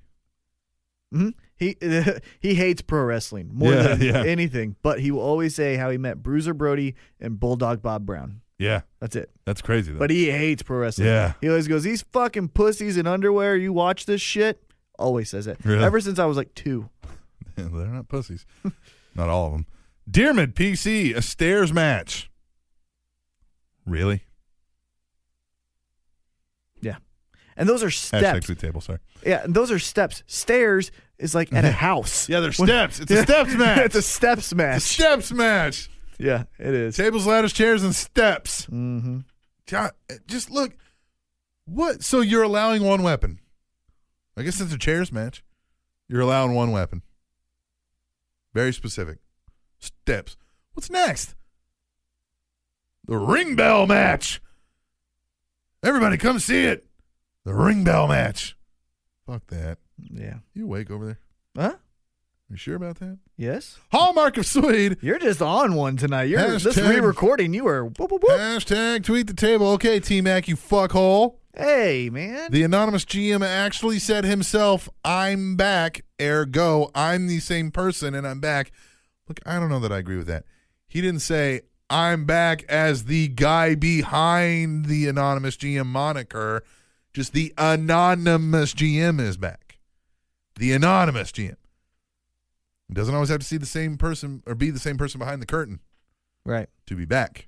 [SPEAKER 1] Mhm. He he hates pro wrestling more
[SPEAKER 3] Yeah,
[SPEAKER 1] than
[SPEAKER 3] yeah.
[SPEAKER 1] anything, but he will always say how he met Bruiser Brody and Bulldog Bob Brown.
[SPEAKER 3] Yeah,
[SPEAKER 1] That's it.
[SPEAKER 3] that's crazy though.
[SPEAKER 1] But he hates pro wrestling.
[SPEAKER 3] Yeah.
[SPEAKER 1] He always goes, These fucking pussies in underwear, you watch this shit? Always says it.
[SPEAKER 3] Really?
[SPEAKER 1] Ever since I was like two.
[SPEAKER 3] They're not pussies. not all of them. Dearman PC, a stairs match. Really?
[SPEAKER 1] Yeah. And those are
[SPEAKER 3] Hashtag
[SPEAKER 1] steps.
[SPEAKER 3] tweet table, sorry.
[SPEAKER 1] Yeah, and those are steps. Stairs is like at a house.
[SPEAKER 3] Yeah, they're steps. It's a steps match.
[SPEAKER 1] it's a steps match.
[SPEAKER 3] Steps match.
[SPEAKER 1] yeah, it is.
[SPEAKER 3] Tables, ladders, chairs, and steps. Mm-hmm. God, eh, just look. What? So you're allowing one weapon. I guess it's a chairs match. You're allowing one weapon. Very specific. Steps. What's next? The ring bell match. Everybody come see it. The ring bell match. Fuck that.
[SPEAKER 1] Yeah.
[SPEAKER 3] You awake over there?
[SPEAKER 1] Huh?
[SPEAKER 3] You sure about that?
[SPEAKER 1] Yes.
[SPEAKER 3] Hallmark of Swede.
[SPEAKER 1] You're just on one tonight. You're this
[SPEAKER 3] Hashtag-
[SPEAKER 1] re-recording. You were. Whoop, whoop, whoop.
[SPEAKER 3] Hashtag tweet the table. Okay, T Mac, you fuckhole.
[SPEAKER 1] Hey, man.
[SPEAKER 3] The anonymous GM actually said himself, I'm back, ergo, I'm the same person and I'm back. Look, I don't know that I agree with that. He didn't say, I'm back as the guy behind the anonymous GM moniker, just the anonymous GM is back. The anonymous GM. It doesn't always have to see the same person or be the same person behind the curtain
[SPEAKER 1] right.
[SPEAKER 3] to be back.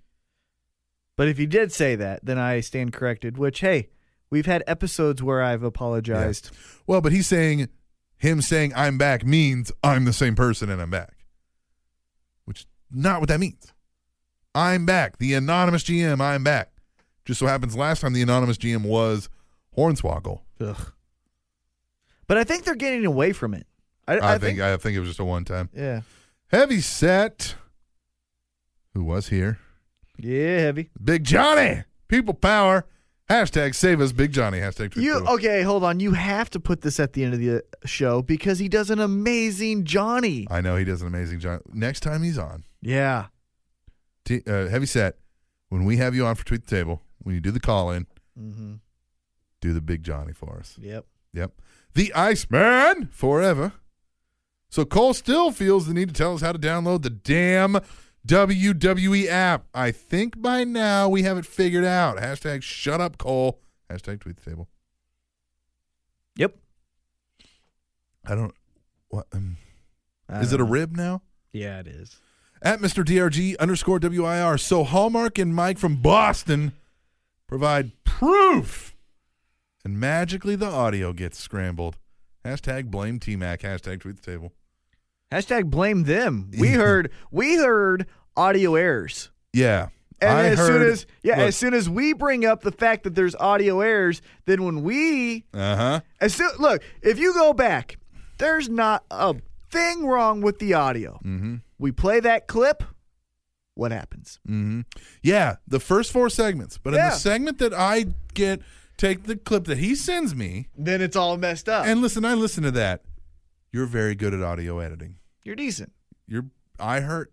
[SPEAKER 1] But if you did say that, then I stand corrected. Which, hey, we've had episodes where I've apologized.
[SPEAKER 3] Well, but he's saying him saying I'm back means I'm the same person and I'm back. Which is not what that means. I'm back. The anonymous GM, I'm back. Just so happens last time the anonymous GM was Hornswoggle.
[SPEAKER 1] Ugh. But I think they're getting away from it. I,
[SPEAKER 3] I, think, I think it was just a one time.
[SPEAKER 1] yeah.
[SPEAKER 3] Heavy set. Who was here?
[SPEAKER 1] Yeah, heavy.
[SPEAKER 3] Big Johnny. People power. Hashtag save us Big Johnny. Hashtag tweet
[SPEAKER 1] You
[SPEAKER 3] pool.
[SPEAKER 1] okay? Hold on. You have to put this at the end of the uh, show because he does an amazing Johnny.
[SPEAKER 3] I know he does an amazing Johnny. Next time he's on,
[SPEAKER 1] Yeah.
[SPEAKER 3] T- uh, heavy set. When we have you on for tweet the table, when you do the call in,
[SPEAKER 1] Mm-hmm.
[SPEAKER 3] do the big Johnny for us.
[SPEAKER 1] Yep.
[SPEAKER 3] Yep, the Iceman forever. So Cole still feels the need to tell us how to download the damn WWE app. I think by now we have it figured out. Hashtag shut up, Cole. Hashtag tweet the table.
[SPEAKER 1] Yep.
[SPEAKER 3] I don't. What um,
[SPEAKER 1] I
[SPEAKER 3] is it
[SPEAKER 1] don't
[SPEAKER 3] a
[SPEAKER 1] know.
[SPEAKER 3] rib now?
[SPEAKER 1] Yeah, it is.
[SPEAKER 3] at Mr. DRG underscore WIR. So Hallmark and Mike from Boston provide proof. And magically the audio gets scrambled. Hashtag blame T Mac. Hashtag tweet the table.
[SPEAKER 1] Hashtag blame them. We heard. we heard audio errors.
[SPEAKER 3] Yeah.
[SPEAKER 1] And
[SPEAKER 3] I
[SPEAKER 1] as soon
[SPEAKER 3] heard-
[SPEAKER 1] as yeah,
[SPEAKER 3] look,
[SPEAKER 1] as soon as we bring up the fact that there's audio errors, then when we
[SPEAKER 3] uh-huh.
[SPEAKER 1] as soon look, if you go back, there's not a thing wrong with the audio. Mm-hmm. We play that clip. What happens?
[SPEAKER 3] Yeah, the first four segments. But in
[SPEAKER 1] Yeah.
[SPEAKER 3] the segment that I get take the clip that he sends me
[SPEAKER 1] Then it's all messed up.
[SPEAKER 3] and listen, I listen to that. You're very good at audio editing.
[SPEAKER 1] You're decent.
[SPEAKER 3] You're I heard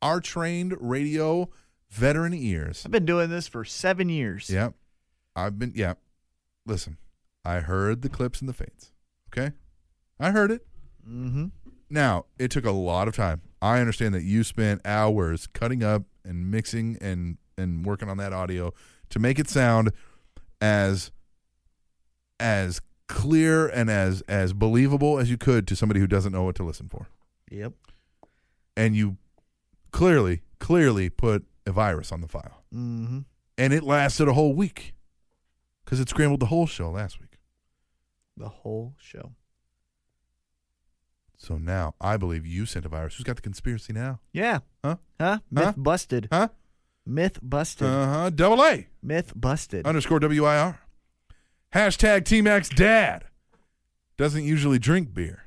[SPEAKER 3] our trained radio veteran ears.
[SPEAKER 1] I've been doing this for seven years.
[SPEAKER 3] Yep. I've been yeah. Listen, I heard the clips and the fades. Okay? I heard it.
[SPEAKER 1] Mm-hmm.
[SPEAKER 3] Now, it took a lot of time. I understand that you spent hours cutting up and mixing and and working on that audio to make it sound as as clear and as as believable as you could to somebody who doesn't know what to listen for.
[SPEAKER 1] Yep.
[SPEAKER 3] And you clearly clearly put a virus on the file
[SPEAKER 1] Mm-hmm.
[SPEAKER 3] and it lasted a whole week because it scrambled the whole show last week.
[SPEAKER 1] The whole show.
[SPEAKER 3] So now I believe you sent a virus. Who's got the conspiracy now?
[SPEAKER 1] Yeah.
[SPEAKER 3] Huh?
[SPEAKER 1] Huh? Myth
[SPEAKER 3] Huh?
[SPEAKER 1] busted.
[SPEAKER 3] Huh?
[SPEAKER 1] Myth busted.
[SPEAKER 3] Uh huh. Double A
[SPEAKER 1] Myth busted.
[SPEAKER 3] underscore W I R. Hashtag T Max Dad doesn't usually drink beer,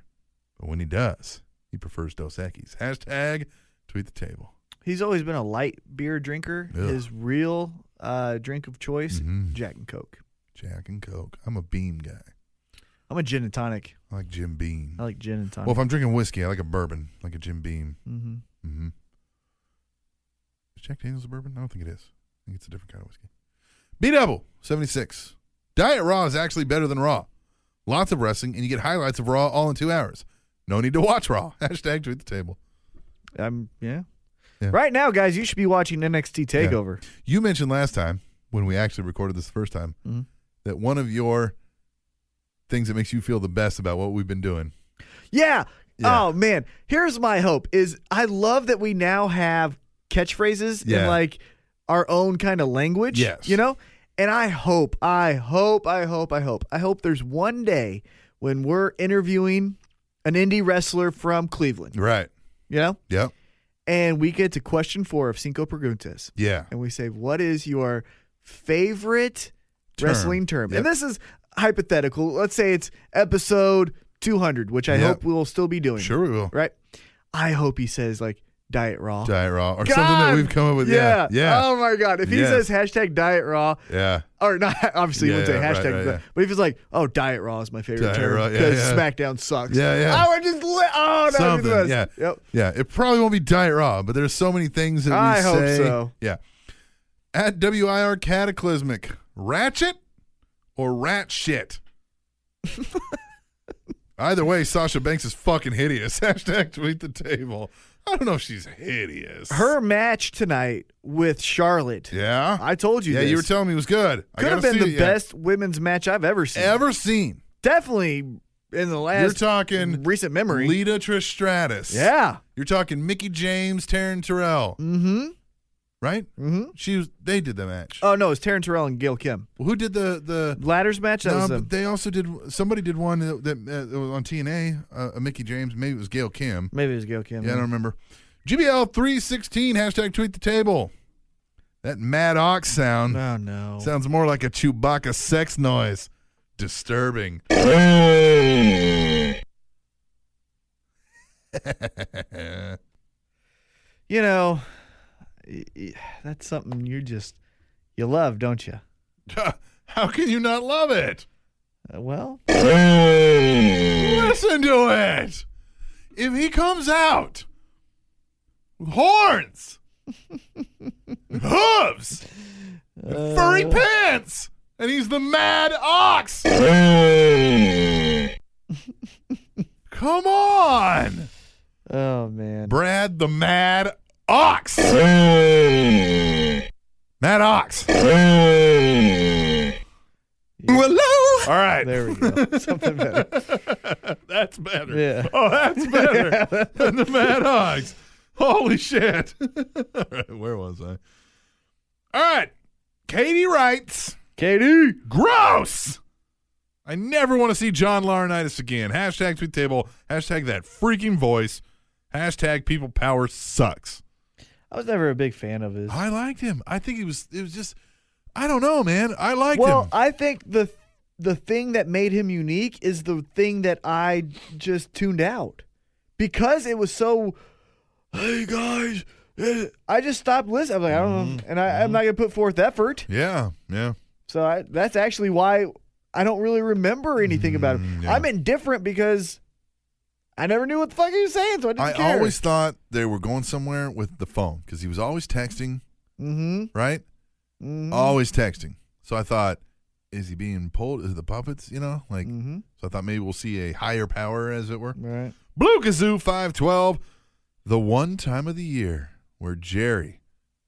[SPEAKER 3] but when he does, he prefers Dos Equis. Hashtag tweet the table.
[SPEAKER 1] He's always been a light beer drinker.
[SPEAKER 3] Ugh.
[SPEAKER 1] His real uh, drink of choice,
[SPEAKER 3] Mm-hmm.
[SPEAKER 1] Jack and Coke.
[SPEAKER 3] Jack and Coke. I'm a Beam guy.
[SPEAKER 1] I'm a gin and tonic.
[SPEAKER 3] I like Jim Beam.
[SPEAKER 1] I like gin and tonic.
[SPEAKER 3] Well, if I'm drinking whiskey, I like a bourbon, like a Jim Beam.
[SPEAKER 1] Mhm.
[SPEAKER 3] Mm-hmm. Is Jack Daniels a bourbon? I don't think it is. I think it's a different kind of whiskey. B double seventy six. Diet Raw is actually better than Raw. Lots of wrestling, and you get highlights of Raw all in two hours. No need to watch Raw. Hashtag tweet the table.
[SPEAKER 1] I'm yeah.
[SPEAKER 3] Yeah.
[SPEAKER 1] Right now, guys, you should be watching NXT
[SPEAKER 3] Yeah.
[SPEAKER 1] Takeover.
[SPEAKER 3] You mentioned last time when we actually recorded this the first time
[SPEAKER 1] Mhm.
[SPEAKER 3] that one of your things that makes you feel the best about what we've been doing.
[SPEAKER 1] Yeah.
[SPEAKER 3] Yeah.
[SPEAKER 1] Oh man, here's my hope is I love that we now have catchphrases
[SPEAKER 3] Yeah.
[SPEAKER 1] and like our own kind of language.
[SPEAKER 3] Yes.
[SPEAKER 1] You know? And I hope, I hope, I hope, I hope, I hope there's one day when we're interviewing an indie wrestler from Cleveland,
[SPEAKER 3] Right.
[SPEAKER 1] you know,
[SPEAKER 3] Yep.
[SPEAKER 1] and we get to question four of Cinco Preguntas.
[SPEAKER 3] Yeah.
[SPEAKER 1] and we say, "What is your favorite
[SPEAKER 3] Term.
[SPEAKER 1] wrestling term?"
[SPEAKER 3] Yep.
[SPEAKER 1] And this is hypothetical. Let's say it's episode 200, which I
[SPEAKER 3] Yep.
[SPEAKER 1] hope we'll still be doing.
[SPEAKER 3] Sure we will.
[SPEAKER 1] Right? I hope he says like Diet Raw.
[SPEAKER 3] Diet Raw or something that
[SPEAKER 1] God!
[SPEAKER 3] we've come up with. Yeah. Yeah.
[SPEAKER 1] Oh my God. If he
[SPEAKER 3] Yes.
[SPEAKER 1] says hashtag Diet Raw,
[SPEAKER 3] yeah.
[SPEAKER 1] or not, obviously
[SPEAKER 3] Yeah,
[SPEAKER 1] he wouldn't
[SPEAKER 3] yeah, right,
[SPEAKER 1] say hashtag,
[SPEAKER 3] right,
[SPEAKER 1] but-
[SPEAKER 3] yeah.
[SPEAKER 1] but if it's like, oh, Diet Raw is my favorite
[SPEAKER 3] Diet
[SPEAKER 1] term
[SPEAKER 3] Raw, yeah,
[SPEAKER 1] because
[SPEAKER 3] yeah.
[SPEAKER 1] SmackDown sucks.
[SPEAKER 3] Yeah, yeah.
[SPEAKER 1] I would just, li- oh, that would be
[SPEAKER 3] Something.
[SPEAKER 1] the best.
[SPEAKER 3] Yeah.
[SPEAKER 1] Yep.
[SPEAKER 3] Yeah. It probably won't be Diet Raw, but there's so many things that we
[SPEAKER 1] I hope
[SPEAKER 3] say.
[SPEAKER 1] so.
[SPEAKER 3] Yeah. At WIR Cataclysmic, Ratchet or Rat Shit? Either way, Sasha Banks is fucking hideous. Hashtag tweet the table. I don't know if she's hideous.
[SPEAKER 1] Her match tonight with Charlotte.
[SPEAKER 3] Yeah.
[SPEAKER 1] I told you
[SPEAKER 3] yeah,
[SPEAKER 1] this.
[SPEAKER 3] you were telling me it was good. I
[SPEAKER 1] Could have
[SPEAKER 3] gotta
[SPEAKER 1] been the
[SPEAKER 3] see it, yeah.
[SPEAKER 1] best women's match I've ever seen.
[SPEAKER 3] ever seen.
[SPEAKER 1] Definitely in the last.
[SPEAKER 3] You're talking
[SPEAKER 1] recent memory.
[SPEAKER 3] Lita Trish Stratus.
[SPEAKER 1] yeah.
[SPEAKER 3] You're talking Mickey James, Taryn Terrell,
[SPEAKER 1] Mm-hmm.
[SPEAKER 3] right?
[SPEAKER 1] Mhm.
[SPEAKER 3] She was. They did the match.
[SPEAKER 1] Oh no, it's Taryn Terrell and Gail Kim.
[SPEAKER 3] Well, Who did the the?
[SPEAKER 1] Ladders match. That
[SPEAKER 3] no,
[SPEAKER 1] was them.
[SPEAKER 3] but they also did. Somebody did one that, that uh, was on TNA. Uh, a Mickey James, maybe it was Gail Kim.
[SPEAKER 1] Maybe it was Gail Kim.
[SPEAKER 3] Yeah, I don't remember. GBL three sixteen hashtag tweet the table. That Mad Ox sound
[SPEAKER 1] Oh no.
[SPEAKER 3] sounds more like a Chewbacca sex noise. Disturbing.
[SPEAKER 1] you know, y- y- that's something you just you love, don't you?
[SPEAKER 3] How can you not love it?
[SPEAKER 1] Uh, well,
[SPEAKER 3] Listen to it. If he comes out with horns, hooves, and furry pants, and he's the mad ox. Come on.
[SPEAKER 1] oh man.
[SPEAKER 3] Brad the mad ox. Mad ox. All right.
[SPEAKER 1] There we go. Something better.
[SPEAKER 3] that's better.
[SPEAKER 1] Yeah.
[SPEAKER 3] Oh, that's better than the Mad Hogs. Holy shit. All right, where was I? All right. Katie writes,
[SPEAKER 1] Katie.
[SPEAKER 3] gross. I never want to see John Laurinaitis again. Hashtag tweet table. Hashtag that freaking voice. Hashtag people power sucks.
[SPEAKER 1] I was never a big fan of his.
[SPEAKER 3] I liked him. I think he was, it was just, I don't know, man. I liked
[SPEAKER 1] Well,
[SPEAKER 3] him.
[SPEAKER 1] I think the the thing that made him unique is the thing that I just tuned out because it was so. Hey guys, eh," I just stopped listening. I'm like, I don't know,
[SPEAKER 3] Mm-hmm.
[SPEAKER 1] and I, I'm not gonna put forth effort.
[SPEAKER 3] yeah, yeah.
[SPEAKER 1] So I, that's actually why I don't really remember anything about him.
[SPEAKER 3] Mm, yeah.
[SPEAKER 1] I'm indifferent because I never knew what the fuck he was saying, so I didn't
[SPEAKER 3] I
[SPEAKER 1] care.
[SPEAKER 3] always thought they were going somewhere with the phone because he was always texting,
[SPEAKER 1] hmm
[SPEAKER 3] right?
[SPEAKER 1] Mm-hmm. Mm.
[SPEAKER 3] Always texting. So I thought, is he being pulled? Is it the puppets? You know, like.
[SPEAKER 1] Mm. Mm-hmm.
[SPEAKER 3] So I thought maybe we'll see a higher power, as it were.
[SPEAKER 1] Right.
[SPEAKER 3] Blue Kazoo five twelve, the one time of the year where Jerry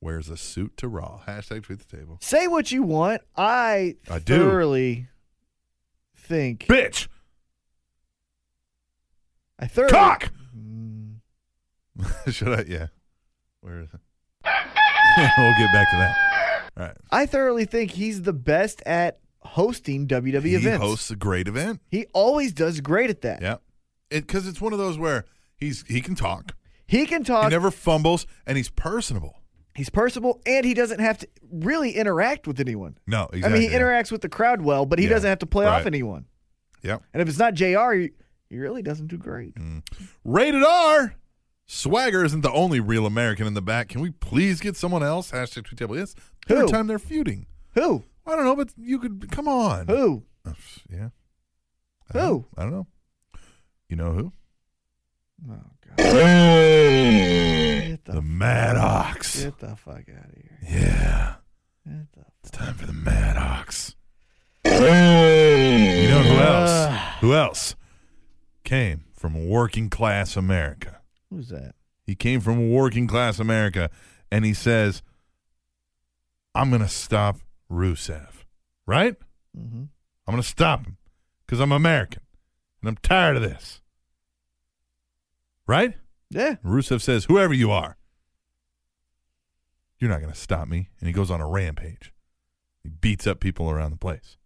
[SPEAKER 3] wears a suit to Raw. Hashtag tweet the table.
[SPEAKER 1] Say what you want. I,
[SPEAKER 3] I do.
[SPEAKER 1] thoroughly think
[SPEAKER 3] Bitch,
[SPEAKER 1] I thoroughly
[SPEAKER 3] cock.
[SPEAKER 1] Mm.
[SPEAKER 3] Should I? Yeah. Where is it? we'll get back to that. All right.
[SPEAKER 1] I thoroughly think he's the best at hosting WWE
[SPEAKER 3] He
[SPEAKER 1] events.
[SPEAKER 3] hosts a great event.
[SPEAKER 1] He always does great at that.
[SPEAKER 3] Yeah. It because it's one of those where he's he can talk.
[SPEAKER 1] He can talk.
[SPEAKER 3] He never fumbles and he's personable.
[SPEAKER 1] he's personable, and he doesn't have to really interact with anyone.
[SPEAKER 3] No, exactly.
[SPEAKER 1] I mean, he interacts with the crowd well, but he
[SPEAKER 3] Yeah,
[SPEAKER 1] doesn't have to play
[SPEAKER 3] right.
[SPEAKER 1] off anyone.
[SPEAKER 3] Yep. Mm.
[SPEAKER 1] And if it's not Jr., he, he really doesn't do great.
[SPEAKER 3] Rated R. Swagger isn't the only real American in the back. Can we please get someone else? Hashtag tweet table. It's third
[SPEAKER 1] Who?
[SPEAKER 3] time they're feuding.
[SPEAKER 1] Who?
[SPEAKER 3] I don't know, but you could come on.
[SPEAKER 1] Who?
[SPEAKER 3] Uh, Yeah. I
[SPEAKER 1] Who?
[SPEAKER 3] don't- I don't know. You know who?
[SPEAKER 1] Oh, Get the,
[SPEAKER 3] The Mad Ox.
[SPEAKER 1] get the fuck out of here.
[SPEAKER 3] Yeah.
[SPEAKER 1] Get the
[SPEAKER 3] It's time for the Mad Ox. You know who else? Who else came from working class America?
[SPEAKER 1] Who's that?
[SPEAKER 3] He came from working class America and he says, I'm going to stop Rusev, right?
[SPEAKER 1] Mm-hmm.
[SPEAKER 3] I'm going to stop him because I'm American and I'm tired of this, right?
[SPEAKER 1] Yeah.
[SPEAKER 3] And Rusev says, Whoever you are, you're not going to stop me. And he goes on a rampage. He beats up people around the place.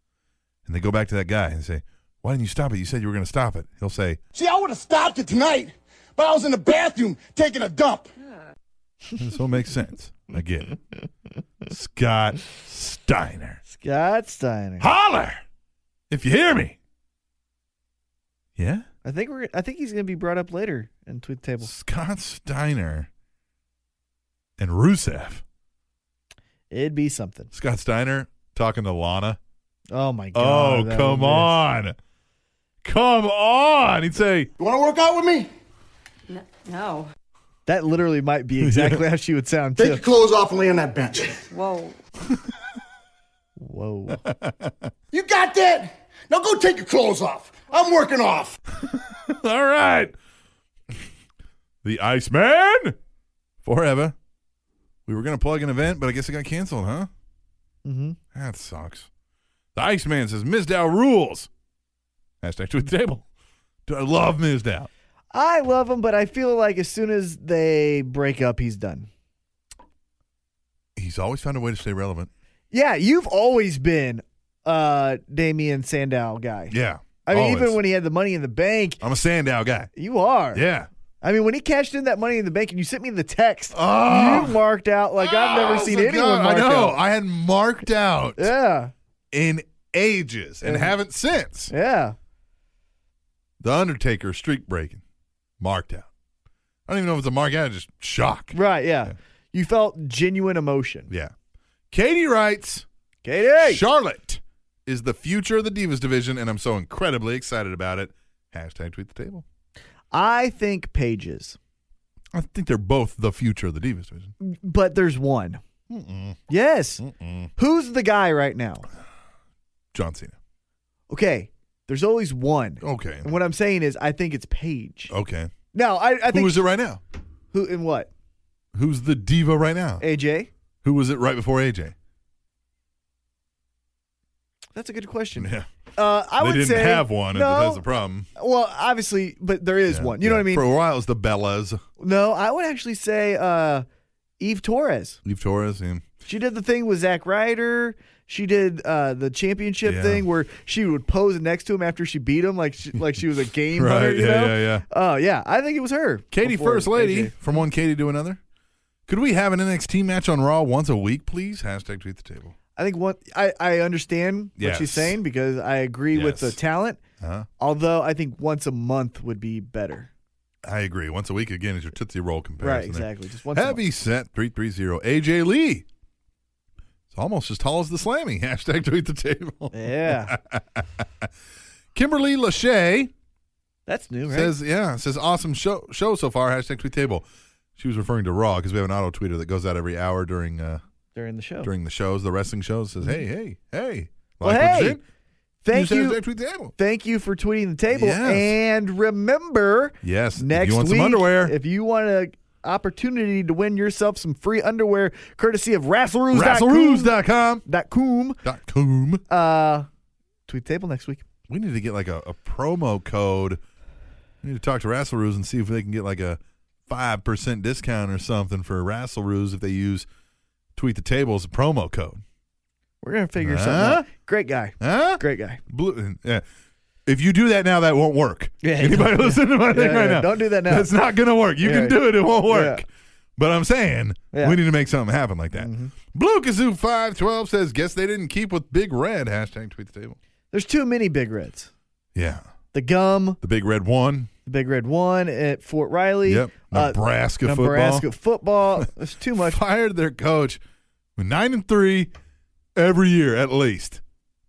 [SPEAKER 3] And they go back to that guy and say, Why didn't you stop it? You said you were going to stop it. He'll say,
[SPEAKER 11] See, I would have stopped it tonight, but I was in the bathroom taking a dump.
[SPEAKER 3] This all makes sense. I get it. Scott Steiner.
[SPEAKER 1] Scott Steiner.
[SPEAKER 3] Holler! If you hear me. Yeah?
[SPEAKER 1] I think we're. I think he's gonna be brought up later in tweet the table.
[SPEAKER 3] Scott Steiner and Rusev.
[SPEAKER 1] It'd be something.
[SPEAKER 3] Scott Steiner talking to Lana.
[SPEAKER 1] Oh my god. that
[SPEAKER 3] Oh,
[SPEAKER 1] would
[SPEAKER 3] come
[SPEAKER 1] be-
[SPEAKER 3] on. Come on. He'd say,
[SPEAKER 11] You want to work out with me?
[SPEAKER 12] No.
[SPEAKER 1] That literally might be exactly how she would sound
[SPEAKER 11] Take
[SPEAKER 1] too.
[SPEAKER 11] your clothes off and lay on that bench.
[SPEAKER 12] Whoa.
[SPEAKER 1] Whoa.
[SPEAKER 11] You got that? Now go take your clothes off. I'm working off.
[SPEAKER 3] All right. The Iceman forever. We were going to plug an event, but I guess it got canceled, huh?
[SPEAKER 1] Mhm.
[SPEAKER 3] That sucks. The Iceman says, Mizdow rules. Hashtag to the table. Do I love Mizdow?
[SPEAKER 1] I love him, but I feel like as soon as they break up, he's done.
[SPEAKER 3] He's always found a way to stay relevant.
[SPEAKER 1] Yeah, you've always been uh Damian Sandow guy.
[SPEAKER 3] Yeah.
[SPEAKER 1] I mean,
[SPEAKER 3] always.
[SPEAKER 1] even when he had the money in the bank,
[SPEAKER 3] I'm a Sandow guy.
[SPEAKER 1] you are.
[SPEAKER 3] Yeah.
[SPEAKER 1] I mean, when he cashed in that money in the bank and you sent me the text,
[SPEAKER 3] Oh.
[SPEAKER 1] you marked out like I've never
[SPEAKER 3] Oh,
[SPEAKER 1] seen
[SPEAKER 3] my
[SPEAKER 1] anyone
[SPEAKER 3] God.
[SPEAKER 1] mark
[SPEAKER 3] I know.
[SPEAKER 1] out.
[SPEAKER 3] I had marked out
[SPEAKER 1] Yeah.
[SPEAKER 3] in ages and
[SPEAKER 1] Yeah.
[SPEAKER 3] haven't since.
[SPEAKER 1] Yeah.
[SPEAKER 3] The Undertaker streak breaking, marked out. I don't even know if it's a mark out, just shock.
[SPEAKER 1] Right, yeah. You felt genuine emotion.
[SPEAKER 3] Yeah. Katie writes
[SPEAKER 1] Katie.
[SPEAKER 3] Charlotte is the future of the Divas division, and I'm so incredibly excited about it. Hashtag tweet the table.
[SPEAKER 1] I think pages,
[SPEAKER 3] I think they're both the future of the Divas division.
[SPEAKER 1] but there's one. Yes. Who's the guy right now?
[SPEAKER 3] John Cena.
[SPEAKER 1] Okay. There's always one.
[SPEAKER 3] Okay.
[SPEAKER 1] And what I'm saying is, I think it's Paige.
[SPEAKER 3] Okay.
[SPEAKER 1] No, I, I think
[SPEAKER 3] Oh. Who is it right now?
[SPEAKER 1] who in what?
[SPEAKER 3] Who's the diva right now?
[SPEAKER 1] AJ?
[SPEAKER 3] Who was it right before AJ?
[SPEAKER 1] That's a good question.
[SPEAKER 3] Yeah.
[SPEAKER 1] Uh, I
[SPEAKER 3] they
[SPEAKER 1] would
[SPEAKER 3] didn't
[SPEAKER 1] say
[SPEAKER 3] have one. and
[SPEAKER 1] No,
[SPEAKER 3] That's the problem.
[SPEAKER 1] well, obviously, but there is
[SPEAKER 3] Yeah,
[SPEAKER 1] one. You know
[SPEAKER 3] yeah.
[SPEAKER 1] what I mean?
[SPEAKER 3] For a while, it was the Bellas.
[SPEAKER 1] no, I would actually say uh, Eve Torres.
[SPEAKER 3] Leave Torres and
[SPEAKER 1] She did the thing with Zack Ryder. She did uh, the championship
[SPEAKER 3] Yeah.
[SPEAKER 1] thing where she would pose next to him after she beat him, like she, like she was a game
[SPEAKER 3] Right,
[SPEAKER 1] hunter. You
[SPEAKER 3] yeah,
[SPEAKER 1] know?
[SPEAKER 3] yeah, yeah.
[SPEAKER 1] Oh yeah, I think it was her.
[SPEAKER 3] Katie,
[SPEAKER 1] before
[SPEAKER 3] first lady,
[SPEAKER 1] AJ.
[SPEAKER 3] from one Katie to another. Could we have an NXT match on Raw once a week, please? Hashtag tweet the table.
[SPEAKER 1] I think what I I understand what
[SPEAKER 3] Yes.
[SPEAKER 1] she's saying because I agree with the
[SPEAKER 3] Yes.
[SPEAKER 1] talent.
[SPEAKER 3] Huh?
[SPEAKER 1] Although I think once a month would be better.
[SPEAKER 3] I agree. Once a week again is your Tootsie Roll comparison.
[SPEAKER 1] right,
[SPEAKER 3] there.
[SPEAKER 1] exactly. Just once. a month.
[SPEAKER 3] Heavy set 330. AJ Lee. It's almost as tall as the Slammy. Hashtag tweet the table.
[SPEAKER 1] Yeah,
[SPEAKER 3] Kimberly Lachey
[SPEAKER 1] that's new, right?
[SPEAKER 3] says, yeah, says awesome show show so far. Hashtag tweet table. She was referring to Raw because we have an auto tweeter that goes out every hour during uh,
[SPEAKER 1] During the show.
[SPEAKER 3] during the shows, the wrestling shows. Says, hey, hey, hey.
[SPEAKER 1] Mm-hmm. Well,
[SPEAKER 3] what you
[SPEAKER 1] hey,
[SPEAKER 3] said?
[SPEAKER 1] Thank
[SPEAKER 3] said
[SPEAKER 1] you.
[SPEAKER 3] hashtag tweet the table.
[SPEAKER 1] Thank you for tweeting the table.
[SPEAKER 3] Yes.
[SPEAKER 1] And remember,
[SPEAKER 3] Yes. if
[SPEAKER 1] next
[SPEAKER 3] you want
[SPEAKER 1] week,
[SPEAKER 3] some underwear.
[SPEAKER 1] if you want an opportunity to win yourself some free underwear, courtesy of Rassleroos.com,
[SPEAKER 3] Rassleroos.com. Dot com.
[SPEAKER 1] uh, tweet table next week.
[SPEAKER 3] We need to get like a, a promo code. We need to talk to Rasselroos and see if they can get like a five percent discount or something for Rasselroos if they use tweet the table as a promo code.
[SPEAKER 1] We're gonna figure
[SPEAKER 3] Huh?
[SPEAKER 1] something out. Great guy,
[SPEAKER 3] Huh?
[SPEAKER 1] great guy.
[SPEAKER 3] Blue, yeah. If you do that now, that won't work.
[SPEAKER 1] Yeah,
[SPEAKER 3] Anybody
[SPEAKER 1] yeah.
[SPEAKER 3] listen to my thing
[SPEAKER 1] Yeah,
[SPEAKER 3] right
[SPEAKER 1] yeah,
[SPEAKER 3] now?
[SPEAKER 1] don't do that now.
[SPEAKER 3] That's not going to work. You
[SPEAKER 1] Yeah.
[SPEAKER 3] can do it. It won't work. But I'm saying
[SPEAKER 1] Yeah. Mm-hmm.
[SPEAKER 3] we need to make something happen like that. Blue Kazoo five twelve says, "Guess they didn't keep with Big Red." Hashtag tweet the table.
[SPEAKER 1] There's too many big reds.
[SPEAKER 3] Yeah,
[SPEAKER 1] The gum,
[SPEAKER 3] the Big Red one.
[SPEAKER 1] the Big Red One at Fort Riley. Uh,
[SPEAKER 3] Yep. Nebraska football.
[SPEAKER 1] Nebraska football. That's too much.
[SPEAKER 3] Fired their coach with nine and three every year at least.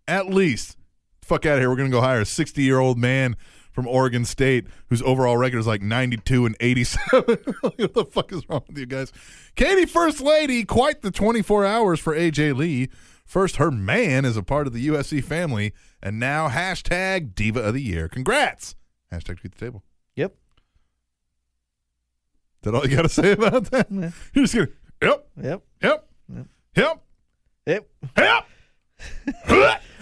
[SPEAKER 3] At least. Fuck out of here. We're gonna go hire a sixty year old man from Oregon State whose overall record is like ninety two and eighty seven. what the fuck is wrong with you guys? Katie First Lady, quite the twenty four hours for AJ Lee. First, her man is a part of the USC family, and now hashtag Diva of the Year. Congrats. Hashtag tweet the table.
[SPEAKER 1] Yep.
[SPEAKER 3] That all you got to say about that? You're just gonna yep,
[SPEAKER 1] Yep.
[SPEAKER 3] yep, yep,
[SPEAKER 1] Yep.
[SPEAKER 3] yep.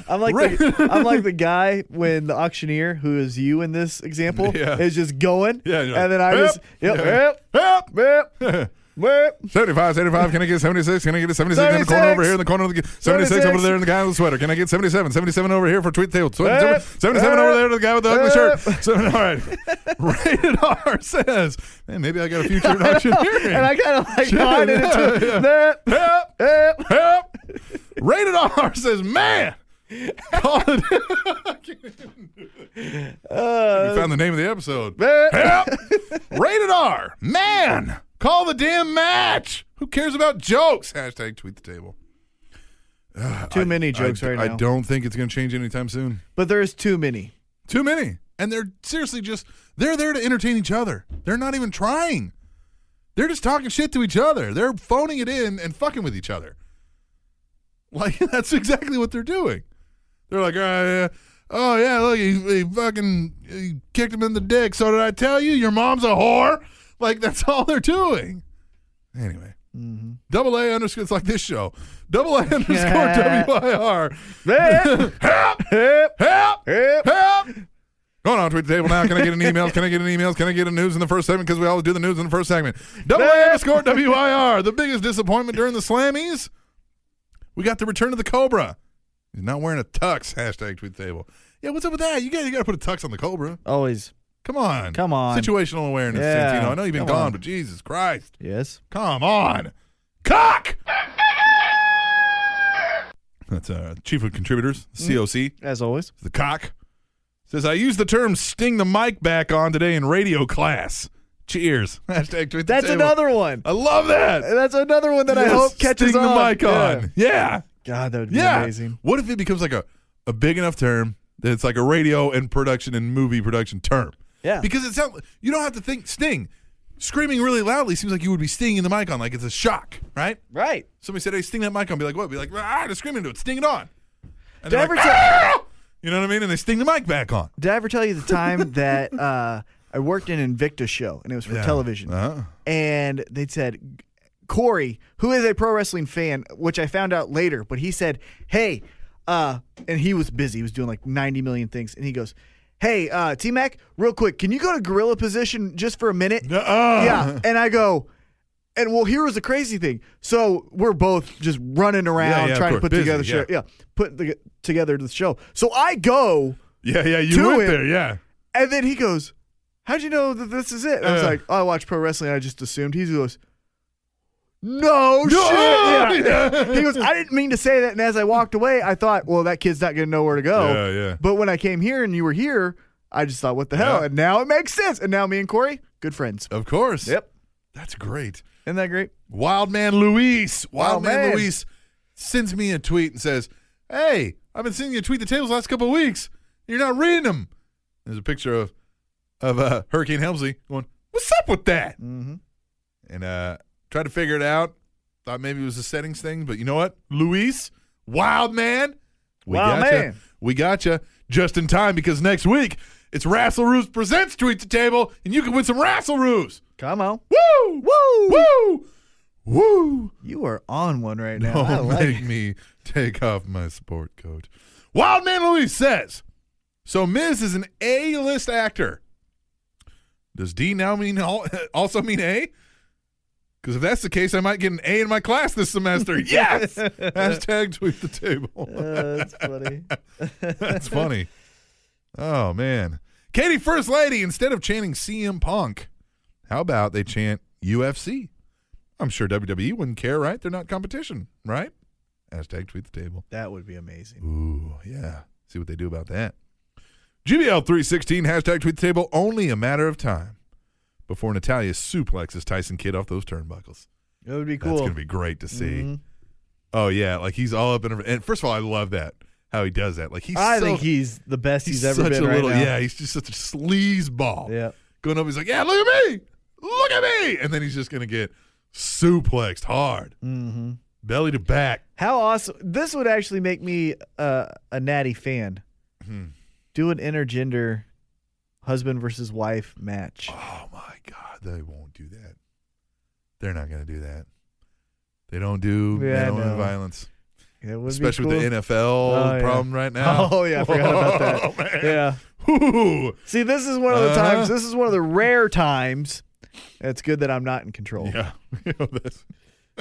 [SPEAKER 1] I'm like the, I'm like the guy when the auctioneer, who is you in this example,
[SPEAKER 3] Yeah.
[SPEAKER 1] is just going.
[SPEAKER 3] Yeah,
[SPEAKER 1] and
[SPEAKER 3] you're
[SPEAKER 1] then I
[SPEAKER 3] like,
[SPEAKER 1] just
[SPEAKER 3] yep,
[SPEAKER 1] yep, yep,
[SPEAKER 3] yep,
[SPEAKER 1] yep,
[SPEAKER 3] yep.
[SPEAKER 1] yep.
[SPEAKER 3] 75, 75, can I get 76? Can I get a 76, in the corner
[SPEAKER 1] 76.
[SPEAKER 3] over here in the corner of the 76, over
[SPEAKER 1] 76.
[SPEAKER 3] there in the guy with the sweater? Can I get 77? 77 over here for tweet tail.
[SPEAKER 1] Yep.
[SPEAKER 3] 77, 77 over there to the guy with the ugly shirt. Seven, all right. Rated R says, man, maybe I got a future in auctioneering.
[SPEAKER 1] And I kind of like
[SPEAKER 3] Sure,
[SPEAKER 1] nodded
[SPEAKER 3] yeah,
[SPEAKER 1] into
[SPEAKER 3] yeah.
[SPEAKER 1] that.
[SPEAKER 3] Help!
[SPEAKER 1] Yep.
[SPEAKER 3] Help! Rated R says, man. Call it.
[SPEAKER 1] Uh,
[SPEAKER 3] we found the name of the episode. Help! Rated R. Man. Call the damn match. Who cares about jokes? Hashtag tweet the table.
[SPEAKER 1] Too many jokes
[SPEAKER 3] I,
[SPEAKER 1] right
[SPEAKER 3] I
[SPEAKER 1] now.
[SPEAKER 3] don't think it's going to change anytime soon.
[SPEAKER 1] But there is too many.
[SPEAKER 3] Too many. And they're seriously just, they're there to entertain each other. They're not even trying. They're just talking shit to each other. They're phoning it in and fucking with each other. Like, that's exactly what they're doing. They're like, oh, yeah, oh, yeah look, he, he fucking he kicked him in the dick. So did I tell you your mom's a whore? Like, that's all they're doing. Anyway. Double A underscore, it's like this show. Double A underscore WIR.
[SPEAKER 1] Yep.
[SPEAKER 3] Help!
[SPEAKER 1] Yep.
[SPEAKER 3] Help!
[SPEAKER 1] Yep.
[SPEAKER 3] Help! Going on, tweet the table now. Can I get an email? Can I get an email? Can I get a news in the first segment? Because we always do the news in the first segment. Double A underscore WIR. The biggest disappointment during the Slammies. We got the return of the Cobra. He's not wearing a tux. Hashtag tweet the table. Yeah, what's up with that? You got you got to put a tux on the Cobra.
[SPEAKER 1] Always.
[SPEAKER 3] Come on.
[SPEAKER 1] Come on.
[SPEAKER 3] Situational awareness,
[SPEAKER 1] Yeah.
[SPEAKER 3] Santino. I know you've been
[SPEAKER 1] Come
[SPEAKER 3] gone,
[SPEAKER 1] on.
[SPEAKER 3] but Jesus Christ.
[SPEAKER 1] Yes.
[SPEAKER 3] Come on. Cock! That's uh, Chief of Contributors,
[SPEAKER 1] Mm.
[SPEAKER 3] COC
[SPEAKER 1] As always.
[SPEAKER 3] the cock says i used the term sting the mic back on today in radio class cheers hashtag tweet the
[SPEAKER 1] That's
[SPEAKER 3] table.
[SPEAKER 1] another one.
[SPEAKER 3] i love that
[SPEAKER 1] That's another one that I
[SPEAKER 3] Yes,
[SPEAKER 1] hope catches
[SPEAKER 3] sting
[SPEAKER 1] on.
[SPEAKER 3] the mic on yeah
[SPEAKER 1] God, that would be
[SPEAKER 3] yeah,
[SPEAKER 1] amazing.
[SPEAKER 3] what if it becomes like a, a big enough term that it's like a radio and production and movie production term
[SPEAKER 1] Yeah.
[SPEAKER 3] because it sounds you don't have to think sting screaming really loudly seems like you would be stinging the mic on like it's a shock right
[SPEAKER 1] Right.
[SPEAKER 3] somebody said hey sting that mic on be like what be like ah just scream into it sting it on and
[SPEAKER 1] Did I
[SPEAKER 3] they're
[SPEAKER 1] ever
[SPEAKER 3] like,
[SPEAKER 1] tell-
[SPEAKER 3] "Ah!" you know what i mean and they sting the mic back on
[SPEAKER 1] Did I ever tell you the time that uh, I worked in an Invicta show and it was for
[SPEAKER 3] Yeah.
[SPEAKER 1] television?
[SPEAKER 3] Uh-huh.
[SPEAKER 1] And they said, Corey, who is a pro wrestling fan, which I found out later, but he said, Hey, uh, and he was busy. He was doing like 90 million things. And he goes, Hey, uh, T Mac, real quick, can you go to gorilla position just for a minute?
[SPEAKER 3] Nuh-uh.
[SPEAKER 1] Yeah. And I go, and well, here was the crazy thing. So we're both just running around
[SPEAKER 3] yeah, of
[SPEAKER 1] trying to
[SPEAKER 3] course.
[SPEAKER 1] put
[SPEAKER 3] Busy,
[SPEAKER 1] together
[SPEAKER 3] yeah.
[SPEAKER 1] show. Yeah. Put the, together the show. So I go.
[SPEAKER 3] Yeah, yeah, you
[SPEAKER 1] to
[SPEAKER 3] went
[SPEAKER 1] it.
[SPEAKER 3] there, yeah.
[SPEAKER 1] And then he goes, How'd you know that this is it? And I was
[SPEAKER 3] Yeah.
[SPEAKER 1] like, oh, I watch pro wrestling. I just assumed. He goes, No, shit.
[SPEAKER 3] Oh,
[SPEAKER 1] Yeah.
[SPEAKER 3] yeah.
[SPEAKER 1] He goes, I didn't mean to say that. And as I walked away, I thought, Well, that kid's not going to know where to go.
[SPEAKER 3] Yeah, yeah.
[SPEAKER 1] But when I came here and you were here, I just thought, What the hell?
[SPEAKER 3] Yeah.
[SPEAKER 1] And now it makes sense. And now me and Corey, good friends.
[SPEAKER 3] Of course.
[SPEAKER 1] Yep.
[SPEAKER 3] That's great.
[SPEAKER 1] Isn't that great?
[SPEAKER 3] Wildman Luis. Wildman
[SPEAKER 1] Oh, man.
[SPEAKER 3] Luis sends me a tweet and says, Hey, I've been seeing you tweet the tables the last couple of weeks. You're not reading them. There's a picture of of uh, Hurricane Helmsley going, What's up with that? Mm-hmm. And uh tried to figure it out. Thought maybe it was a settings thing, but you know what? Luis, Wildman. We
[SPEAKER 1] Wild
[SPEAKER 3] gotcha.
[SPEAKER 1] man.
[SPEAKER 3] We gotcha. Just in time because next week it's Rassel Roos presents Tweet the Table, and you can win some Rassel Roos.
[SPEAKER 1] Come on.
[SPEAKER 3] Woo! Woo! Woo! Woo!
[SPEAKER 1] You are on one right now. I
[SPEAKER 3] Don't
[SPEAKER 1] like
[SPEAKER 3] make me take off my sport coat. Wildman Luis says, so Miz is an A-list actor. Does D now mean al- also mean A? Because if that's the case, I might get an A in my class this semester. Yes! Hashtag tweet the table.
[SPEAKER 1] Uh, that's funny.
[SPEAKER 3] That's funny. Oh man. Katie First Lady, instead of chanting CM Punk, how about they chant UFC? I'm sure WWE wouldn't care, right? They're not competition, right? Hashtag tweet the table.
[SPEAKER 1] That would be amazing.
[SPEAKER 3] Ooh, yeah. See what they do about that. GBL316, hashtag tweet the table, only a matter of time before Natalia suplexes Tyson Kidd off those turnbuckles.
[SPEAKER 1] That would be
[SPEAKER 3] That's
[SPEAKER 1] cool. Mm-hmm.
[SPEAKER 3] going to be great to see. Oh, yeah. Like, he's all up in her. And first of all, I love that, how he does that. Like, he's
[SPEAKER 1] I
[SPEAKER 3] so-
[SPEAKER 1] think he's the best he's, ever
[SPEAKER 3] such
[SPEAKER 1] been
[SPEAKER 3] a
[SPEAKER 1] right
[SPEAKER 3] little,
[SPEAKER 1] now.
[SPEAKER 3] Yeah, he's just such a sleaze ball.
[SPEAKER 1] Yeah.
[SPEAKER 3] Going up, he's like, yeah, look at me. Look at me. And then he's just going to get suplexed hard. Mm-hmm. Belly to back.
[SPEAKER 1] How awesome! This would actually make me uh, a natty fan.
[SPEAKER 3] Hmm.
[SPEAKER 1] Do an intergender husband versus wife match.
[SPEAKER 3] Oh my God, they won't do that. They're not going to do that. They don't do
[SPEAKER 1] Yeah, I
[SPEAKER 3] they don't do
[SPEAKER 1] know.
[SPEAKER 3] violence,
[SPEAKER 1] It would
[SPEAKER 3] especially
[SPEAKER 1] be cool.
[SPEAKER 3] with the NFL
[SPEAKER 1] Oh, yeah.
[SPEAKER 3] problem right now.
[SPEAKER 1] Oh yeah, I forgot about that.
[SPEAKER 3] Oh, man.
[SPEAKER 1] Yeah.
[SPEAKER 3] Ooh.
[SPEAKER 1] See, this is one of the
[SPEAKER 3] Uh-huh.
[SPEAKER 1] times. This is one of the rare times. It's good that I'm not in control.
[SPEAKER 3] Yeah. You know, that's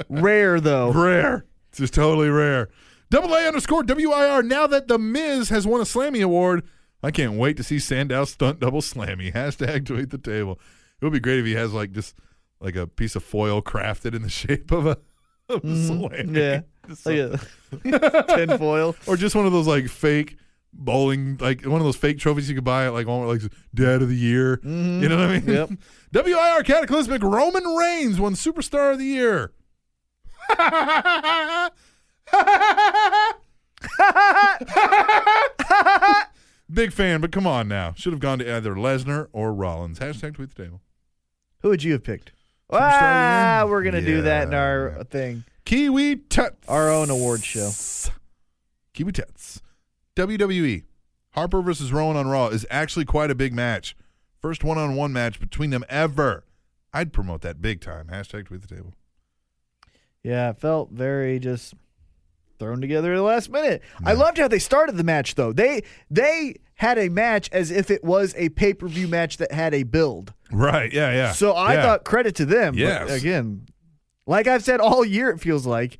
[SPEAKER 1] Rare though.
[SPEAKER 3] rare. It's just totally rare. Double A underscore WIR. Now that The Miz has won a Slammy Award, I can't wait to see Sandow stunt double Slammy. Hashtag tweet the table. It would be great if he has like just like a piece of foil crafted in the shape of a, of a Slammy.
[SPEAKER 1] Mm-hmm. Yeah.
[SPEAKER 3] Just
[SPEAKER 1] Look
[SPEAKER 3] something.
[SPEAKER 1] at tinfoil.
[SPEAKER 3] or just one of those like fake bowling, like one of those fake trophies you could buy at like Walmart, like Dad of the Year. You know what I mean?
[SPEAKER 1] Mm-hmm. Yep.
[SPEAKER 3] WIR Cataclysmic Roman Reigns won Superstar of the Year. Big fan, but come on now. Should have gone to either Lesnar or Rollins. Hashtag tweet the table.
[SPEAKER 1] Who would you have picked?
[SPEAKER 3] of the
[SPEAKER 1] Ah,
[SPEAKER 3] year?
[SPEAKER 1] we're gonna do that in
[SPEAKER 3] Yeah.
[SPEAKER 1] our thing,
[SPEAKER 3] Kiwi Tuts.
[SPEAKER 1] our own award show.
[SPEAKER 3] Kiwi Tuts. WWE. E. Harper versus Rowan on Raw is actually quite a big match. First one on one match between them ever. I'd promote that big time. Hashtag tweet the table.
[SPEAKER 1] Yeah, it felt very just thrown together at the last minute. I loved how they started the match though. They they had a match as if it was a pay per view match that had a build.
[SPEAKER 3] Right. Yeah. Yeah.
[SPEAKER 1] So I thought credit to them.
[SPEAKER 3] Yes.
[SPEAKER 1] But again, like I've said all year, it feels like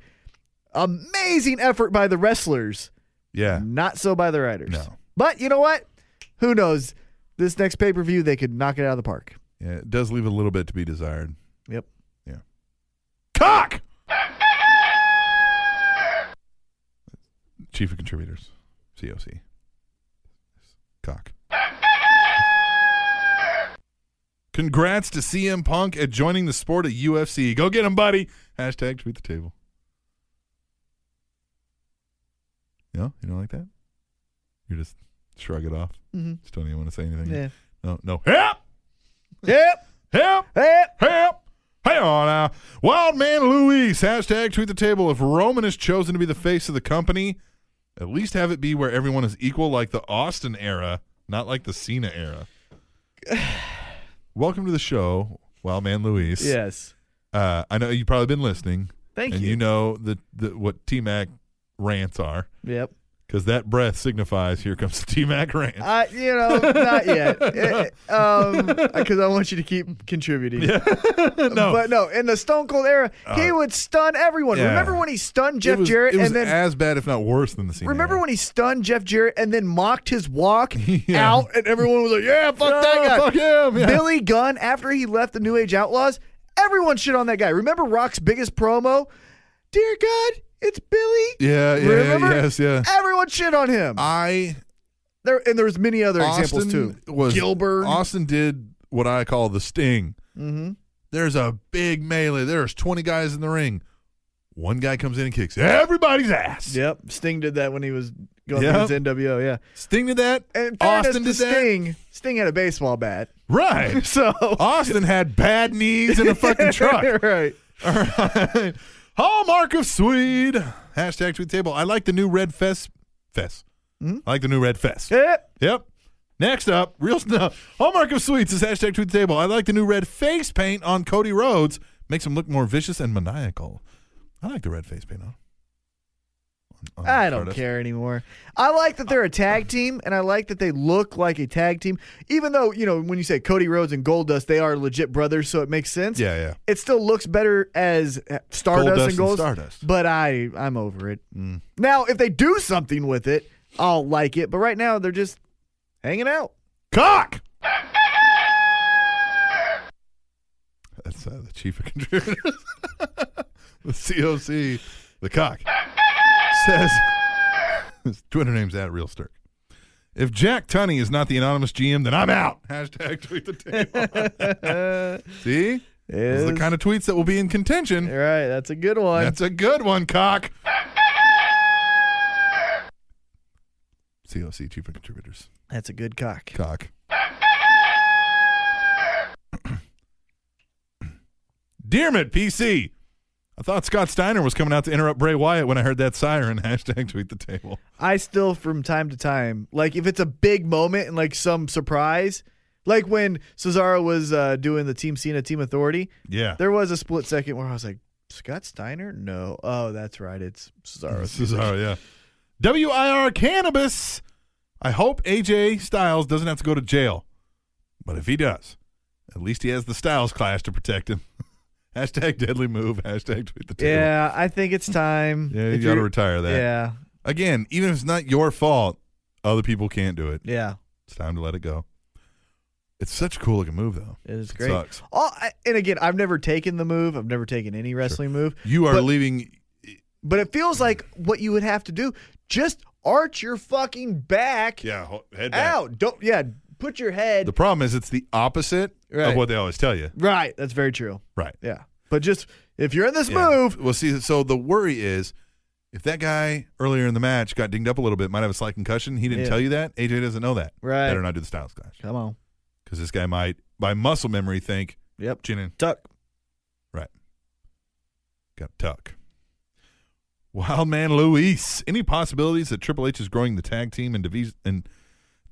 [SPEAKER 1] amazing effort by the wrestlers,
[SPEAKER 3] Yeah.
[SPEAKER 1] not so by the writers.
[SPEAKER 3] No.
[SPEAKER 1] But you know what? Who knows? This next pay per view, they could knock it out of the park.
[SPEAKER 3] yeah. It does leave a little bit to be desired.
[SPEAKER 1] Yep.
[SPEAKER 3] Cock! Chief of Contributors, COC. Cock. Congrats to CM Punk at joining the sport at UFC. Go get him, buddy. Hashtag tweet the table. No, you don't like that? You just shrug it off. Just don't even want to say anything.
[SPEAKER 1] Mm-hmm. Yeah.
[SPEAKER 3] No, no. Help!
[SPEAKER 1] Yep.
[SPEAKER 3] Help!
[SPEAKER 1] Yep.
[SPEAKER 3] Help! Hey on now. Wild man Luis. Hashtag tweet the table. If Roman is chosen to be the face of the company, at least have it be where everyone is equal, like the Austin era, not like the Cena era. Welcome to the show, Wild Man Luis.
[SPEAKER 1] Yes.
[SPEAKER 3] Uh, I know you've probably been listening.
[SPEAKER 1] Thank
[SPEAKER 3] and
[SPEAKER 1] you.
[SPEAKER 3] you know the, the what T Mac rants are.
[SPEAKER 1] Yep.
[SPEAKER 3] Because that breath signifies here comes the T Mac rant.
[SPEAKER 1] I, you know, not yet. Eh, um, because I want you to keep contributing.
[SPEAKER 3] no.
[SPEAKER 1] But no, Uh, in the Stone Cold era, he would stun everyone.
[SPEAKER 3] yeah.
[SPEAKER 1] Remember when he stunned
[SPEAKER 3] It
[SPEAKER 1] Jeff
[SPEAKER 3] was-
[SPEAKER 1] Jarrett
[SPEAKER 3] it was
[SPEAKER 1] and then
[SPEAKER 3] as bad, if not worse, than the Cena.
[SPEAKER 1] remember
[SPEAKER 3] era.
[SPEAKER 1] when he stunned Jeff Jarrett and then mocked his walk
[SPEAKER 3] Yeah.
[SPEAKER 1] out and everyone was like, "Yeah, fuck that
[SPEAKER 3] Yeah,
[SPEAKER 1] guy."
[SPEAKER 3] fuck him, yeah.
[SPEAKER 1] Billy Gunn after he left the New Age Outlaws, everyone shit on that guy. Remember Rock's biggest promo? Dear God, it's Billy.
[SPEAKER 3] Yeah, yeah,
[SPEAKER 1] Remember?
[SPEAKER 3] yes, yeah.
[SPEAKER 1] Everyone shit on him.
[SPEAKER 3] I
[SPEAKER 1] there and there was many other examples too.
[SPEAKER 3] Austin was
[SPEAKER 1] Gilbert.
[SPEAKER 3] Austin did what I call the sting. Mm-hmm. There's a big melee. There's 20 guys in the ring. One guy comes in and kicks everybody's ass.
[SPEAKER 1] Yep, Sting did that when he was going
[SPEAKER 3] Yep.
[SPEAKER 1] against NWO. Yeah,
[SPEAKER 3] Sting did that.
[SPEAKER 1] and in fairness
[SPEAKER 3] Austin
[SPEAKER 1] to
[SPEAKER 3] did that.
[SPEAKER 1] Sting. Sting had a baseball bat,
[SPEAKER 3] Right.
[SPEAKER 1] so
[SPEAKER 3] Austin had bad knees in a fucking truck.
[SPEAKER 1] right.
[SPEAKER 3] All right. Hallmark of Swede. Hashtag tweet the table. I like the new Red Fest. Fest.
[SPEAKER 1] Hmm?
[SPEAKER 3] I like the new Red Fest.
[SPEAKER 1] Yep.
[SPEAKER 3] Yep. Next up, real stuff. Hallmark of Sweets is hashtag tweet the table. I like the new red face paint on Cody Rhodes. Makes him look more vicious and maniacal. I like the red face paint on. on- on
[SPEAKER 1] I don't
[SPEAKER 3] Stardust.
[SPEAKER 1] care anymore. I like that they're a tag team, and I like that they look like a tag team. Even though you know when you say Cody Rhodes and Goldust, they are legit brothers, so it makes sense.
[SPEAKER 3] Yeah, yeah.
[SPEAKER 1] It still looks better as uh, Stardust Mm.
[SPEAKER 3] Goldust
[SPEAKER 1] and
[SPEAKER 3] and
[SPEAKER 1] Gold.
[SPEAKER 3] Stardust.
[SPEAKER 1] But I, I'm over it. Now, if they do something with it, I'll like it. But right now, they're just hanging out.
[SPEAKER 3] Cock! That's uh, the chief of contributors. the COC, the cock, says his Twitter name's at Real Sturk. If Jack Tunney is not the anonymous GM, then I'm out. Hashtag tweet the table. See? Those are the
[SPEAKER 1] Yes.
[SPEAKER 3] kind of tweets that will be in contention.
[SPEAKER 1] All right, that's a good one.
[SPEAKER 3] That's a good one, cock. COC Chief of Contributors.
[SPEAKER 1] That's a good cock.
[SPEAKER 3] Cock. Dearmit PC. I thought Scott Steiner was coming out to interrupt Bray Wyatt when I heard that siren. Hashtag tweet the table.
[SPEAKER 1] I still, from time to time, like if it's a big moment and like some surprise, like when Cesaro was uh, doing the Team Cena Team Authority,
[SPEAKER 3] Yeah.
[SPEAKER 1] there was a split second where I was like, Scott Steiner? No. Oh, that's right. It's Cesaro.
[SPEAKER 3] Cesaro, yeah. WIR Cannabis. I hope AJ Styles doesn't have to go to jail. But if he does, at least he has the Styles class to protect him. hashtag deadly move. Hashtag tweet the table.
[SPEAKER 1] Yeah, I think it's time.
[SPEAKER 3] Yeah, you
[SPEAKER 1] If
[SPEAKER 3] got to
[SPEAKER 1] you're-
[SPEAKER 3] retire that.
[SPEAKER 1] Yeah,
[SPEAKER 3] Again, even if it's not your fault, other people can't do it.
[SPEAKER 1] yeah.
[SPEAKER 3] It's time to let it go. It's such a cool looking move, though.
[SPEAKER 1] It is
[SPEAKER 3] It
[SPEAKER 1] great.
[SPEAKER 3] sucks.
[SPEAKER 1] Oh, I, and again, I've never taken the move. I've never taken any wrestling move.
[SPEAKER 3] You are
[SPEAKER 1] But-
[SPEAKER 3] leaving.
[SPEAKER 1] But it feels like what you would have to do just arch your fucking back
[SPEAKER 3] Yeah, ho- head back.
[SPEAKER 1] out. Don't yeah, put your head
[SPEAKER 3] The problem is it's the opposite of
[SPEAKER 1] Right.
[SPEAKER 3] what they always tell you.
[SPEAKER 1] right. That's very true.
[SPEAKER 3] Right.
[SPEAKER 1] Yeah. But just if you're in this
[SPEAKER 3] Yeah.
[SPEAKER 1] move,
[SPEAKER 3] Well, see, so the worry is if that guy earlier in the match got dinged up a little bit, might have a slight concussion. He didn't
[SPEAKER 1] Yeah.
[SPEAKER 3] tell you that. AJ doesn't know that.
[SPEAKER 1] Right.
[SPEAKER 3] Better not do the Styles Clash
[SPEAKER 1] come on.
[SPEAKER 3] because this guy might, by muscle memory, think
[SPEAKER 1] Yep.
[SPEAKER 3] chin in,
[SPEAKER 1] Tuck.
[SPEAKER 3] got tuck. Wildman Luis. Any possibilities that Triple H is growing the tag team and divis- and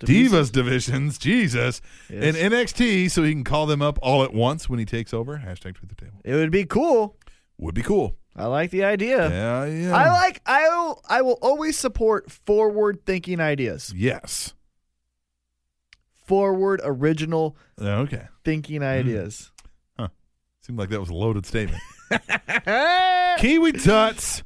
[SPEAKER 3] Divas divisions, Jesus,
[SPEAKER 1] Yes.
[SPEAKER 3] and NXT so he can call them up all at once when he takes over. Hashtag tweet the table.
[SPEAKER 1] It would be cool.
[SPEAKER 3] Would be cool.
[SPEAKER 1] I like the idea.
[SPEAKER 3] Yeah, yeah.
[SPEAKER 1] I like I will I will always support forward thinking ideas.
[SPEAKER 3] Yes.
[SPEAKER 1] Forward original
[SPEAKER 3] Okay.
[SPEAKER 1] thinking
[SPEAKER 3] Mm.
[SPEAKER 1] ideas.
[SPEAKER 3] Seemed like that was a loaded statement. Kiwi Tuts.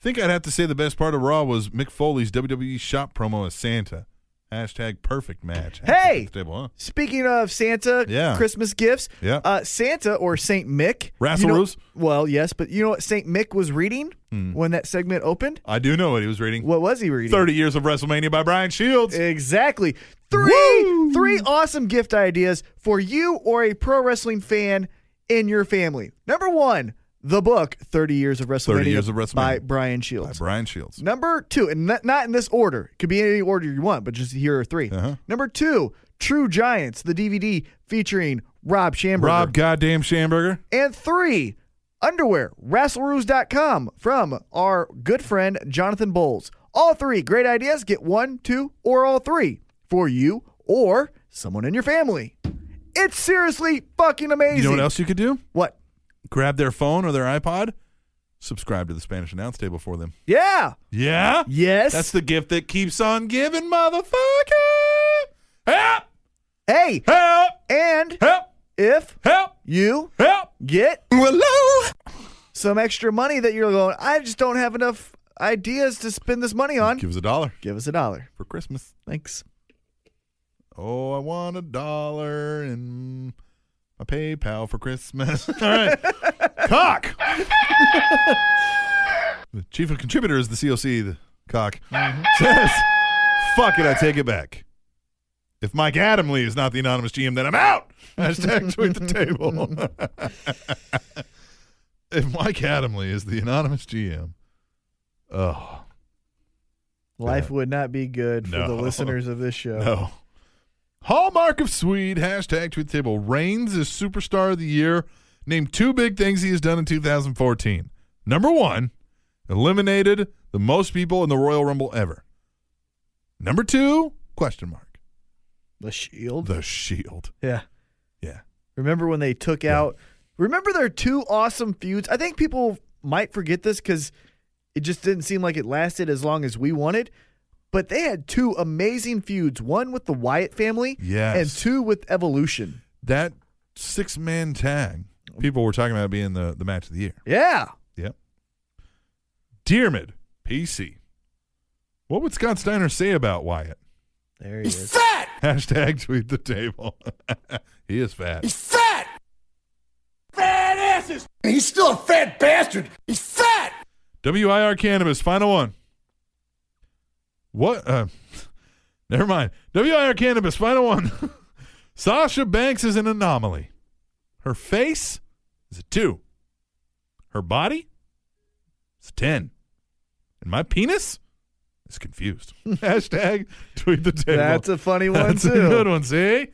[SPEAKER 3] Think I'd have to say the best part of Raw was Mick Foley's WWE shop promo as Santa. Hashtag perfect match. Hashtag
[SPEAKER 1] Hey!
[SPEAKER 3] tweet the table, huh?
[SPEAKER 1] Speaking of Santa,
[SPEAKER 3] Yeah.
[SPEAKER 1] Christmas gifts,
[SPEAKER 3] Yeah.
[SPEAKER 1] uh, Santa or Saint Mick. you know-
[SPEAKER 3] Rasselroos? Mm.
[SPEAKER 1] well, yes, but you know what Saint Mick was reading when that segment opened?
[SPEAKER 3] I do know what he was reading.
[SPEAKER 1] What was he reading?
[SPEAKER 3] 30 years of WrestleMania by Brian Shields.
[SPEAKER 1] Exactly. Three
[SPEAKER 3] Woo!
[SPEAKER 1] three awesome gift ideas for you or a pro wrestling fan in your family. Number one, the book 30 Years of WrestleMania,
[SPEAKER 3] 30 Years of WrestleMania.
[SPEAKER 1] by Brian
[SPEAKER 3] By
[SPEAKER 1] Shields.
[SPEAKER 3] Brian Shields.
[SPEAKER 1] Number two, and not, not in this order. It could be any order you want, but just here are 3
[SPEAKER 3] Uh-huh.
[SPEAKER 1] Number two, True Giants, the DVD featuring Rob Schamberger.
[SPEAKER 3] Rob Goddamn Schamberger.
[SPEAKER 1] And three, underwear, wrestleroos.com from our good friend Jonathan Bowles. All three great ideas. Get one, two, or all three for you or someone in your family. It's seriously fucking amazing.
[SPEAKER 3] You know what else you could do?
[SPEAKER 1] What?
[SPEAKER 3] Grab their phone or their iPod, subscribe to the Spanish Announce Table for them.
[SPEAKER 1] Yeah.
[SPEAKER 3] Yeah?
[SPEAKER 1] Yes.
[SPEAKER 3] That's the gift that keeps on giving, motherfucker! Help!
[SPEAKER 1] hey.
[SPEAKER 3] Help!
[SPEAKER 1] And
[SPEAKER 3] Help!
[SPEAKER 1] if
[SPEAKER 3] Help!
[SPEAKER 1] you
[SPEAKER 3] Help!
[SPEAKER 1] get
[SPEAKER 3] Hello!
[SPEAKER 1] some extra money that you're going, I just don't have enough ideas to spend this money on,
[SPEAKER 3] Give us a dollar
[SPEAKER 1] give us a dollar.
[SPEAKER 3] for Christmas.
[SPEAKER 1] Thanks.
[SPEAKER 3] Oh, I want a dollar in my PayPal for Christmas. All right. cock! the chief of contributors, the COC, the cock, says, fuck it, I take it back. If Mike Adamley is not the anonymous GM, then I'm out! Hashtag tweet the table. if Mike Adamley is the anonymous GM, oh,
[SPEAKER 1] Life
[SPEAKER 3] Yeah.
[SPEAKER 1] would not be good for the
[SPEAKER 3] Uh, No.
[SPEAKER 1] listeners of this show.
[SPEAKER 3] No. Oh. Hallmark of Swede, hashtag tweet the table. Reigns is superstar of the year. Name two big things he has done in 2014. Number one, eliminated the most people in the Royal Rumble ever. Number two, question mark.
[SPEAKER 1] The Shield.
[SPEAKER 3] The Shield.
[SPEAKER 1] yeah.
[SPEAKER 3] Yeah.
[SPEAKER 1] Remember when they took out? Remember their two awesome feuds? I think people might forget this because it just didn't seem like it lasted as long as we wanted. But they had two amazing feuds: one with the Wyatt family,
[SPEAKER 3] Yes.
[SPEAKER 1] and two with Evolution.
[SPEAKER 3] That six man tag, people were talking about being the, the match of the year.
[SPEAKER 1] Yeah,
[SPEAKER 3] Yep. Dearmid, PC. What would Scott Steiner say about Wyatt?
[SPEAKER 1] there he is.
[SPEAKER 3] Hashtag tweet the table. he is fat.
[SPEAKER 2] He's still a fat bastard.
[SPEAKER 3] WIR cannabis, final one. What? Uh,
[SPEAKER 7] Never mind. WIR Cannabis, final one. Sasha Banks is an anomaly. Her face is a two. Her body is a 10. And my penis is confused. Hashtag tweet the table.
[SPEAKER 1] That's a funny one,
[SPEAKER 7] That's
[SPEAKER 1] too.
[SPEAKER 7] a good one. See?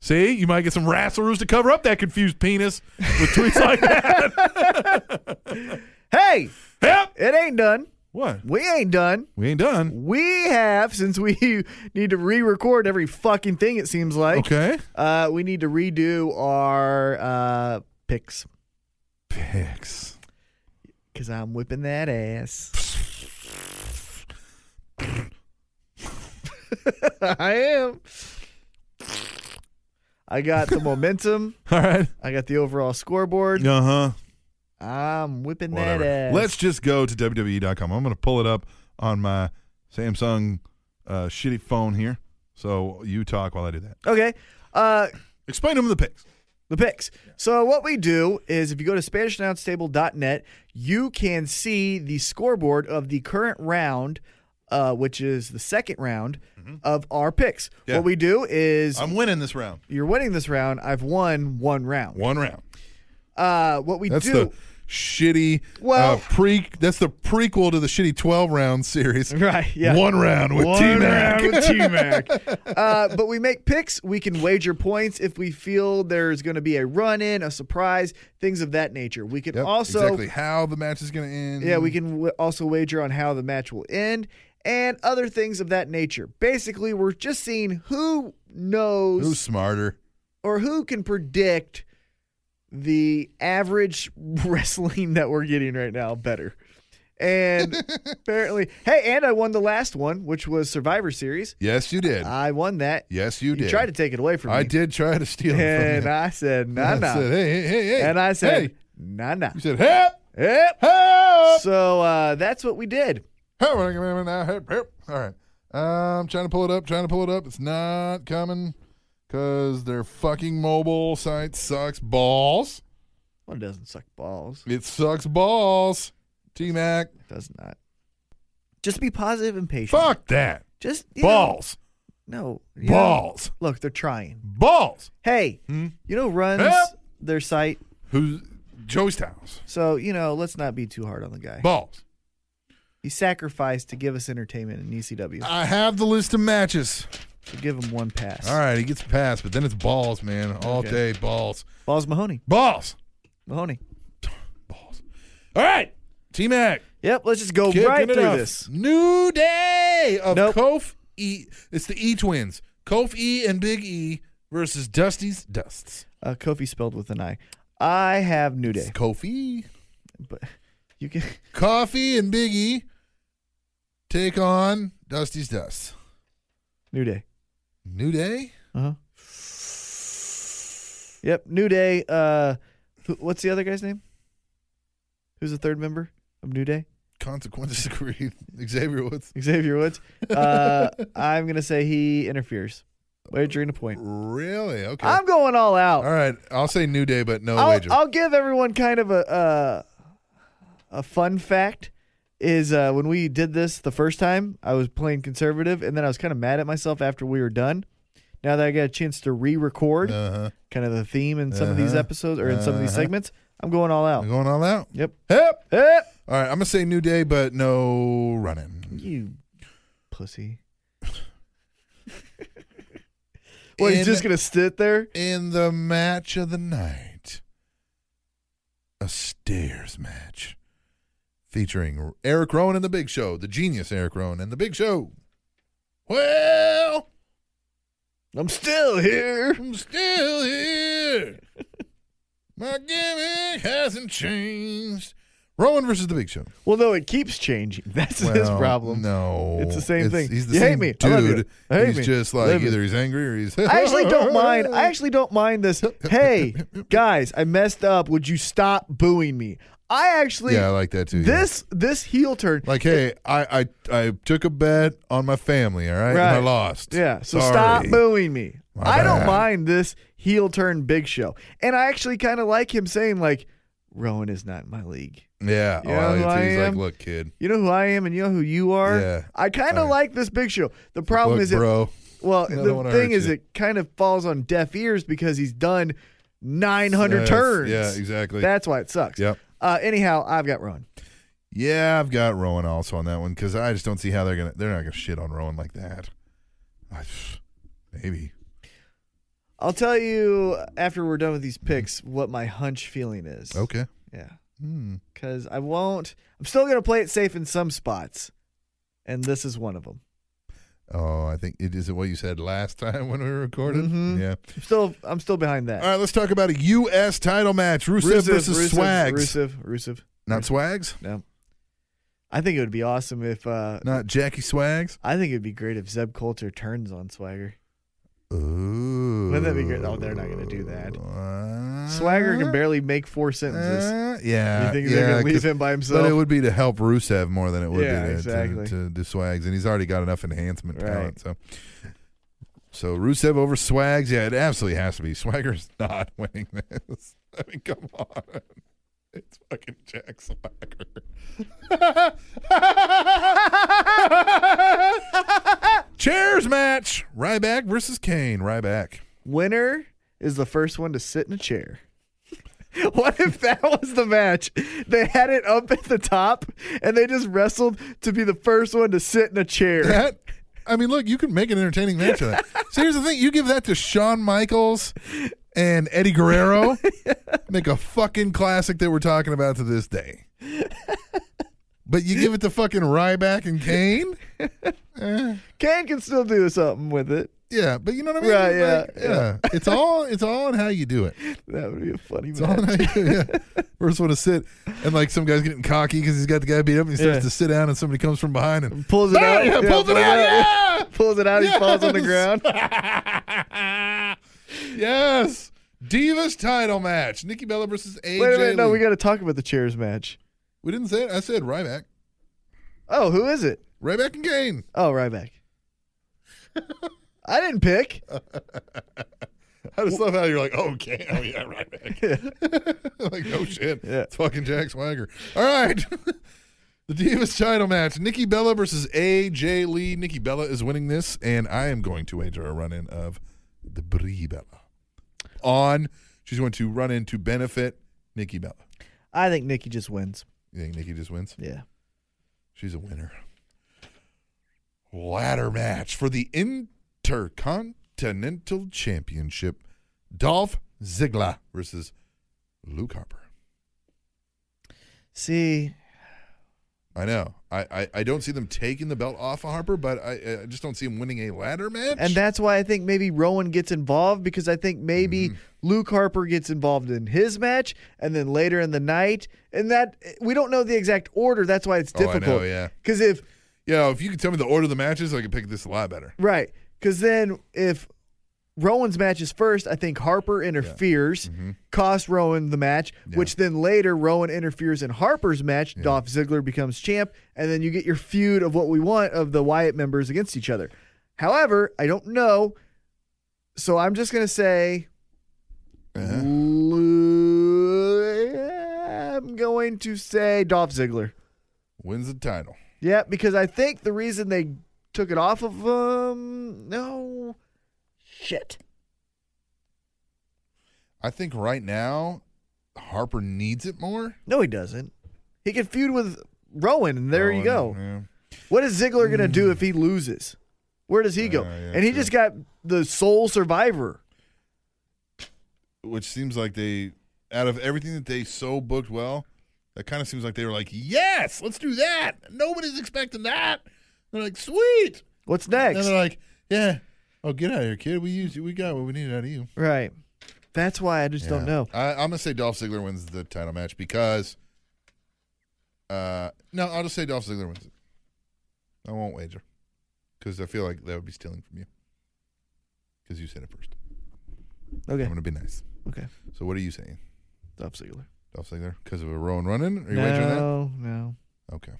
[SPEAKER 7] See? You might get some rascals to cover up that confused penis with tweets like that.
[SPEAKER 1] Hey,
[SPEAKER 7] Yep.
[SPEAKER 1] it ain't done.
[SPEAKER 7] What?
[SPEAKER 1] We ain't done.
[SPEAKER 7] We ain't done.
[SPEAKER 1] We have, since we need to re record every fucking thing, it seems like.
[SPEAKER 7] Okay.
[SPEAKER 1] Uh, we need to redo our uh, picks
[SPEAKER 7] Picks.
[SPEAKER 1] because I'm whipping that ass. I am. I got the momentum.
[SPEAKER 7] All right.
[SPEAKER 1] I got the overall scoreboard.
[SPEAKER 7] Uh huh.
[SPEAKER 1] I'm whipping
[SPEAKER 7] Whatever.
[SPEAKER 1] that ass.
[SPEAKER 7] Let's just go to WWE.com. I'm going to pull it up on my Samsung uh, shitty phone here. So you talk while I do that.
[SPEAKER 1] okay. Uh,
[SPEAKER 7] Explain to them the picks.
[SPEAKER 1] the picks. So what we do is if you go to SpanishAnnounceTable.net, you can see the scoreboard of the current round, uh, which is the second round of our picks.
[SPEAKER 7] Mm-hmm. Yeah.
[SPEAKER 1] What we do is
[SPEAKER 7] I'm winning this round.
[SPEAKER 1] you're winning this round. I've won one round.
[SPEAKER 7] One round.
[SPEAKER 1] Uh, what we
[SPEAKER 7] That's
[SPEAKER 1] do.
[SPEAKER 7] the shitty
[SPEAKER 1] Well-
[SPEAKER 7] uh, pre. That's the prequel to the shitty 12 round series.
[SPEAKER 1] Right, yeah.
[SPEAKER 7] One round with T Mac.
[SPEAKER 1] T-Mac. uh, but we make picks. We can wager points if we feel there's going to be a run-in, a surprise, things of that nature. We can also
[SPEAKER 7] exactly how the match is going to end.
[SPEAKER 1] Yeah, we can w- also wager on how the match will end and other things of that nature. Basically, we're just seeing who knows
[SPEAKER 7] Who's smarter?
[SPEAKER 1] or who can predict the average wrestling that we're getting right now better. And apparently, hey, and I won the last one, which was Survivor Series.
[SPEAKER 7] Yes, you did.
[SPEAKER 1] I won that.
[SPEAKER 7] yes, you
[SPEAKER 1] you
[SPEAKER 7] did.
[SPEAKER 1] tried to take it away from me.
[SPEAKER 7] I did try to steal it
[SPEAKER 1] And
[SPEAKER 7] from you.
[SPEAKER 1] I said, nah,
[SPEAKER 7] I
[SPEAKER 1] nah.
[SPEAKER 7] said, hey, hey, hey, hey.
[SPEAKER 1] and I said,
[SPEAKER 7] hey.
[SPEAKER 1] nah, nah.
[SPEAKER 7] you said, "Oh." help,
[SPEAKER 1] Yep.
[SPEAKER 7] help.
[SPEAKER 1] So uh, that's what we did.
[SPEAKER 7] All right. I'm trying to pull it up, trying to pull it up. It's not coming because their fucking mobile site sucks balls.
[SPEAKER 1] Well, it doesn't suck balls.
[SPEAKER 7] It sucks balls. T Mac.
[SPEAKER 1] does not. Just be positive and patient.
[SPEAKER 7] Fuck that.
[SPEAKER 1] Just you know-
[SPEAKER 7] Balls.
[SPEAKER 1] no. you know,
[SPEAKER 7] Balls.
[SPEAKER 1] look, they're trying.
[SPEAKER 7] Balls.
[SPEAKER 1] Hey, you know, who runs
[SPEAKER 7] Hmm? Yep.
[SPEAKER 1] their site.
[SPEAKER 7] Who's Joe's Towns?
[SPEAKER 1] So you know, let's not be too hard on the guy.
[SPEAKER 7] Balls.
[SPEAKER 1] He sacrificed to give us entertainment in E ECW.
[SPEAKER 7] I have the list of matches.
[SPEAKER 1] So give him one pass.
[SPEAKER 7] All right, he gets passed, but then it's balls, man. All day, balls.
[SPEAKER 1] Balls Mahoney.
[SPEAKER 7] Balls.
[SPEAKER 1] Mahoney.
[SPEAKER 7] Balls. All right. T Mac.
[SPEAKER 1] Yep. Let's just go
[SPEAKER 7] Kicking
[SPEAKER 1] right
[SPEAKER 7] it
[SPEAKER 1] through
[SPEAKER 7] off.
[SPEAKER 1] this.
[SPEAKER 7] New day of
[SPEAKER 1] Nope.
[SPEAKER 7] Kof E. It's the E twins. Kof E and Big E versus Dusty's Dusts.
[SPEAKER 1] Uh, Kofi spelled with an I. I have New Day,
[SPEAKER 7] Kofi.
[SPEAKER 1] but you can.
[SPEAKER 7] Coffee and Big E take on Dusty's Dust.
[SPEAKER 1] New Day.
[SPEAKER 7] New Day?
[SPEAKER 1] Uh huh. Yep. New Day. Uh, who, what's the other guy's name? Who's the third member of New Day?
[SPEAKER 7] Consequences agreed. Xavier Woods.
[SPEAKER 1] Xavier Woods. Uh, I'm gonna say he interferes. Wagering a point.
[SPEAKER 7] Really? Okay.
[SPEAKER 1] I'm going all out.
[SPEAKER 7] All right. I'll say New Day, but no wager.
[SPEAKER 1] I'll, I'll give everyone kind of a uh, a fun fact is uh, when we did this the first time, I was playing conservative, and then I was kind of mad at myself after we were done. Now that I got a chance to re-record,
[SPEAKER 7] uh-huh.
[SPEAKER 1] kind of the theme in some of these
[SPEAKER 7] Uh-huh.
[SPEAKER 1] episodes or in some of these
[SPEAKER 7] Uh-huh.
[SPEAKER 1] segments, I'm going all out.
[SPEAKER 7] I'm going all out.
[SPEAKER 1] Yep. Eh!
[SPEAKER 7] Yep.
[SPEAKER 1] Yep.
[SPEAKER 7] All right. I'm going to say New Day, but no running.
[SPEAKER 1] You pussy. Well, he's
[SPEAKER 7] In-
[SPEAKER 1] just gonna sit there.
[SPEAKER 7] in the match of the night a stairs match featuring Eric Rowan and the Big Show, the genius Eric Rowan and the Big Show. Well,
[SPEAKER 1] I'm still here.
[SPEAKER 7] I'm still here. My gimmick hasn't changed. Rowan versus the Big Show.
[SPEAKER 1] Well, no, it keeps changing. That's his
[SPEAKER 7] Well,
[SPEAKER 1] problem.
[SPEAKER 7] No,
[SPEAKER 1] It's the same thing.
[SPEAKER 7] He's the
[SPEAKER 1] You hate
[SPEAKER 7] same
[SPEAKER 1] me. I
[SPEAKER 7] dude.
[SPEAKER 1] love you. I hate
[SPEAKER 7] he's
[SPEAKER 1] me.
[SPEAKER 7] just like
[SPEAKER 1] Love you.
[SPEAKER 7] either he's angry or he's.
[SPEAKER 1] I actually don't mind. I actually don't mind this. Hey, guys, I messed up. Would you stop booing me? I actually
[SPEAKER 7] yeah, I like that too. yeah.
[SPEAKER 1] this this heel turn.
[SPEAKER 7] Like, hey, I, I I took a bet on my family, all right? And I
[SPEAKER 1] Right.
[SPEAKER 7] lost.
[SPEAKER 1] Yeah, so
[SPEAKER 7] Sorry.
[SPEAKER 1] stop booing me.
[SPEAKER 7] My
[SPEAKER 1] I don't
[SPEAKER 7] bad.
[SPEAKER 1] mind this heel turn Big Show, and I actually kind of like him saying like, Rowan is not in my league.
[SPEAKER 7] Yeah.
[SPEAKER 1] You know
[SPEAKER 7] oh,
[SPEAKER 1] who
[SPEAKER 7] it's-
[SPEAKER 1] I
[SPEAKER 7] he's
[SPEAKER 1] am?
[SPEAKER 7] like, look, kid.
[SPEAKER 1] You know who I am and you know who you are?
[SPEAKER 7] Yeah.
[SPEAKER 1] I kind of
[SPEAKER 7] I-
[SPEAKER 1] like this Big Show. The problem
[SPEAKER 7] look,
[SPEAKER 1] is, it,
[SPEAKER 7] bro.
[SPEAKER 1] well,
[SPEAKER 7] don't
[SPEAKER 1] the
[SPEAKER 7] wanna
[SPEAKER 1] thing
[SPEAKER 7] hurt
[SPEAKER 1] is,
[SPEAKER 7] you.
[SPEAKER 1] it kind of falls on deaf ears because he's done 900
[SPEAKER 7] Yes,
[SPEAKER 1] turns.
[SPEAKER 7] Yeah, exactly.
[SPEAKER 1] That's why it sucks.
[SPEAKER 7] Yep.
[SPEAKER 1] Uh, anyhow, I've got Rowan.
[SPEAKER 7] Yeah, I've got Rowan also on that one because I just don't see how they're gonna. They're not gonna shit on Rowan like that. I, maybe.
[SPEAKER 1] I'll tell you after we're done with these picks what my hunch feeling is.
[SPEAKER 7] Okay.
[SPEAKER 1] Yeah.
[SPEAKER 7] Hmm.
[SPEAKER 1] Because I won't. I'm still going to play it safe in some spots, and this is one of them.
[SPEAKER 7] Oh, I think it is it what you said last time when we recorded.
[SPEAKER 1] Mhm.
[SPEAKER 7] Yeah.
[SPEAKER 1] I'm still, I'm still behind that.
[SPEAKER 7] All right, let's talk about a U.S. title match: Rusev, versus
[SPEAKER 1] Rusev,
[SPEAKER 7] Swags.
[SPEAKER 1] Rusev, Rusev.
[SPEAKER 7] Not Swags.
[SPEAKER 1] No. I think it would be awesome if. Uh,
[SPEAKER 7] Not Jackie Swags.
[SPEAKER 1] I think it would be great if Zeb Coulter turns on Swagger.
[SPEAKER 7] Ooh.
[SPEAKER 1] Wouldn't that be great? Oh, they're not going to do that.
[SPEAKER 7] Uh,
[SPEAKER 1] Swagger can barely make four sentences.
[SPEAKER 7] Uh, yeah.
[SPEAKER 1] You think
[SPEAKER 7] yeah,
[SPEAKER 1] they're going to leave
[SPEAKER 7] 'cause-
[SPEAKER 1] him by himself?
[SPEAKER 7] But it would be to help Rusev more than it would
[SPEAKER 1] Yeah,
[SPEAKER 7] be to,
[SPEAKER 1] exactly.
[SPEAKER 7] to, to do Swags, and he's already got enough enhancement
[SPEAKER 1] Right.
[SPEAKER 7] talent. So, so Rusev over Swags, yeah, it absolutely has to be. Swagger's not winning this. I mean, come on, it's fucking Jack Swagger. Chairs match: Ryback versus Kane. Ryback.
[SPEAKER 1] Winner is the first one to sit in a chair. what if that was the match? They had it up at the top, and they just wrestled to be the first one to sit in a chair.
[SPEAKER 7] That. I mean, look, you can make an entertaining match of that. so here's the thing: you give that to Shawn Michaels and Eddie Guerrero, make a fucking classic that we're talking about to this day. But you give it to fucking Ryback and Kane,
[SPEAKER 1] Kane can still do something with it.
[SPEAKER 7] yeah. But you know what I mean?
[SPEAKER 1] Right, yeah,
[SPEAKER 7] Like, It's all it's all in how you do it.
[SPEAKER 1] That would be a funny
[SPEAKER 7] It's all in
[SPEAKER 1] match.
[SPEAKER 7] how you do it. Yeah. First one to sit, and like some guy's getting cocky because he's got the guy beat up, and he starts
[SPEAKER 1] Yeah.
[SPEAKER 7] to sit down, and somebody comes from behind and Ah,
[SPEAKER 1] Pulls it out.
[SPEAKER 7] Yeah, pulls it out. Yeah.
[SPEAKER 1] Pulls it out. He falls on the
[SPEAKER 7] Yes.
[SPEAKER 1] ground.
[SPEAKER 7] yes. Divas title match. Nikki Bella versus AJ.
[SPEAKER 1] Wait a minute. No,
[SPEAKER 7] Lee.
[SPEAKER 1] we got to talk about the chairs match.
[SPEAKER 7] We didn't say it. I said Ryback.
[SPEAKER 1] Oh, who is it?
[SPEAKER 7] Ryback and Kane.
[SPEAKER 1] Oh, Ryback. I didn't pick.
[SPEAKER 7] I just love how you're like, oh, Kane. Oh, yeah, Ryback. like, no shit.
[SPEAKER 1] Yeah.
[SPEAKER 7] It's fucking Jack Swagger. All right. the Divas title match. Nikki Bella versus AJ Lee. Nikki Bella is winning this, and I am going to wager a run in of the Brie Bella. On. She's going to run in to benefit Nikki Bella.
[SPEAKER 1] I think Nikki just wins.
[SPEAKER 7] You think Nikki just wins?
[SPEAKER 1] Yeah.
[SPEAKER 7] She's a winner. Ladder match for the Intercontinental Championship. Dolph Ziggler versus Luke Harper.
[SPEAKER 1] See,
[SPEAKER 7] I know. I, I, I don't see them taking the belt off of Harper, but I, I just don't see him winning a ladder match.
[SPEAKER 1] and that's why I think maybe Rowan gets involved because I think maybe
[SPEAKER 7] Mm-hmm.
[SPEAKER 1] Luke Harper gets involved in his match and then later in the night. And that we don't know the exact order. That's why it's
[SPEAKER 7] Oh, I know,
[SPEAKER 1] difficult.
[SPEAKER 7] yeah.
[SPEAKER 1] Because if,
[SPEAKER 7] yeah, if you could tell me the order of the matches, I could pick this a lot better.
[SPEAKER 1] right. Because then if Rowan's match is first, I think Harper interferes, costs Rowan the match, which then later Rowan interferes in Harper's match. Dolph Ziggler becomes champ. And then you get your feud of what we want of the Wyatt members against each other. However, I don't know. So I'm just going to say. Lu- I'm going to say Dolph Ziggler.
[SPEAKER 7] Wins the title.
[SPEAKER 1] Yeah, because I think the reason they took it off of um no shit.
[SPEAKER 7] I think right now, Harper needs it more.
[SPEAKER 1] No, he doesn't. He can feud with Rowan, and there you
[SPEAKER 7] Rowan,
[SPEAKER 1] go.
[SPEAKER 7] yeah.
[SPEAKER 1] What is Ziggler gonna do if he loses? Where does he go?
[SPEAKER 7] Uh, Yeah, yeah,
[SPEAKER 1] and he
[SPEAKER 7] true.
[SPEAKER 1] just got the sole survivor.
[SPEAKER 7] which seems like they out of everything that they so booked well, that kind of seems like they were like, "Yes, let's do that." Nobody's expecting that. They're like, "Sweet."
[SPEAKER 1] What's
[SPEAKER 7] And
[SPEAKER 1] next?
[SPEAKER 7] they're like, "Yeah, oh get out of here, kid. We used we got what we needed out of you."
[SPEAKER 1] right. That's why I just don't
[SPEAKER 7] Yeah.
[SPEAKER 1] know.
[SPEAKER 7] I, I'm gonna say Dolph Ziggler wins the title match because. Uh, no, I'll just say Dolph Ziggler wins it. I won't wager because I feel like that would be stealing from you because you said it first. I'm
[SPEAKER 1] Okay.
[SPEAKER 7] gonna be nice.
[SPEAKER 1] Okay.
[SPEAKER 7] So what are you saying,
[SPEAKER 1] Dolph Ziggler.
[SPEAKER 7] Dolph Ziggler? Because of a Rowan running? Are you wagering that?
[SPEAKER 1] No, no.
[SPEAKER 7] Okay.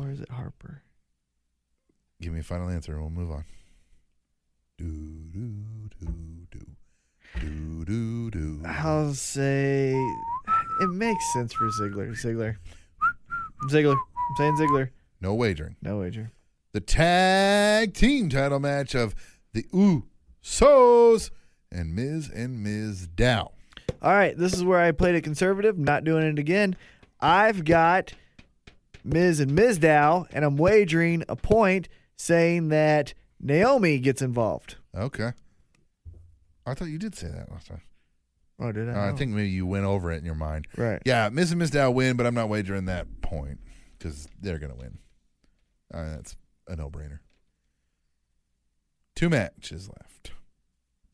[SPEAKER 1] Or is it Harper?
[SPEAKER 7] Give me a final answer and we'll move on. Do do do do
[SPEAKER 3] do
[SPEAKER 7] do
[SPEAKER 3] do do.
[SPEAKER 1] I'll say it makes sense for Ziggler. Ziggler. Ziggler. I'm saying Ziggler.
[SPEAKER 3] No wagering.
[SPEAKER 1] No wager.
[SPEAKER 3] The tag team title match of the Usos and Miz and Miz Dow.
[SPEAKER 1] All right, this is where I played it conservative. Not doing it again. I've got Miz and Ms. Dow, and I'm wagering a point saying that Naomi gets involved.
[SPEAKER 3] Okay. I thought you did say that last time.
[SPEAKER 1] Oh, did
[SPEAKER 3] Uh,
[SPEAKER 1] I?
[SPEAKER 3] I think maybe you went over it in your mind.
[SPEAKER 1] Right.
[SPEAKER 3] Yeah, Miz and Miz Dow win, but I'm not wagering that point because they're going to win. Uh, that's a no brainer. Two matches left.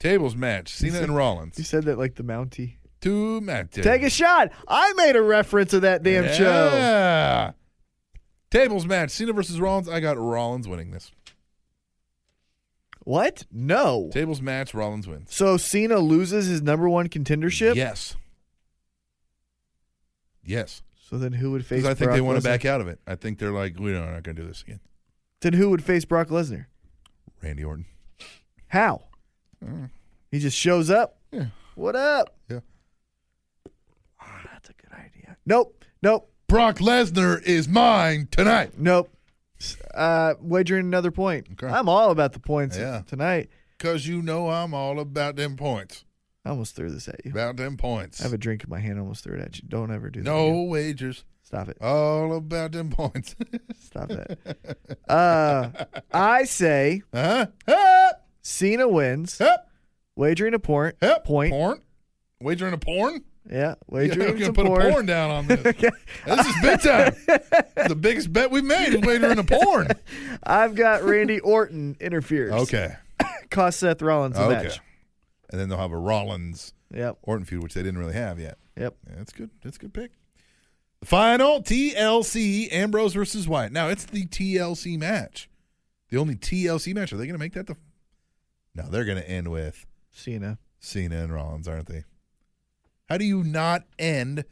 [SPEAKER 3] Tables match Cena and
[SPEAKER 1] You
[SPEAKER 3] Rollins.
[SPEAKER 1] said that like the Mountie.
[SPEAKER 3] Two matches.
[SPEAKER 1] Take a shot. I made a reference to that damn show.
[SPEAKER 3] Yeah. Tables match Cena versus Rollins. I got Rollins winning this.
[SPEAKER 1] What? No.
[SPEAKER 3] Tables match Rollins wins.
[SPEAKER 1] So Cena loses his number one contendership.
[SPEAKER 3] Yes. Yes.
[SPEAKER 1] So then who would face?
[SPEAKER 3] Because I think
[SPEAKER 1] Brock
[SPEAKER 3] they want
[SPEAKER 1] Lesnar?
[SPEAKER 3] to back out of it. I think they're like, we don't, we're not going to do this again.
[SPEAKER 1] Then who would face Brock Lesnar?
[SPEAKER 3] Randy Orton.
[SPEAKER 1] How? He just shows up.
[SPEAKER 3] Mm. Yeah.
[SPEAKER 1] What up?
[SPEAKER 3] Yeah.
[SPEAKER 1] Ah, that's a good idea. Nope. Nope.
[SPEAKER 3] Brock Lesnar is mine tonight.
[SPEAKER 1] Nope. S- Uh, wagering another point.
[SPEAKER 3] Okay.
[SPEAKER 1] I'm all about the points
[SPEAKER 3] Yeah.
[SPEAKER 1] tonight.
[SPEAKER 3] Because you know I'm all about them points.
[SPEAKER 1] I almost threw this at you.
[SPEAKER 3] About them points.
[SPEAKER 1] I have a drink in my hand. I almost threw it at you. Don't ever do that.
[SPEAKER 3] no
[SPEAKER 1] again.
[SPEAKER 3] wagers.
[SPEAKER 1] Stop it.
[SPEAKER 3] All about them points.
[SPEAKER 1] Stop that. Uh, I say
[SPEAKER 3] huh? Up,
[SPEAKER 1] Cena wins.
[SPEAKER 3] up,
[SPEAKER 1] Wagering a point.
[SPEAKER 3] up.
[SPEAKER 1] Point.
[SPEAKER 3] Porn. Wagering a porn?
[SPEAKER 1] Yeah.
[SPEAKER 3] Yeah,
[SPEAKER 1] Wagering
[SPEAKER 3] I'm going to
[SPEAKER 1] some
[SPEAKER 3] put
[SPEAKER 1] porn.
[SPEAKER 3] a porn down on this. This is big time. the biggest bet we've made is wagering a porn.
[SPEAKER 1] I've got Randy Orton interferes.
[SPEAKER 3] Okay.
[SPEAKER 1] Cost Seth Rollins a
[SPEAKER 3] Okay.
[SPEAKER 1] match.
[SPEAKER 3] And then they'll have a Rollins
[SPEAKER 1] Yep.
[SPEAKER 3] Orton feud, which they didn't really have yet.
[SPEAKER 1] Yep.
[SPEAKER 3] Yeah, that's good. That's a good pick. The final TLC Ambrose versus Wyatt. Now it's the TLC match. The only TLC match. Are they going to make that the? No, they're going to end with
[SPEAKER 1] Cena.
[SPEAKER 3] Cena and Rollins, aren't they? How do you not end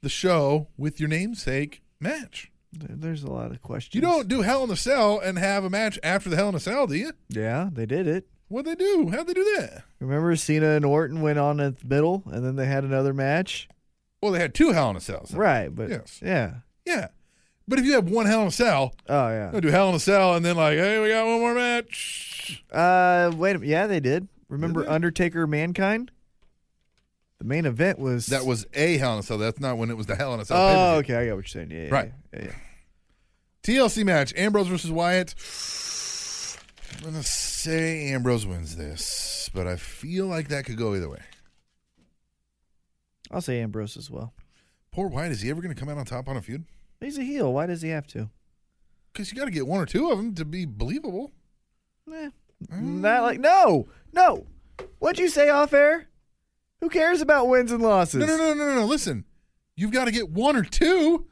[SPEAKER 3] the show with your namesake match?
[SPEAKER 1] There- There's a lot of questions.
[SPEAKER 3] You don't do Hell in a Cell and have a match after the Hell in a Cell, do you?
[SPEAKER 1] Yeah, they did it.
[SPEAKER 3] What would they do? How'd they do that?
[SPEAKER 1] Remember, Cena and Orton went on at the middle, and then they had another match.
[SPEAKER 3] Well, they had two Hell in a Cells.
[SPEAKER 1] Right, but
[SPEAKER 3] Yes.
[SPEAKER 1] yeah.
[SPEAKER 3] Yeah. But if you have one Hell in a Cell,
[SPEAKER 1] Oh yeah.
[SPEAKER 3] I'll do Hell in a Cell and then like, hey, we got one more match.
[SPEAKER 1] Uh, wait. a minute. Yeah, they did. Remember
[SPEAKER 3] they?
[SPEAKER 1] Undertaker, Mankind. The main event was
[SPEAKER 3] That was a Hell in a Cell. That's not when it was the Hell in a Cell.
[SPEAKER 1] Oh,
[SPEAKER 3] pay-per-view.
[SPEAKER 1] okay. I got what you're saying. Yeah, yeah,
[SPEAKER 3] Right.
[SPEAKER 1] Yeah, yeah.
[SPEAKER 3] TLC match: Ambrose versus Wyatt. I'm gonna say Ambrose wins this, but I feel like that could go either way.
[SPEAKER 1] I'll say Ambrose as well.
[SPEAKER 3] Poor Wyatt, is he ever gonna come out on top on a feud?
[SPEAKER 1] He's a heel. Why does he have to?
[SPEAKER 3] Because you got to get one or two of them to be believable.
[SPEAKER 1] Eh,
[SPEAKER 3] Mm.
[SPEAKER 1] Not like no, no. What'd you say off air? Who cares about wins and losses?
[SPEAKER 3] No, no, no, no, no. no. Listen, you've got to get one or two.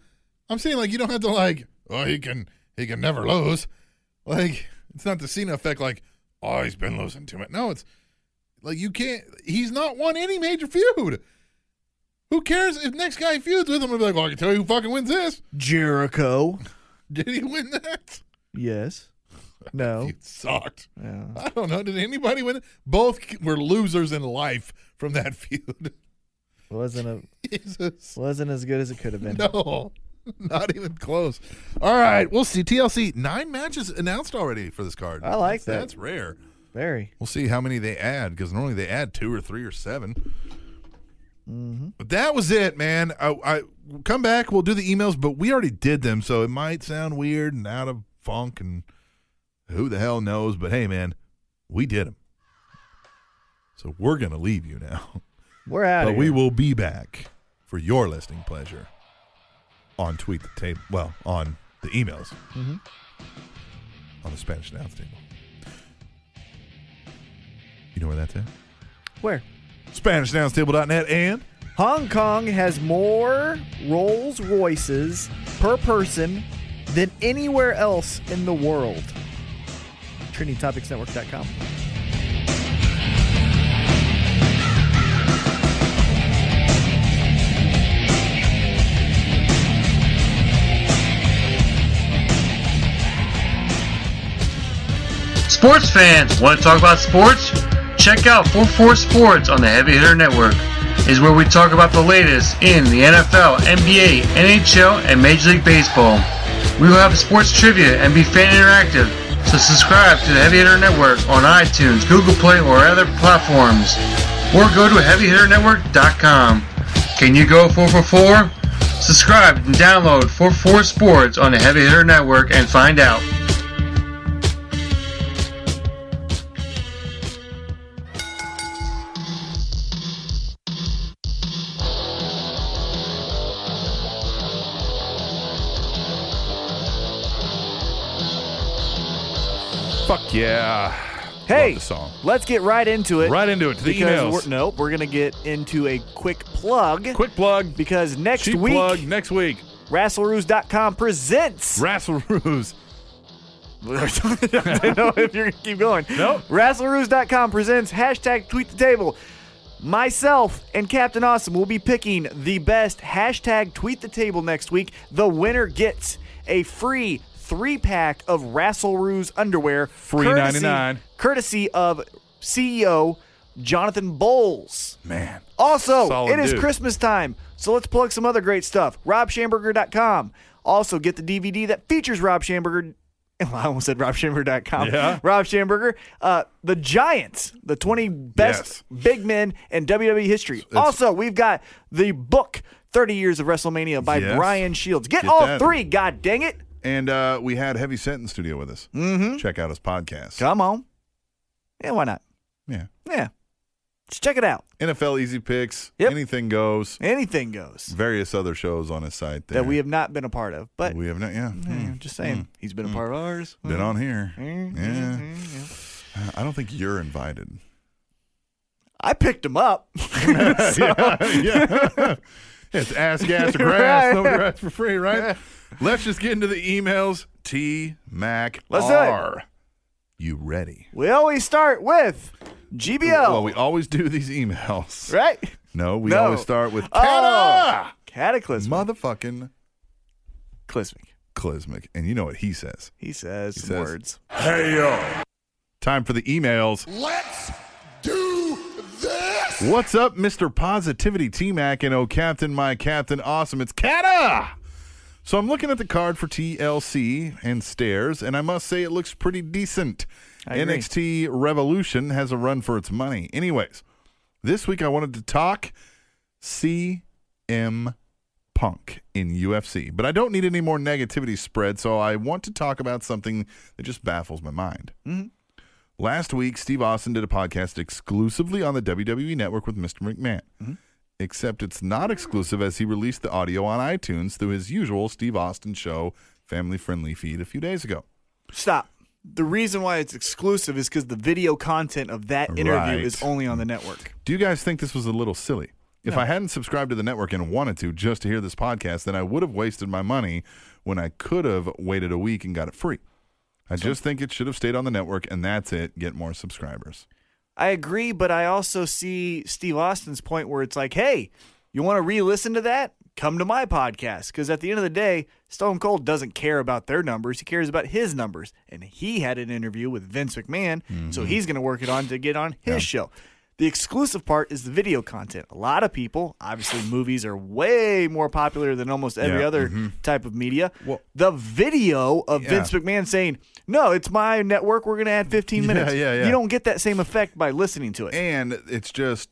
[SPEAKER 3] I'm saying like you don't have to like. Oh, he can, he can never lose. Like it's not the Cena effect. Like oh, he's been losing too much. No, it's like you can't. He's not won any major feud. Who cares if next guy feuds with him? I'll be like, well, I can tell you who fucking wins this.
[SPEAKER 1] Jericho.
[SPEAKER 3] Did he win that?
[SPEAKER 1] Yes. No.
[SPEAKER 3] He sucked.
[SPEAKER 1] Yeah.
[SPEAKER 3] I don't know. Did anybody win? it? Both were losers in life from that feud.
[SPEAKER 1] Wasn't a,
[SPEAKER 3] Jesus.
[SPEAKER 1] wasn't as good as it could have been.
[SPEAKER 3] No, not even close. All right, we'll see. TLC nine matches announced already for this card.
[SPEAKER 1] I like that.
[SPEAKER 3] That's, that's rare.
[SPEAKER 1] Very.
[SPEAKER 3] We'll see how many they add because normally they add two or three or 7
[SPEAKER 1] Mm-hmm.
[SPEAKER 3] But that was it, man. I, I come back. We'll do the emails, but we already did them, so it might sound weird and out of funk and who the hell knows. But hey, man, we did them. So we're gonna leave you now.
[SPEAKER 1] We're out.
[SPEAKER 3] But we will be back for your listening pleasure on Tweet the Table. Well, on the emails.
[SPEAKER 1] Mm-hmm.
[SPEAKER 3] On the Spanish Announce Table. You know where that's at?
[SPEAKER 1] Where?
[SPEAKER 3] SpanishAnnounceTable.net and
[SPEAKER 1] Hong Kong has more Rolls Royces per person than anywhere else in the world. TrinityTopicsNetwork.com.
[SPEAKER 11] Sports fans, want to talk about sports?
[SPEAKER 13] Check out 44 Sports on the Heavy Hitter Network. Is where we talk about the latest in the NFL, NBA, NHL, and Major League Baseball. We will have sports trivia and be fan interactive, so subscribe to the Heavy Hitter Network on iTunes, Google Play, or other platforms. Or go to HeavyHitterNetwork.com. Can you go 444? Subscribe and download 44 Sports on the Heavy Hitter Network and find out.
[SPEAKER 3] Fuck yeah.
[SPEAKER 1] Hey,
[SPEAKER 3] Love the song.
[SPEAKER 1] let's get right into it.
[SPEAKER 3] Right into it, to the
[SPEAKER 1] because
[SPEAKER 3] emails.
[SPEAKER 1] We're, nope, we're gonna get into a quick plug
[SPEAKER 3] Quick plug.
[SPEAKER 1] because next
[SPEAKER 3] cheap
[SPEAKER 1] week,
[SPEAKER 3] plug. Next week.
[SPEAKER 1] WrestleRoos.com presents.
[SPEAKER 3] Rasselroos.
[SPEAKER 1] I don't know if you're gonna keep going.
[SPEAKER 3] Nope.
[SPEAKER 1] WrestleRoos.com presents hashtag tweet the table. Myself and Captain Awesome will be picking the best hashtag tweet the table next week. The winner gets a free three pack of Rasselroos underwear.
[SPEAKER 3] Free
[SPEAKER 1] courtesy-
[SPEAKER 3] 99.
[SPEAKER 1] Courtesy of CEO Jonathan Bowles.
[SPEAKER 3] Man.
[SPEAKER 1] Also,
[SPEAKER 3] Solid
[SPEAKER 1] it is
[SPEAKER 3] dude.
[SPEAKER 1] Christmas time, so let's plug some other great stuff. RobShamberger.com. Also, get the DVD that features Rob Schamberger. I almost said RobShamberger.com.
[SPEAKER 3] Yeah.
[SPEAKER 1] Rob Schamberger. Uh, the Giants, the 20 best big men in WWE history. also, we've got the book, 30 Years of WrestleMania by
[SPEAKER 3] Yes.
[SPEAKER 1] Brian Shields. Get,
[SPEAKER 3] Get
[SPEAKER 1] all
[SPEAKER 3] that.
[SPEAKER 1] three, god dang it.
[SPEAKER 3] And uh, we had Heavy Set in the studio with us. Mm-hmm. Check out his podcast.
[SPEAKER 1] Come on. Yeah, why not?
[SPEAKER 3] Yeah.
[SPEAKER 1] Yeah. Just check it out.
[SPEAKER 3] NFL Easy Picks.
[SPEAKER 1] Yep.
[SPEAKER 3] Anything goes.
[SPEAKER 1] Anything goes
[SPEAKER 3] Various other shows on his site there.
[SPEAKER 1] that we have not been a part of, but
[SPEAKER 3] Mm. We Mm. have not. Yeah. Hmm.
[SPEAKER 1] Yeah, I'm just saying. He's been a part of ours.
[SPEAKER 3] Been on here.
[SPEAKER 1] Mm,
[SPEAKER 3] Yeah. I don't think you're invited.
[SPEAKER 1] I picked him up.
[SPEAKER 3] yeah. it's ass, gas, or grass. No
[SPEAKER 1] Right.
[SPEAKER 3] grass for free, right? Let's just get into the emails. T Mac
[SPEAKER 1] Let's do it.
[SPEAKER 3] R. You ready?
[SPEAKER 1] we always start with GBL,
[SPEAKER 3] Well, we always do these emails.
[SPEAKER 1] right?
[SPEAKER 3] No, we
[SPEAKER 1] No.
[SPEAKER 3] always start with
[SPEAKER 1] Oh.
[SPEAKER 3] Kata!
[SPEAKER 1] Cataclysmic.
[SPEAKER 3] Motherfucking
[SPEAKER 1] Cataclysmic.
[SPEAKER 3] Clismic. And you know what he says.
[SPEAKER 1] He says some
[SPEAKER 3] says-
[SPEAKER 1] words.
[SPEAKER 3] Hey, yo. Time for the emails.
[SPEAKER 2] Let's do this.
[SPEAKER 3] What's up, Mr. Positivity T Mac and oh Captain, my Captain Awesome? It's Kata! So I'm looking at the card for TLC and Stairs, and I must say it looks pretty decent.
[SPEAKER 1] I agree.
[SPEAKER 3] NXT Revolution has a run for its money. Anyways, this week I wanted to talk CM Punk in UFC, but I don't need any more negativity spread, so I want to talk about something that just baffles my mind. Last week, Steve Austin did a podcast exclusively on the WWE network with Mr. McMahon. Except it's not exclusive as he released the audio on iTunes through his usual Steve Austin show family friendly feed a few days ago.
[SPEAKER 1] Stop. The reason why it's exclusive is because the video content of that interview
[SPEAKER 3] Right.
[SPEAKER 1] is only on the network.
[SPEAKER 3] Do you guys think this was a little silly? If I hadn't subscribed to the network and wanted to just to hear this podcast, then I would have wasted my money when I could have waited a week and got it free. I just think it should have stayed on the network and that's it. Get more subscribers.
[SPEAKER 1] I agree, but I also see Steve Austin's point where it's like, hey, you want to re listen to that? Come to my podcast. Because at the end of the day, Stone Cold doesn't care about their numbers. He cares about his numbers. And he had an interview with Vince McMahon,
[SPEAKER 3] Mm-hmm.
[SPEAKER 1] so he's going to work it on to get on his show. The exclusive part is the video content. A lot of people, obviously, movies are way more popular than almost every
[SPEAKER 3] Yeah, mm-hmm.
[SPEAKER 1] other type of media.
[SPEAKER 3] Well-
[SPEAKER 1] the video of
[SPEAKER 3] Yeah.
[SPEAKER 1] Vince McMahon saying, No, it's my network. We're going to add 15
[SPEAKER 3] Yeah,
[SPEAKER 1] minutes.
[SPEAKER 3] yeah, yeah.
[SPEAKER 1] You don't don't get that same effect by listening to it.
[SPEAKER 3] And it's just,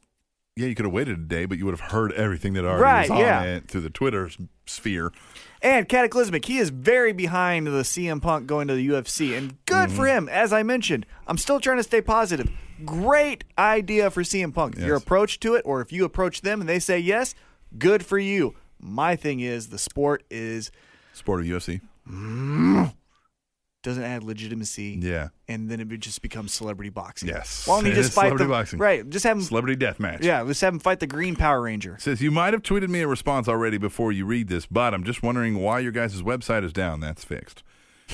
[SPEAKER 3] yeah, you could have waited a day, but you would have heard everything that already
[SPEAKER 1] Right,
[SPEAKER 3] was on
[SPEAKER 1] yeah.
[SPEAKER 3] it through the Twitter s- sphere.
[SPEAKER 1] And Cataclysmic, he is very behind the CM Punk going to the UFC, and good for him.
[SPEAKER 3] Mm-hmm.
[SPEAKER 1] As I mentioned, I'm still trying to stay positive. Great idea for CM Punk. Your
[SPEAKER 3] Yes.
[SPEAKER 1] approach to it, or if you approach them and they say yes, good for you. My thing is the sport is
[SPEAKER 3] Sport of UFC.
[SPEAKER 1] doesn't add legitimacy.
[SPEAKER 3] Yeah.
[SPEAKER 1] And then it would just becomes celebrity boxing.
[SPEAKER 3] Yes.
[SPEAKER 1] Why don't you
[SPEAKER 3] It
[SPEAKER 1] just
[SPEAKER 3] is
[SPEAKER 1] fight
[SPEAKER 3] celebrity
[SPEAKER 1] the
[SPEAKER 3] boxing.
[SPEAKER 1] right? Just have him.
[SPEAKER 3] Celebrity death match.
[SPEAKER 1] yeah, let's have him fight the Green Power Ranger.
[SPEAKER 3] Says, you might have tweeted me a response already before you read this, but I'm just wondering why your guys' website is down. That's fixed.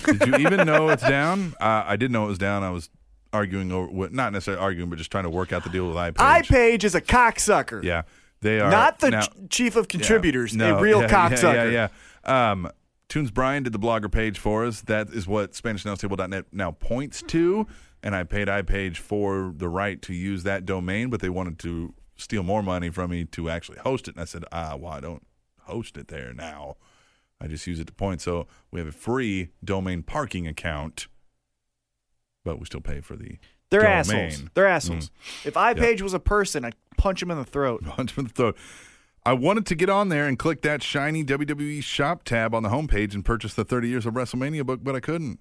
[SPEAKER 3] Did you even know it's down? Uh, I did know it was down. I was arguing over, well, not necessarily arguing, but just trying to work out the deal with iPage.
[SPEAKER 1] iPage is a cocksucker.
[SPEAKER 3] Yeah. They are
[SPEAKER 1] Not the
[SPEAKER 3] now-
[SPEAKER 1] ch- chief of
[SPEAKER 3] Yeah.
[SPEAKER 1] contributors,
[SPEAKER 3] No,
[SPEAKER 1] a real
[SPEAKER 3] yeah,
[SPEAKER 1] cocksucker.
[SPEAKER 3] Yeah, yeah. yeah. Um, Toons Brian did the blogger page for us. That is what SpanishNowstable.net now points to. and I paid iPage for the right to use that domain, but they wanted to steal more money from me to actually host it. And I said, ah, well, I don't host it there now. I just use it to point. So we have a free domain parking account, but we still pay for the
[SPEAKER 1] They're
[SPEAKER 3] domain. Mm.
[SPEAKER 1] assholes. They're assholes. If iPage was a person, I'd punch him in the throat.
[SPEAKER 3] Punch him in the throat. I wanted to get on there and click that shiny WWE shop tab on the homepage and purchase the 30 years of WrestleMania book, but I couldn't.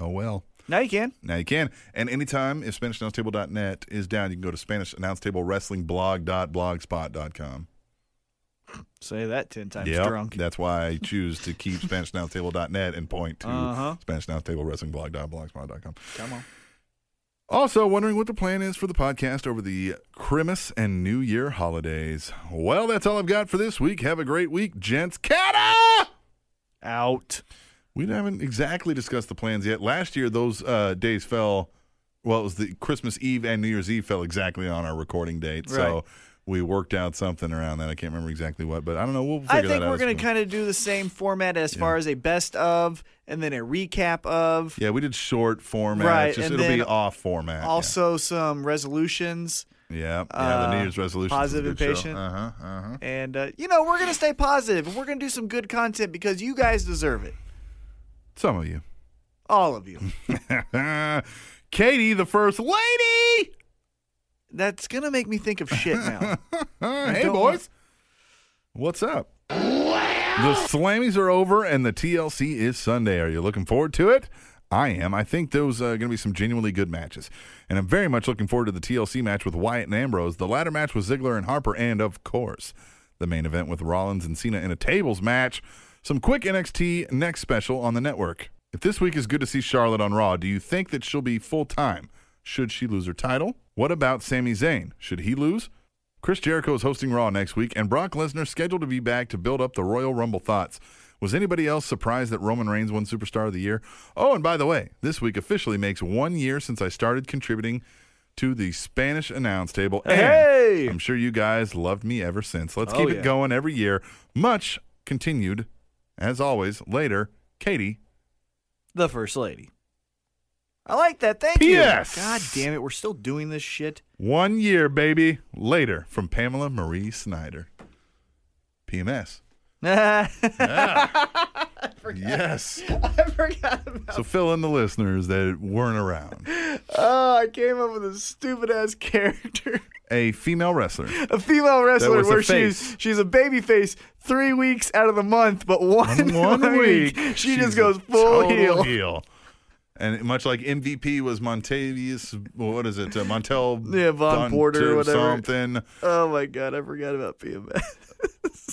[SPEAKER 3] Oh well.
[SPEAKER 1] Now you can.
[SPEAKER 3] Now you can. And anytime if SpanishAnnounceTable.net is down, you can go to SpanishAnnounceTableWrestlingBlog.blogspot.com.
[SPEAKER 1] Say that ten times
[SPEAKER 3] Yep.
[SPEAKER 1] drunk.
[SPEAKER 3] That's why I choose to keep SpanishAnnounceTable.net and point to
[SPEAKER 1] Uh-huh.
[SPEAKER 3] SpanishAnnounceTableWrestlingBlog.blogspot.com.
[SPEAKER 1] Come on.
[SPEAKER 3] Also, wondering what the plan is for the podcast over the Christmas and New Year holidays. Well, that's all I've got for this week. Have a great week, gents. Kata!
[SPEAKER 1] Out.
[SPEAKER 3] We haven't exactly discussed the plans yet. Last year, those uh, days fell. Well, it was the Christmas Eve and New Year's Eve fell exactly on our recording date, so
[SPEAKER 1] Right.
[SPEAKER 3] we worked out something around that. I can't remember exactly what, but I don't know. We'll figure
[SPEAKER 1] I
[SPEAKER 3] that
[SPEAKER 1] think
[SPEAKER 3] out.
[SPEAKER 1] we're
[SPEAKER 3] as
[SPEAKER 1] going
[SPEAKER 3] we-
[SPEAKER 1] to kind of do the same format as far as a best of and then a recap of.
[SPEAKER 3] Yeah, we did short format.
[SPEAKER 1] Right,
[SPEAKER 3] It's just
[SPEAKER 1] and
[SPEAKER 3] it'll be
[SPEAKER 1] then
[SPEAKER 3] off format. yeah.
[SPEAKER 1] Also, some resolutions.
[SPEAKER 3] yeah, yeah. The New
[SPEAKER 1] uh,
[SPEAKER 3] Year's resolution.
[SPEAKER 1] positive and patient.
[SPEAKER 3] Uh huh. Uh huh.
[SPEAKER 1] And, uh, you know, we're going to stay positive and we're going to do some good content because you guys deserve it.
[SPEAKER 3] Some of you.
[SPEAKER 1] All of you.
[SPEAKER 3] Katie, the first lady.
[SPEAKER 1] That's going to make me think of shit now.
[SPEAKER 3] hey,
[SPEAKER 1] don't
[SPEAKER 3] boys. What's up? The Slammies are over and the TLC is Sunday. Are you looking forward to it? I am. I think those are going to be some genuinely good matches. And I'm very much looking forward to the TLC match with Wyatt and Ambrose, the latter match with Ziggler and Harper, and of course, the main event with Rollins and Cena in a tables match. Some quick NXT next special on the network. If this week is good to see Charlotte on Raw, do you think that she'll be full time? Should she lose her title? What about Sami Zayn? Should he lose? Chris Jericho is hosting Raw next week, and Brock Lesnar scheduled to be back to build up the Royal Rumble thoughts. Was anybody else surprised that Roman Reigns won Superstar of the Year? Oh, and by the way, this week officially makes one year since I started contributing to the Spanish announce table. And
[SPEAKER 1] Hey!
[SPEAKER 3] I'm sure you guys loved me ever since. Let's
[SPEAKER 1] Oh,
[SPEAKER 3] keep
[SPEAKER 1] yeah.
[SPEAKER 3] it going every year. Much continued, as always, later. Katie.
[SPEAKER 1] the First Lady. I like that. Thank
[SPEAKER 3] P.S..
[SPEAKER 1] you. God damn it. We're still doing this shit.
[SPEAKER 3] One year, baby. Later from Pamela Marie Snyder. PMS.
[SPEAKER 1] Ah,
[SPEAKER 3] Yes.
[SPEAKER 1] I forgot about.
[SPEAKER 3] So fill in the listeners that weren't around.
[SPEAKER 1] Oh, I came up with a stupid ass character,
[SPEAKER 3] A female wrestler.
[SPEAKER 1] a female wrestler
[SPEAKER 3] was a
[SPEAKER 1] where she's
[SPEAKER 3] face.
[SPEAKER 1] she's a baby face three weeks out of the month, but one,
[SPEAKER 3] One week.
[SPEAKER 1] she
[SPEAKER 3] she's
[SPEAKER 1] just goes
[SPEAKER 3] a
[SPEAKER 1] full
[SPEAKER 3] total
[SPEAKER 1] heel.
[SPEAKER 3] And much like MVP was Montavious, what is it? Uh, Montel.
[SPEAKER 1] Yeah, Von Porter or whatever.
[SPEAKER 3] Something.
[SPEAKER 1] Oh my god, I forgot about PMS.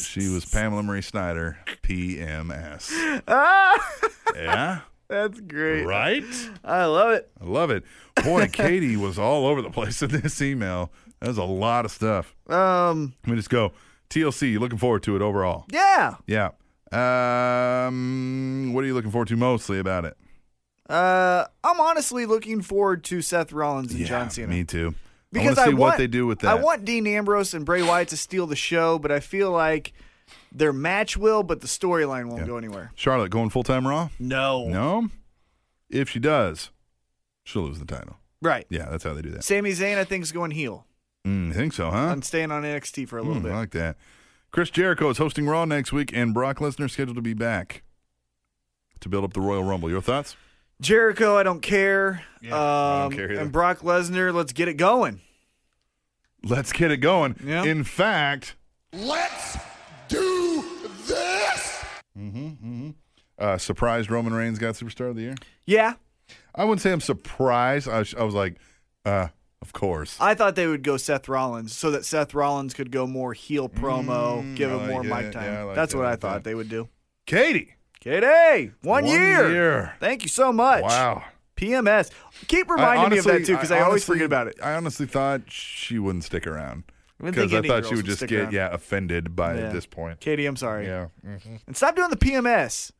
[SPEAKER 3] She was Pamela Marie Snyder, PMS.
[SPEAKER 1] ah,
[SPEAKER 3] Yeah.
[SPEAKER 1] that's great.
[SPEAKER 3] Right?
[SPEAKER 1] I love it.
[SPEAKER 3] I love it. Boy, Katie was all over the place in this email. That was a lot of stuff.
[SPEAKER 1] Um,
[SPEAKER 3] Let me just go. TLC, looking forward to it overall.
[SPEAKER 1] yeah.
[SPEAKER 3] Yeah. Um, what are you looking forward to mostly about it?
[SPEAKER 1] Uh, I'm honestly looking forward to Seth Rollins and John Cena.
[SPEAKER 3] Me too.
[SPEAKER 1] because I
[SPEAKER 3] I want to see
[SPEAKER 1] want,
[SPEAKER 3] what they do with that.
[SPEAKER 1] I want Dean Ambrose and Bray Wyatt to steal the show, but I feel like their match will, but the storyline won't
[SPEAKER 3] Yeah.
[SPEAKER 1] go anywhere.
[SPEAKER 3] Charlotte going full time Raw.
[SPEAKER 1] No.
[SPEAKER 3] No. If she does, she'll lose the title.
[SPEAKER 1] Right.
[SPEAKER 3] Yeah, that's how they do that.
[SPEAKER 1] Sami Zayn, I think, is going heel.
[SPEAKER 3] Mm, I think so, huh?
[SPEAKER 1] I'm staying on NXT for a little
[SPEAKER 3] Mm,
[SPEAKER 1] bit.
[SPEAKER 3] I like that. Chris Jericho is hosting Raw next week, and Brock Lesnar scheduled to be back to build up the Royal Rumble. Your thoughts?
[SPEAKER 1] Jericho, I don't care.
[SPEAKER 3] Yeah, I don't
[SPEAKER 1] Um,
[SPEAKER 3] care either.
[SPEAKER 1] and Brock Lesnar, let's get it going.
[SPEAKER 3] Let's get it going.
[SPEAKER 1] Yeah.
[SPEAKER 3] In fact,
[SPEAKER 14] Let's do this.
[SPEAKER 3] Mm-hmm, uh, surprised Roman Reigns got Superstar of the Year.
[SPEAKER 1] Yeah,
[SPEAKER 3] I wouldn't say I'm surprised. I, was- I was like, uh, of course.
[SPEAKER 1] I thought they would go Seth Rollins so that Seth Rollins could go more heel promo, give
[SPEAKER 3] Mm, I
[SPEAKER 1] him
[SPEAKER 3] like
[SPEAKER 1] more
[SPEAKER 3] it.
[SPEAKER 1] mic time.
[SPEAKER 3] Yeah, I like
[SPEAKER 1] That's
[SPEAKER 3] that.
[SPEAKER 1] what
[SPEAKER 3] I
[SPEAKER 1] I
[SPEAKER 3] like
[SPEAKER 1] thought
[SPEAKER 3] that.
[SPEAKER 1] they would do.
[SPEAKER 3] Katie.
[SPEAKER 1] KD, one,
[SPEAKER 3] One
[SPEAKER 1] year.
[SPEAKER 3] year.
[SPEAKER 1] Thank you so much.
[SPEAKER 3] Wow.
[SPEAKER 1] PMS. Keep reminding
[SPEAKER 3] I
[SPEAKER 1] me of that
[SPEAKER 3] honestly-
[SPEAKER 1] too, because I, always
[SPEAKER 3] honestly-
[SPEAKER 1] forget about it.
[SPEAKER 3] I honestly thought she wouldn't stick around
[SPEAKER 1] I didn't
[SPEAKER 3] because
[SPEAKER 1] think
[SPEAKER 3] I
[SPEAKER 1] any
[SPEAKER 3] thought
[SPEAKER 1] girls
[SPEAKER 3] she would just
[SPEAKER 1] stick
[SPEAKER 3] get
[SPEAKER 1] around.
[SPEAKER 3] yeah offended by
[SPEAKER 1] Yeah. Mm-hmm.
[SPEAKER 3] this point.
[SPEAKER 1] Katie, I'm sorry.
[SPEAKER 3] Yeah,
[SPEAKER 1] And stop doing the PMS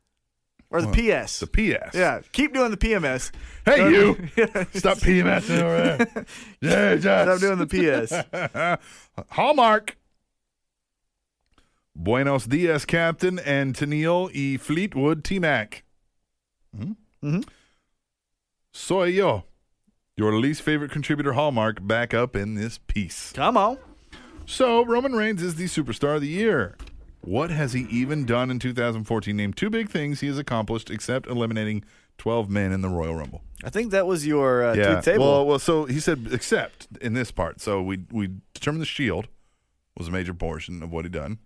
[SPEAKER 1] or the
[SPEAKER 3] Well,
[SPEAKER 1] PS.
[SPEAKER 3] the PS.
[SPEAKER 1] yeah, keep doing the PMS.
[SPEAKER 3] Hey you,
[SPEAKER 1] Yeah.
[SPEAKER 3] stop PMSing over there. Yeah,
[SPEAKER 1] Stop
[SPEAKER 3] just
[SPEAKER 1] doing the PS.
[SPEAKER 3] Hallmark. Buenos dias, Captain and Tennille E. Fleetwood T Mac.
[SPEAKER 1] Mhm.
[SPEAKER 3] Soy yo. Your least favorite contributor hallmark back up in this piece.
[SPEAKER 1] Come on.
[SPEAKER 3] So, Roman Reigns is the superstar of the year. What has he even done in 2014? Name two big things he has accomplished except eliminating 12 men in the Royal Rumble.
[SPEAKER 1] I think that was your uh,
[SPEAKER 3] yeah.
[SPEAKER 1] tweet table.
[SPEAKER 3] Well, well, so he said except in this part. So we we determined the Shield was a major portion of what he done.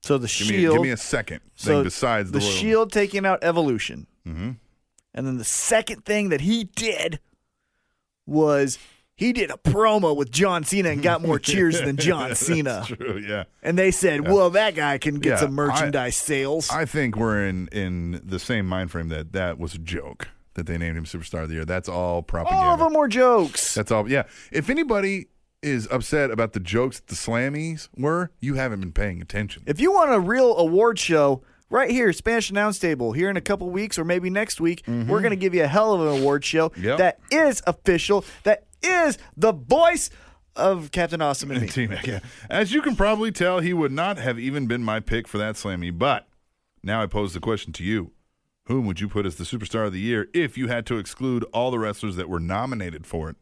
[SPEAKER 1] so the
[SPEAKER 3] Give,
[SPEAKER 1] shield.
[SPEAKER 3] me, give me a second
[SPEAKER 1] so
[SPEAKER 3] thing besides the,
[SPEAKER 1] the
[SPEAKER 3] Royal
[SPEAKER 1] shield taking out evolution.
[SPEAKER 3] Mm-hmm.
[SPEAKER 1] And then the second thing that he did was he did a promo with John Cena and got more cheers than John Cena.
[SPEAKER 3] That's true. Yeah.
[SPEAKER 1] And they said, "Well, that guy can get
[SPEAKER 3] Yeah,
[SPEAKER 1] some
[SPEAKER 3] I-
[SPEAKER 1] merchandise sales."
[SPEAKER 3] I think we're in in the same mind frame that that was a joke that they named him superstar of the year. That's all propaganda.
[SPEAKER 1] All of them were jokes.
[SPEAKER 3] That's all. Yeah. If anybody is upset about the jokes that the Slammies were, you haven't been paying attention.
[SPEAKER 1] If you want a real award show, right here, Spanish Announce Table, here in a couple weeks or maybe next week, we're going to give you a hell of an award show
[SPEAKER 3] Mm-hmm. Yep.
[SPEAKER 1] that is official, that is the voice of Captain Awesome and me.
[SPEAKER 3] Team Mac, yeah. As you can probably tell, he would not have even been my pick for that Slammy. But now I pose the question to you. Whom would you put as the superstar of the year if you had to exclude all the wrestlers that were nominated for it?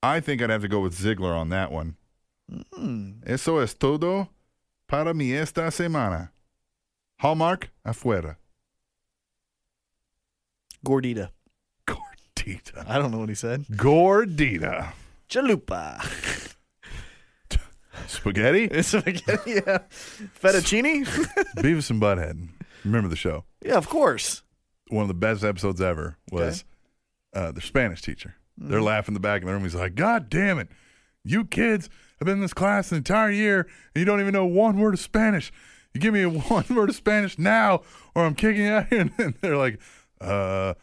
[SPEAKER 3] I think I'd have to go with Ziggler on that one. Eso es todo para mi esta semana. Hallmark afuera.
[SPEAKER 1] Gordita.
[SPEAKER 3] Gordita.
[SPEAKER 1] I don't know what he said.
[SPEAKER 3] Gordita.
[SPEAKER 1] Chalupa.
[SPEAKER 3] Spaghetti?
[SPEAKER 1] Spaghetti, yeah. Fettuccine?
[SPEAKER 3] Beavis and Butthead. Remember the show?
[SPEAKER 1] yeah, of course.
[SPEAKER 3] one of the best episodes ever was uh, their Spanish teacher. They're laughing in the back of the room. He's like, God damn it. You kids have been in this class an entire year and you don't even know one word of Spanish. You give me a one word of Spanish now or I'm kicking you out here. And then they're like, uh,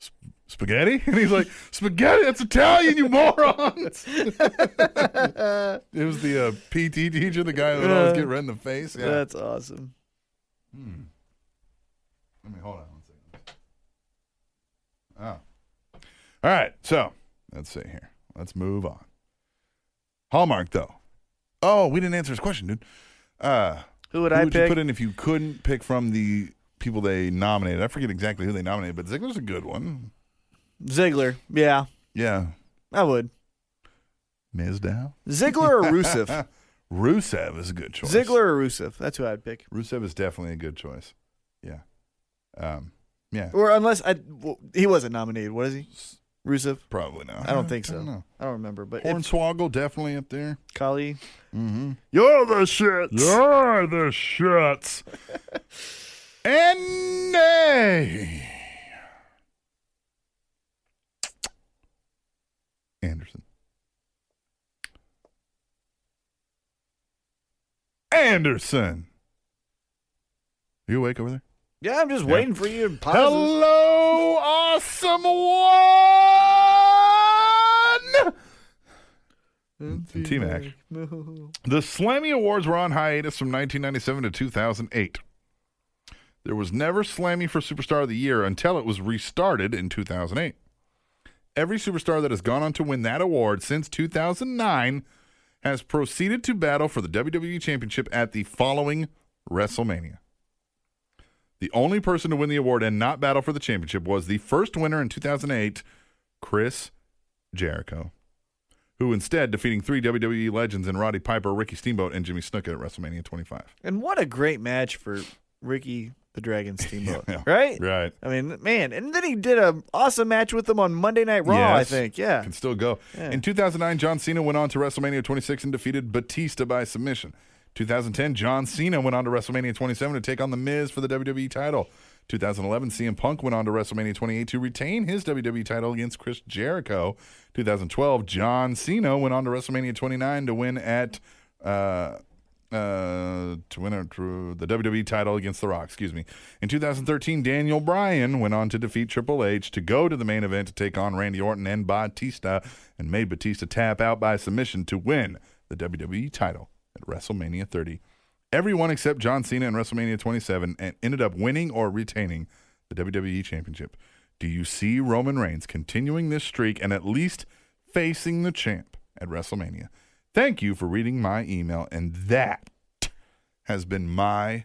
[SPEAKER 3] sp- spaghetti? And he's like, spaghetti, that's Italian, you morons. it was the uh, PT teacher, the guy that would always get red in the face. Yeah.
[SPEAKER 1] That's awesome.
[SPEAKER 3] Let me hold on one second. Oh. All right. So let's see here. Let's move on. Hallmark though. Oh, we didn't answer his question, dude. Uh
[SPEAKER 1] Who would
[SPEAKER 3] who
[SPEAKER 1] I
[SPEAKER 3] would you
[SPEAKER 1] pick?
[SPEAKER 3] put in if you couldn't pick from the people they nominated? I forget exactly who they nominated, but Ziggler's a good one.
[SPEAKER 1] Ziggler. Yeah,
[SPEAKER 3] Yeah.
[SPEAKER 1] I would.
[SPEAKER 3] Ms. Dow.
[SPEAKER 1] Ziggler or Rusev?
[SPEAKER 3] Rusev is a good choice.
[SPEAKER 1] Ziggler or Rusev? That's who I'd pick.
[SPEAKER 3] Rusev is definitely a good choice. Yeah. Um yeah.
[SPEAKER 1] Or unless I, well, he wasn't nominated, was he? Rusev?
[SPEAKER 3] Probably not.
[SPEAKER 1] I don't think so. Uh, I don't,
[SPEAKER 3] know.
[SPEAKER 1] remember, but if
[SPEAKER 3] Hornswoggle definitely up there.
[SPEAKER 1] Kali,
[SPEAKER 3] You're the shits. You're the shits. and nay. Anderson. Anderson. You awake over there?
[SPEAKER 1] yeah, I'm just waiting for you. And positive.
[SPEAKER 3] Hello, awesome one. T Mac. The Slammy Awards were on hiatus from 1997 to 2008. There was never Slammy for Superstar of the Year until it was restarted in 2008. Every superstar that has gone on to win that award since 2009 has proceeded to battle for the WWE Championship at the following WrestleMania. The only person to win the award and not battle for the championship was the first winner in 2008, Chris Jericho, who instead defeating three WWE legends in Roddy Piper, Ricky Steamboat, and Jimmy Snuka at WrestleMania 25.
[SPEAKER 1] And what a great match for Ricky the Dragon Steamboat,
[SPEAKER 3] Yeah.
[SPEAKER 1] right?
[SPEAKER 3] Right.
[SPEAKER 1] I mean, man, and then he did an awesome match with them on Monday Night Raw. I
[SPEAKER 3] Yes.
[SPEAKER 1] think, yeah.
[SPEAKER 3] Can still go. In 2009, John Cena went on to WrestleMania 26 and defeated Batista by submission. 2010, John Cena went on to WrestleMania 27 to take on The Miz for the WWE title. 2011, CM Punk went on to WrestleMania 28 to retain his WWE title against Chris Jericho. 2012, John Cena went on to WrestleMania 29 to win at uh, uh, to win a, to the WWE title against The Rock. Excuse me. In 2013, Daniel Bryan went on to defeat Triple H to go to the main event to take on Randy Orton and Batista, and made Batista tap out by submission to win the WWE title at WrestleMania 30. Everyone except John Cena in WrestleMania 27 and ended up winning or retaining the WWE Championship. Do you see Roman Reigns continuing this streak and at least facing the champ at WrestleMania? Thank you for reading my email, and that has been my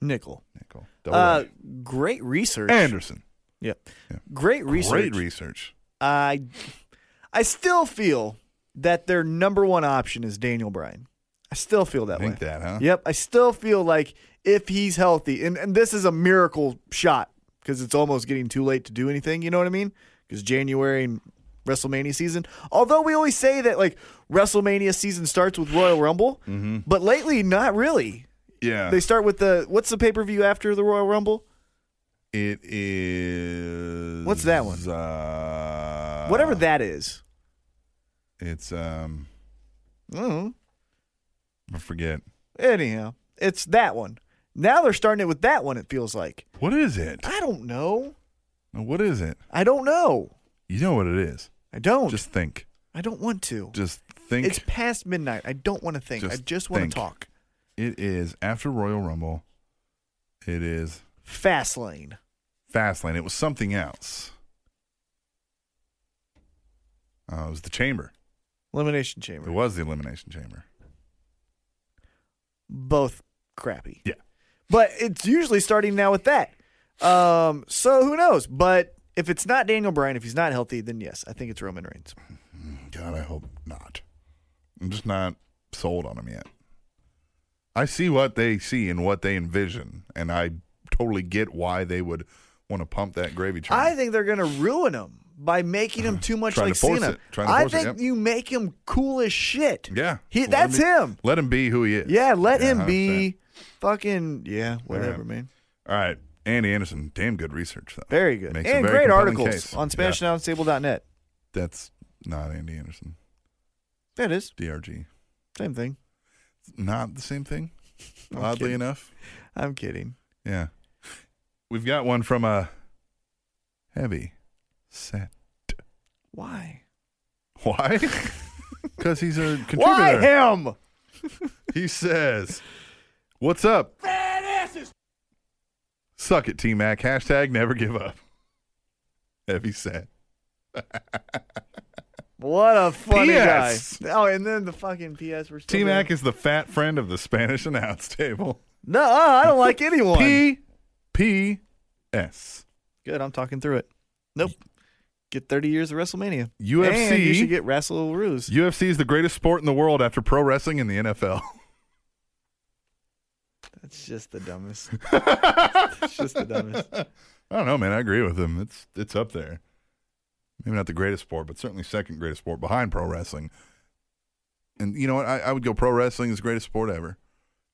[SPEAKER 1] Nickel.
[SPEAKER 3] nickel. Double
[SPEAKER 1] Uh,
[SPEAKER 3] A.
[SPEAKER 1] great research.
[SPEAKER 3] Anderson.
[SPEAKER 1] Yeah. Great research.
[SPEAKER 3] Great research.
[SPEAKER 1] I I still feel that their number one option is Daniel Bryan. I still feel that
[SPEAKER 3] Think
[SPEAKER 1] way.
[SPEAKER 3] that, huh?
[SPEAKER 1] Yep. I still feel like if he's healthy, and, and this is a miracle shot because it's almost getting too late to do anything. You know what I mean? Because January and WrestleMania season. Although we always say that like WrestleMania season starts with Royal Rumble,
[SPEAKER 3] Mm-hmm.
[SPEAKER 1] but lately not really.
[SPEAKER 3] Yeah.
[SPEAKER 1] They start with the what's the pay per view after the Royal Rumble?
[SPEAKER 3] it is.
[SPEAKER 1] What's that one?
[SPEAKER 3] Uh,
[SPEAKER 1] Whatever that is.
[SPEAKER 3] It's um.
[SPEAKER 1] Mm.
[SPEAKER 3] I forget.
[SPEAKER 1] Anyhow, it's that one. Now they're starting it with that one. It feels like
[SPEAKER 3] What is it?
[SPEAKER 1] I don't know.
[SPEAKER 3] What is it?
[SPEAKER 1] I don't know.
[SPEAKER 3] You know what it is.
[SPEAKER 1] I don't.
[SPEAKER 3] Just think.
[SPEAKER 1] I don't want to.
[SPEAKER 3] Just think.
[SPEAKER 1] It's past midnight. I don't want to think. I
[SPEAKER 3] Just
[SPEAKER 1] just want
[SPEAKER 3] think.
[SPEAKER 1] to talk.
[SPEAKER 3] it is after Royal Rumble. It is
[SPEAKER 1] Fastlane.
[SPEAKER 3] Fastlane. It was something else. Uh, it was the Chamber.
[SPEAKER 1] Elimination
[SPEAKER 3] It
[SPEAKER 1] Chamber.
[SPEAKER 3] was the Elimination Chamber.
[SPEAKER 1] Both crappy.
[SPEAKER 3] Yeah.
[SPEAKER 1] But it's usually starting now with that. Um, so who knows? But if it's not Daniel Bryan, if he's not healthy, then yes, I think it's Roman Reigns.
[SPEAKER 3] God, I hope not. I'm just not sold on them yet. I see what they see and what they envision, and I totally get why they would want to pump that gravy train.
[SPEAKER 1] I think they're going to ruin him by making him too much
[SPEAKER 3] Trying to
[SPEAKER 1] like
[SPEAKER 3] force
[SPEAKER 1] Cena.
[SPEAKER 3] it. Trying to
[SPEAKER 1] I
[SPEAKER 3] force it,
[SPEAKER 1] think
[SPEAKER 3] yep.
[SPEAKER 1] you make him cool as shit.
[SPEAKER 3] yeah,
[SPEAKER 1] He,
[SPEAKER 3] Let
[SPEAKER 1] that's
[SPEAKER 3] be-
[SPEAKER 1] him.
[SPEAKER 3] Let him be who he is.
[SPEAKER 1] Yeah, let
[SPEAKER 3] Yeah,
[SPEAKER 1] him be
[SPEAKER 3] 100%.
[SPEAKER 1] fucking yeah, whatever,
[SPEAKER 3] Yeah.
[SPEAKER 1] man.
[SPEAKER 3] All right, Andy Anderson, damn good research though.
[SPEAKER 1] Very good.
[SPEAKER 3] Makes a
[SPEAKER 1] and
[SPEAKER 3] very
[SPEAKER 1] great
[SPEAKER 3] compelling
[SPEAKER 1] articles
[SPEAKER 3] case.
[SPEAKER 1] on SpanishNowUnstable.net.
[SPEAKER 3] That's not Andy Anderson.
[SPEAKER 1] That is.
[SPEAKER 3] DRG,
[SPEAKER 1] Same thing.
[SPEAKER 3] not the same thing.
[SPEAKER 1] I'm
[SPEAKER 3] Oddly
[SPEAKER 1] kidding.
[SPEAKER 3] enough,
[SPEAKER 1] I'm kidding.
[SPEAKER 3] yeah. We've got one from a heavy set.
[SPEAKER 1] Why?
[SPEAKER 3] Why? Because he's a contributor.
[SPEAKER 1] Why him?
[SPEAKER 3] He says, What's up? Suck it, T Mac. Hashtag never give up. Heavy set.
[SPEAKER 1] What a funny
[SPEAKER 3] PS.
[SPEAKER 1] guy. Oh, and then the fucking PS were still
[SPEAKER 3] T Mac
[SPEAKER 1] there.
[SPEAKER 3] is the fat friend of the Spanish announce table.
[SPEAKER 1] No, I don't like anyone.
[SPEAKER 3] P P S.
[SPEAKER 1] Good, I'm talking through it. Nope. Get 30 years of WrestleMania.
[SPEAKER 3] UFC.
[SPEAKER 1] And you should get Wrestle Ruse.
[SPEAKER 3] UFC is the greatest sport in the world after pro wrestling and the NFL.
[SPEAKER 1] That's just the dumbest. That's just the dumbest.
[SPEAKER 3] I don't know, man. I agree with him. It's it's up there. Maybe not the greatest sport, but certainly second greatest sport behind pro wrestling. And you know what? I, I would go pro wrestling is the greatest sport ever.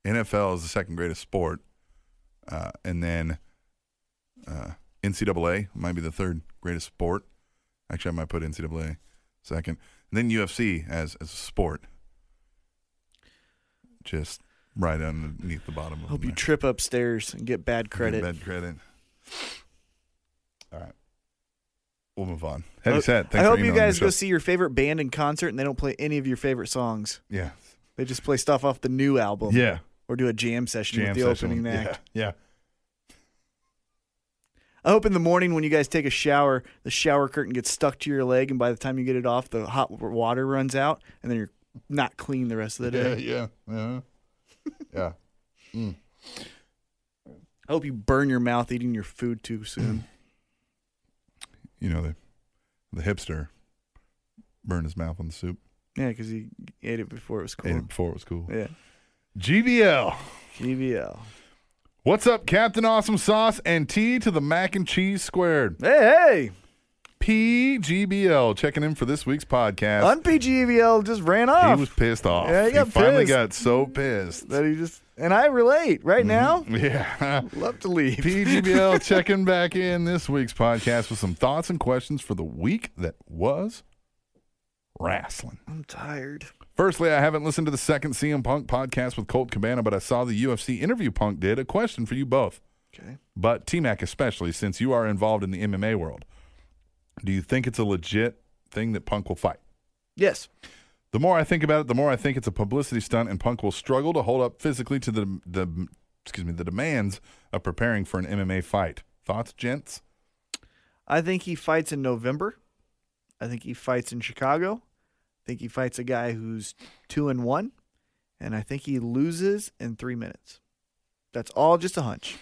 [SPEAKER 3] NFL is the second greatest sport, uh, and then uh, NCAA might be the third greatest sport. Actually, I might put NCAA second, and then UFC as as a sport, just right underneath the bottom. of
[SPEAKER 1] Hope
[SPEAKER 3] them
[SPEAKER 1] you
[SPEAKER 3] there.
[SPEAKER 1] trip upstairs and get bad credit.
[SPEAKER 3] Bad credit. All right. We'll move on. Heavy set.
[SPEAKER 1] I
[SPEAKER 3] Thanks
[SPEAKER 1] hope
[SPEAKER 3] for
[SPEAKER 1] you
[SPEAKER 3] emailing
[SPEAKER 1] guys go
[SPEAKER 3] the show.
[SPEAKER 1] see your favorite band in concert and they don't play any of your favorite songs.
[SPEAKER 3] Yeah.
[SPEAKER 1] They just play stuff off the new album.
[SPEAKER 3] Yeah.
[SPEAKER 1] Or do a jam session
[SPEAKER 3] Jam
[SPEAKER 1] with the
[SPEAKER 3] session.
[SPEAKER 1] opening act.
[SPEAKER 3] Yeah. Yeah.
[SPEAKER 1] I hope in the morning when you guys take a shower, the shower curtain gets stuck to your leg, and by the time you get it off, the hot w- water runs out, and then you're not clean the rest of the
[SPEAKER 3] Yeah.
[SPEAKER 1] day.
[SPEAKER 3] Yeah. Yeah. yeah.
[SPEAKER 1] I hope you burn your mouth eating your food too
[SPEAKER 3] Mm.
[SPEAKER 1] soon.
[SPEAKER 3] You know, the, the hipster burned his mouth on the soup,
[SPEAKER 1] yeah, because you ate it before it was
[SPEAKER 3] ate
[SPEAKER 1] cool.
[SPEAKER 3] it before it was cool.
[SPEAKER 1] Yeah.
[SPEAKER 3] GBL.
[SPEAKER 1] GBL.
[SPEAKER 3] What's up, Captain Awesome Sauce and T to the Mac and Cheese Squared?
[SPEAKER 1] Hey, hey!
[SPEAKER 3] PGBL checking in for this week's podcast.
[SPEAKER 1] UnPGBL E just ran off.
[SPEAKER 3] he was pissed off.
[SPEAKER 1] Yeah, he got
[SPEAKER 3] finally
[SPEAKER 1] pissed.
[SPEAKER 3] got so pissed.
[SPEAKER 1] that he just and I relate right
[SPEAKER 3] Mm-hmm.
[SPEAKER 1] now.
[SPEAKER 3] Yeah.
[SPEAKER 1] Love to leave.
[SPEAKER 3] PGBL checking back in this week's podcast with some thoughts and questions for the week that was wrestling.
[SPEAKER 1] I'm tired.
[SPEAKER 3] Firstly, I haven't listened to the second CM Punk podcast with Colt Cabana, but I saw the UFC interview Punk did. A question for you both,
[SPEAKER 1] Okay.
[SPEAKER 3] but T Mac especially, since you are involved in the MMA world. Do you think it's a legit thing that Punk will fight?
[SPEAKER 1] Yes.
[SPEAKER 3] The more I think about it, the more I think it's a publicity stunt, and Punk will struggle to hold up physically to the the excuse me the demands of preparing for an MMA fight. Thoughts, gents?
[SPEAKER 1] I think he fights in November. I think he fights in Chicago. I think he fights a guy who's two and one, and I think he loses in three minutes. That's all just a hunch.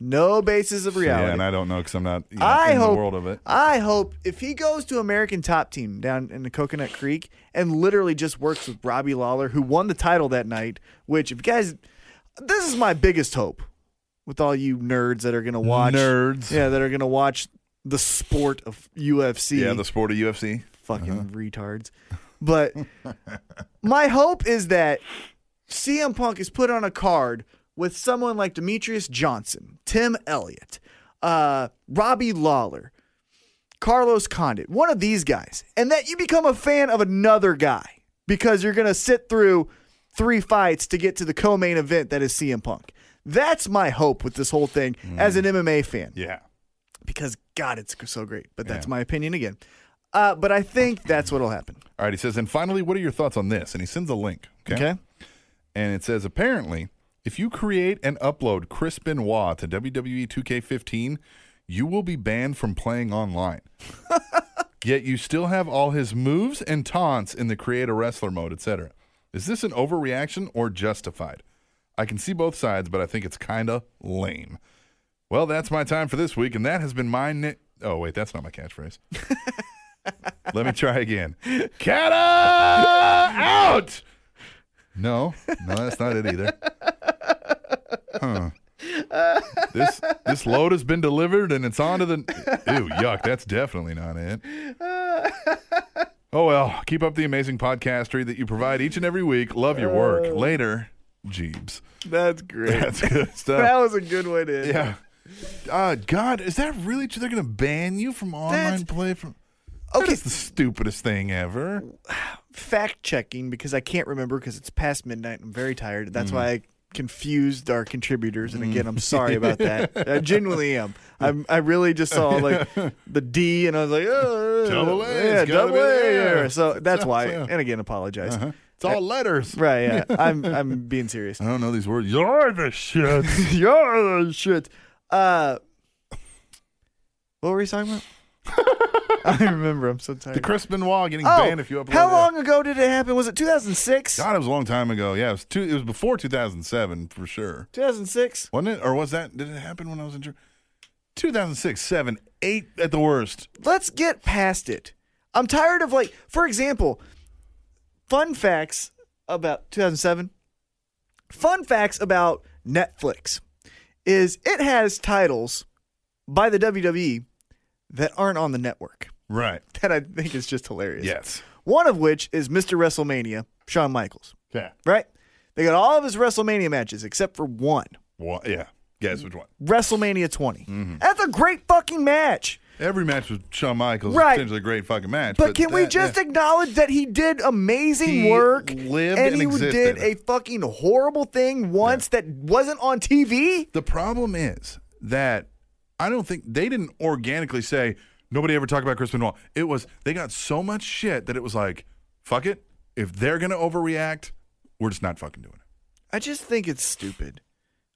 [SPEAKER 1] No basis of reality.
[SPEAKER 3] Yeah, Hmm. and I don't know because I'm not you know,
[SPEAKER 1] I
[SPEAKER 3] in
[SPEAKER 1] hope
[SPEAKER 3] the world of it.
[SPEAKER 1] I hope if he goes to American Top Team down in the Coconut Creek and literally just works with Robbie Lawler, who won the title that night. Which, if you guys, this is my biggest hope with all you nerds that are gonna watch
[SPEAKER 3] Nerds.
[SPEAKER 1] Yeah, that are gonna watch the sport of UFC.
[SPEAKER 3] Yeah, the sport of UFC.
[SPEAKER 1] fucking retards. But my hope is that CM Punk is put on a card with someone like Demetrius Johnson, Tim Elliott, uh, Robbie Lawler, Carlos Condit, one of these guys, and that you become a fan of another guy because you're going to sit through three fights to get to the co main event that is CM Punk. That's my hope with this whole thing as an MMA fan
[SPEAKER 3] Yeah.
[SPEAKER 1] because, God, it's so great. But that's my opinion again. Uh, but I think that's what'll happen.
[SPEAKER 3] All right. He says, and finally, what are your thoughts on this? And he sends a link. Okay.
[SPEAKER 1] Okay.
[SPEAKER 3] And it says, apparently, if you create and upload Chris Benoit to E WWE 2K15, you will be banned from playing online. Yet you still have all his moves and taunts in the create a wrestler mode, etc. Is this an overreaction or justified? I can see both sides, but I think it's kinda lame. Well, that's my time for this week, and that has been my. Ni- oh, wait, that's not my catchphrase. Let me try again. Kata out! No, no, that's not it either. Huh. This this load has been delivered and it's on to the. Ew, yuck! That's definitely not it. Oh well, keep up the amazing podcastery that you provide each and every week. Love your work. Later, Jeebs.
[SPEAKER 1] That's great.
[SPEAKER 3] That's good stuff.
[SPEAKER 1] that was a good way to end. it.
[SPEAKER 3] Yeah. Uh, God, is that really true? They're going to ban you from online
[SPEAKER 1] That's-
[SPEAKER 3] play from.
[SPEAKER 1] Okay.
[SPEAKER 3] That is the stupidest thing ever.
[SPEAKER 1] Fact checking because I can't remember because it's past midnight. and I'm very tired. That's why
[SPEAKER 3] Mm-hmm.
[SPEAKER 1] I confused our contributors. And again, I'm
[SPEAKER 3] Mm.
[SPEAKER 1] sorry about that. I genuinely am. I'm, I really just saw like the D and I was like, oh,
[SPEAKER 3] Double A,
[SPEAKER 1] yeah,
[SPEAKER 3] it's gotta
[SPEAKER 1] double
[SPEAKER 3] be
[SPEAKER 1] A.
[SPEAKER 3] there.
[SPEAKER 1] So that's why.
[SPEAKER 3] Yeah. Uh-huh.
[SPEAKER 1] And again, apologize.
[SPEAKER 3] It's all letters.
[SPEAKER 1] Right? Yeah, I'm I'm being serious.
[SPEAKER 3] I don't know these words. You're the shit.
[SPEAKER 1] You're the shit. Uh, what were we talking about? I remember. I'm so tired.
[SPEAKER 3] the Chris Benoit getting
[SPEAKER 1] Oh,
[SPEAKER 3] banned if you upload.
[SPEAKER 1] how
[SPEAKER 3] it.
[SPEAKER 1] long ago did it happen? Was it 2006?
[SPEAKER 3] God, it was a long time ago. Yeah, it was two. It was before 2007 for sure,
[SPEAKER 1] 2006.
[SPEAKER 3] wasn't it? Or was that? Did it happen when I was in? Jer- 2006, seven, eight at the worst.
[SPEAKER 1] Let's get past it. I'm tired of like, for example, fun facts about 2007. Fun facts about Netflix is it has titles by the WWE that aren't on the network
[SPEAKER 3] Right.
[SPEAKER 1] that I think is just hilarious.
[SPEAKER 3] Yes.
[SPEAKER 1] One of which is Mr. WrestleMania, Shawn Michaels,
[SPEAKER 3] Yeah.
[SPEAKER 1] right? They got all of his WrestleMania matches except for one.
[SPEAKER 3] What? Yeah. Guess which one?
[SPEAKER 1] WrestleMania 20. That's a great fucking match.
[SPEAKER 3] Every match with Shawn Michaels
[SPEAKER 1] Right.
[SPEAKER 3] is potentially a great fucking match.
[SPEAKER 1] But, can we
[SPEAKER 3] that-
[SPEAKER 1] just
[SPEAKER 3] yeah.
[SPEAKER 1] acknowledge that he did amazing
[SPEAKER 3] He
[SPEAKER 1] work
[SPEAKER 3] lived and
[SPEAKER 1] he
[SPEAKER 3] existed.
[SPEAKER 1] did a fucking horrible thing once that wasn't on TV?
[SPEAKER 3] The problem is that I don't think they didn't organically say nobody ever talked about Chris Benoit. It was they got so much shit that it was like, fuck it. If they're gonna overreact, we're just not fucking doing it.
[SPEAKER 1] I just think it's stupid.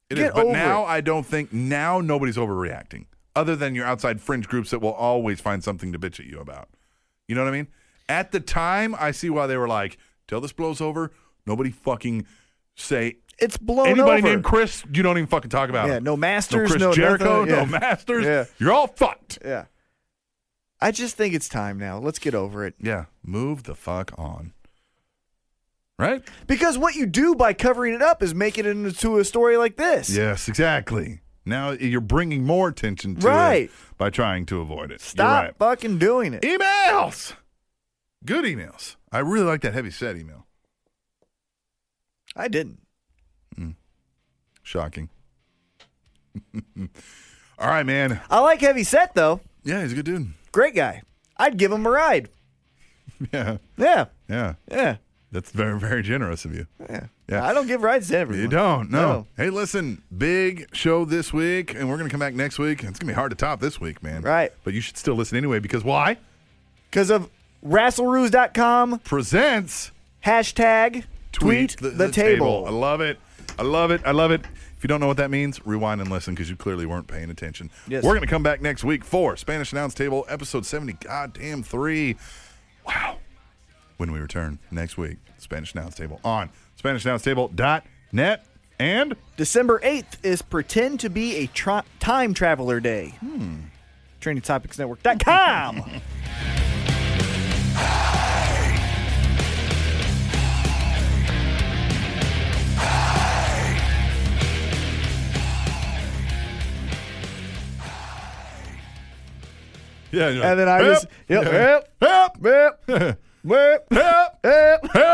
[SPEAKER 3] It is.
[SPEAKER 1] Get
[SPEAKER 3] But
[SPEAKER 1] over
[SPEAKER 3] now I don't think now nobody's overreacting, other than your outside fringe groups that will always find something to bitch at you about. You know what I mean? At the time, I see why they were like, till this blows over, nobody fucking say
[SPEAKER 1] It's blown
[SPEAKER 3] anybody
[SPEAKER 1] over.
[SPEAKER 3] named Chris. You don't even fucking talk about
[SPEAKER 1] Yeah,
[SPEAKER 3] him.
[SPEAKER 1] no
[SPEAKER 3] No
[SPEAKER 1] masters,
[SPEAKER 3] Chris
[SPEAKER 1] no
[SPEAKER 3] Jericho,
[SPEAKER 1] nothing, yeah.
[SPEAKER 3] no Masters.
[SPEAKER 1] Yeah.
[SPEAKER 3] You're all fucked.
[SPEAKER 1] Yeah. I just think it's time now. Let's get over it.
[SPEAKER 3] Yeah. Move the fuck on. Right?
[SPEAKER 1] Because what you do by covering it up is making it into a story like this.
[SPEAKER 3] Yes, exactly. Now you're bringing more attention to
[SPEAKER 1] Right.
[SPEAKER 3] it by trying to avoid it. You're
[SPEAKER 1] Stop
[SPEAKER 3] right.
[SPEAKER 1] fucking doing it.
[SPEAKER 3] Emails. Good emails. I really like that heavy set email.
[SPEAKER 1] I didn't.
[SPEAKER 3] Shocking. all right, man.
[SPEAKER 1] I like Heavy Set though.
[SPEAKER 3] Yeah, he's a good dude.
[SPEAKER 1] Great guy. I'd give him a ride.
[SPEAKER 3] Yeah.
[SPEAKER 1] Yeah.
[SPEAKER 3] Yeah.
[SPEAKER 1] Yeah.
[SPEAKER 3] That's very, very generous of you.
[SPEAKER 1] Yeah.
[SPEAKER 3] Yeah.
[SPEAKER 1] I don't give rides to everyone.
[SPEAKER 3] You don't, no.
[SPEAKER 1] No.
[SPEAKER 3] Hey, listen, big show this week, and we're going to come back next week. It's going to be hard to top this week, man.
[SPEAKER 1] Right.
[SPEAKER 3] But you should still listen anyway because why?
[SPEAKER 1] Because of wrestleroos.com,
[SPEAKER 3] Presents
[SPEAKER 1] hashtag tweet, the, table.
[SPEAKER 3] I love it. I love it. I love it. If you don't know what that means, rewind and listen because you clearly weren't paying attention.
[SPEAKER 1] Yes.
[SPEAKER 3] We're going to come back next week for Spanish Announce Table, episode 70, goddamn three. Wow. When we return next week, Spanish Announce Table on SpanishAnnounceTable.net. And
[SPEAKER 1] December 8th is Pretend to Be a Tra- Time Traveler Day.
[SPEAKER 3] Hmm.
[SPEAKER 1] TrainingTopicsNetwork.com.
[SPEAKER 3] yeah, you're like,
[SPEAKER 7] And then I
[SPEAKER 3] "Help!"
[SPEAKER 7] just, yep,
[SPEAKER 3] Yeah.
[SPEAKER 7] yep, yep, yep, yep, yep,